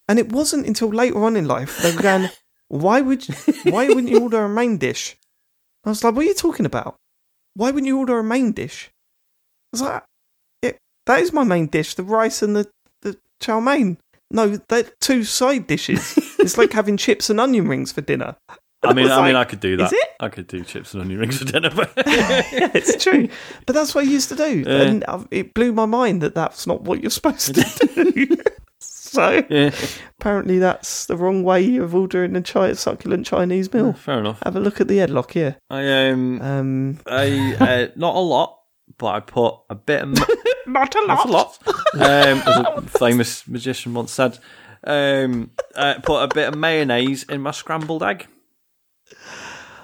Speaker 1: And it wasn't until later on in life they were going, why would why wouldn't you order a main dish? I was like, what are you talking about? Why wouldn't you order a main dish? I was like, yeah, that is my main dish, the rice and the, the chow mein. No, they're two side dishes. it's like having chips and onion rings for dinner.
Speaker 3: I mean,
Speaker 1: was
Speaker 3: I mean,
Speaker 1: like,
Speaker 3: I could do
Speaker 1: "Is
Speaker 3: that.
Speaker 1: it?"
Speaker 3: I could do chips and onion rings for dinner. But
Speaker 1: Yeah, it's true. But that's what I used to do.
Speaker 3: Yeah.
Speaker 1: And uh, it blew my mind that that's not what you're supposed to do. so
Speaker 3: yeah,
Speaker 1: apparently that's the wrong way of ordering a chi- succulent Chinese meal.
Speaker 3: fair enough.
Speaker 1: Have a look at the headlock here.
Speaker 3: I um,
Speaker 1: Um,
Speaker 3: I uh, not a lot, but I put a bit of. mu-
Speaker 1: not a
Speaker 3: That's a lot. Um, as a famous magician once said, um, uh, put a bit of mayonnaise in my scrambled egg.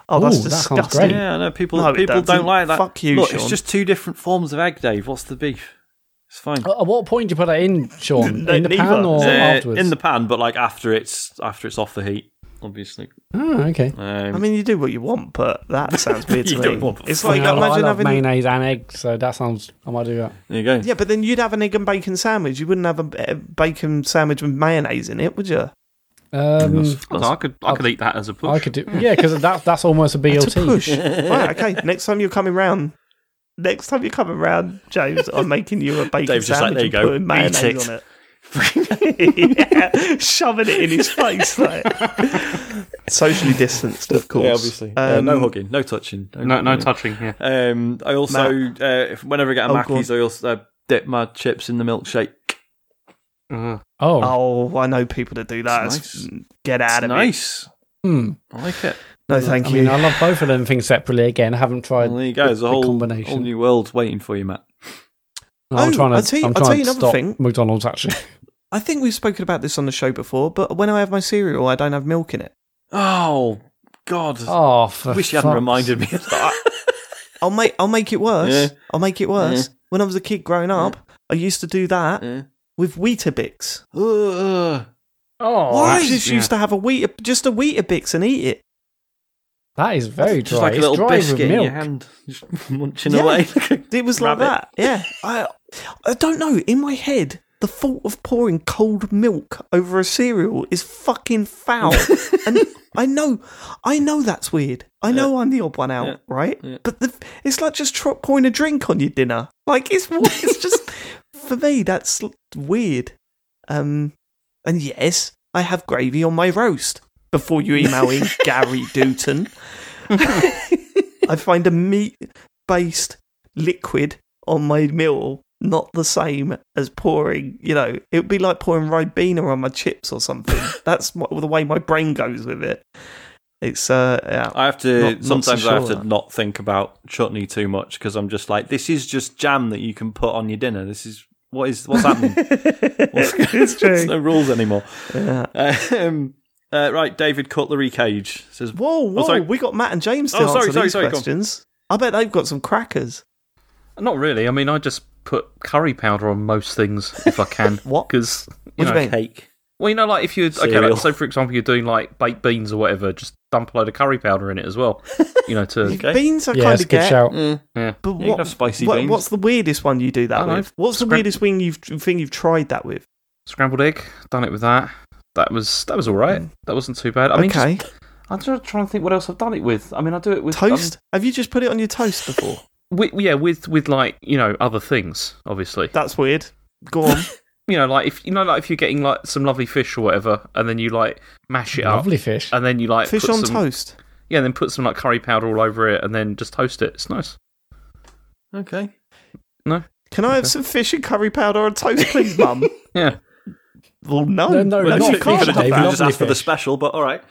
Speaker 1: Oh, that's
Speaker 2: Ooh, that sounds
Speaker 1: disgusting.
Speaker 2: great.
Speaker 3: Yeah, I know people.
Speaker 1: No, it
Speaker 3: people
Speaker 1: doesn't.
Speaker 3: don't like that.
Speaker 1: Fuck you,
Speaker 3: Look, it's
Speaker 1: Sean.
Speaker 3: just two different forms of egg, Dave. What's the beef? It's fine.
Speaker 1: Oh,
Speaker 2: At at what point do you put that in, Sean?
Speaker 1: No,
Speaker 2: in the pan
Speaker 1: neither.
Speaker 2: or
Speaker 3: Uh,
Speaker 2: afterwards?
Speaker 3: in the pan, but like after it's after it's off the heat, obviously.
Speaker 2: oh, okay.
Speaker 3: Um,
Speaker 1: I mean, you do what you want, but that sounds weird to
Speaker 3: You
Speaker 1: me.
Speaker 3: don't want-
Speaker 1: it's like
Speaker 2: I, mean, I- I
Speaker 1: Oh, imagine
Speaker 2: love
Speaker 1: having
Speaker 2: mayonnaise and egg, so that sounds. I might do that.
Speaker 3: there you go.
Speaker 1: yeah, but then you'd have an egg and bacon sandwich. You wouldn't have a, a bacon sandwich with mayonnaise in it, would you?
Speaker 2: Um,
Speaker 4: I, don't know, I could I could eat that as a push.
Speaker 2: I could do. Yeah, because that, that's almost a
Speaker 1: It's a
Speaker 2: BLT.
Speaker 1: push. right, okay. Next time you're coming round, next time you're coming round, James, I'm making you a bacon
Speaker 3: Dave's just like,
Speaker 1: sandwich
Speaker 3: "There you
Speaker 1: and
Speaker 3: go,
Speaker 1: putting
Speaker 3: eat
Speaker 1: mayonnaise
Speaker 3: it."
Speaker 1: on it. yeah, shoving it in his face, like socially distanced, of course.
Speaker 3: Yeah, obviously. Uh,
Speaker 1: Um,
Speaker 3: no hugging, no touching.
Speaker 4: No, no
Speaker 3: hugging.
Speaker 4: touching here.
Speaker 3: Um, I also, uh, if, whenever I get a
Speaker 1: Oh, go
Speaker 3: Mackey's, I also uh, dip my chips in the milkshake.
Speaker 4: Uh,
Speaker 2: Oh,
Speaker 1: Oh, I know people that do that.
Speaker 3: It's
Speaker 1: It's- Get out
Speaker 3: It's
Speaker 1: of
Speaker 3: nice.
Speaker 2: hmm.
Speaker 3: I like it.
Speaker 1: it. No, thank
Speaker 2: I
Speaker 1: you.
Speaker 2: mean, I love both of them things separately. Again, I haven't tried.
Speaker 3: Well, there you go. There's a
Speaker 2: the
Speaker 3: whole,
Speaker 2: combination.
Speaker 3: whole new world waiting for you, Matt.
Speaker 1: Oh,
Speaker 2: I'm trying to.
Speaker 1: I'll tell you-
Speaker 2: I'm
Speaker 1: I'll
Speaker 2: trying
Speaker 1: tell you
Speaker 2: to
Speaker 1: another
Speaker 2: stop
Speaker 1: thing.
Speaker 2: McDonald's actually.
Speaker 1: I think we've spoken about this on the show before, but when I have my cereal, I don't have milk in it.
Speaker 3: Oh God!
Speaker 2: Oh, for
Speaker 3: I wish you hadn't
Speaker 2: fuck's-
Speaker 3: reminded me of that.
Speaker 1: I'll make I'll make it worse.
Speaker 3: Yeah.
Speaker 1: I'll make it worse. When I was a kid growing up, I used to do that
Speaker 3: Yeah.
Speaker 1: with Weetabix.
Speaker 3: Ugh.
Speaker 2: Oh,
Speaker 1: I
Speaker 2: that's-
Speaker 1: just used to have a wheat, just a Weetabix and eat it.
Speaker 2: that is very dry.
Speaker 3: Just like a
Speaker 2: It's
Speaker 3: little
Speaker 2: dry
Speaker 3: biscuit
Speaker 2: with
Speaker 3: in your
Speaker 2: milk.
Speaker 3: hand, just munching
Speaker 1: Yeah.
Speaker 3: away.
Speaker 1: It was like
Speaker 3: Rabbit.
Speaker 1: that. Yeah. I I don't know. In my head, the thought of pouring cold milk over a cereal is fucking foul. and I know, I know that's weird. I know I'm the odd one out,
Speaker 3: Yeah.
Speaker 1: right?
Speaker 3: Yeah.
Speaker 1: But the, it's like just tro- pouring a drink on your dinner. Like it's it's just for me that's l- weird. Um, and yes, I have gravy on my roast. Before you email in Gary Dutton, I find a meat based liquid on my meal not the same as pouring, you know, it would be like pouring Ribena on my chips or something. That's my, the way my brain goes with it. It's, uh, yeah.
Speaker 3: I have to
Speaker 1: Not- not so
Speaker 3: sometimes I have
Speaker 1: sure
Speaker 3: to
Speaker 1: that.
Speaker 3: not think about chutney too much because I'm just like this is just jam that you can put on your dinner. This is what is what's happening. What's-
Speaker 1: it's
Speaker 3: There's no
Speaker 1: true.
Speaker 3: rules anymore.
Speaker 1: Yeah.
Speaker 3: Um, uh, right, David Cutlery Cage says,
Speaker 1: Whoa, whoa,
Speaker 3: Oh, sorry.
Speaker 1: we got Matt and James to
Speaker 3: Oh, sorry,
Speaker 1: answer
Speaker 3: sorry,
Speaker 1: these
Speaker 3: sorry, go on.
Speaker 1: questions. I bet they've got some crackers.
Speaker 4: Not really. I mean, I just put curry powder on most things if I can.
Speaker 1: What?
Speaker 4: Because
Speaker 1: What do you mean?
Speaker 3: "Cake."
Speaker 4: well, you know, like if you okay,
Speaker 3: Cereal.
Speaker 4: like, so for example, you're doing like baked beans or whatever, just dump a load of curry powder in it as well. You know, to
Speaker 3: Okay.
Speaker 1: Beans I
Speaker 2: Yeah,
Speaker 1: kind
Speaker 2: it's a
Speaker 1: of
Speaker 2: good
Speaker 1: get,
Speaker 2: shout.
Speaker 4: yeah.
Speaker 1: but
Speaker 3: Yeah, you
Speaker 1: what,
Speaker 3: can have spicy
Speaker 1: what-
Speaker 3: beans.
Speaker 1: what's the weirdest one you do that
Speaker 4: I don't
Speaker 1: with? What's the
Speaker 4: Scram-
Speaker 1: weirdest thing you've, thing you've tried that with?
Speaker 4: scrambled egg. Done it with that. That was that was all right. That wasn't too bad. I mean, just-
Speaker 1: okay.
Speaker 4: I'm just trying to think what else I've done it with. I mean, I do it with um,
Speaker 1: toast? Have you just put it on your toast before?
Speaker 4: wi- yeah, with with like you know other things, obviously.
Speaker 1: That's weird. Go on.
Speaker 4: you know, like if you know, like if you're getting like some lovely fish or whatever, and then you like mash it
Speaker 2: Lovely
Speaker 4: up,
Speaker 2: fish.
Speaker 4: and then you like
Speaker 1: Fish
Speaker 4: put
Speaker 1: on
Speaker 4: some,
Speaker 1: toast.
Speaker 4: yeah, and then put some like curry powder all over it, and then just toast it. It's nice.
Speaker 3: Okay,
Speaker 4: No,
Speaker 1: Can I have some fish and curry powder on toast, please, Mum?
Speaker 4: yeah,
Speaker 1: well, no.
Speaker 2: No, no,
Speaker 1: you
Speaker 2: not
Speaker 3: you
Speaker 2: fish,
Speaker 1: can't
Speaker 3: could have
Speaker 1: have
Speaker 2: Dave,
Speaker 1: that.
Speaker 3: just
Speaker 2: lovely
Speaker 3: asked for the
Speaker 2: fish.
Speaker 3: special, but all right.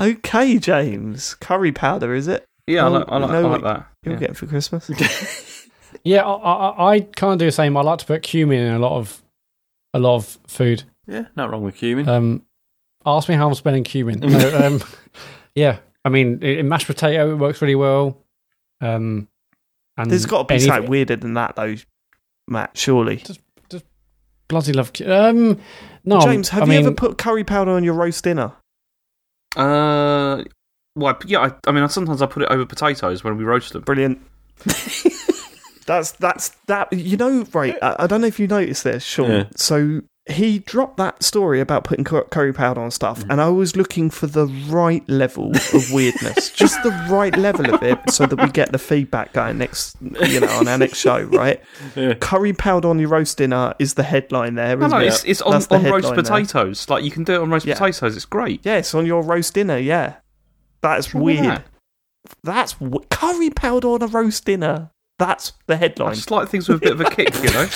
Speaker 1: Okay, James. Curry powder, is it?
Speaker 4: yeah,
Speaker 1: Oh,
Speaker 4: I like, I like,
Speaker 1: no,
Speaker 4: I like
Speaker 1: it-
Speaker 4: that.
Speaker 1: You're
Speaker 4: Yeah.
Speaker 1: getting for Christmas.
Speaker 2: Yeah, I, I, I kind of do the same. I like to put cumin in a lot of a lot of food.
Speaker 3: yeah, not wrong with cumin.
Speaker 2: Um, ask me how I'm spelling cumin. No, um, yeah, I mean, i- in mashed potato, it works really well. Um, and
Speaker 1: There's got to be
Speaker 2: anything-
Speaker 1: something weirder than that, though, Matt. Surely.
Speaker 2: bloody love. cu- Um, no,
Speaker 1: James, have
Speaker 2: I
Speaker 1: you
Speaker 2: mean,
Speaker 1: ever put curry powder on your roast dinner?
Speaker 4: Uh, Well, I- yeah, I, I mean, I, sometimes I put it over potatoes when we roast them.
Speaker 1: Brilliant. that's that's that. You know, right? I, I don't know if you noticed this, Sean.
Speaker 3: Yeah.
Speaker 1: So he dropped that story about putting cur- curry powder on stuff, and I was looking for the right level of weirdness, just the right level of it, so that we get the feedback going next. You know, on our next show, right? Curry powder on your roast dinner is the headline there.
Speaker 4: No,
Speaker 1: isn't
Speaker 4: no,
Speaker 1: it?
Speaker 4: it's, it's on,
Speaker 1: That's the
Speaker 4: on roast
Speaker 1: headline there.
Speaker 4: potatoes. Like you can do it on roast
Speaker 1: Yeah.
Speaker 4: potatoes. It's great.
Speaker 1: Yeah, it's on your roast dinner. Yeah, that's
Speaker 4: wrong with
Speaker 1: weird.
Speaker 4: that?
Speaker 1: That's w- curry powder on a roast dinner. That's the
Speaker 4: I
Speaker 1: headline.
Speaker 4: just like things with a bit of a kick, you know.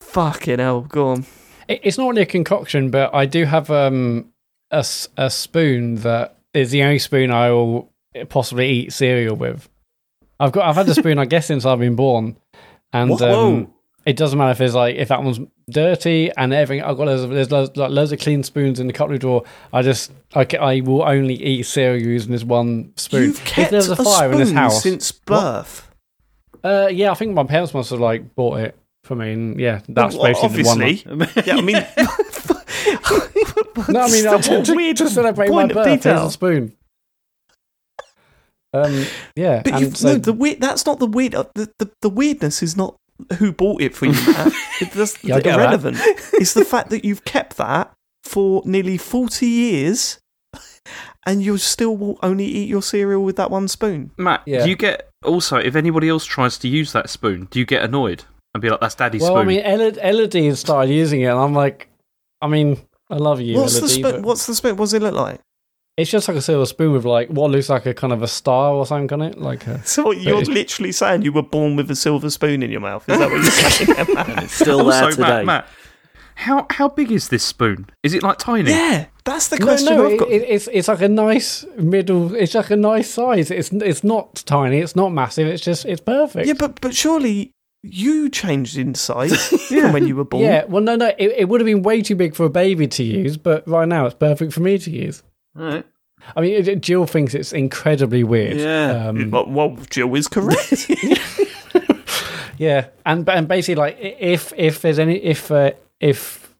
Speaker 1: Fucking hell, go on.
Speaker 2: It- It's not really a concoction, but I do have um, a, s- a spoon that is the only spoon I will possibly eat cereal with. I've got I've had a spoon, I guess, since I've been born, and
Speaker 3: Whoa.
Speaker 2: um, it doesn't matter if it's like if that one's dirty and everything. I've got loads of, there's loads, like, loads of clean spoons in the cutlery drawer. I just I, ca- I will only eat cereal using this one spoon.
Speaker 1: You've kept
Speaker 2: if there's a fire
Speaker 1: spoon
Speaker 2: in this house,
Speaker 1: since birth.
Speaker 2: uh, yeah, I think my parents must have like bought it for me. And yeah, that's
Speaker 1: Well,
Speaker 2: basically the one. that-
Speaker 1: obviously. yeah, I mean,
Speaker 2: No, I mean,
Speaker 1: Still
Speaker 2: I to, to,
Speaker 1: weird
Speaker 2: to celebrate my
Speaker 1: point of
Speaker 2: birth, here's
Speaker 1: detail.
Speaker 2: a spoon. Um, yeah,
Speaker 1: but
Speaker 2: and
Speaker 1: you've,
Speaker 2: so
Speaker 1: no, the weird, that's not the weird. uh, The, the, the weirdness is not who bought it for you, Matt. It- that's
Speaker 2: Yeah, I get that.
Speaker 1: irrelevant. it's the fact that you've kept that for nearly forty years, and you still will only eat your cereal with that one spoon.
Speaker 4: Matt,
Speaker 2: Yeah.
Speaker 4: do you get also if anybody else tries to use that spoon, do you get annoyed and be like, "That's daddy's
Speaker 2: well,
Speaker 4: spoon"?
Speaker 2: I mean, Elodie Elodie has started using it, and I'm like, I mean, I love you,
Speaker 1: what's the
Speaker 2: Elodie,
Speaker 1: spoon?
Speaker 2: but
Speaker 1: What's the spoon? What does it look like?
Speaker 2: it's just like a silver spoon with like what looks like a kind of a star or something on it, like a,
Speaker 1: So what, you're
Speaker 2: it's-
Speaker 1: literally saying you were born with a silver spoon in your mouth? Is that what you're saying?
Speaker 3: It's still there
Speaker 4: also,
Speaker 3: today.
Speaker 4: Matt, Matt, how how big is this spoon? Is it like tiny?
Speaker 1: yeah, that's the
Speaker 2: No,
Speaker 1: question
Speaker 2: no,
Speaker 1: I've
Speaker 2: it,
Speaker 1: got.
Speaker 2: it, it's it's like a nice middle. It's like a nice size. It's it's not tiny. It's not massive. It's just it's perfect.
Speaker 1: Yeah, but but surely you changed in size from when you were born.
Speaker 2: yeah. Well, no, no. It, it would have been way too big for a baby to use, but right now it's perfect for me to use.
Speaker 3: Alright.
Speaker 2: I mean, it- it- Jill thinks it's incredibly weird.
Speaker 3: Yeah.
Speaker 2: Um,
Speaker 1: Well, well, Jill is correct.
Speaker 2: yeah. And and basically, like, i- if if there's any if uh, if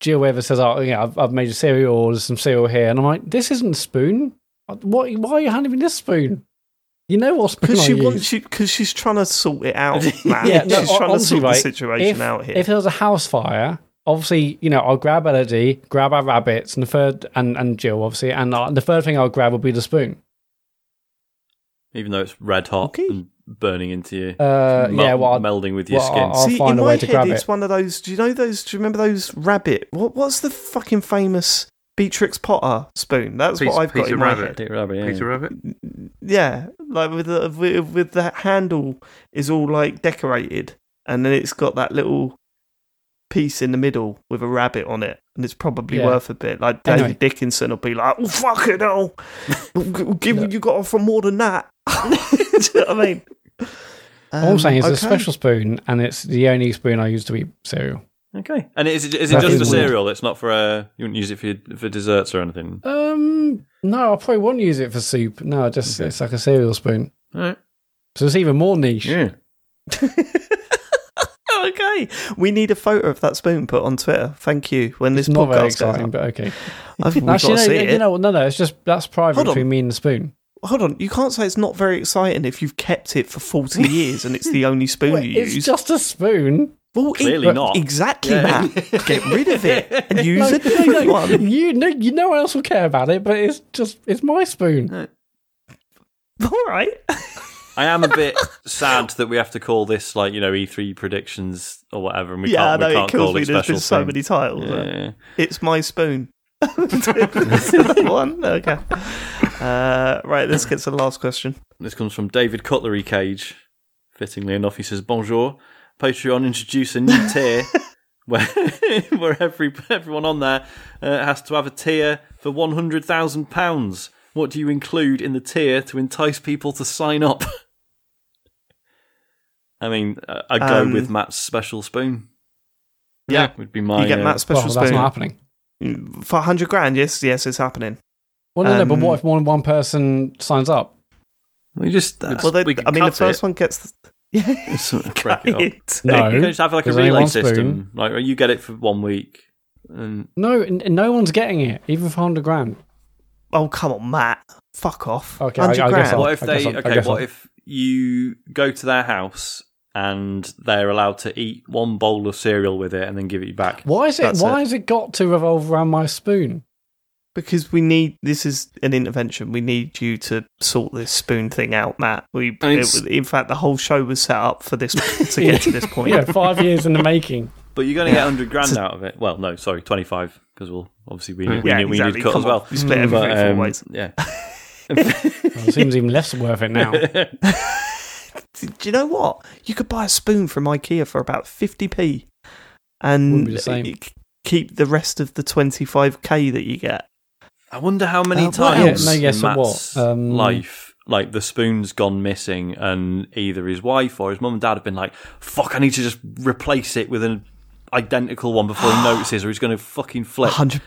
Speaker 2: Jill ever says, "Oh, yeah, I've, I've made a cereal or there's some cereal here," and I'm like, "This isn't a spoon. What? Why are you handing me this spoon? You know what spoon
Speaker 1: Because
Speaker 2: I
Speaker 1: she
Speaker 2: use."
Speaker 1: wants you. Because she's trying to sort it out, man.
Speaker 2: yeah, no,
Speaker 1: she's trying to
Speaker 2: honestly,
Speaker 1: sort
Speaker 2: right,
Speaker 1: the situation
Speaker 2: if,
Speaker 1: out here.
Speaker 2: If there was a house fire, obviously, you know, I'll grab Elodie, grab our rabbits, and the third and, and Jill, obviously, and uh, the third thing I'll grab will be the spoon.
Speaker 3: Even though it's red hot
Speaker 1: Okay.
Speaker 3: and burning into you.
Speaker 2: Uh,
Speaker 3: Mel-
Speaker 2: yeah, well, I-
Speaker 3: melding with your
Speaker 2: well,
Speaker 3: skin.
Speaker 2: I'll-
Speaker 1: See,
Speaker 2: find
Speaker 1: in
Speaker 2: a
Speaker 1: my
Speaker 2: way to
Speaker 1: head,
Speaker 2: grab
Speaker 1: it's
Speaker 2: it.
Speaker 1: one of those. Do you know those? Do you remember those rabbit? What? What's the fucking famous Beatrix Potter spoon? That's
Speaker 4: Peter-
Speaker 1: what I've got
Speaker 4: Peter
Speaker 1: in my
Speaker 4: Rabbit.
Speaker 1: head.
Speaker 3: Peter Rabbit, yeah.
Speaker 4: Peter Rabbit.
Speaker 1: Yeah, like with the with, with the handle is all like decorated, and then it's got that little piece in the middle with a rabbit on it, and it's probably
Speaker 2: Yeah.
Speaker 1: worth a bit. Like David
Speaker 2: Anyway.
Speaker 1: Dickinson will be like, "Oh fuck it, hell, give you got for more than that." Do you know what I mean?
Speaker 2: all I'm saying is
Speaker 1: Um,
Speaker 2: it's a
Speaker 1: okay.
Speaker 2: special spoon, and it's the only spoon I use to eat cereal.
Speaker 3: Okay. And is it, is it
Speaker 2: That
Speaker 3: just
Speaker 2: is
Speaker 3: for
Speaker 2: weird.
Speaker 3: cereal? It's not for uh, you wouldn't use it for your- for desserts or anything.
Speaker 2: Um, no, I probably won't use it for soup. No, I just it's like a cereal spoon,
Speaker 3: All right.
Speaker 2: so it's even more niche.
Speaker 3: Yeah.
Speaker 1: Okay, we need a photo of that spoon put on Twitter. Thank you. When this
Speaker 2: It's not very
Speaker 1: podcast goes
Speaker 2: exciting,
Speaker 1: up,
Speaker 2: but okay.
Speaker 1: I think we've got
Speaker 2: Actually,
Speaker 1: to
Speaker 2: no,
Speaker 1: see
Speaker 2: you,
Speaker 1: it.
Speaker 2: you know, what? no, no, it's just that's private
Speaker 1: Hold on.
Speaker 2: between me and the spoon.
Speaker 1: Hold on, you can't say it's not very exciting if you've kept it for 40 years and it's the only spoon you
Speaker 2: It's
Speaker 1: use.
Speaker 2: just a spoon.
Speaker 1: well, it-
Speaker 3: Clearly not.
Speaker 1: Exactly,
Speaker 3: Yeah.
Speaker 1: Matt. Get rid of it and use
Speaker 2: No,
Speaker 1: a
Speaker 2: no,
Speaker 1: different
Speaker 2: no,
Speaker 1: one.
Speaker 2: You know, you no one else will care about it, but it's just it's my spoon.
Speaker 1: All right.
Speaker 3: I am a bit sad that we have to call this like you know E3 predictions or whatever, and we
Speaker 1: yeah, I
Speaker 3: can't, we
Speaker 1: know, it
Speaker 3: can't
Speaker 1: kills
Speaker 3: call
Speaker 1: me.
Speaker 3: it
Speaker 1: There's
Speaker 3: special.
Speaker 1: been so
Speaker 3: thing.
Speaker 1: many titles.
Speaker 3: Yeah.
Speaker 1: It's my spoon. That one? Okay. Uh, right, let's get to the last question.
Speaker 3: This comes from David Cutlery Cage. Fittingly enough, he says, Bonjour. Patreon introduce a new tier where, where every, everyone on there uh, has to have a tier for £100,000. What do you include in the tier to entice people to sign up? I mean, uh, I'd go
Speaker 1: Um,
Speaker 3: with Matt's special spoon.
Speaker 1: Yeah.
Speaker 3: Would be my.
Speaker 1: you get
Speaker 3: uh,
Speaker 1: Matt's
Speaker 2: Well,
Speaker 1: special
Speaker 2: that's not
Speaker 1: spoon
Speaker 2: happening.
Speaker 1: for 100 grand. Yes, yes, it's happening.
Speaker 2: Well, no, no, but
Speaker 1: Um,
Speaker 2: what if more than one person signs up?
Speaker 3: We just.
Speaker 1: Well, they,
Speaker 4: we can
Speaker 1: I mean, the
Speaker 4: cut
Speaker 1: first
Speaker 4: it.
Speaker 1: one gets. Yeah.
Speaker 3: it's sort of break it up.
Speaker 2: No,
Speaker 3: You can just have like a
Speaker 2: there's only
Speaker 3: relay
Speaker 2: one
Speaker 3: system.
Speaker 2: spoon.
Speaker 3: Like you get it for one week, and
Speaker 2: No, n- no one's getting it, even for hundred grand.
Speaker 1: Oh come on, Matt. Fuck off.
Speaker 2: Okay, I- I
Speaker 1: 100
Speaker 2: guess
Speaker 1: grand.
Speaker 2: I'll-
Speaker 3: What if
Speaker 2: I
Speaker 3: they?
Speaker 2: guess I'll- I
Speaker 3: Okay,
Speaker 2: guess
Speaker 3: what
Speaker 2: I'll-
Speaker 3: if you go to their house and they're allowed to eat one bowl of cereal with it and then give it back?
Speaker 2: Why is it?
Speaker 1: That's
Speaker 2: Why
Speaker 1: it.
Speaker 2: has it got to revolve around my spoon?
Speaker 1: Because we need this is an intervention. We need you to sort this spoon thing out, Matt. We
Speaker 3: I mean,
Speaker 1: it
Speaker 3: s-
Speaker 1: was- in fact the whole show was set up for this to get to this point.
Speaker 2: Yeah, five years in the making.
Speaker 3: But you're going to get 100 grand out of it. Well, no, sorry, 25 because we'll obviously we need, we
Speaker 1: Yeah,
Speaker 3: need, we
Speaker 1: exactly.
Speaker 3: need cut
Speaker 1: Come
Speaker 3: as well. um,
Speaker 1: on. You split everything four ways.
Speaker 3: Yeah.
Speaker 2: Well, it seems even less worth it now.
Speaker 1: Do you know what? You could buy a spoon from IKEA for about fifty p, and
Speaker 2: Wouldn't be the same.
Speaker 1: you c- keep the rest of the twenty five k that you get.
Speaker 3: I wonder how many
Speaker 1: Uh, what else?
Speaker 3: times
Speaker 2: No, yes,
Speaker 3: in
Speaker 2: and what?
Speaker 3: Matt's
Speaker 2: Um,
Speaker 3: life, like the spoon's gone missing, and either his wife or his mum and dad have been like, "Fuck, I need to just replace it with an identical one before he notices, or he's going to fucking
Speaker 1: A
Speaker 3: flip."
Speaker 1: hundred,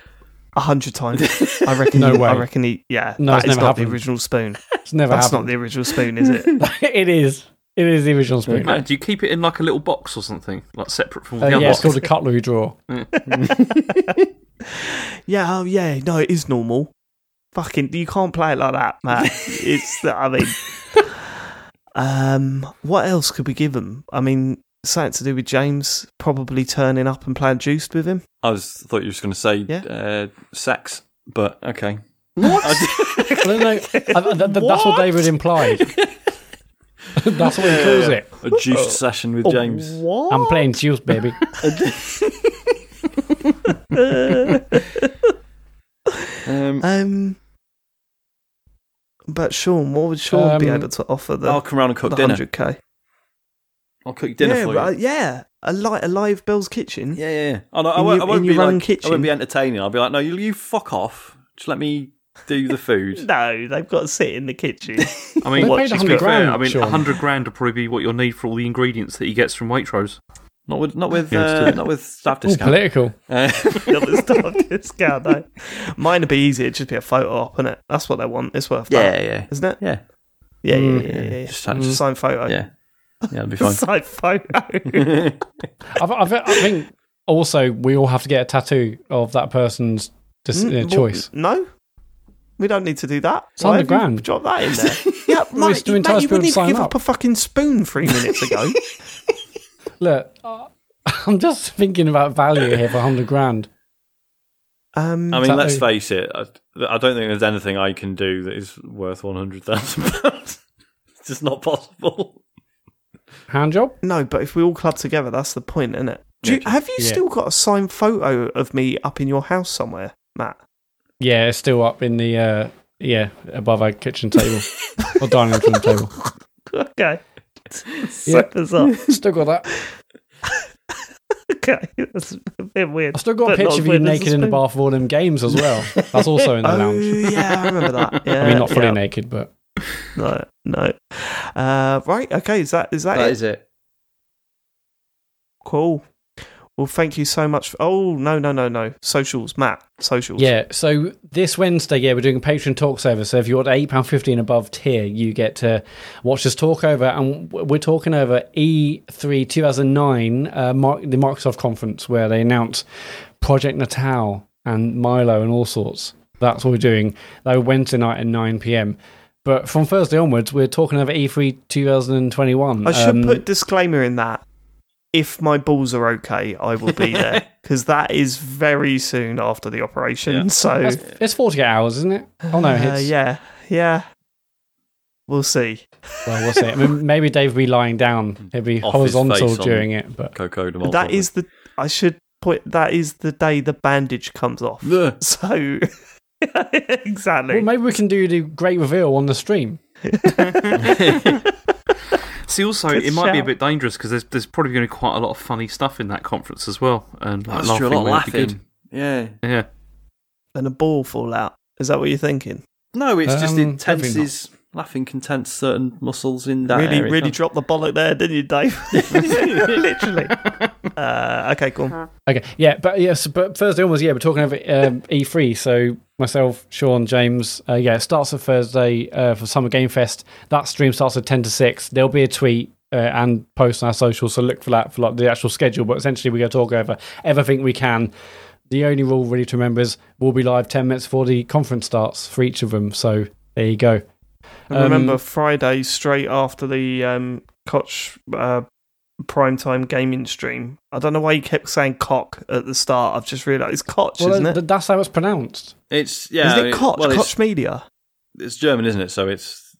Speaker 1: a hundred times. I reckon.
Speaker 2: No
Speaker 1: he-
Speaker 2: way.
Speaker 1: I reckon. He, yeah,
Speaker 2: No,
Speaker 1: that
Speaker 2: it's
Speaker 1: is
Speaker 2: never
Speaker 1: not
Speaker 2: happened.
Speaker 1: the original spoon.
Speaker 2: It's never
Speaker 1: That's not
Speaker 2: happened.
Speaker 1: the original spoon, is it?
Speaker 2: it is. It is the original spoon.
Speaker 4: Matt, do you keep it in like a little box or something, like separate from
Speaker 2: Uh,
Speaker 4: the
Speaker 2: yeah, it's called
Speaker 4: other box?
Speaker 2: a cutlery drawer.
Speaker 1: Yeah, oh yeah, no, it is normal. Fucking, you can't play it like that, Matt. It's, I mean, um, what else could we give him? I mean, something to do with James probably turning up and playing juiced with him.
Speaker 3: I was thought you were just going to say uh, sex, but okay.
Speaker 2: I don't know. I- I- that- that's what David implied. that's what includes it.
Speaker 3: A juiced session with James.
Speaker 1: Oh. What?
Speaker 2: I'm playing juice, baby.
Speaker 3: Um,
Speaker 1: Um, but Sean, what would Sean be
Speaker 2: Um,
Speaker 1: able to offer the,
Speaker 3: I'll come round and cook
Speaker 1: the
Speaker 3: dinner.
Speaker 1: 100k?
Speaker 3: I'll cook dinner
Speaker 1: yeah,
Speaker 3: for you.
Speaker 1: but- yeah, a, li- a live Bell's Kitchen.
Speaker 3: Yeah, yeah, yeah. Oh, no, I
Speaker 1: In
Speaker 3: won't,
Speaker 1: your-
Speaker 3: I won't
Speaker 1: in
Speaker 3: be
Speaker 1: your own
Speaker 3: like, I
Speaker 1: kitchen.
Speaker 3: won't be entertaining. I'll be like, no, you, you fuck off. Just let me do the food.
Speaker 1: No, they've got to sit in the kitchen.
Speaker 4: I mean,
Speaker 2: They paid
Speaker 4: to be
Speaker 2: 100 grand,
Speaker 4: fair, I mean,
Speaker 2: Sean.
Speaker 4: 100 grand would probably be what you'll need for all the ingredients that he gets from Waitrose.
Speaker 3: not with, not with,
Speaker 4: Yeah,
Speaker 3: uh,
Speaker 4: just do
Speaker 3: not with staff
Speaker 2: Ooh,
Speaker 3: discount.
Speaker 2: political.
Speaker 3: Uh,
Speaker 1: Not the staff discount, though. Mine would be easy. It'd just be a photo op, innit? That's what they want. It's worth that,
Speaker 3: yeah, yeah,
Speaker 1: isn't it?
Speaker 3: yeah,
Speaker 1: Yeah, yeah,
Speaker 2: Mm.
Speaker 1: yeah. yeah, yeah.
Speaker 3: Just-
Speaker 1: Just,
Speaker 3: just-
Speaker 1: sign photo.
Speaker 3: yeah. Yeah, it'll be fine.
Speaker 1: Sign photo.
Speaker 2: I, I, I think also we all have to get a tattoo of that person's dis- uh,
Speaker 1: Well,
Speaker 2: choice.
Speaker 1: No, we don't need to do that.
Speaker 2: It's under
Speaker 1: have you
Speaker 2: grand.
Speaker 1: Drop that in there. yeah,
Speaker 2: We're
Speaker 1: mate,
Speaker 2: just doing
Speaker 1: mate,
Speaker 2: task
Speaker 1: you
Speaker 2: people
Speaker 1: wouldn't even
Speaker 2: sign
Speaker 1: give
Speaker 2: up.
Speaker 1: up a fucking spoon three minutes ago.
Speaker 2: Look, uh, I'm just thinking about value here for 100 grand.
Speaker 1: um,
Speaker 3: I mean, let's
Speaker 2: Exactly.
Speaker 3: face it. I, I don't think there's anything I can do that is worth one hundred thousand pounds. It's just not possible.
Speaker 2: Hand job?
Speaker 1: no, but if we all club together, that's the point, isn't it? Do you, have you
Speaker 2: Yeah.
Speaker 1: still got a signed photo of me up in your house somewhere, Matt?
Speaker 2: Yeah, it's still up in the, uh, yeah, above our kitchen table or dining room table.
Speaker 1: Okay.
Speaker 2: Yeah.
Speaker 1: Set us up.
Speaker 2: Still got that.
Speaker 1: Okay, that's a bit weird.
Speaker 2: I've still got a
Speaker 1: But not
Speaker 2: picture of
Speaker 1: as
Speaker 2: you
Speaker 1: weird as
Speaker 2: naked in the
Speaker 1: spoon.
Speaker 2: bath of all them games as well. That's also in the
Speaker 1: Oh,
Speaker 2: lounge.
Speaker 1: yeah, I remember that. Yeah,
Speaker 2: I mean, not fully
Speaker 1: yeah.
Speaker 2: naked, but
Speaker 1: No, no. Uh, right, okay, is that is that, it?
Speaker 3: it.
Speaker 1: Cool. Well, thank you so much. For, oh, no, no, no, no. Socials, Matt, socials.
Speaker 2: yeah. So this Wednesday, yeah, we're doing a Patreon talk over. So if you're at eight pound fifty and above tier, you get to watch us talk over, and w- we're talking over E three two thousand nine, uh, Mar- the Microsoft conference where they announced Project Natal and Milo and all sorts. That's what we're doing. Though Wednesday night at nine pm. But from Thursday onwards, we're talking over E E3 2021.
Speaker 1: I should
Speaker 2: Um,
Speaker 1: put disclaimer in that. If my balls are okay, I will be there because that is very soon after the operation.
Speaker 3: Yeah.
Speaker 1: So,
Speaker 2: That's, it's 48 hours, isn't it? Oh, no,
Speaker 1: uh,
Speaker 2: it's,
Speaker 1: yeah, yeah. We'll see.
Speaker 2: Well, we'll see. I mean, maybe Dave will be lying down. He'll be
Speaker 3: Off his
Speaker 2: horizontal
Speaker 3: face on-
Speaker 2: during it. But
Speaker 3: Coco de Malta.
Speaker 1: That is the. I should point. That is the day the bandage comes off.
Speaker 3: Ugh.
Speaker 1: So, exactly.
Speaker 2: well, maybe we can do the great reveal on the stream.
Speaker 4: See, also,
Speaker 1: Good
Speaker 4: it might be a
Speaker 1: shout.
Speaker 4: bit dangerous because there's, there's probably going to be quite a lot of funny stuff in that conference as well. And like,
Speaker 3: That's true. A lot of
Speaker 4: would be good.
Speaker 3: laughing. Yeah.
Speaker 4: Yeah.
Speaker 1: and a ball fall out. Is that what you're thinking?
Speaker 3: No, it's just
Speaker 2: Um,
Speaker 3: it
Speaker 2: probably not.
Speaker 3: tenses. Laughing can tense certain muscles in that
Speaker 1: really,
Speaker 3: area.
Speaker 1: really dropped the bollock there, didn't you, Dave? Literally. Uh, okay, cool.
Speaker 2: Okay, yeah, but yes, but Thursday onwards, yeah, we're talking over um, E3. So myself, Sean, James, uh, yeah, it starts at Thursday uh, for Summer Game Fest. That stream starts at ten to six. There'll be a tweet. Uh, and post on our socials, so look for that for like the actual schedule. But essentially, we're going to talk over everything we can the only rule really to remember is we'll be live 10 minutes before the conference starts for each of them. So there you go. Um,
Speaker 1: And
Speaker 3: Um,
Speaker 1: remember, Friday straight after the um, Koch uh, primetime gaming stream. I don't know why you kept saying cock at the start. I've just realised it's Koch,
Speaker 2: Well,
Speaker 1: isn't it?
Speaker 2: th- that's how it's pronounced.
Speaker 3: It's yeah.
Speaker 1: not
Speaker 3: I
Speaker 1: it
Speaker 3: mean,
Speaker 1: Koch?
Speaker 3: Well,
Speaker 1: Koch
Speaker 3: it's,
Speaker 1: Media.
Speaker 3: it's German, isn't it? So it's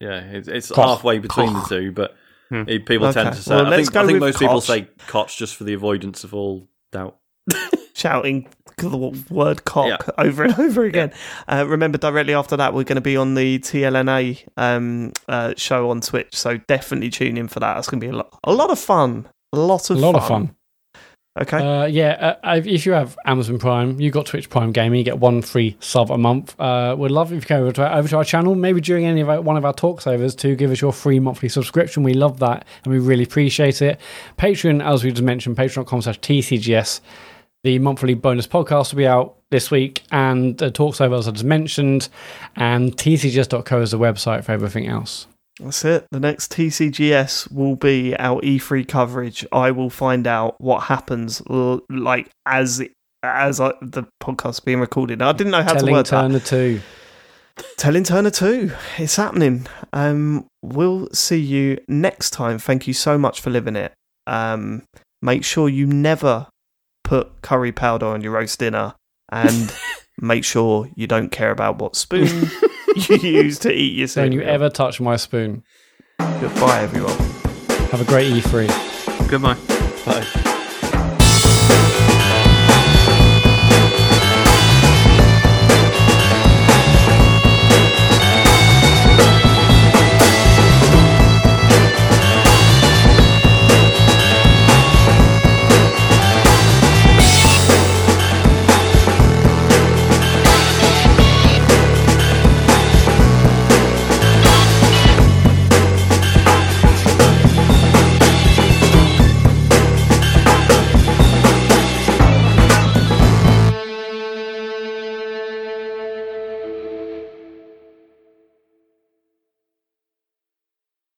Speaker 3: yeah. It's, it's
Speaker 2: Koch.
Speaker 3: halfway between
Speaker 1: Koch.
Speaker 3: the two, but
Speaker 4: Hmm.
Speaker 3: it- people tend
Speaker 1: Okay.
Speaker 3: to say.
Speaker 1: Well,
Speaker 3: I
Speaker 1: let's
Speaker 3: think,
Speaker 1: go
Speaker 3: I think
Speaker 1: with
Speaker 3: most people
Speaker 1: Koch.
Speaker 3: say Koch just for the avoidance of all doubt.
Speaker 1: shouting the word cock
Speaker 3: Yeah.
Speaker 1: over and over again. Uh, remember, directly after that, we're going to be on the TLNA um, uh, show on Twitch, so definitely tune in for that. That's going to be a lot, a lot of fun. A lot
Speaker 2: A
Speaker 1: of
Speaker 2: lot
Speaker 1: fun.
Speaker 2: of fun.
Speaker 1: Okay.
Speaker 2: Uh, yeah, uh, if if you have Amazon Prime, you've got Twitch Prime Gaming, you get one free sub a month. Uh, we'd love if you go over to, our, over to our channel, maybe during any of our, one of our talks overs, to give us your free monthly subscription. We love that and we really appreciate it. Patreon, as we just mentioned, patreon.com slash TCGS. The monthly bonus podcast will be out this week, and uh, talks over, as I just mentioned, and tcgs.co is the website for everything else.
Speaker 1: That's it. The next TCGS will be our E3 coverage. I will find out what happens, l- like as as I, the podcast's being recorded. I didn't know how to
Speaker 2: Telling
Speaker 1: word that.
Speaker 2: Turner 2.
Speaker 1: Telling Turner 2. It's happening. Um, we'll see you next time. Thank you so much for living it. Um, make sure you never put curry powder on your roast dinner and make sure you don't care about what spoon you use to eat your
Speaker 2: Don't
Speaker 1: cereal.
Speaker 2: you ever touch my spoon.
Speaker 1: Goodbye, everyone.
Speaker 2: Have a great E E3.
Speaker 4: Goodbye.
Speaker 3: Bye.